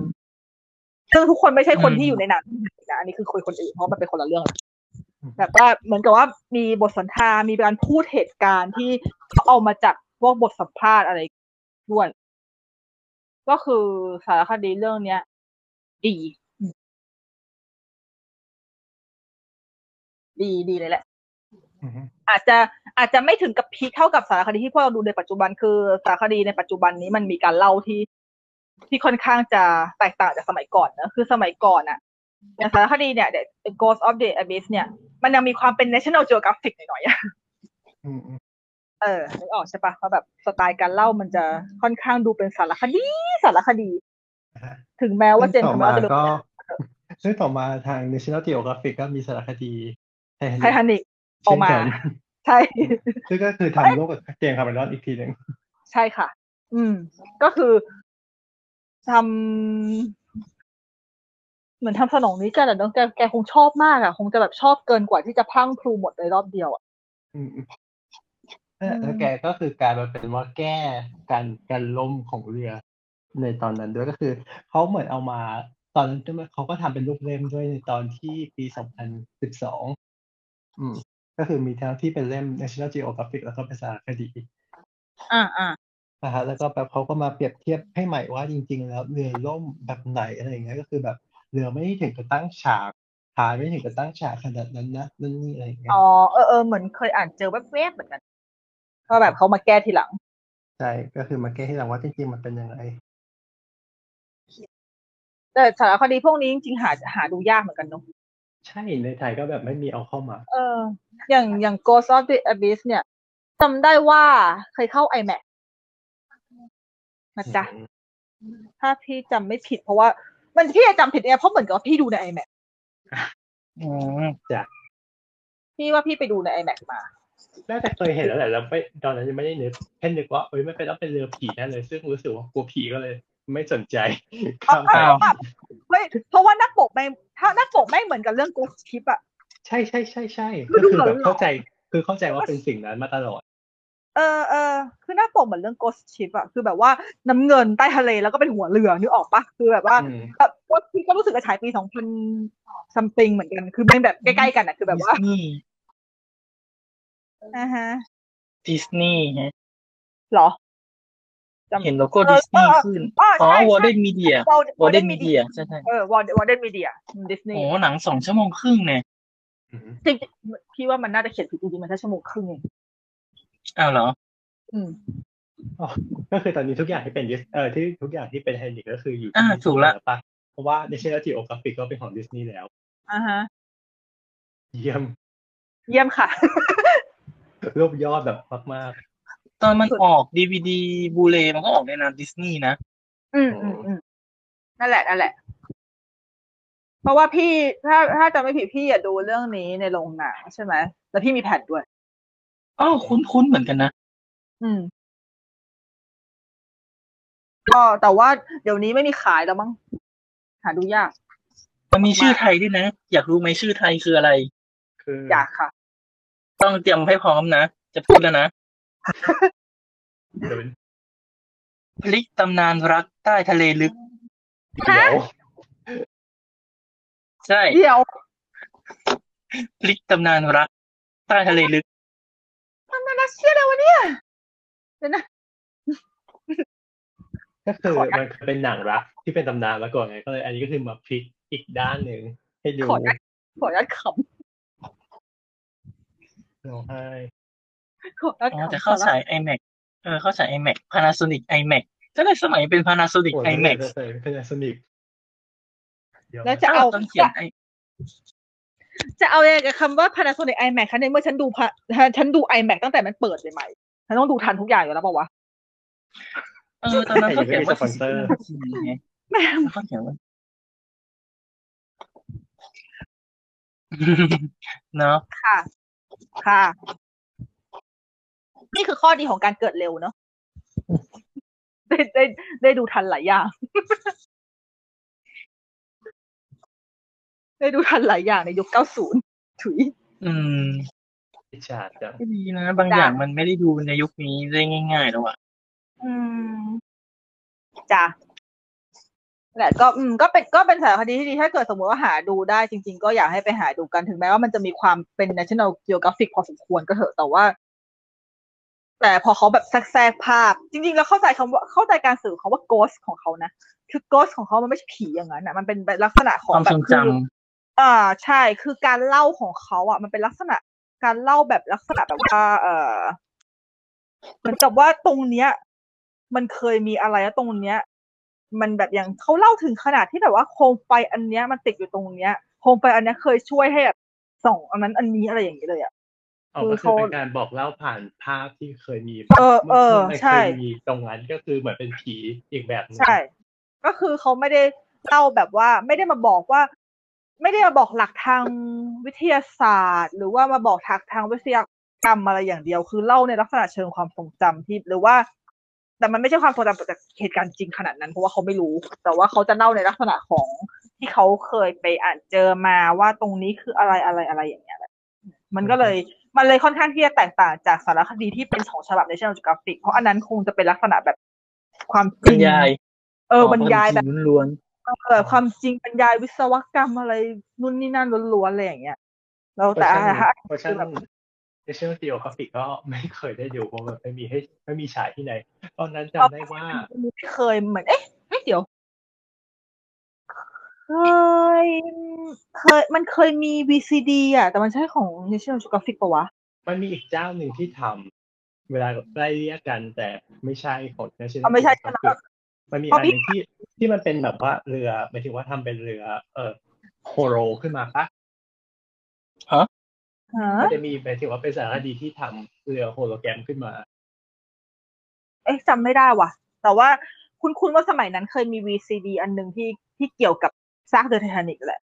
ๆ ซึ่งทุกคนไม่ใช่คนที่อยู่ในหนังนะอันนี้คือคนคนอื่นเพราะมันเป็นคนละเรื่อง แบบว่าเหมือนกับว่ามีบทสนทนา มีการพูดเหตุการณ์ที่เขาเอามาจากพวกบทสัมภาษณ์อะไรด้วย ก็คือสารคดีเรื่องเนี้ยดี ดีดีเลยแหละ
อือฮึ
อาจจะอาจจะไม่ถึงกับพีคเท่ากับสารคดีที่พวกเราดูในปัจจุบันคือสารคดีในปัจจุบันนี้มันมีการเล่าที่ ที่ค่อนข้างจะแตกต่างจากสมัยก่อนนะคือสมัยก่อนอะอย่างสารคดีเนี่ย The Ghost of the Abyss เนี่ยมันยังมีความเป็น National Geographic หน่อยๆอะ
อืมอืม
เออนึกออกใช่ปะว่าแบบสไตล์การเล่ามันจะค่อนข้างดูเป็นสารคดีสารคดี
นะฮะ
ถึงแม้ว่าเจน
ซึ่งต่อมา
คำว่าจะดู
ก็ซึ่งต่อมาทาง National Geographic ก็มีสารคดีไท
ไททา
ทานิค
นิก ออกมา
เช่นน
ใช่
ซึ่งก็คือทำร่วมกับเจมส์คาเมรอนอีกทีหนึ่ง
ใช่ค่ะ อืม ก็คือทำเหมือนทำสนองนี้กันแหละน้องแกแกคงชอบมากอะคงจะแบบชอบเกินกว่าที่จะพรังพลูหมดในรอบเดียวอะ
อืมๆแล้วแกก็คือกลารมาเป็นว่าแก้การการล่มของเรือ ในตอนนั้นด้วยก็คือเขาเหมือนเอามา ตอนนั้นเขาก็ทำเป็นลูกเล่มด้วยในตอนที่ปี 2012 อืม ก็คือมีทั้งที่เป็นเล่ม National Geographic แล้วก็เป็นสารคดี
อ่าอ่า
นะฮะแล้วก็แบบเขาก็มาเปรียบเทียบให้ใหม่ว่าจริง ๆ แล้วเรือล่มแบบไหนอะไรอย่างเงี้ยก็คือแบบเรือไม่ได้ถึงกับตั้งฉากพายไม่ถึงกับตั้งฉากขนาดนั้นนะนั่นนี่อะไรอย่างเงี้ย
อ๋อเออเออเหมือนเคยอ่านเจอแวบๆเหมือนกันก็แบบเขามาแก้ทีหลัง
ใช่ก็คือมาแก้ให้เราว่าจริงๆมันเป็นยังไง
แต่สารคดีพวกนี้จริงๆหาหาดูยากเหมือนกันเนอะ
ใช่ในไทยก็แบบไม่มีเอาเข้ามา
เอออย่างอย่าง Ghost of the Abyss เนี่ยจำได้ว่าเคยเข้า iMac นะจ๊ะ ถ้าพี่จำไม่ผิดเพราะว่า มันพี่จะจำผิดเองเพราะเหมือนกับว่าพี่ดูใน iMac
อืม
พี่ว่าพี่ไปดูใน iMac มา
น่าจะเคยเห็นแล้วแหละแล้วไม่ตอนนั้นยังไม่ได้นึกแค่นึกว่าเอ้ยไม่เป็นต้องเป็นเรือผีแน่เลย ซึ่งรู้สึกว่ากลัวผีก็เลย ไม่สนใจข้ามไป
อ้าว
เฮ้ย เพราะว่านักปกไม่งถ้านักปกไม่งเหมือนกับเรื่อง Ghost Ship อะ
ใช่ใช่ใช่ใช่ก็คือแบบเข้าใจคือเข้าใจว่าเป็นสิ่งนั้นมาตลอด
เออเออคือหน้าปกเหมือนเรื่อง Ghost Ship อะคือแบบว่าน้ำเงินใต้ทะเลแล้วก็เป็นหัวเรือนึกออกปะคือแบบว่า
อืม
แบบว่าพี่ก็รู้สึกจะฉายปีสองพันซัมติงเหมือนกัน คือเป็นแบบใกล้ๆกันอะคือแบบว่า
นี่
อ่าฮะ
ดิสนีย์ฮะ
เหรอ
เห็นโลโก้ดิสนีย์ขึ้น
อ๋อ
อ๋อ
ใช่
วอร์เด
ใช่
นมีเดียว
อล
วอร์เดนมีเดียใช่ใช่
เออวอร์วอร์เดนมีเดียดิสนี
โอ้
ย์
หนังสองชั่วโมงครึ่งเนี่ย
อืม
จริงๆพี่ว่ามันน่าจะเขียนผิดจริงๆมันแค่ชั่วโมงครึ่งเอง
อ้าวเหรอ
อืม
อ๋อก็คือตอนนี้ทุกอย่างที่เป็น Dis- เอ่อที่ทุกอย่างที่เป็นไฮดิกก็คืออยู่
อ่าถูกละ
ปะเพราะว่า National Geographic ก็เป็นของดิสนีย์แล้ว
อ่าฮะ
เยี่ยม
เยี่ยมค่ะ
รวบยอดแบบมาก
ตอนมันออกดีวีดีบูเลมันก็ออกในนามดิสนีย์นะ
อืมอืมอืมนั่นแหละนั่นแหละ เพราะว่าพี่ถ้าถ้าจำไม่ผิดพี่อะดูเรื่องนี้ในโรงหนังใช่ไหมแล้วพี่มีแผ่นด้วย
อ้าวคุ้นๆเหมือนกันนะ
อืมก็แต่ว่าเดี๋ยวนี้ไม่มีขายแล้วมั้งหาดูยาก
มันมีชื่อไทยด้วยนะ อยากรู้ไหมชื่อไทยคืออะไร
ๆ คือ
อยากค่ะ
ต้องเตรียมให้พร้อมนะ จะพูดแล้วนะ
เดี๋ยวเป็น
พลิกตำนานรักใต้ทะเลลึก
ฮะ
เดี๋ยว
ใช่
เดี๋ยว
พลิกตำนานรัก ใต้ทะเลลึก
มันมารัสเซียแล้ววะเนี่ยเดี๋ยวนะ
ก็คือมันเคยเป็นหนังรักที่เป็นตำนานมาก่อนไงก็เลยอันนี้ก็คือมาพลิกอีกด้านหนึ่งให้ดู
ขอนะ ขอยัดข
ร้องไห้
ำขอยัด
อ๋อ
ขำ
จะเข้าฉาย iMac เออเข้าฉาย iMac Panasonic iMac ถ้าในสมัยเป็น Panasonic
ปวด
iMac
เลยเป็นสนิทเดี๋ยว
แล้ว
นะ
จะเอา
ต้องเขีย
จะ
นไอ
จะเอาอะไรกับคำว่า Panasonic iMac คะในเมื่อฉันดูพะฉันดู iMac ตั้งแต่มันเปิดใหม่ๆฉันต้องดูทันทุกอย่างอยู่แล้วเปล่าวะ
เออตอนนั้นเขาเขียนว่า45นาทีไง
แม่ง
เขาเขียนว่าเนาะ
ค่ะ ค่ะ นี่คือข้อดีของการเกิดเร็วเนาะ ได้ได้ได้ดูทันหลายอย่าง ได้ดูทันหลายอย่างในยุค 90 ถุย
อืม
อิจฉาจัง
ก็ดีนะ บางอย่าง
จ้ะ
มันไม่ได้ดูในยุคนี้ได้ง่าย ๆ แล้วอ่ะ
อืมจ้ะแหละก็อืมก็เป็นก็เป็นสารคดีที่ดีถ้าเกิดสมมติว่าหาดูได้จริง ๆ ก็อยากให้ไปหาดูกันถึงแม้ว่ามันจะมีความเป็น National Geographic พอสมควรก็เถอะแต่ว่า แต่พอเขาแบบแทรกๆภาพ จริง ๆ แล้วเข้าใจคำว่าเข้าใจการสื่อคำว่า ghost ของเขานะคือ ghost ของเขามันไม่ใช่ผีอย่างนั้นนะมันเป็นลักษณะข
ค
อง
วามท
แบ
ร
บ
ง
คื
จำ
อ อ่าใช่คือการเล่าของเขาอ่ะ มันเป็นลักษณะการเล่าแบบลักษณะแบบว่าเออเหมือนกับว่าตรงเนี้ย มันเคยมีอะไรแล้วตรงเนี้ย มันแบบอย่างเขาเล่าถึงขนาดที่แบบว่าโคมไฟอันเนี้ยมันติดอยู่ตรงเนี้ยโคมไฟอันเนี้ยเคยช่วยให้แบบส่องอันนั้นอันนี้อะไรอย่างนี้เลยอ่ะ
เอา
คือ
ก็คือ
เขา
เป็นการบอกเล่าผ่านภาพที่เคยมี
เออเออ
มื่กี้
ใช่
เคยมีตรงนั้นก็คือเหมือนเป็นผีอีกแบบหนึง
ใช่ ก็คือเขาไม่ได้เล่าแบบว่า ไม่ได้มาบอกว่า ไม่ได้มาบอกหลักทางวิทยาศาสตร์ หรือว่ามาบอกทักทางวิทยากรรมอะไรอย่างเดียว คือเล่าในลักษณะเชิงความทรงจำที่หรือว่า แต่มันไม่ใช่ความทรงจำจากเหตุการณ์จริงขนาดนั้นเพราะว่าเขาไม่รู้ แต่ว่าเขาจะเล่าในลักษณะของที่เขาเคยไปอ่านเจอมาว่าตรงนี้คืออะไรอะไรอะไรอย่างเงี้ยแหละมันก็เลย มันเลยค่อนข้างที่จะแตกต่างจากสารคดีที่เป็นของฉบับ National Geographic เพราะอันนั้นคงจะเป็นลักษณะแบบความจ
บร
ริ
รง ยาย
เออบรรยายแบบ
ของจริงล้วน
เออความจริงบรรยายวิศวกรรมอะไรนู่นนี่นั่นล้วนๆอะไรอย่างเงี้ยแล้ว
เวอ
แต่
ร์ชัน
ถ้า
เวอร์ชัน
คือแบบ
เชื่อตีโอคาฟิกก็ไม่เคยได้ดูเพราะมันไม่มีให้ไม่มีฉายที่ไหน ตอนนั้นจำได้ว่า
ไม่เคยเหมือนเอ๊ะเฮ้ยเดี๋ยว เคย เคย มันเคยมี VCD อ่ะ แต่มันใช่ของ National Geographic ปะวะ
มันมีอีกเจ้าหนึ่งที่ทำเวลาไล่เรียกกันแต่ไม่ใช่ของนชั่น
อ๋อไม่ใช่ใช่ไหม
มันมี
เพ
อันห
ราะพี่
นึ่งที่ที่มันเป็นแบบว่าเรือหมายถึงว่าทำเป็นเรือ เออโคโรขึ้นมาปะ
ฮะ
มันจะมีหมายถึงว่าเป็นสารคดีที่ทำเรือโฮโลแกรมขึ้นมา
เอ๊ะจำไม่ได้ว่ะ แต่ว่าคุณคุณว่าสมัยนั้นเคยมี VCD อันหนึ่งที่ที่เกี่ยวกับซากเรือไททานิกแหละ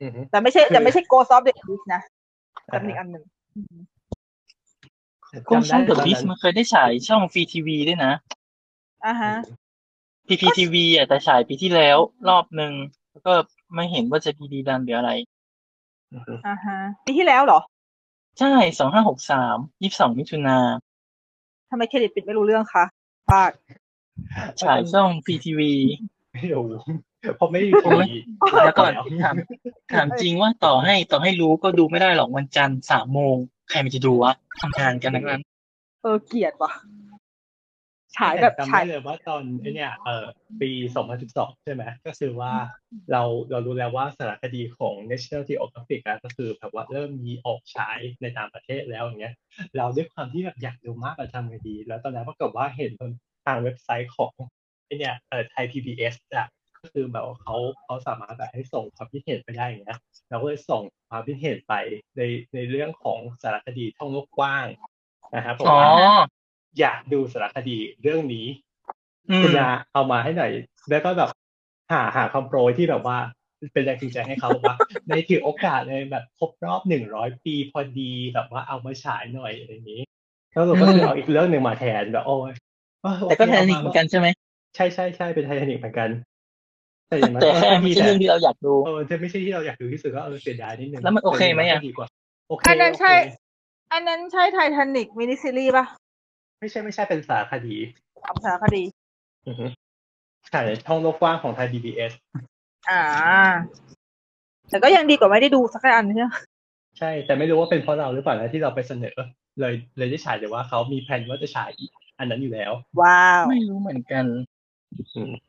อือฮึ
แต่ไม่ใช่ แต่ไม่ใช่ Ghost of the Abyss นะ
อ่า
จำอีก
ฮะ
อันหนึ่ง
ๆกล้องช่องเดอะ
จำได้
บิสมันเคยได้ฉายช่องฟรีทีวีด้วยนะ
ตอน
อ่าฮะ
นั้น
พีพีทีวีอ่ะแต่ฉายปีที่แล้ว รอบหนึ่งแล้วก็ไม่เห็นว่าจะดีดีดันหรืออะไร
อือฮึ
อ่าฮะปีที่แล้วเหรอ
ใช่สองห้าหกสามยี่สิบสองมิถุนา
ทำไมเครดิตปิดไม่รู้เรื่องคะพลาด
ฉายช่องฟรีทีวี
ไม่รู้ เพราะไม่มี
โอ้ย
ที
เดี๋ยวก่อนถามถามจริงว่าต่อให้ต่อให้รู้ก็ดูไม่ได้หรอกวันจันทร์สามโมง ใครมันจะดูวะทำงานกันทั้งนั้น
เออเกลียดว่ะ ฉายแบบ
จำ
ฉา
ได้
ย
เลยว่าตอนไอ้เนี่ยเออปี 2012 ใช่ไหมก็คือว่าเราเรารู้แล้วว่าสารคดีของ National Geographic อะก็คือแบบว่าเริ่มมีออกฉายในต่างประเทศแล้วอย่างเงี้ย เราด้วยความที่แบบอยากดูมากอะทำไงดี แล้วตอนนั้นปรากฏว่าเห็นบนทางเว็บไซต์ของไอเนี่ยเออไทย PBS อะก็คือแบบว่าเขาเขาสามารถแบบให้ส่งความคิดเห็นไปได้อย่างเงี้ยเราก็เลยส่งความคิดเห็นไปในในเรื่องของสารคดีท่องโลกกว้างนะครับผม
อ๋อ
ว่าอยากดูสารคดีเรื่องนี้
อืม
คุณยาเอามาให้หน่อย แล้วก็แบบหาหาคำโปรยที่แบบว่า เป็นแรงจูงใจให้เขาบอกว่า ในถือโอกาสในแบบครบรอบหนึ่งร้อยปีพอดีแบบว่าเอามาฉายหน่อยอะไรอย่างนี้ แล้วเราก็เลยเอาอีกเรื่องหนึ่งมาแทนแบบโอ้ย
แต่ก็ไททานิกเหมือนกันใช่ไหม
ใช่ใช่ใช่เป็นไททานิกเหมือนกัน แต่อย่างนั้น
แต่
ก็
แค่ไม่ใช่เรื่องที่เราอยากดู
เออจะไม่ใช่ที่เราอยากดูที่สุดก็เออเสียดายนิดนึง
แล้วมันโอเคไหมอะ
ดีกว่าโอเค
อันนั้นใช่
โอเค
อันนั้นใช่ไททานิกมินิซีรีส์ป่ะ
ไม่ใช่ไม่ใช่เป็นสารคดี
ทำสารคดี
อือฮึฉายในช่องโลกกว้างของไทย PBS
อ่า แต่ก็ยังดีกว่าไม่ได้ดูสักอันใช่ไหม
ใช่ แต่ไม่รู้ว่าเป็นเพราะเราหรือเปล่านะที่เราไปเสนอ เลยเลยได้ฉายแต่ว่าเขามีแผนว่าจะฉายอีกอันนั้นอยู่แล้ว
ว้าว
ไม่รู้เหมือนกัน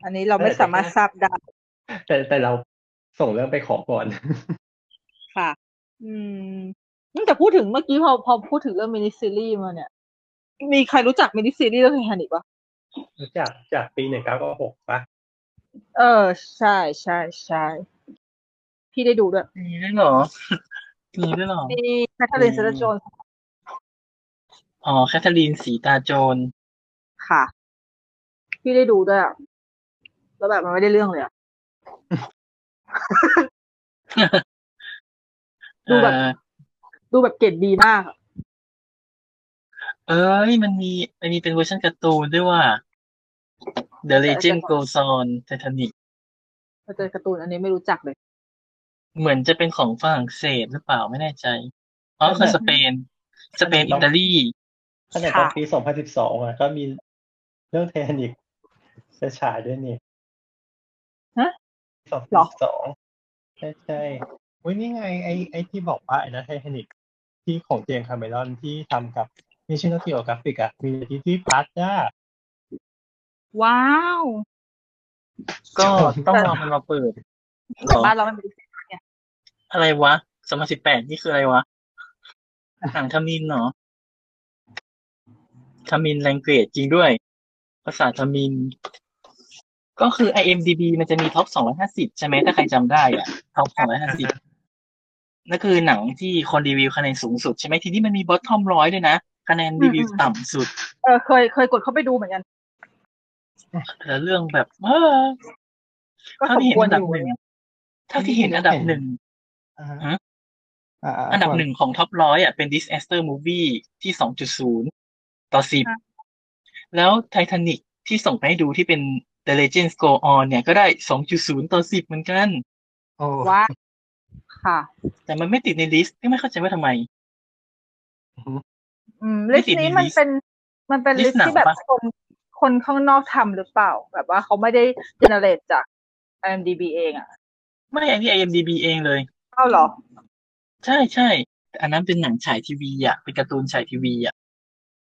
อันนี้เราไม่สามารถทราบได้
แต่แต่เราส่งเรื่องไปขอก่อน
ค่ะ อืมแต่พูดถึงเมื่อกี้พอพอพูดถึงเรื่องมินิซีรีส์มาเนี่ย มีใครรู้จักมินิซีรีส์เรื่องไททานิกปะ
จากจากปีหนึ่งเก้าหกปะ
เออ ใช่ใช่ใช่พี่ได้ดูด้วย
มีด้วยเหรอ มีด้วยเหรอ
มีแคทเธอรีนเซเลโจน
อ๋อ แคทเธอรีนสีตาโจน
ค่ะ พี่ได้ดูด้วยอะแล้วแบบมันไม่ได้เรื่องเลยอะ ดู
เอ่
แบบ
อ
ดูแบบเกรดดีมากอะ
เอ้ยมันมีมันมีเป็นเวอร์ชันการ์ตูนด้วยว่า The Legend Goes On Titanic
เราเจอการ์ตูนอันนี้ไม่รู้จักเลย
เหมือนจะเป็นของฝรั่งเศสหรือเปล่าไม่แน่ใจอ๋อคือสเปน สเปนอิตาลี
ขนาดตอนปี 2012 อ่ะ ก็มีเรื่องไททานิกจะฉายด้วยนี่
ฮะหรอ
2012 ใช่ใช่เว้ยนี่ไง ไอไอที่บอกว่าไอ้นะไททานิกที่ของเจมส์คาเมรอนที่ทำกับ National Geographic อ่ะ มีที่ที่พัทจ้า
ว้าว
ก็ต้องลองมันมาเปิด
แต่บ้านเราไม่มี
อะไรวะสองพันสิบแปดนี่คืออะไรวะหนังทมินเหรอทมินแลงเกจจริงด้วย ภาษาทมิน ก็คือ IMDB มันจะมีท็อปสองร้อยห้าสิบใช่ไหมถ้าใครจำได้อะท็อปสองร้อยห้าสิบนั่นคือหนังที่คนรีวิวคะแนนสูงสุดใช่ไหมทีนี้มันมีบอททอมร้อยด้วยนะคะแนนรีวิวต่ำสุด
เออเคยเคยกดเข้าไปดูเหมือนกัน
แต่เรื่องแบบเออ
ก็
เท่า
สม
ที่เห็
ควร
นอัน
อ
ดับ
ยู่
หนึ่งเท่าที่เห็นอันดับหนึ่ง
าๆ
อันดับ
ก่
หนึ่งของท็อปร้อยอ่ะเป็น Disaster Movie ที่ 2.0 ต่อ 10 แล้ว Titanic ที่ส่งไปให้ดูที่เป็น The Legends Go On เนี่ยก็ได้ 2.0 ต่อ 10 เหมือนกัน
โอ้
ว้าวค่ะ
แต่มันไม่ติดในลิสต์ไม่เข้าใจว่าทำไม
อืม
ไม่
ลิส
ติด
ต์นี้
ใน
มัน
list
เป็นมันเป็น
list
ลิสต์
หนัง
ที่แบบ
ปะ
คนคนข้างนอกทำหรือเปล่า แบบว่าเขาไม่ได้เจเนเรตจาก IMDb เองอ่ะ
ไม่อันนี้ IMDB เองเลย
เอ้าเหรอ
ใช่ใช่แต่อันนั้นเป็นหนังฉายทีวีอ่ะ เป็นการ์ตูนฉายทีวีอ่ะ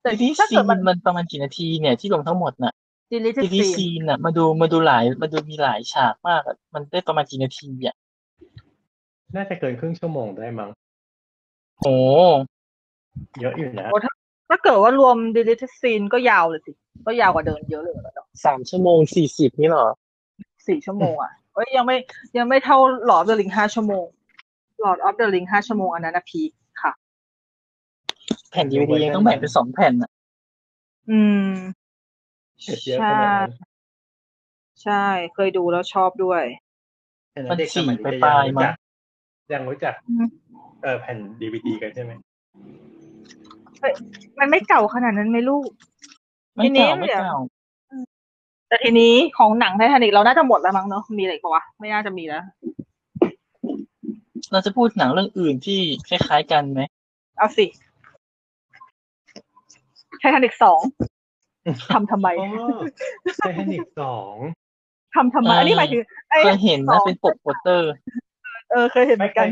แต่
ทีนี้
ถ้า
ซี
เกิดมัน
นมันประมาณกี่นาทีเนี่ยที่ลงทั้งหมดน่ะ
ดีลิท
ทีนี้
ซี
ซีนอ่ะมาดูมาดูหลายมาดูมีหลายฉากมากอะมันได้ประมาณกี่นาทีอ่ะ
น่าจะเกินครึ่งชั่วโมงได้มั้ง
โห
เยอะอยู่นะ
ถ้าเกิดว่ารวมดีลิทซีนก็ยาวเลยสิ ก็ยาวกว่าเดิมเยอะเลยเนอะ
สามชั่วโมงสี่สิบนี่เหรอ
สี่ชั่วโมงอ่ะเอ้ยยังไม่ยังไม่เท่าหลอดเดลิงห้าชั่วโมงหลอดออฟเดลิงห้าชั่วโมงอันนั้นนะพีคค่ะ
แผ่น DVD ยังต้องแบ่งเป็นสองแผ่นอ่ะ
อืม
เก็บเยอะขนาดนั้น
ใช่ เคยดูแล้วชอบด้วย
แต่เด็กสมัยนี้
มัน
จะ
ฉีกไปปลาย
ยัง
มั้
รู้
ง
จักยังรู้จัก
อืม
เออแผ่นดีวดีกันใช่ไหม
มันไม่เก่าขนาดนั้นไหมลูก
ไม่
ทีนี้
เก่าไม่
เดี๋ยว
เก่า
แต่ทีนี้ของหนังไททานิกเราน่าจะหมดแล้วมั้งเนาะมีอะไรอีกปะวะไม่น่าจะมีแล้ว
เราจะพูดหนังเรื่องอื่นที่คล้ายๆกันไหม
เอาสิไททานิกสองทำทำไม
โอ้ไททานิกสอง
ทำทำไม
เอออั
อันนี้หมายถึงไอ้
เคยเห็นนะเป็นปกโปสเตอร์
เออเคยเห็นเหมือนกัน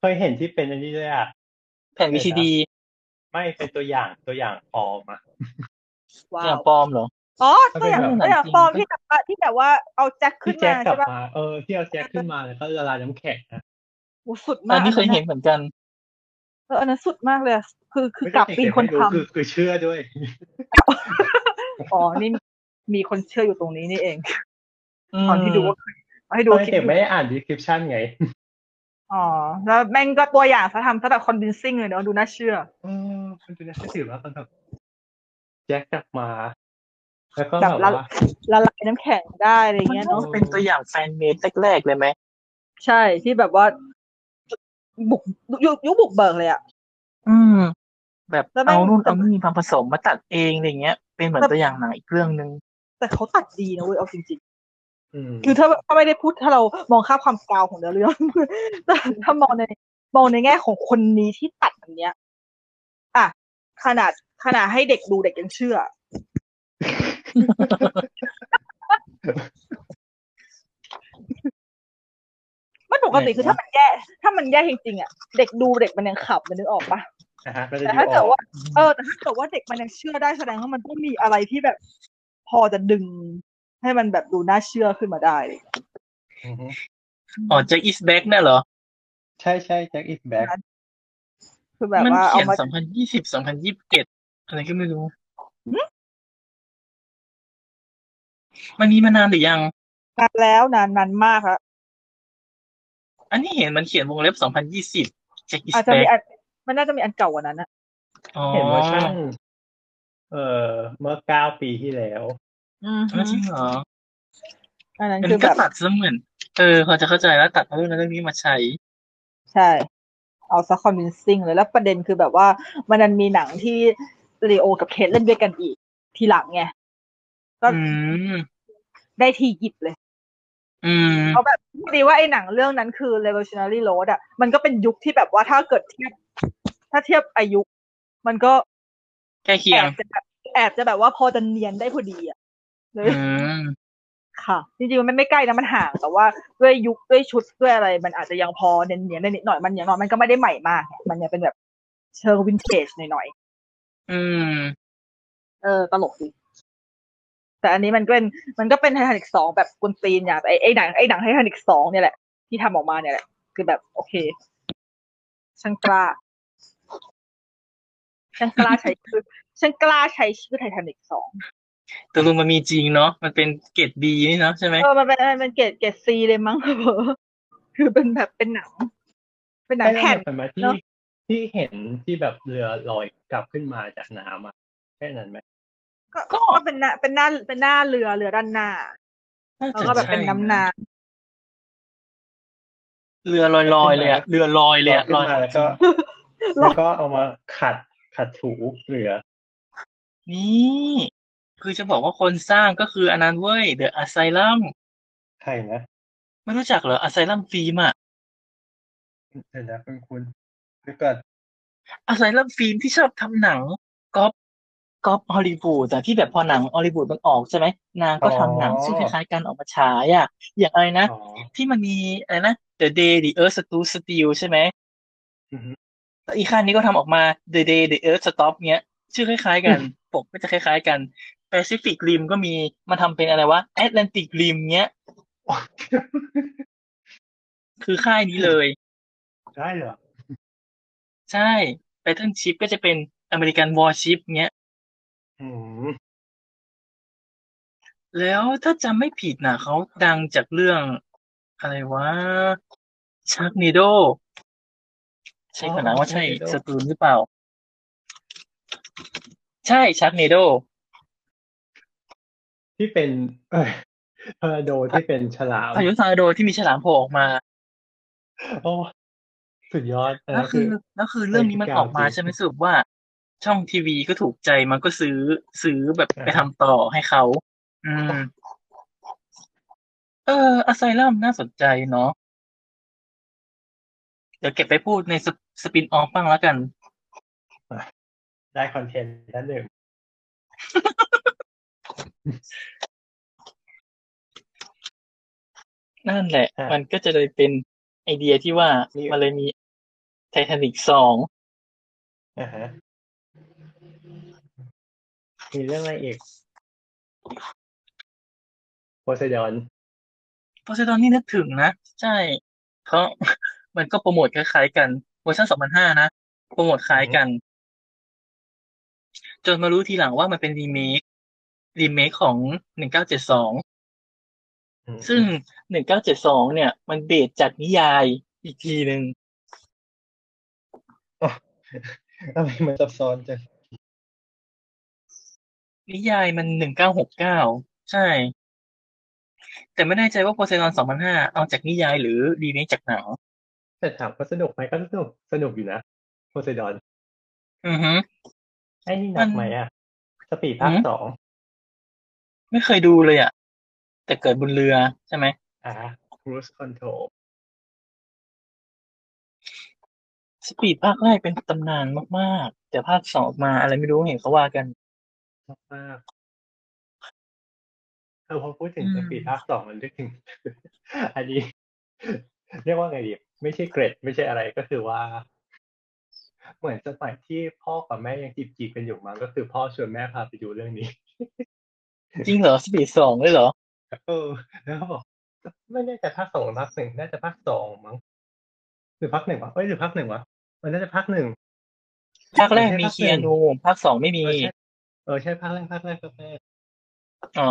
เคยเห็นที่เป็นอันนี้ด้วยอ่ะ
แผ่น
เออ
VCD
ไม่เป็นตัวอย่างตัวอย่างออมอ่ะ
ว้า
เนี่ยว ปลอมเหรอ
อ๋อตัวอย่าง
มันเป็นแบบ
ตัวอย่างฟอร์มที่แบบว่าที่แบบว่าเอาแจ็คขึ้
ที่
น
แจ็
มา
คกลับ
ใช่ปะ
มาเออที่เอาแจ็คขึ้นมาแล้วก็ละลายน้ำแข็งนะ
โอ้สุดมา
อั
ก
นนี้เคยเห็นเหมือนกัน
เอออันนั้นสุดมากเลยอะคือคือ
ไม่
ก
ใช่
ลับปีนคน
ไม่รู้
ท
คือคือเชื่อด้วย
ำอ๋อนี่มีคนเชื่ออยู่ตรงนี้นี่เอง
อืม
ตอนที่ดูว่าเอาให้ดู
ตอน
คลิ
เด็
ป
กไม่ได้อ่านดีคริปชันไง
อ๋อแล้วแม่งก็ตัวอย่างซะทำซะแบบคอนวินซิ่งเลยเนาะดูน่าเชื่อ
เออมันเป็นนักสืบแล้วตอนแบบ แจ็คกลับมา แล้วก็
กลั
แบบ บ
ละ
ว่า
ละลายน้ำแข็งได้อะไร
มัน
เงี้ย
น่า
เนาะ
จะเป็นตัวอย่างแฟนเมดแรกๆเลยไหม
ใช่ที่แบบว่าบุกยุคยุคบุกเบิกเลยอะ
อืม แบบ
แล้วมัน
เอานู่น
แต่
เอานี่มาผสมมาตัดเองอะไรเงี้ย เป็นเหมือนตัวอย่างหนังอีกเรื่องหนึ่ง
แต่เขาตัดดีนะเว้ยเอาจริง
อืม
ๆ คือถ้าถ้าไม่ได้พูดถ้าเรามองค่าความกาวของเนื้อเรื่อง แต่ถ้ามองในมองในแง่ของคนนี้ที่ตัดอันเนี้ย อ่ะ ขนาดขนาดให้เด็กดูเด็กยังเชื่อ มันปกติคือถ้ามันแย่ ถ้ามันแย่จริงๆอ่ะเด็กดูเด็กมันยังขำมันนึกออกปะ
นะฮะก็จะ
แต่
ดู
ถ้า
อ
เกิด
อก
ว่าเออแต่ถ้าเกิดว่าเด็กมันยังเชื่อได้แสดงว่ามันต้องมีอะไรที่แบบ พอจะดึง ให้มันแบบดูน่าเชื่อขึ้นมาได้
อือฮึ
อ๋อแจ็คอิสแบ็กน่ะเหรอ
ใช่ใช่แจ็คอิทแบ็ก
คือแบบ
มัน
ว่าเอา
เขียน
มา
สองพันยี่สิบสองพันยี่สิบเจ็ดอะไรก็ไม่รู้ มันมีมานานหรือยัง
นานแล้วนานนานมากอะ
อันนี้เห็นมันเขียนวงเล็บ 2020แจ็คกิส
อาจ
เป
จะมี
ก
อันมันน่าจะมีอันเก่ากว่านั้นอะ
อ๋อ
เห็นเวอร์ชันเออเมื่อเก้าปีที่แล้ว
แล้วจริงเหรอ
อันนั้น
มัน
คือ
ก็
แบบ
ตัดซะเหมือน เออเขาจะเข้าใจแล้วตัดเอาเรื่องนั้นเรื่องนี้มาใช้
ใช่ เอาซะคอนวินซิ่งเลยแล้วประเด็นคือแบบว่า มันดันมีหนังที่ เลโอกับเคทเล่นด้วยกันอีก ทีหลังไงก็
อืม
ได้ทีหยิบเลย
อืม
เขาแบบพอดีว่าไอ้หนังเรื่องนั้นคือ Revolutionary Road อ่ะ มันก็เป็นยุคที่แบบว่าถ้าเกิดเทียบ ถ้าเทียบอายุ มันก็
ใกล้เคี
แอย
ง
บจะแบบแอบจะแบบว่าพอจะเนียนได้พอดีอ่ะเลย
อืม
ค่ะ จริงๆมันไม่ใกล้นะมันห่าง แต่ว่าด้วยยุคด้วยชุดด้วยอะไร มันอาจจะยังพอเนียนๆได้นิดหน่อยมันอย่างน้อยมันก็ไม่ได้ใหม่มากไงมันยังเป็นแบบเชิงวินเทจหน่อยๆ
อืม
เออตลกดีแต่อันนี้มันก็เป็นมันก็เป็นไททานิกสองแบบกุนตีนอย่างไอ้ไอ้หนังไอ้หนังไททานิกสองเนี่ยแหละ ที่ทำออกมาเนี่ยแหละ คือแบบโอเคช่างกล้าช่างกล้าใช้คือ ช่างกล้าใช้ชื่อไททานิกสอง
ตกลงมันมีจริงเนาะ มันเป็นเกรดบีนี่เนาะใช่ไหม
เออมันเป็นมันเกรดเกรดซีเลยมั้ง เออคือเป็นแบบเป็นหนัง เป็นหนังแผ่น
เป็นไหม
เน
ที่
อะ
ที่เห็นที่แบบเรือลอยกลับขึ้นมาจากน้ำอ่ะแค่นั้นไหม
ก็ก็เป็นหน้าเป็นหน้าเป็นหน้าเรือเรือด้านหน้า
น่า
แล้ว
จะ
ก็แบบเป็น
ใช่
น้ำน้
เรือลอยลอยๆเลยอะเรือลอยเลยอะ
ขึ้น
ลอย
มาแล้วก็แล้วก็เอามาขัดขัดถูเรือ
นี่ คือจะบอกว่าคนสร้างก็คืออันนั้นเว้ย The Asylum
ใครนะ
ไม่รู้จักเหรอ Asylum ฟิล์มอะ
เดี๋ยวนะคุณคุณเดี๋ยวก่อน
Asylum ฟิล์มที่ชอบทำหนังก๊อปก๊อปฮอลลีวูดแต่ที่แบบพอหนังฮอลลีวูดมันออกใช่ไหมนางก็ทำหนัง
อ๋อ
ซึ่งคล้ายๆกันออกมาฉายอะอย่างอะไรนะ
อ๋อ
ที่มันมีอะไรนะ The Day the Earth Stood Still ใช่ไหม
อือฮึ
แล้วอีกค่ายนี้ก็ทำออกมา The Day the Earth Stop เนี้ย ชื่อคล้ายๆกัน ปกก็จะคล้ายๆกัน Pacific Rim ก็มีมาทำเป็นอะไรวะ Atlantic Rim เนี้ย คือค่ายนี้เลย
ได้เหรอ
ใช่ Pattern Ship ก็จะเป็น American Warship เนี้ย
อืม
แล้วถ้าจำไม่ผิดนะเขาดังจากเรื่อง อะไรวะชักเนโดใช่ขนาดว่าใช่สตูนหรือเปล่า ใช่ชักเนโด
ที่เป็นเอยทอร์นาโดที่เป็นฉลาม
พายุทอร์นาโดที่มีฉลามโผล่ออกมา
โอ้สุดยอดอัน
แล้ว
นั้น
คือแล้วคือเรื่องนี้มันออกมาใช่ไหมสรุปว่า ช่องทีวีก็ถูกใจมันก็ซื้อซื้อแบบ
อ่า
ไปทำต่อให้เขาอืม เอออ s y ลัมน่าสนใจเนาะเดี๋ยวเก็บไปพูดในสปินออฟบ้างแล้วกัน
ได้คอนเทนต์แล้วหนึ่ง
นั่นแหละ
ะ
มันก็จะเลยเป็นไอเดียที่ว่ามันเลยมีไททานิกสอง
อ่าฮะมีเรื่องอะไรอีกโพไซดอน
โพไซดอนนี่นึกถึงนะ ใช่เพราะ มันก็โปรโมทคล้ายๆกันเวอร์ชันสองพันห้านะ โปรโมทคล้ายกัน จนมารู้ทีหลังว่ามันเป็นรีเมครีเมคของหนึ่งเก้าเจ็ดสอง ซึ่งหนึ่งเก้าเจ็ดสองเนี่ย มันเบสจากนิยายอีกทีหนึ่ง
อะไรมันซับซ้อนจัง
นิยายมันหนึ่งเก้าหกเก้าใช่ แต่ไม่แน่ใจว่าโพไซดอนสองพันห้าเอาจากนิยายหรือรีเมคจากหนัง
แต่ถามว่าสนุกไหมก็สนุกสนุกอยู่นะโพไซดอน
อือฮึ
ไอ้นี่หนั
มั
ก
น
ไหมอ่ะ สปีดภาค
อืม
สอง
ไม่เคยดูเลยอ่ะ แต่เกิดบนเรือใช่ไหม
อ่า cruise control
สปีดภาคแรกเป็นตำนานมากๆ แต่ภาคสองมาอะไรไม่รู้เห็นเขาว่ากัน
มากมากๆเออพอพูดถึง
อืม
สปีดภาคสองมันนึกถึง อันนี้ เรียกว่าไงดีไม่ใช่เกรด ไม่ใช่อะไรก็คือว่า เหมือนสมัยที่พ่อกับแม่ยังจีบจีบกันอยู่มั้งก็คือพ่อชวนแม่พาไปดูเรื่องนี้
จริงเหรอสปีดสองเลยเหรอ
เออ แล้วก็บอกไม่แน่ใจภาคสองหรือภาคหนึ่งน่าจะภาคสองมั้งหรือภาคหนึ่งวะเอ้ยหรือภาคหนึ่งวะมันน่าจะภาคหนึ่ง
ภาคแรกมี
ภาค
เคี
หนึ่
ย
ง
นูภาคสองไม่มี
เออใช่เออใช่ภาคแรกภาคแรกภาคแรก
อ๋อ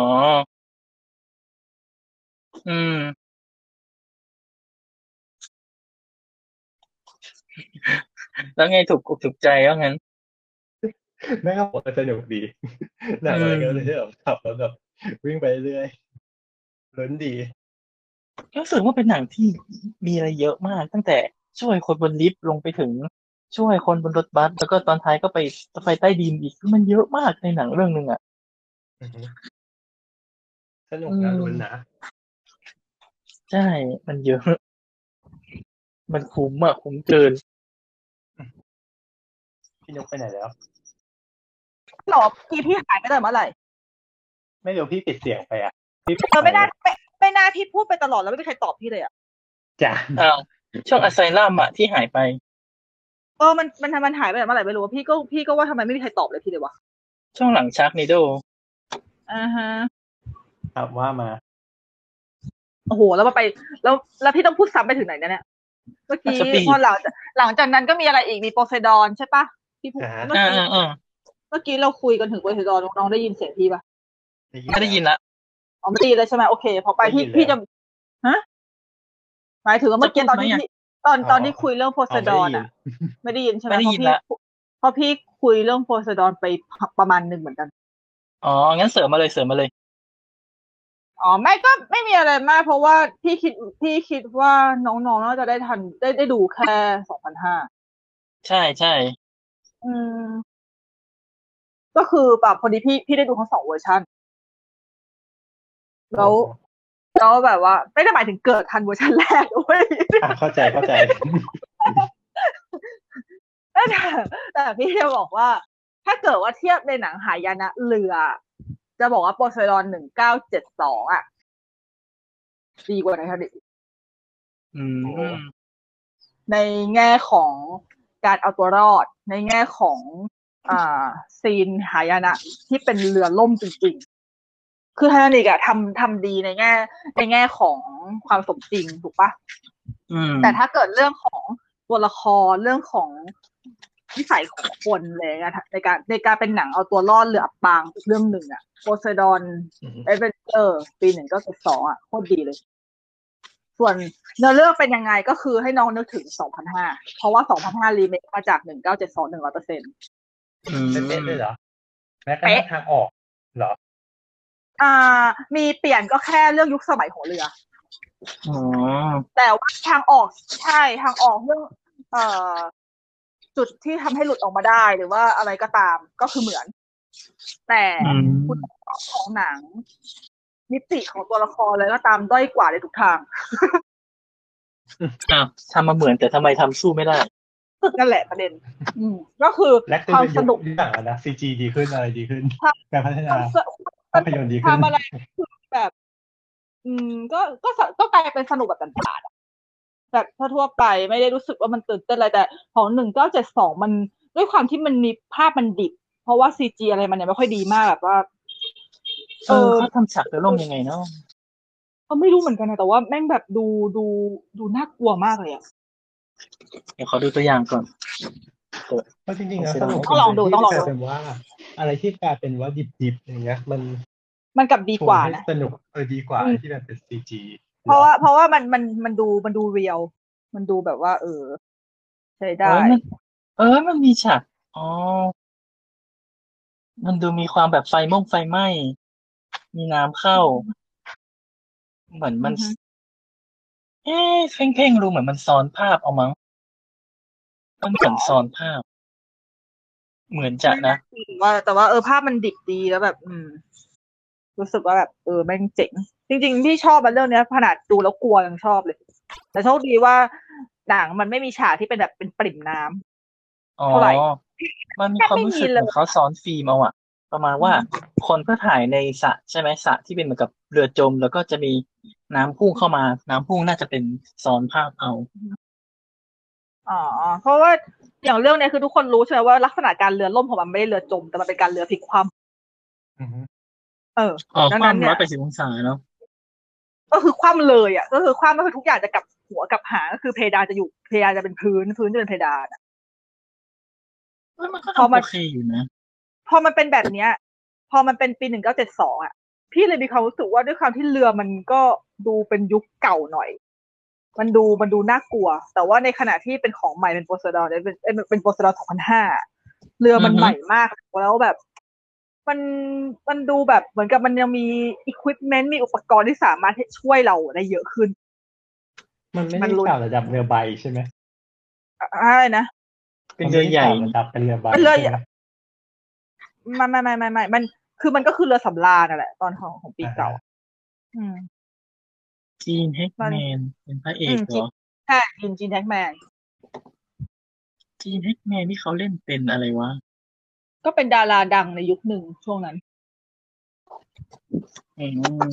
อืม แล้วไงถูกอกถูกใจว่างั้น
แม่ก็บอกว่าสนุกดี หนังอะไรก็เลยที่แบบขับแล้วแบบวิ่งไปเรื่อยลุ้นดี
รู้สึกว่าเป็นหนังที่มีอะไรเยอะมาก ตั้งแต่ช่วยคนบนลิฟต์ลงไปถึง ช่วยคนบนรถบัสแล้วก็ตอนท้ายก็ไปไปใต้ดินอีกคือมันเยอะมากในหนังเรื่องหนึ่งอ่ะ
อือฮึสนุกนะ
อืม
ลุ้นนะ
ใช่ มันเยอะ มันคุ้มอ่ะคุ้มเกิน
พี่นุกไปไหนแล้ว
หรอพี่พี่หายไปตั้งแต่เมื่อไหร่
ไม่รู้พี่ปิดเสียงไปอ่ะพี่ปิ
เออไม่น่าไม่ไม่น่าพี่พูดไปตลอดแล้วไม่มีใครตอบพี่เลยอ่ะ
จ้ะ
อ้าว ช่องอไซลัมอ่ะที่หายไป
เออมันมันมันหายไปตั้งแต่เมื่อไหร่ไม่รู้ว่าพี่ก็พี่ก็ว่าทำไมไม่มีใครตอบเลยพี่เลยวะ
ช่องหลังชาร์กเนโด
อ่าฮะ
ครับว่ามา
โอ้โหแล้วมาไปแล้วแล้วพี่ต้องพูดซ้ำไปถึงไหนเนี่ยเนี่ยเมื่อกี้
ช้อปปี้
พอหลังจากหลังจากนั้นก็มีอะไรอีกมีโปไซดอนใช่ปะพี่พูด
อ่าฮะ
เมื่อ
อ่า
กี้
อ่าอ่า
เมื่อกี้เราคุยกันถึงโปไซดอนน้องได้ยินเสียงพี่ปะ
ไม่ได้ยินละ
อ๋อไม่ได้ยินเลยใช่ไหมโอเค พอไปพี่
ได้ยินแล้ว
พี่จะฮะหมายถึงว่าเมื่อกี้ตอนที่
จะพูดไหมอะ
พี่ตอนตอนที่
อ๋อ
คุยเรื่องโปไซ
ไม่
ด
ได้
อน
ยิน
อ่ะ ไม่ได้ยินใช่ไหม
ไม่ได้ยินละ
เพราะพี่คุยเรื่องโพไซดอนไปประมาณหนึ่งเหมือนกัน
อ๋อ งั้นเสริมมาเลยเสริมมาเลย
อ๋อไม่ก็ไม่มีอะไรมาก เพราะว่าพี่คิดพี่คิดว่าน้องๆน่าจะได้ทันได้ได้ดูแค่สองพันห้า
ใช่ใช่
อืม ก็คือแบบพอดีพี่พี่ได้ดูทั้งสองเวอร์ชันแล้วแล้วแบบว่า ไม่ได้หมายถึงเกิดทันเวอร์ชันแรกโอ้ย
อ่ะเข้าใจเข้าใจ
แต่แต่พี่จะบอกว่า ถ้าเกิดว่าเทียบในหนังหายนะเรือ จะบอกว่าโปไซดอนหนึ่งเก้าเจ็ดสองอ่ะดีกว่าในทันอีก
อืม
โอ้
ในแง่ของการเอาตัวรอด ในแง่ของอ่าซีนหายนะที่เป็นเรือล่มจริงๆ คือไททานิกอะทำทำดีในแง่ ในแง่ของความสมจริงถูกปะ
อืม
แต่ถ้าเกิดเรื่องของตัวละครเรื่องของนิสัยของคนเลยอะในการในการเป็นหนังเอาตัวรอดเรืออับปางอีกเรื่องหนึ่งอะโพไซดอน
อือฮึ
เอเวนเจอร์ปีหนึ่งก็สิบสองอ่ะโคตรดีเลย ส่วนเนื้อเรื่องเป็นยังไงก็คือให้น้องนึกถึงสองพันห้าเพราะว่าสองพันห้ารีเมคมาจากหนึ่งเก้าเจ็ดสองหนึ่งร้อยเปอร์เซ็นต์
อืม
ไม่เป็นด้วยเหรอแม้กระทั่งทางออกเหรอ
อ่า มีเปลี่ยนก็แค่เรื่องยุคสมัยของเรือ
อ๋อ
แต่ว่าทางออกใช่ทางออกเรื่องเอ่อจุดที่ทำให้หลุดออกมาได้หรือว่าอะไรก็ตามก็คือเหมือน แต่
อืม
คุณภาพของหนัง มิติของตัวละครเลยก็ตามด้อยกว่าในทุกทาง
อ้าวทำมาเหมือนแต่ทำไมทำสู้ไม่ได้
นั่นแหละประเด็น อืมก็คือ
และคือ
ความ
เป็น
ส
ยุค
นุก
ยุคหลังอะนะ CG ดีขึ้นอะไรดีขึ้น
ค่ะ
การพัฒนา
ความสนุก
ภาพยนตร์ดีขึ้น
ทำอะไรคือแบบ อืม ก็ก็สก็กลายเป็นสนุกแบบต่างๆอะแบบทั่วๆไปไม่ได้รู้สึกว่ามันตื่นเต้นอะไรแต่ของหนึ่งเก้าเจ็ดสองมันด้วยความที่มันมีภาพมันดิบ เพราะว่าซีจีอะไรมันเนี่ยไม่ค่อยดีมากแบบว่า
เออเขาทำฉากเรือล่มยังไงเนาะ
ก็ไม่รู้เหมือนกันนะแต่ว่าแม่งแบบดูดูดูน่ากลัวมากเลยอะ
เดี๋ยวขอดูตัวอย่างก่อน
เพราะจริงๆแล้วสนุก
ต้องลองดูต้องลองดู
ที่กายเป็นว่า อะไรที่กลายเป็นว่าดิบๆอย่างเงี้ย มัน
มันกลับดีกว่า
ชให้
นะ
สนุกเออดีกว่า
อืม
ที่แบบเป็น CG
เพราะว่าเพราะว่ามันมันมันดูมันดูเรียลมันดูแบบว่า เออ ใช้ได้
เออมันเออ มันมีฉาก อ๋อ มันดูมีความแบบไฟม่งไฟไหม้ มีน้ำเข้า เหมือนมัน
อือฮึ
เอ๊ะเพ่งเพ่งๆรู้เหมือนมันซ้อนภาพเอามั้ง มันเหมือนซ้อนภาพ เหมือนจะนะ
แต่ว่าแต่ว่าเออภาพมันดิบดีแล้วแบบ อืม รู้สึกว่าแบบ เออแม่งเจ๋ง จริง ๆ ที่ชอบมันเรื่องเนี้ยขนาดดูแล้วกลัวยังชอบเลย แต่โชคดีว่าหนังมันไม่มีฉากที่เป็นแบบเป็นปริ่มน้ำ
อ๋อ
เท่าไหร่
มันมี
แท
ค
บ
วาม
ไม่
รู้
มี
สึก
เลย
เหมือนเขาซ้อนฟิล์มเอาอะประมาณว่าคนเพื่อถ่ายในสระใช่ไหมสระที่เป็นเหมือนกับเรือจม แล้วก็จะมีน้ำพุ่งเข้ามา น้ำพุ่งน่าจะเป็นซ้อนภาพเอา
อ๋อเพราะว่าอย่างเรื่องเนี้ยคือทุกคนรู้ใช่ไหมว่าลักษณะการเรือล่มของมันไม่ได้เรือจม แต่มันเป็นการเรือพลิกคว่
อือฮึ
ำเออ
อ๋อ
ดัง
ค
นั้
วาม
นเนี่
ร้
ย
อยแปดสิบองศาเนาะ
ก็คือคว่ำเลยอ่ะก็คือคว่ำก็คือทุกอย่างจะกลับหัวกลับหางก็คือเพดานจะอยู่เพดานจะเป็นพื้นพื้นจะเป็นเพดาน
เอ้ยมันก็
พอ
ทำ
มัน
โอเคอยู่นะ
พอมันเป็นแบบเนี้ย พอมันเป็นปีหนึ่งเก้าเจ็ดสองอ่ะ พี่เลยมีความรู้สึกว่าด้วยความที่เรือมันก็ดูเป็นยุคเก่าหน่อย มันดูมันดูน่ากลัว แต่ว่าในขณะที่เป็นของใหม่เป็นโปรเซดอนเป็นเอ้ยเป็นโปรเซดอนสองพันห้าเรือมัน
อือฮึ
ใหม่มากแล้วแบบ มันมันดูแบบเหมือนกับมันยังมีอุปกรณ์มีอุปกรณ์ที่สามารถให้ช่วยเราได้เยอะขึ้น
มันไม่
มั
ได้
นลุ้น
กล่าวระดับเรือใบใช่ไหม
อะไรนะ
เป็นเรือใหญ่
มันไม่ได้ต่างระดับเป็นเรือใบ
เป็นเรือใหญ่
ช่ไม
ไม่ไม่ไม่ไม่ไม่มันคือมันก็คือเรือสำราญนั่นแหละตอนของของปีเก่า อืม
จีนแฮก
มัน
แมนเป็นพระเอก
อืม
เห
จี
ร
น
อ
ใช่ยินจีนแท็กแมน
จีนแฮกแมนที่เขาเล่นเป็นอะไรวะ
ก็เป็นดาราดังในยุคหนึ่งช่วงนั้น
อืม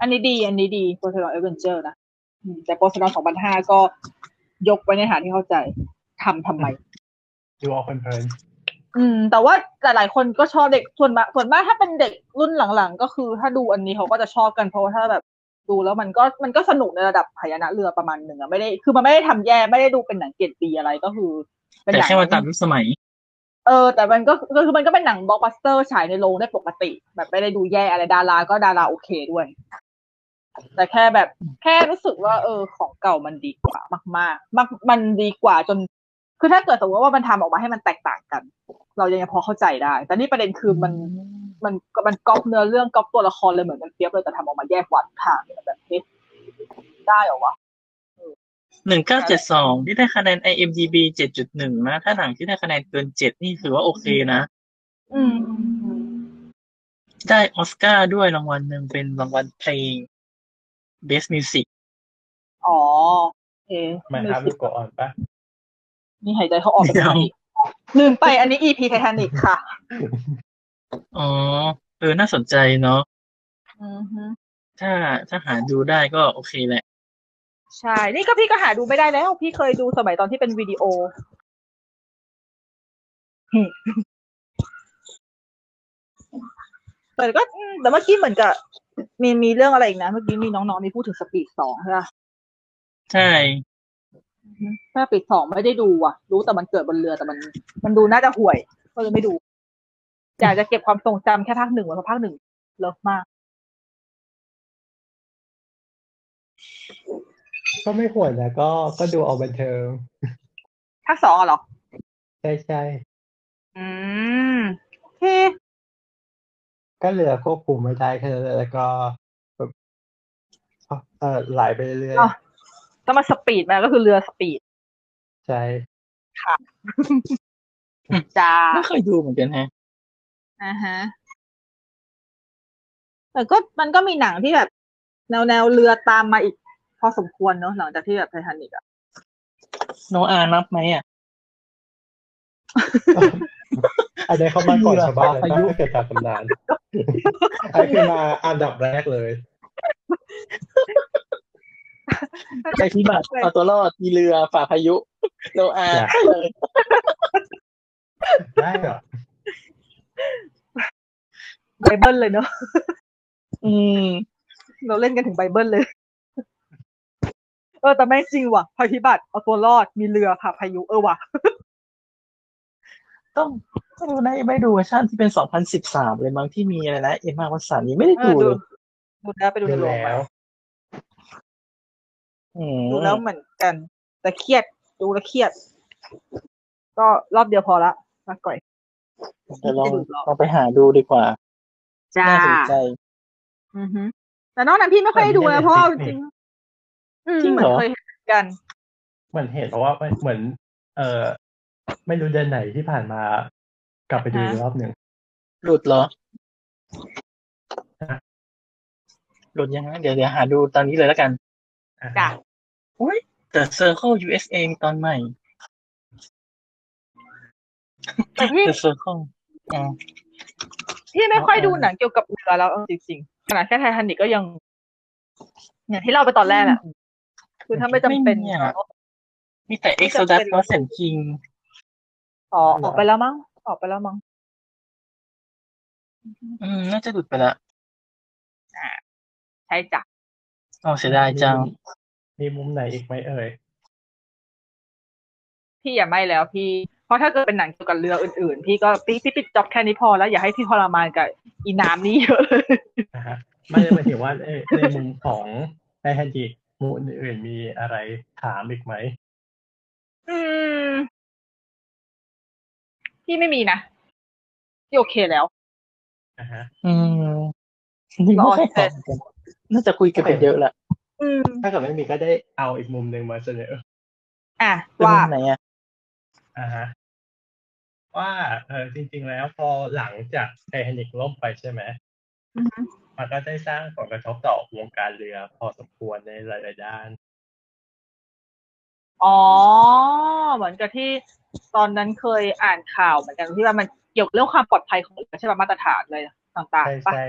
อันนี้ดี อันนี้ดีโปรเซนอลเอเวนเจอร์นะอืมแต่โปรเซนอลสองพันห้าก็ยกไว้ในฐานที่เข้าใจทำทำไม
ดูออกเป็นเพลิน
อืม แต่ว่าหลายๆคนก็ชอบเด็กส่วนมากส่วนมากถ้าเป็นเด็กรุ่นหลังๆ ก็คือ ถ้าดูอันนี้เขาก็จะชอบกันเพราะว่าถ้าแบบดูแล้วมันก็มันก็สนุกในระดับพยานะเรือประมาณหนึ่งอะไม่ได้คือมันไม่ได้ทำแย่ไม่ได้ดูเป็นหนังเกลียดปีอะไรก็คือเป็น
แต่
หนัง
แค่มาตัดยุคสมัย
เออแต่มันก็ก็คือมันก็เป็นหนังบล็อกบัสเตอร์ฉายในโรงได้ปกติ แบบไม่ได้ดูแย่อะไรดาราก็ดาราโอเคด้วย แต่แค่แบบแค่รู้สึกว่า เออ ของเก่ามันดีกว่ามากๆมากมันดีกว่าจน คือถ้าเกิดสมมติว่ามันทำออกมาให้มันแตกต่างกัน เรายังพอเข้าใจได้ แต่นี่ประเด็นคือมันมันมันก๊อปเนื้อเรื่องก๊อปตัวละครเลยเหมือนกันเปียบเลยแต่ทำออกมาแยกวัดทางแบบนี้ได้เหรอวะ
หนึ่งเก้าเจ็ดสองที่ได้คะแนน IMDB เจ็ดจุดหนึ่งนะ ถ้าหนังที่ได้คะแนนเกินเจ็ดนี่ถือว่าโอเคนะ
อืม
ได้ออสการ์ด้วยรางวัลหนึ่งเป็นรางวัลเพลง Best Music
อ๋อโอเค
มันทำลูกกอ่อนปะ
นี่หายใจเขาออกไป
เดี๋ยว
ทำไมลืมไปอันนี้ EP ไททานิกค่ะ
อ๋อเออน่าสนใจเนาะ
อือฮึ
ถ้าถ้าหาดูได้ก็โอเคแหละ
ใช่ นี่ก็พี่ก็หาดูไม่ได้แล้ว พี่เคยดูสมัยตอนที่เป็นวิดีโอ แต่ก็อืมแต่เมื่อกี้เหมือนกับมีมีเรื่องอะไรอีกนะ เมื่อกี้มีน้องๆมีพูดถึงสปีดสองใช่ปะ
ใช่
ถ้าปีดสองไม่ได้ดูอ่ะ รู้แต่มันเกิดบนเรือแต่มัน มันดูน่าจะห่วย ก็เลยไม่ดู อยากจะเก็บความทรงจำแค่ภาคหนึ่งไว้เพราะภาคหนึ่งเลิฟมาก
ก็ไม่ห่วยนะก็ก็ดูเอาบันเทิง
ภาคสองอะเหรอ
ใช่ใช่
อืม โอเค
ๆก็เรือควบคุมไม่ได้แค่นั้นแหละแล้วก็แบบเออไหลไปเรื่อย
อ่ะ ก็มาสปีดมาก็คือเรือสปีด
ๆใช่
จ้า
ไม่เคยดูเหมือนกันฮะ
อ่าฮะแต่ก็มันก็มีหนังที่แบบ แนวแนวเรือตามมาอีก พอสมควรเนอะหลังจากที่แบบไททานิกอะ
โนอานับไหมอ่ะ
อันนี้เขามาก่อนชาวบ้านเลย
อา
ปะ
ยุ
ถ้าเกิดตามตำนานอันนี้คือมาอันดับแรกเลย
ไอพิบัติเอาตัวรอดมีเรือฝ่าพายุโนอา
อยาก
เลย
ได้เหรอ
ไบเบิลเลยเนอะ
อืม
เราเล่นกันถึงไบเบิลเลย เออแต่แม่งจริงว่ะภัยพิบัติเอาตัวรอดมีเรือค่ะพายุเออว่ะ
ต้องไม่ดูนะไม่ดูเวอร์ชันที่เป็นสองพันสิบสามเลยมั้งที่มีอะไรนะ เอ็มมาวัตสันนี่ไม่ได้
เอ
ดูเล
อดู
ย
ดูแล้วไปดูในโรงมา
อืม
ดูแล้วเหมือนกัน แต่เครียดดูแล้วเครียด ก็รอบเดียวพอละมาก่อย
แต่ลอง
ไม่ได้ดูหรอก
ลองไปหาดูดีกว่า
จ้า
น่าสนใจ
อือฮึแต่นอกนั้นพี่ไม่ค่อยได้ดู
แต่
นะ
ไม่ได้
เพราะ
ใน
จ
Netflix
ริงอืม
จริงเห
เหมื
ร
อน
อ
เคยเห็นเหมือนกัน
เหมือนเห็นว่าเหมือน เออไม่รู้เดือนไหนที่ผ่านมา กลับไปดูอีกรอบหนึ่ง
หลุดเหรอ
ฮะ
หลุดยังฮะเดี๋ยวเดี๋ยวหาดูตอนนี้เลยแล้วกัน
จ้ะ
The Circle USA มีตอนใหม่
แต่พี่
The Circle อ่า
พี่ไม่ค่อย
เออ
ดูหนังเกี่ยวกับเรือแล้วเอาจริงๆขนาดแค่ไททานิกก็ยัง อย่างที่เราไปตอนแรกแหละคือถ้าไม่จำเป็น
ไม่มีอะ มีแต่ Exodus Lost and King
อ๋อออกไปแล้วมั้งออกไปแล้วมั้ง
อืม น่าจะหลุดไปละ
ใช่จ้ะ
อ๋อเสียดายจัง
มีมุมไหนอีกไหมเอ่ย
พี่อย่าไม่แล้วพี่ เพราะถ้าเกิดเป็นหนังเกี่ยวกับเรืออื่นๆ พี่ก็พี่พี่ปิดจ็อบแค่นี้พอแล้วอย่าให้พี่ทรมานกับอีน้ำนี่เยอะเลย
นะฮะไม่ได้หมายถึงว่าในในมุมของไอฮันจิมุมอื่นๆมีอะไรถามอีกไหม
อืม พี่ไม่มีนะพี่โอเคแล้ว
นะฮะ
อืมนี่ไม่ค่อยตอบเหมือนกันน่าจะคุยกันไปเยอะละ
อืม
ถ้าเกิดไม่มีก็ได้เอาอีกมุมหนึ่งมาเสนอ
อ่ะ
เป็น
ว่า
มุมไหนอะ
อ่าฮะว่าเออจริง ๆ แล้วพอหลังจากไททานิกล่มไปใช่ไหม
อือฮึ
มันก็ได้สร้างผลกระทบต่อวงการเรือพอสมควรในหลายๆด้าน
อ๋อ เหมือนกับที่ตอนนั้นเคยอ่านข่าวเหมือนกันที่ว่ามันเกี่ยวกับเรื่องความปลอดภัยของเรือใช่ป่ะมาตรฐานเลยต่าง
ใช่
ๆปะ
ใช่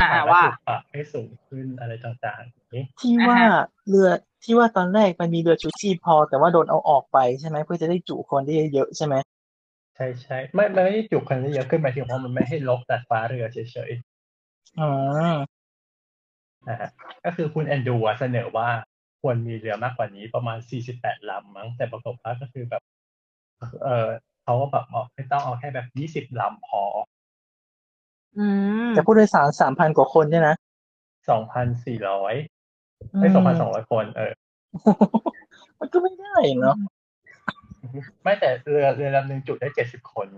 อ่าว่า
ถูกปรับให้สูงขึ้นอะไรต่างๆนี้
ที่ว่าเรือที่ว่าตอนแรกมันมีเรือชูชีพพอ แต่ว่าโดนเอาออกไปใช่ไหมเพื่อจะได้จุคนได้เยอะๆใช่ไหม
ใช่ใช่ไม่ไม่ได้จุกคนเยอะขึ้นหมายถึงว่ามันไม่ให้ลกตัดฟ้าเรือเฉย
อ๋อ
ๆนะฮะก็คือคุณแอนดูอะเสนอว่าควรมีเรือมากกว่านี้ประมาณ 48 ลำมั้งแต่ปรากฏว่าก็คือแบบ เออเขาก็แบบบอกไม่ต้องเอาแค่แบบ 20 ลำพอ
อืม
แต่ผู้โดยสารสามพันกว่าคนเนี่ยนะ
2,400
อื
ไม่
ม
2,200 คน เออ
มันก็ไม่ได้เนาะ
ไม่แต่เรือเรือลำหนึ่งจุดได้ 70 คน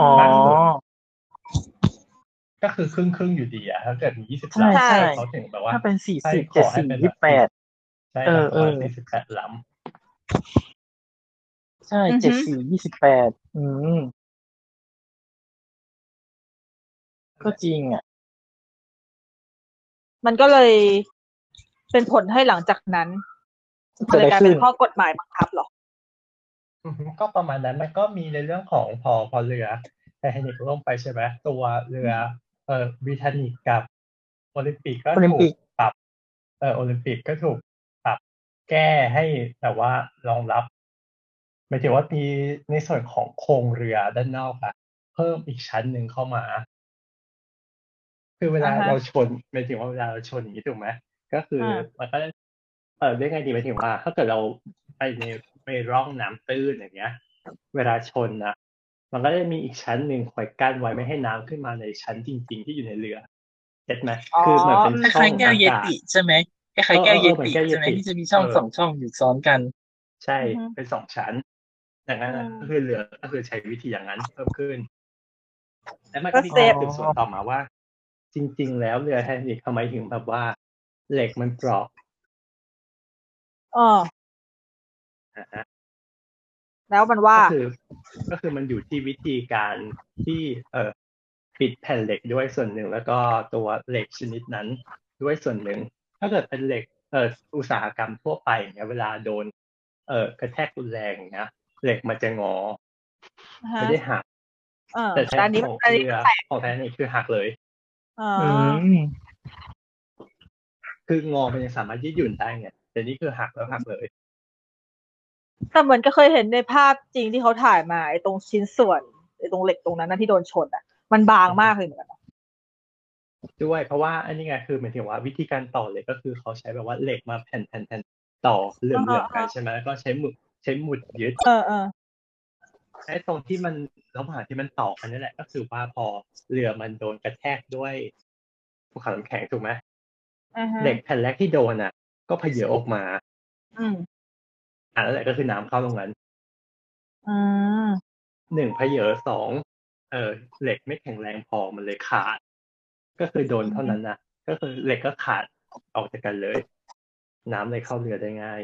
อ๋อ
มากสุด ก็คือครึ่งครึ่งๆอยู่ดีอะถ้าเกิดมี 20 ลำ
ใช่ใช่
เขาถึงแบบว่า
ถ้าเป็นสี่
ใช่
สิบ
ข
เจ็ด
อให้
สี่
เป็นแบบ
ยี่สิบแปด
ใช่
เอ
ครับ
อ
ประมาณ
เออ
48ลำ
ใช่เจ็ดสี่ยี่สิบแปดอืม ก็จริงอ่ะ
มันก็เลยเป็นผลให้หลังจากนั้นมัน
เกิด
เลย
อะไร
กลาย
ขึ้
เป็น นข้อกฎหมายบังคับเหรอ
อือฮึก็ประมาณนั้นมันก็มีในเรื่องของพอพอเรือไททานิกล่มไปใช่ไหมตัวเรือเอ่อบิทานิกกับโอลิมปิกก็
โอลิม
ถู
ปิ
ก
ก
ปรับเอ่อโอลิมปิกก็ถูกปรับ แก้ให้แต่ว่ารองรับหมายถึงว่ามีในส่วนของโครงเรือด้านนอกอะเพิ่มอีกชั้นหนึ่งเข้ามา คือเวลา
อ่าฮะ
เราชนหมายถึงว่าเวลาเราชนอย่างนี้ถูกไหมก็คืออา มันก็เออเรียกไงดีหมายถึงว่า ถ้าเกิดเราไปในไปร่องน้ำตื้นอย่างเงี้ย เวลาชนนะมันก็จะมีอีกชั้นหนึ่งคอยกั้นไว้ไม่ให้น้ำขึ้นมาในชั้นจริง ๆ ที่อยู่ในเรือเห็นไหมคือเหมือนเป็น
ค
ช่อ
ล้าย
ง
ๆแก้วเย
อากาศ
ติใช่ไหมคล้ายๆแก้วเยติ
เออเออเหมือนแก้วเยติ
ใช่ไหมที่จะมีช่อง
เออ
สองช่องอยู่ซ้อนกัน
ใช่
อือฮึ
เป็นสองชั้นดังนั้นน่ะ
อืม
ก็คือเรือก็คือใช้วิธีอย่างนั้นเพิ่มขึ้น และมันก็มี
ก็เซ
การ
ฟ
สืบสวนต่อมาว่า จริง ๆ แล้วเรือไททานิกทำไมถึงแบบว่า เหล็กมันเปราะ
อ๋อ
นะฮะ
แล้วมันว่า
ก็คือ ก็คือมันอยู่ที่วิธีการที่เอ่อปิดแผ่นเหล็กด้วยส่วนหนึ่ง แล้วก็ตัวเหล็กชนิดนั้นด้วยส่วนหนึ่ง ถ้าเกิดเป็นเหล็กเอ่ออุตสาหกรรมทั่วไปอย่างเนี่ยเวลาโดน เอ่อกระแทกรุนแรงอย่างเงี้ยเหล็กมันจะงอ
อ่าฮะ
ไม่ได้หัก
เออ
แต่
แต่
ใช้
อันนี้
ของ
อัน
เรื
นี้
อ
แตก
ของไททานิกคือหักเลย
อ๋อ
อืม
อ
คืองอมันยังสามารถยืดหยุ่นได้ไงแต่นี่คือหักแล้วหักเลย
แต่เหมือนก็เคยเห็นในภาพจริงที่เขาถ่ายมาไอ้ตรงชิ้นส่วนไอ้ตรงเหล็กตรงนั้นนะที่โดนชนอ่ะ มันบางมากเลยเหมือนกันนะ
ด้วยเพราะว่าอันนี้ไงคือหมายถึงว่าวิธีการต่อเหล็กก็คือเขาใช้แบบว่าเหล็กมาแผ่นแผ่นแผ่นต่อเหลื่อมเหลื่อมๆกันใช่ไหมแล้วก็ใช้หมุดใช้หมุดยึด
เออเออ
ไอ้ตรงที่มันระหว่างที่มันต่อกันนั่นแหละก็คือว่าพอเรือมันโดนกระแทกด้วยภูเขาน้ำแข็งถูกไหม
อ่าฮะ
เหล็กแผ่นแรกที่โดนอ่ะ ก็เพเยอออกมา
อืม
อันนั้นแหละก็คือน้ำเข้าตรงนั้น
อืม
หนึ่งเพเยอสองเออเหล็กไม่แข็งแรงพอมันเลยขาด ก็คือโดนเท่านั้นนะก็คือเหล็กก็ขาดออกจากกันเลย น้ำเลยเข้าเรือได้ง่าย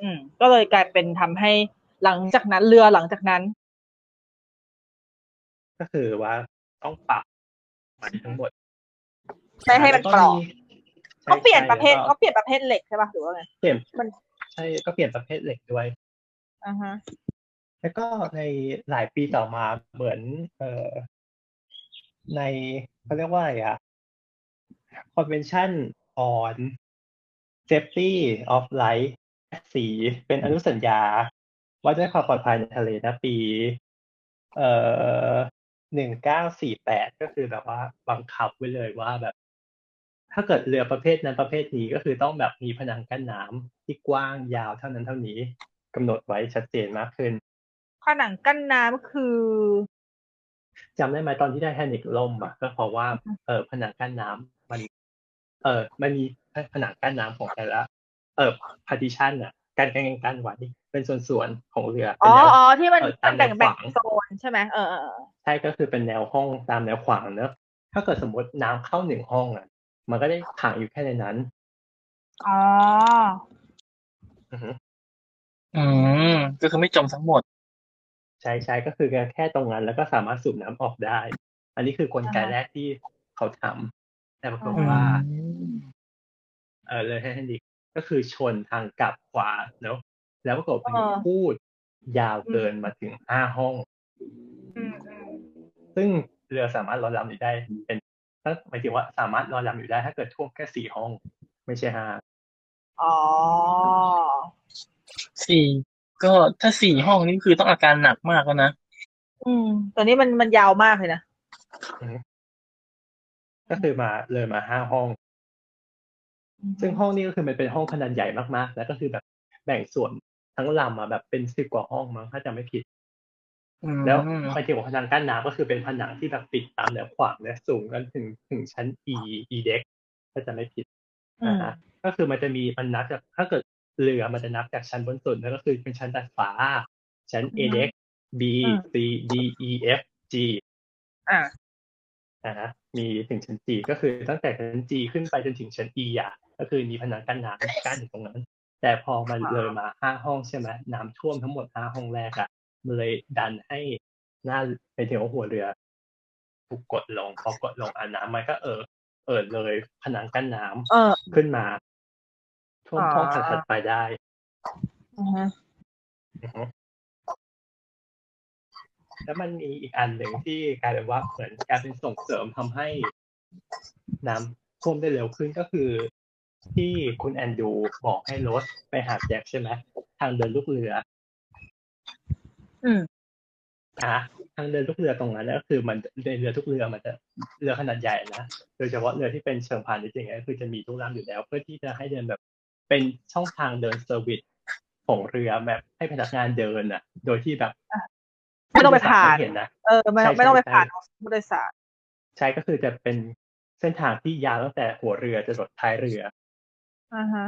อืมก็เลยกลายเป็นทำให้หลังจากนั้นเรือหลังจากนั้น
ก็คือว่าต้องปรับมันทั้งหมด
ไม่ให้มันเปราะ
ใช่
เขาเปลี่ยนประเภท
ใช่
เขาเปลี่ยนประเภทเหล็กใช่ป่ะหรือว่าไง
เปลี่ยน
มัน
ใช่ก็เปลี่ยนประเภทเหล็กด้วย
อ่าฮะ
แล้วก็ในหลายปีต่อมาเหมือน เอ่อในเขาเรียกว่าอะไรอะ Convention on Safety of Light สีเป็นอนุสัญญา ว่าด้วยความปลอดภัยในทะเลนะปี เอ่อหนึ่งเก้าสี่แปดก็คือแบบว่าบังคับไว้เลยว่าแบบ ถ้าเกิดเรือประเภทนั้นประเภทนี้ก็คือต้องแบบมีผนังกั้นน้ำที่กว้างยาวเท่านั้นเท่านี้กำหนดไว้ชัดเจนมากขึ้น
ผนังกั้นน้ำคือ
จำได้ไหมตอนที่ไททานิกล่มอ่ะก็เพราะว่าเออผนังกั้นน้ำมัน เออมันมีผนังกั้นน้ำของแต่ละเออ partition อ่ะการกั้นกั้นกั้นไว้เป็นส่วนๆของเรือเป็
อ๋
น
อ
แนว
อ๋อที่มัน
เออตา
มั
ม
น
แน
แบ่ง
ว
แบ่ง
ขวาง
โซนใช่ไหมเออเออเออ
ใช่ก็คือเป็นแนวห้องตามแนวขวางเนอะถ้าเกิดสมมติน้ำเข้าหนึ่งห้องอ่ะ มันก็ได้ขังอยู่แค่ในนั้น
อ๋อ
อือฮึ
อืมก็คือไม่จมทั้งหมด
ใช้ใช้ก็คือการแค่ตรงนั้น แล้วก็สามารถสูบน้ำออกได้ อันนี้คือกลไกแรกที่เขาทำแต่ปรากฏว่า เออเลยให้ให้ดีก็คือชนทางกลับขวาเนาะแล้วปรากฏมัน
อ่า
พูดยาวเกินมาถึงห้าห้อง
อืมอืม
ซึ่งเรือสามารถรอลำอยู่ได้ เป็นถ้าหมายถึงว่าสามารถรอลำอยู่ได้ ถ้าเกิดท่วมแค่สี่ห้อง ไม่ใช่ห้า
อ๋อ
สี่ก็ถ้าสี่ห้องนี่คือต้องอาการหนักมากแล้วนะ
อืมแตอนนี้มันมันยาวมากเลยนะ
ก็คือมาเลยมาห้าห้อง ซึ่งห้องนี้ก็คือมันเป็นห้องขนาดใหญ่มากๆ แล้วก็คือแบบแบ่งส่วนทั้งลำมาแบบเป็นสิบกว่าห้องมั้งถ้าจำไม่ผิด
อืม
แล้วไปถึงผนังกั้นน้ำก็คือเป็นผนังที่แบบปิดตามแนวขวางและสูงกันถึงถึงชั้น E E deck ถ้าจะไม่ผิดนะฮะก็คือมันจะมีมันนับจากถ้าเกิดเรือมันจะนับจากชั้นบนสุดแล้วก็คือเป็นชั้นดาดฟ้า ชั้น A deck B
อืม
C D E F G
อ่า
นะฮะมีถึงชั้น G ก็คือตั้งแต่ชั้น G ขึ้นไปจนถึงชั้น E อ่ะก็คือมีผนังกั้นน้ำกั้นอยู่ตรงนั้น แต่พอมันเลยมาห้าห้องใช่ไหมน้ำท่วมทั้งหมดห้าห้องแรกอ่ะมันเลยดันให้หน้าไปถึงหัวเรือถูกกดลงพอกดลงอ่าน้ำมันก็เออเออเลยผนังกั้นน้ำ
เออ
ขึ้นมาท่วมห้อง
อ๋อ
ถัดๆไปได้
อ่าฮะ
อือฮึแล้วมันมีอีกอันหนึ่งที่กลายเป็นว่าเหมือนกลายเป็นส่งเสริมทำให้ น้ำท่วมได้เร็วขึ้นก็คือ ที่คุณแอนดูบอกให้รถไปหาดแจ็คใช่ไหมทางเดินลูกเรือ
อืม
นะทางเดินลูกเรือตรงนั้นก็คือมันในเรือทุกเรือมันจะเรือขนาดใหญ่นะโดยเฉพาะเรือที่เป็นเชิงพาณิชย์อย่างเงี้ยก็คือจะมีทุกลำอยู่แล้ว เพื่อที่จะให้เดินแบบเป็นช่องทางเดินเซอร์วิสของเรือแบบให้พนักงานเดินอ่ะ โดยที่แบบ
ไม่ต้องไปผ่าน
ผู้โดยสรม่เห็นนะ
เออไม่
ใช่
ไม่ต้องไป
ใช่
ผ่านผู้โดยสาร
ใช่ก็คือจะเป็นเส้นทางที่ยาวตั้งแต่หัวเรือจนสุดท้ายเรือ
อ่าฮะ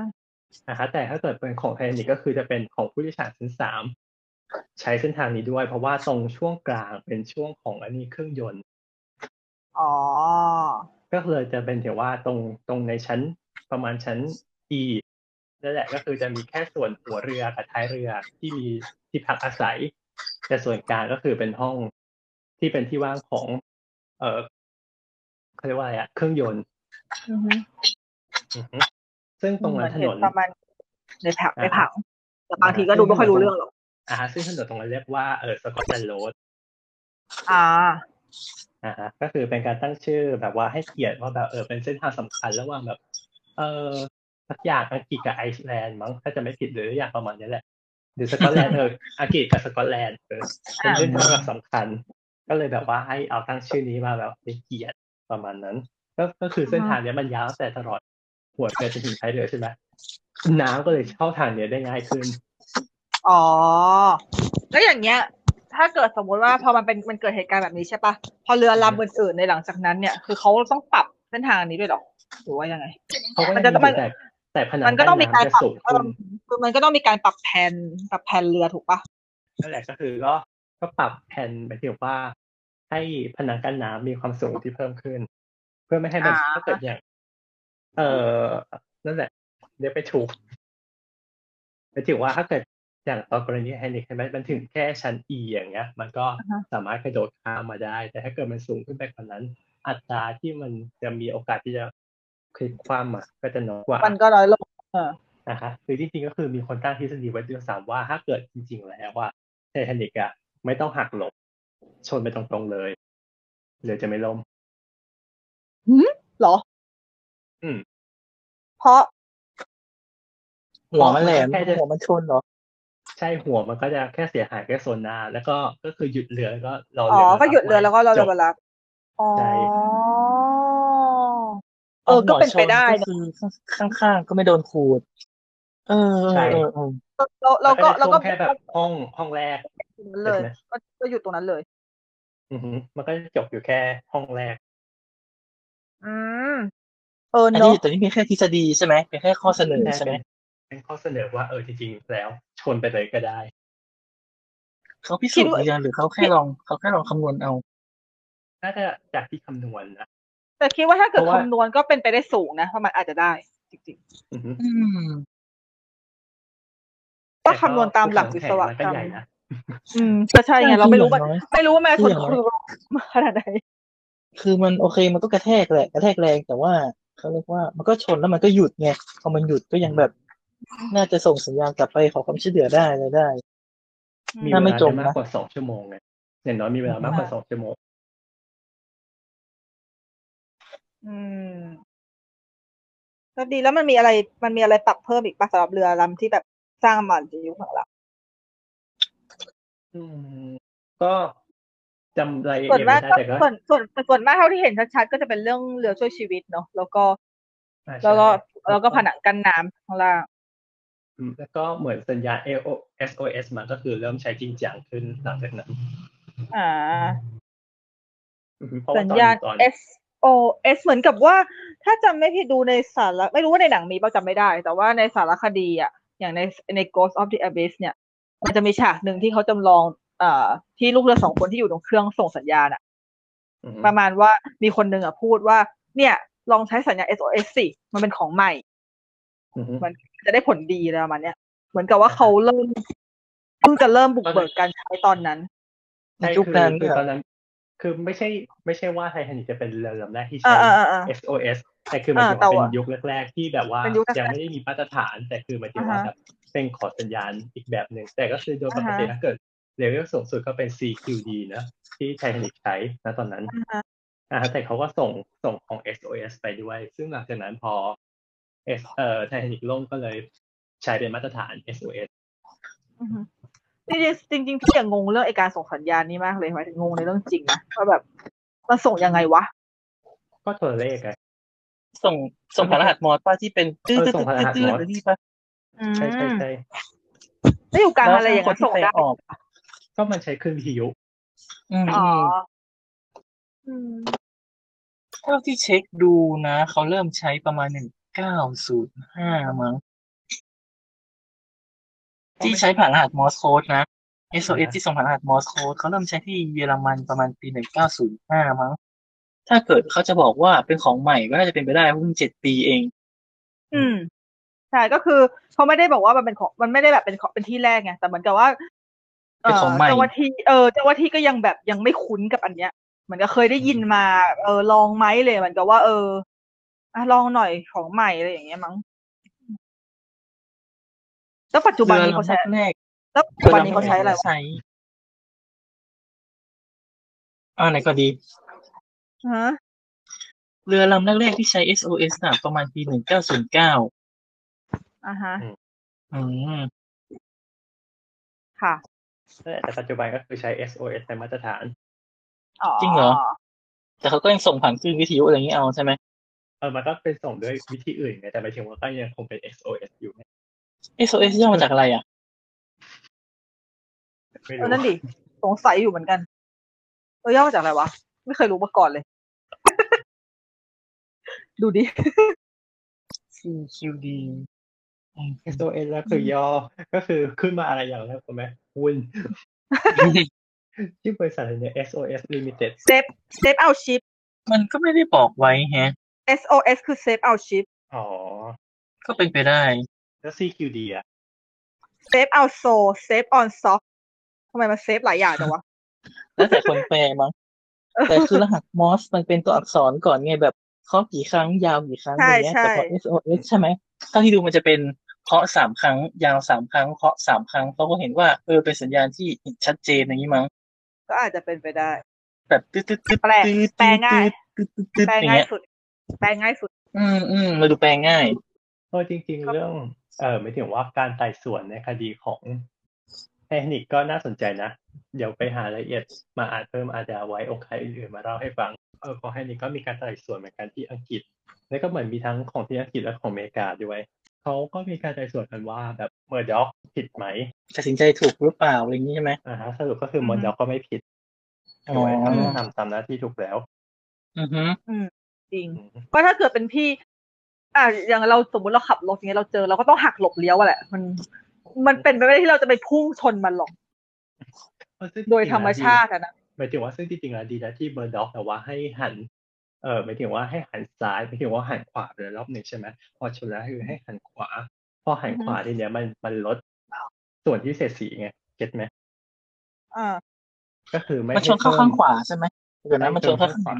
นะคะแต่ถ้าเกิดเป็นของไททานิกก็คือจะเป็นของผู้โดยสารชั้นสามใช้เส้นทางนี้ด้วย เพราะว่าตรงช่วงกลางเป็นช่วงของอันนี้เครื่องยนต์
อ๋อ
ก็เลยจะเป็นถือว่าตรงตรงในชั้นประมาณชั้น E นั่นแหละก็คือจะมีแค่ส่วนหัวเรือกับท้ายเรือที่มีที่พักอาศัย แต่ส่วนกลางก็คือเป็นห้องที่เป็นที่ว่างของ เออเขาเรียกว่าอะไรอะเครื่องยนต์
อือฮึ
อือฮึซึ่งตรงนั้นถนน
เหมือเห็ประมาณในผัง
อ่า
ในผังแต่บางทีก็ดูไม่ค่อยรู้เรื่องหรอก
อ่าซึ่งถนนตรงนั้นเรียกว่าเออสกอตแลนด์โรด
อ่า
อ่าฮะก็คือเป็นการตั้งชื่อแบบว่าให้เกียรติว่าแบบเออเป็นเส้นทางสำคัญระหว่างแบบ เออสักอย่างอังกฤษกับไอซ์แลนด์มั้งถ้าจะไม่ผิดหรืออย่างประมาณนี้แหละหรือสกอตแลนด์เอออังกฤษกับสกอตแลนด์เออเป็นเส้นทางแบบสำคัญ ก็เลยแบบว่าให้เอาตั้งชื่อนี้มาแบบเป็นเกียรติประมาณนั้น ก็ก็คือเส้นทางเนี้ยมันยาวตั้งแต่ตลอดหัวเรือจนถึงท้ายเรือใช่ไหมน้ำก็เลยเข้าทางเนี้ยได้ง่ายขึ้น
อ๋อ แล้วอย่างเงี้ย ถ้าเกิดสมมุติว่าพอมันเป็นมันเกิดเหตุการณ์แบบนี้ใช่ปะพอเรือลำอื่นๆในหลังจากนั้นเนี่ย คือเขาต้องปรับเส้นทางอันนี้ด้วยเหรอหรือว่ายังไง
เพราะว่า
มันจะต้องมัน
แต่แต่ผนัง
มันก็ต้องมี
กั้น
การ
น้ำจะ
ปรับ
สูง
เอ
ขึ้น
อคือมันก็ต้องมีการปรับแผนปรับแผนเรือถูกปะ
นั่นแหละก็คือก็ก็ปรับแผ่นหมายถึงว่าให้ผนังกั้นน้ำมีความสูงที่เพิ่มขึ้น เพื่อไม่ให้มันถ้าเกิดอย่าง เออนั่นแหละเดี๋ยวไปถูกหมายถึงว่าถ้าเกิดอย่างตอนกรณีแฮนดิคใช่ไหมมันถึงแค่ชั้น E อย่างเงี้ย มันก็สามารถกระโดดข้ามมาได้ แต่ถ้าเกิดมันสูงขึ้นไปกว่านั้น อัตราที่มันจะมีโอกาสที่จะคลิกความอ่ะก็จะน้อยกว่า
มันก็น้อยลง เออ
นะคะคือจริงๆก็คือมีคนตั้งทฤษฎีไว้ด้วยซ้ำว่าถ้าเกิดจริงๆแล้วว่าไททานิกอะไม่ต้องหักหลบ ชนไปตรงๆเลยเรือจะไม่ล่ม
เหรอ
อืม
เพราะ
หัวมันแหลมหัวมันชนเหรอ
ใช่หัวมันก็จะแค่เสียหายแค่โซนหน้า แล้วก็ก็คือหยุดเรือแล้วก็รอ
อ๋
เรือ อมารับ
ก็หยุดเรือแล้วก็เรา
จ
เรา
บ
มารับอ๋อ
ใช่
เออก็เป็นไปได้นะ
ก็คือข้างๆก็ไม่โดนขูด เออ
ใช่
เออเออ
เราเราก็
มัน
เราก็
จะท่วมแค่แบบห้องห้องแรก
ตรงนั้นเลย
ใช่ไหม
ก็ก็หยุดตรงนั้นเลย
อือหือมันก็จะจบอยู่แค่ห้องแรก
อืม เออ
อัน
เน
นี้
อะ
แต่นี่เป็นแค่ทฤษฎีใช่ไหมเป็นแค่ข้อเสนอ
ใช่
ใช่ไหม
เป็นเป็นข้อเสนอว่าเออจริงๆแล้วชนไปเลยก็ได้
เขาพิสูจน์หรือยังหรือเขาแค่ลองเขาแค่ลองคำนวณเอา
น่าจะจากที่คำนวณนะ
แต่คิดว่าถ้าเกิด
เพราะว่า
คำนวณก็เป็นไปได้สูงนะเพราะมันอาจจะได้ จริง
อือหือ
อืม
ก็คำนวณตามหลักวิศวกรรม อืมก็ใช่ไงเราไม่รู้ว่า
อย่งอย
ไม่รู้ว่าแม่
คือ
ค
อน ย่างน้อย
คือมาขนาดไหน
คือมันโอเคมันก็กระแทกแหละกระแทกแรงแต่ว่าเขาเรียกว่ามันก็ชนแล้วมันก็หยุดไงพอมันหยุดก็ยังแบบ น่าจะส่งสัญญาณกลับไปขอความช่วยเหลือได้อะไรได้
มี
ถ้า
เว
ไม่
ลา
จ
ได้
มนะ
มากกว่าสองชั่วโมงไงอย่างน้อยมีเวลามากกว่าสองชั่วโมง
อืมก็ดีแล้วมันมีอะไร มันมีอะไรปรับเพิ่มอีกปะสำหรับเรือลำที่แบบสร้างมาในยุคของเรา
อืมก็จำรายละ
ส่ว
เอี
น
ยด
มาก
ไม่ได้
ก็
แต่ก็
ส่วนส่วนส่วนมากเท่าที่เห็นชัดๆก็จะเป็นเรื่องเรือช่วยชีวิตเนาะแล้วก็
อ่าใช่
แล้วก็แล้วก็ผนังกั้นน้ำข้างล่าง
อืมแล้วก็เหมือนสัญญาณ LO SOS มาก็คือเริ่มใช้จริงจังขึ้นหลังจากนั้น
อ่า
อืมเพราะว่
สัญญาณ
ตอน
S O S เหมือนกับว่า ถ้าจำไม่ผิดดูในสารไม่รู้ว่าในหนังมีเปล่าจำไม่ได้ แต่ว่าในสารคดีอ่ะ อย่างในใน Ghost of the Abyss เนี่ย มันจะมีฉากหนึ่งที่เขาจำลองเอ่อที่ลูกเรือสองคนที่อยู่ตรงเครื่องส่งสัญญาณอ่ะ
อืม
ประมาณว่ามีคนหนึ่งอ่ะพูดว่า เนี่ย ลองใช้สัญญาณ S O S สิมันเป็นของใหม่
อืม
มันจะได้ผลดีอะไรประมาณเนี้ย เหมือนกับว่าเขาเริ่มเพิ่งจะเริ่มบุกเบิกการใช้ตอนนั้น
ในยุคนั้น
คือ
เนี่ย
ตอนนั้น คือไม่ใช่ไม่ใช่ว่าไททานิคจะเป็นเรือลำแรกที่
เอ
ใช้
อเออเออเออ
SOS แต่คือหมัน
อ่า
ถึงว่า
แต่ว่า
เป็นยุคแรกๆที่แบบว่า
เป็นยุคแรกๆ
ยังไม่ได้มีมาตรฐาน แต่คือหมันถึงว่า
อ่าฮะ
แบบเป็นขอสัญญาณอีกแบบหนึ่งแต่ก็คือโดยปกติ
อ่าฮะ
ถ้าเกิดเลเวลสูงสุดก็เป็น CQD นะ ที่ไททานิคใช้นะตอนนั้น อ่าแต่เขาก็ส่งส่งของ SOS ไปด้วย ซึ่งหลังจากนั้นพอ S เอ่อไททานิคล่มก็เลยใช้เป็นมาตรฐาน SOS
อือฮึจริงๆจริงๆพี่อย่างงงเรื่องไอการส่งสัญญาณนี้มากเลยหมายถึงงงในเรื่องจริงนะว่าแบบมันส่งยังไงวะ
ก็โทรเลขไง
ส่งส่งผ่านรหัสมอสป้าที่เป็นตื้อ
เออ
ตื้อ
ส่งผ่านรหัส
ตื้
ม
อ
อส
ตื้อนี่ป้า
อืม
ใช่ใช่ใช่
แล้วอยู่กลางอะไรอย่าง
ค
นั้น น
ที่
ส่ง
ไป
ได้
ออก
ก็มันใช้คลื่นวิทยุ
อืม
อ๋อ
ม
อืม
เท่าที่เช็คดูนะเขาเริ่มใช้ประมาณหนึ่งเก้าศูนย์ห้ามั้งที่ใช้ผ่านรหัสมอสโค้ดนะ SOS ที่ส่งผ่านรหัสมอสโค้ดเขาเริ่มใช้ที่เยอรมันประมาณปีหนึ่งเก้าศูนย์ห้ามั้งถ้าเกิดเขาจะบอกว่าเป็นของใหม่ก็น่าจะเป็นไปได้เพราะเพิ่งเจ็ดปีเอง
อืมใช่ก็คือเขาไม่ได้บอกว่ามันเป็นของมันไม่ได้แบบเป็นของเป็นที่แรกไงแต่เหมือนกับว่าเอ
เป็นของใหม่
เจ้าหน้าที่เออเจ้าหน้าที่ก็ยังแบบยังไม่คุ้นกับอันเนี้ยเหมือนก็เคยได้ยินมา เออลองไหมเลยเหมือนกับว่า เอออ่ะลองหน่อยของใหม่อะไรอย่างเงี้ยมั้งแล้วปัจจุบันนี้เขาใช้
รือลำแรก
แล้วปัจจุบันนี้เขาใช้อะไรวะ
ใช้อ่าไหนก็ดี
ฮะ
เรือลำแรกๆที่ใช้ SOS น่ะประมาณปีหนึ่งเก้าศูนย์เก้า
อ่าฮะ
อืม
ค่ะ
แต่ปัจจุบันก็คือใช้ SOS เป็นมาตรฐาน
อ๋อ
จริงเหรอ แต่เขาก็ยังส่งผ่านคลื่นวิทยุอะไรอย่างนี้เอาใช่ไหม
เออมันก็เป็นส่งด้วยวิธีอื่นไงแต่หมายถึงว่าก็ยังคงเป็น SOS อยู่ไง
เอ SOS ย่อมาจากอะไรอ่ะ
ไม่
เอ
รู้
อนั่นดิ สงสัยอยู่เหมือนกัน เออย่อมาจากอะไรวะ ไม่เคยรู้มาก่อนเลย ดูดิ
CQD อืม
เอสโอเอสแล้วคือย่อก็คือขึ้นมาอะไรอย่างแรกถูกไหมหุ้นที่บริษัทอะไรเนี่ย SOS Limited
เซฟเซฟเอาชิป
มันก็ไม่ได้บอกไว้แฮะ
SOS คือเซฟเอาชิป
อ๋อ
ก็เป็นไปได้
แล้ว CQD อ่ะ
เซฟเอาโซเซฟออนซอฟทำไมมันเซฟหลายอย่างจังวะ
แล้วแต่คนแปลมั้ง แต่คือรหัสมอสมันเป็นตัวอักษรก่อนไงแบบเคาะกี่ครั้งยาวกี่ครั้ง
ใช่
อย่างเงี้ย
ใช่
แต่พอ SOS ใช่ไหมเท่าที่ดูมันจะเป็นเคาะสามครั้ง ยาวสามครั้งเคาะสามครั้งเขาก็เห็นว่าเออเป็นสัญญาณที่ชัดเจนอย่างนี้มั้ง
ก็อาจจะเป็นไปได้
แบบตึ๊ดตึ๊ดตึ๊ด
แปล
ตึ๊ด
แปลง่าย
ตึ๊ดตึ๊ดตึ๊ด
แปล
อย่าง
ง่าย
เงี้ย
สุด แปลง่ายสุด
อืมอืมมาดูแปลง่าย
เออจริง
ค
ๆ
รับ
เรื่อง เออหมายถึงว่าการไต่สวนในคดีของเทคนิคก็น่าสนใจนะ เดี๋ยวไปหารายละเอียดมาอ่านเพิ่มอาจจะไว้โอกาสอื่นๆมาเล่าให้ฟังเออของเทคนิคก็มีการไต่สวนเหมือนกันที่อังกฤษ แล้วก็เหมือนมีทั้งของที่อังกฤษและของอเมริกาด้วย เขาก็มีการไต่สวนกันว่าแบบเมอร์ด็อกผิดไหม
ตัดสินใจถูกหรือเปล่าอะไรอย่างนี้ใช่ไหม
อ่าฮะสรุปก็คือ
อฮึ
เมอร์ด็อกก็ไม่ผิด
อ๋
ถือ
อ
ว่าเขาได้ทำตามหน้าที่ถูกแล้ว
อือฮึ
จริง
อืม
ก็ถ้าเกิดเป็นพี่ อ่ะอย่างเราสมมุติเราขับรถอย่างเงี้ยเราเจอเราก็ต้องหักหลบเลี้ยวอะแหละ มัน มันเป็นไปไม่ได้ที่เราจะไปพุ่งชนมันหรอก
เออซึ่ง
โดย
จงๆ
ธรรม
แล้วดี
ชาติอะนะ
หมายถึงว่าซึ่งจริงๆแล้วดีนะที่เมอร์ด็อกแต่ว่าให้หัน เออหมายถึงว่าให้หันซ้ายหมายถึงว่าหันขวาเลยรอบหนึ่งใช่ไหมพอชนแล้วคือให้หันขวา พอหัน
อือฮึ
ขวาทีเนี้ยมันมันลด ส่วนที่เสียดสีไงเก็ตไหม
อ่า
ก็คือไม่
มันชนเข้า
ให้
ข้างข
เพิ่ม
วาใช่ไหมเดี๋ยวนะมันชนเข้าข้างขวา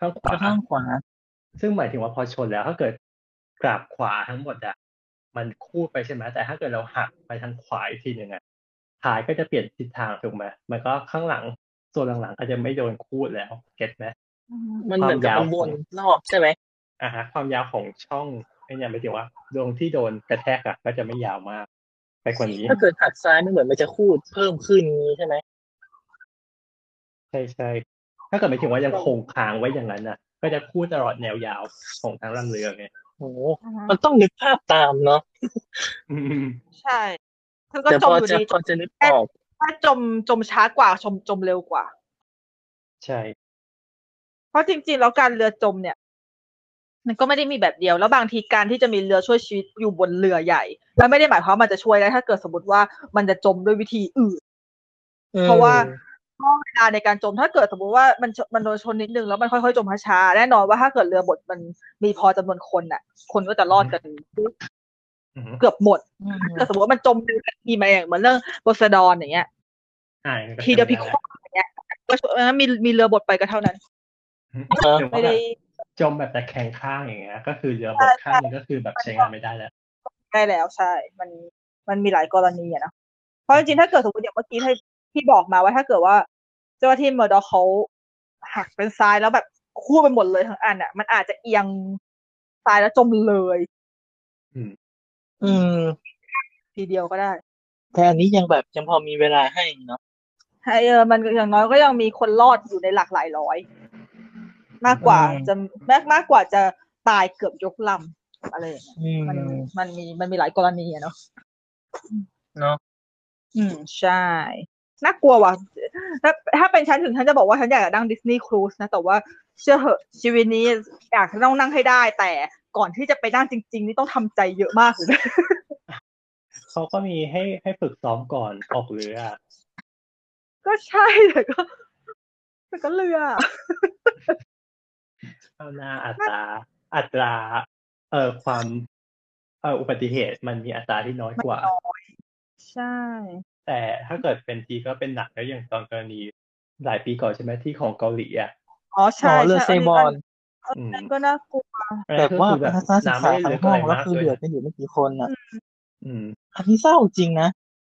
ข้างข
ช
วา
นข้างขวา
ซึ่งหมายถึงว่าพอชนแล้วถ้าเกิดกราบขวาทั้งหมดอะมันคู่ไปใช่ไหมแต่ถ้าเกิดเราหักไปทางขวาอีกทีหนึ่งอะท้ายก็จะเปลี่ยนทิศทางถูกไหมมันก็ข้างหลังส่วนหลังๆอาจจะไม่โดนคู่แล้วเก็ตไหม
มันเหมือนกั
ค
บ
วามยาว
มันวนรอบใช่ไหม
อ่าฮะความยาวของช่องไอ้เนี่ยหมายถึงว่าดวงที่โดนกระแทกอะก็จะไม่ยาวมาก ไปกว่านี้
ถ้าเกิดหักซ้ายมันเหมือนมันจะคูดเพิ่มขึ้นนี้ใช่ไหม
ใช่ใช่ถ้าเกิดหมายถึงว่ายังคงค้างไว้อย่างนั้นอะก็จะคู่ตลอดแนวยาวของทางลำเรือไง
โอ้โหมันต้องนึกภาพตามเนาะ
อืม
ใช่ เธอก็
แต่
จ
พ
ม
อ
อยู่
จะ
ดี
พอจะนึกออก
ถ้าจมจมช้ากว่าจมจมเร็วกว่า
ใช่
เพราะจริงๆ แล้วการเรือจมเนี่ย มันก็ไม่ได้มีแบบเดียว แล้วบางทีการที่จะมีเรือช่วยชีวิตอยู่บนเรือใหญ่ แล้วไม่ได้หมายความว่ามันจะช่วยได้ถ้าเกิดสมมติว่ามันจะจมด้วยวิธีอื่น เพราะว่าช่วงเวลาในการจมถ้าเกิดสมมติว่ามันชมันโดนชนนิดนึงแล้วมันค่อยๆจมช้าๆแน่นอนว่าถ้าเกิดเรือบดมันมีพอจำนวนคนน่ะ คนก็จะรอดกัน
อืม
เกือบหมด
อืม
แต่สมมติว่ามันจมมีมาอย่างเหมือนเรื่องโบสดอนอย่างเงี้ย
อ่างั้นก็
ทีเดียว
ใช้
พิ
ไม่ไ
ควาอย่างเงี้ยก็ช่วยเออมีมีเรือบดไปก็เท่านั้น
อืมหรือ
ไม่
ว่าแบ
ได้
บจมแบบตะแคงข้างอย่างเงี้ย ก็คือเรือบกข้างหนึงก็คือแบบใช้งานไม่ได้แล้ว
ได้แล้วใช่ มันมันมีหลายกรณีอะนะ เพราะจริงๆ ถ้าเกิดสมมติอย่างเมื่อกี้ที่ที่บอกมาว่าถ้าเกิดว่า เจ้าหน้าที่เมอร์ดอกเขาหักเป็นซ้ายแล้วแบบคู่ไปหมดเลยทั้งอันอ่ะ มันอาจจะเอียงซ้ายแล้วจมเลย
อืม
ทีเดียวก็ได้
แต่อันนี้ยังแบบยังพอมีเวลาให้เนาะ
ให้เออมันอย่างน้อยก็ยังมีคนรอดอยู่ในหลักหลายร้อย มากกว่าจะมากมากกว่าจะตายเกือบยกลำอะไรอย่างเงี้ย
อืม
มันมันมีมันมีหลายกรณีอะเนาะ
เนาะ
อืมใช่ น่ากลัวว่ะถ้าถ้าเป็นฉันถึงฉันจะบอกว่าฉันอยากจะนั่งดิสนีย์ครูซนะ แต่ว่าเชื่อเหอะชีวิตนี้อยากจะต้องนั่งให้ได้ แต่ก่อนที่จะไปนั่งจริง ๆ นี่ต้องทำใจเยอะมากเลยนะ
เขาก็มีให้ให้ฝึกซ้อมก่อนออกเรืออะ
ก็ใช่แต่ก็แต่ก็เรืออะ
เอาหน้าอัตราอัตราเอ่อความเอ่ออุบัติเหตุมันมีอัตราที่น้อยกว่า
ใช่
แต่ถ้าเกิดเป็นทีก็เป็นหนักแล้วอย่างตอนกรณีหลายปีก่อนใช่ไหมที่ของเกาหลีอ่ะ
อ๋อ
หม
ใช่
อเรือเซ
ใช่
บอน
อืม
อันนั้นก็น่ากลัว
แบบว่า
คือ
เป็นทัศนศึก
น้ำ
ษา
ไม่ได้
ทั้
ลึ
ง
ก
ห้
อะ
อ
ไรง
แล้ว
มาก
คือ
ด้ว
เห
ย
ลือกันอยู่ไม่กี่คนอ่ะ
อืม
อันนี้เศร้าจริงนะ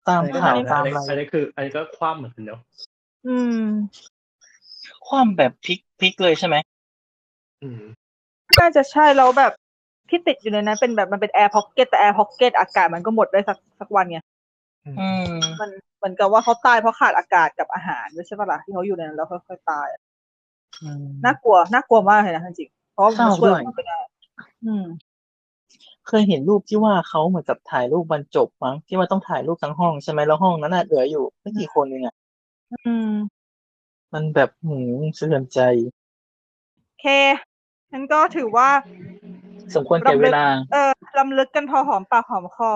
ตามข่า
อั
ว
นนี้
ตาม
อัน
อะไร
นี้อันนี้คือ อันนี้ก็คว่ำเหมือนกันเนาะ
อืม
ความแบบพลิกพลิกเลยใช่ไหม
อืม
น่าจะใช่แล้วแบบที่ติดอยู่ในนั้นเป็นแบบมันเป็นแอร์พ็อกเก็ตแต่แอร์พ็อกเก็ตอากาศมันก็หมดได้สักสักวันไง
อืม
มันเหมือนกับว่าเขาตายเพราะขาดอากาศกับอาหารด้วยใช่ปะล่ะที่เขาอยู่ในนั้นแล้วค่อยๆตายอะน่ากลัวน่ากลัวมากเลยนะจริงๆเพราะมัน
เศร้า
ช่วย
ด้วย
ไม่ได้อืม
เคยเห็นรูปที่ว่าเขาเหมือนกับถ่ายรูปวันจบมั้งที่มันต้องถ่ายรูปทั้งห้องใช่ไหมแล้วห้องนั้นน่ะเหลืออยู่ไม่กี่คนเองอ่ะ
อืม
มันแบบหืมสะเทือนใจ
โอเคงั้นก็ถือว่า
สมควรแก่เวลา
เออลำลึกกันพอหอมปากหอมคอ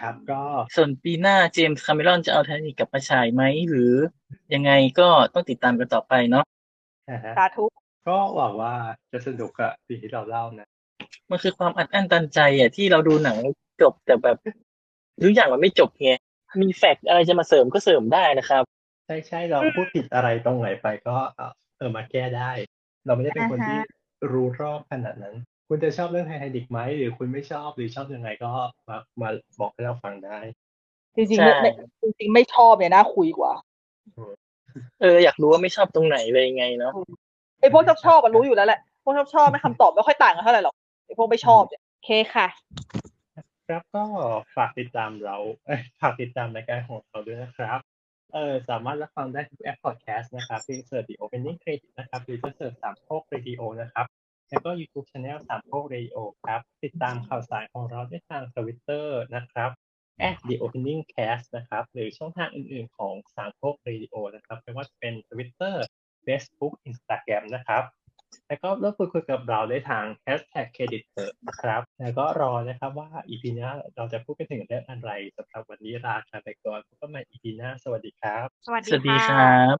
ครับก็
ส่วนปีหน้าเจมส์คาเมรอนจะเอาไททานิกกลับมาฉายไหม หรือยังไงก็ต้องติดตามกันต่อไปเนาะ
อ่าฮะ
สาธุ
ก็หวังว่าจะสนุกกับสิ่งที่เราเล่านะ
มันคือความอัดอั้นตันใจอ่ะที่เราดูหนังจบแต่แบบทุกอย่างมันไม่จบไงมีแฟกต์อะไรจะมาเสริมก็เสริมได้นะครับ
ใช่ใช่เราพูดผิดอะไรตรงไหนไปก็เอ่อเออมาแก้ได้ เราไม่ได้เป็นคนที่รู้รอบขนาดนั้น คุณจะชอบเรื่องไททานิกไหมหรือคุณไม่ชอบหรือชอบยังไงก็มามาบอกให้เราฟังได้
จริง
ใช่
ๆไม่จริงๆไม่ชอบเนี่ยน่าคุยกว่า
เอออยากรู้ว่าไม่ชอบตรงไหนอะไรยังไงเนาะ
ไอ้พวกชอบชอบอะรู้อยู่แล้วแหละพวกชอบชอบไม่คำตอบไม่ค่อยต่างกันเท่าไหร่หรอกไอ้พวกไม่ชอบเนี่ยโอเคค่ะ
ครับก็ฝากติดตามเราเอ้ยฝากติดตามรายการของเราด้วยนะครับเออสามารถรับฟังได้ทุกแอปพอดแคสต์นะครับที่เสิร์ช The Opening Credit นะครับหรือจะเสิร์ชสามโคกเรดิโอนะครับ แล้วก็ YouTube Channel สามโคกเรดิโอครับ ติดตามข่าวสารของเราได้ทาง Twitter นะครับ at the opening cast นะครับ หรือช่องทางอื่นๆของสามโคกเรดิโอนะครับไม่ว่าจะเป็น Twitter Facebook Instagram นะครับ แล้วก็ร่วมพูดคุยกับเราได้ทาง hashtag credit เถอะนะครับ แล้วก็รอนะครับว่า EP หน้าเราจะพูดกันถึงเรื่องอะไรสำหรับวันนี้ลากันไปก่อนพบกันใหม่ EP หน้าสวัสดีครับ
สวัสดีครับ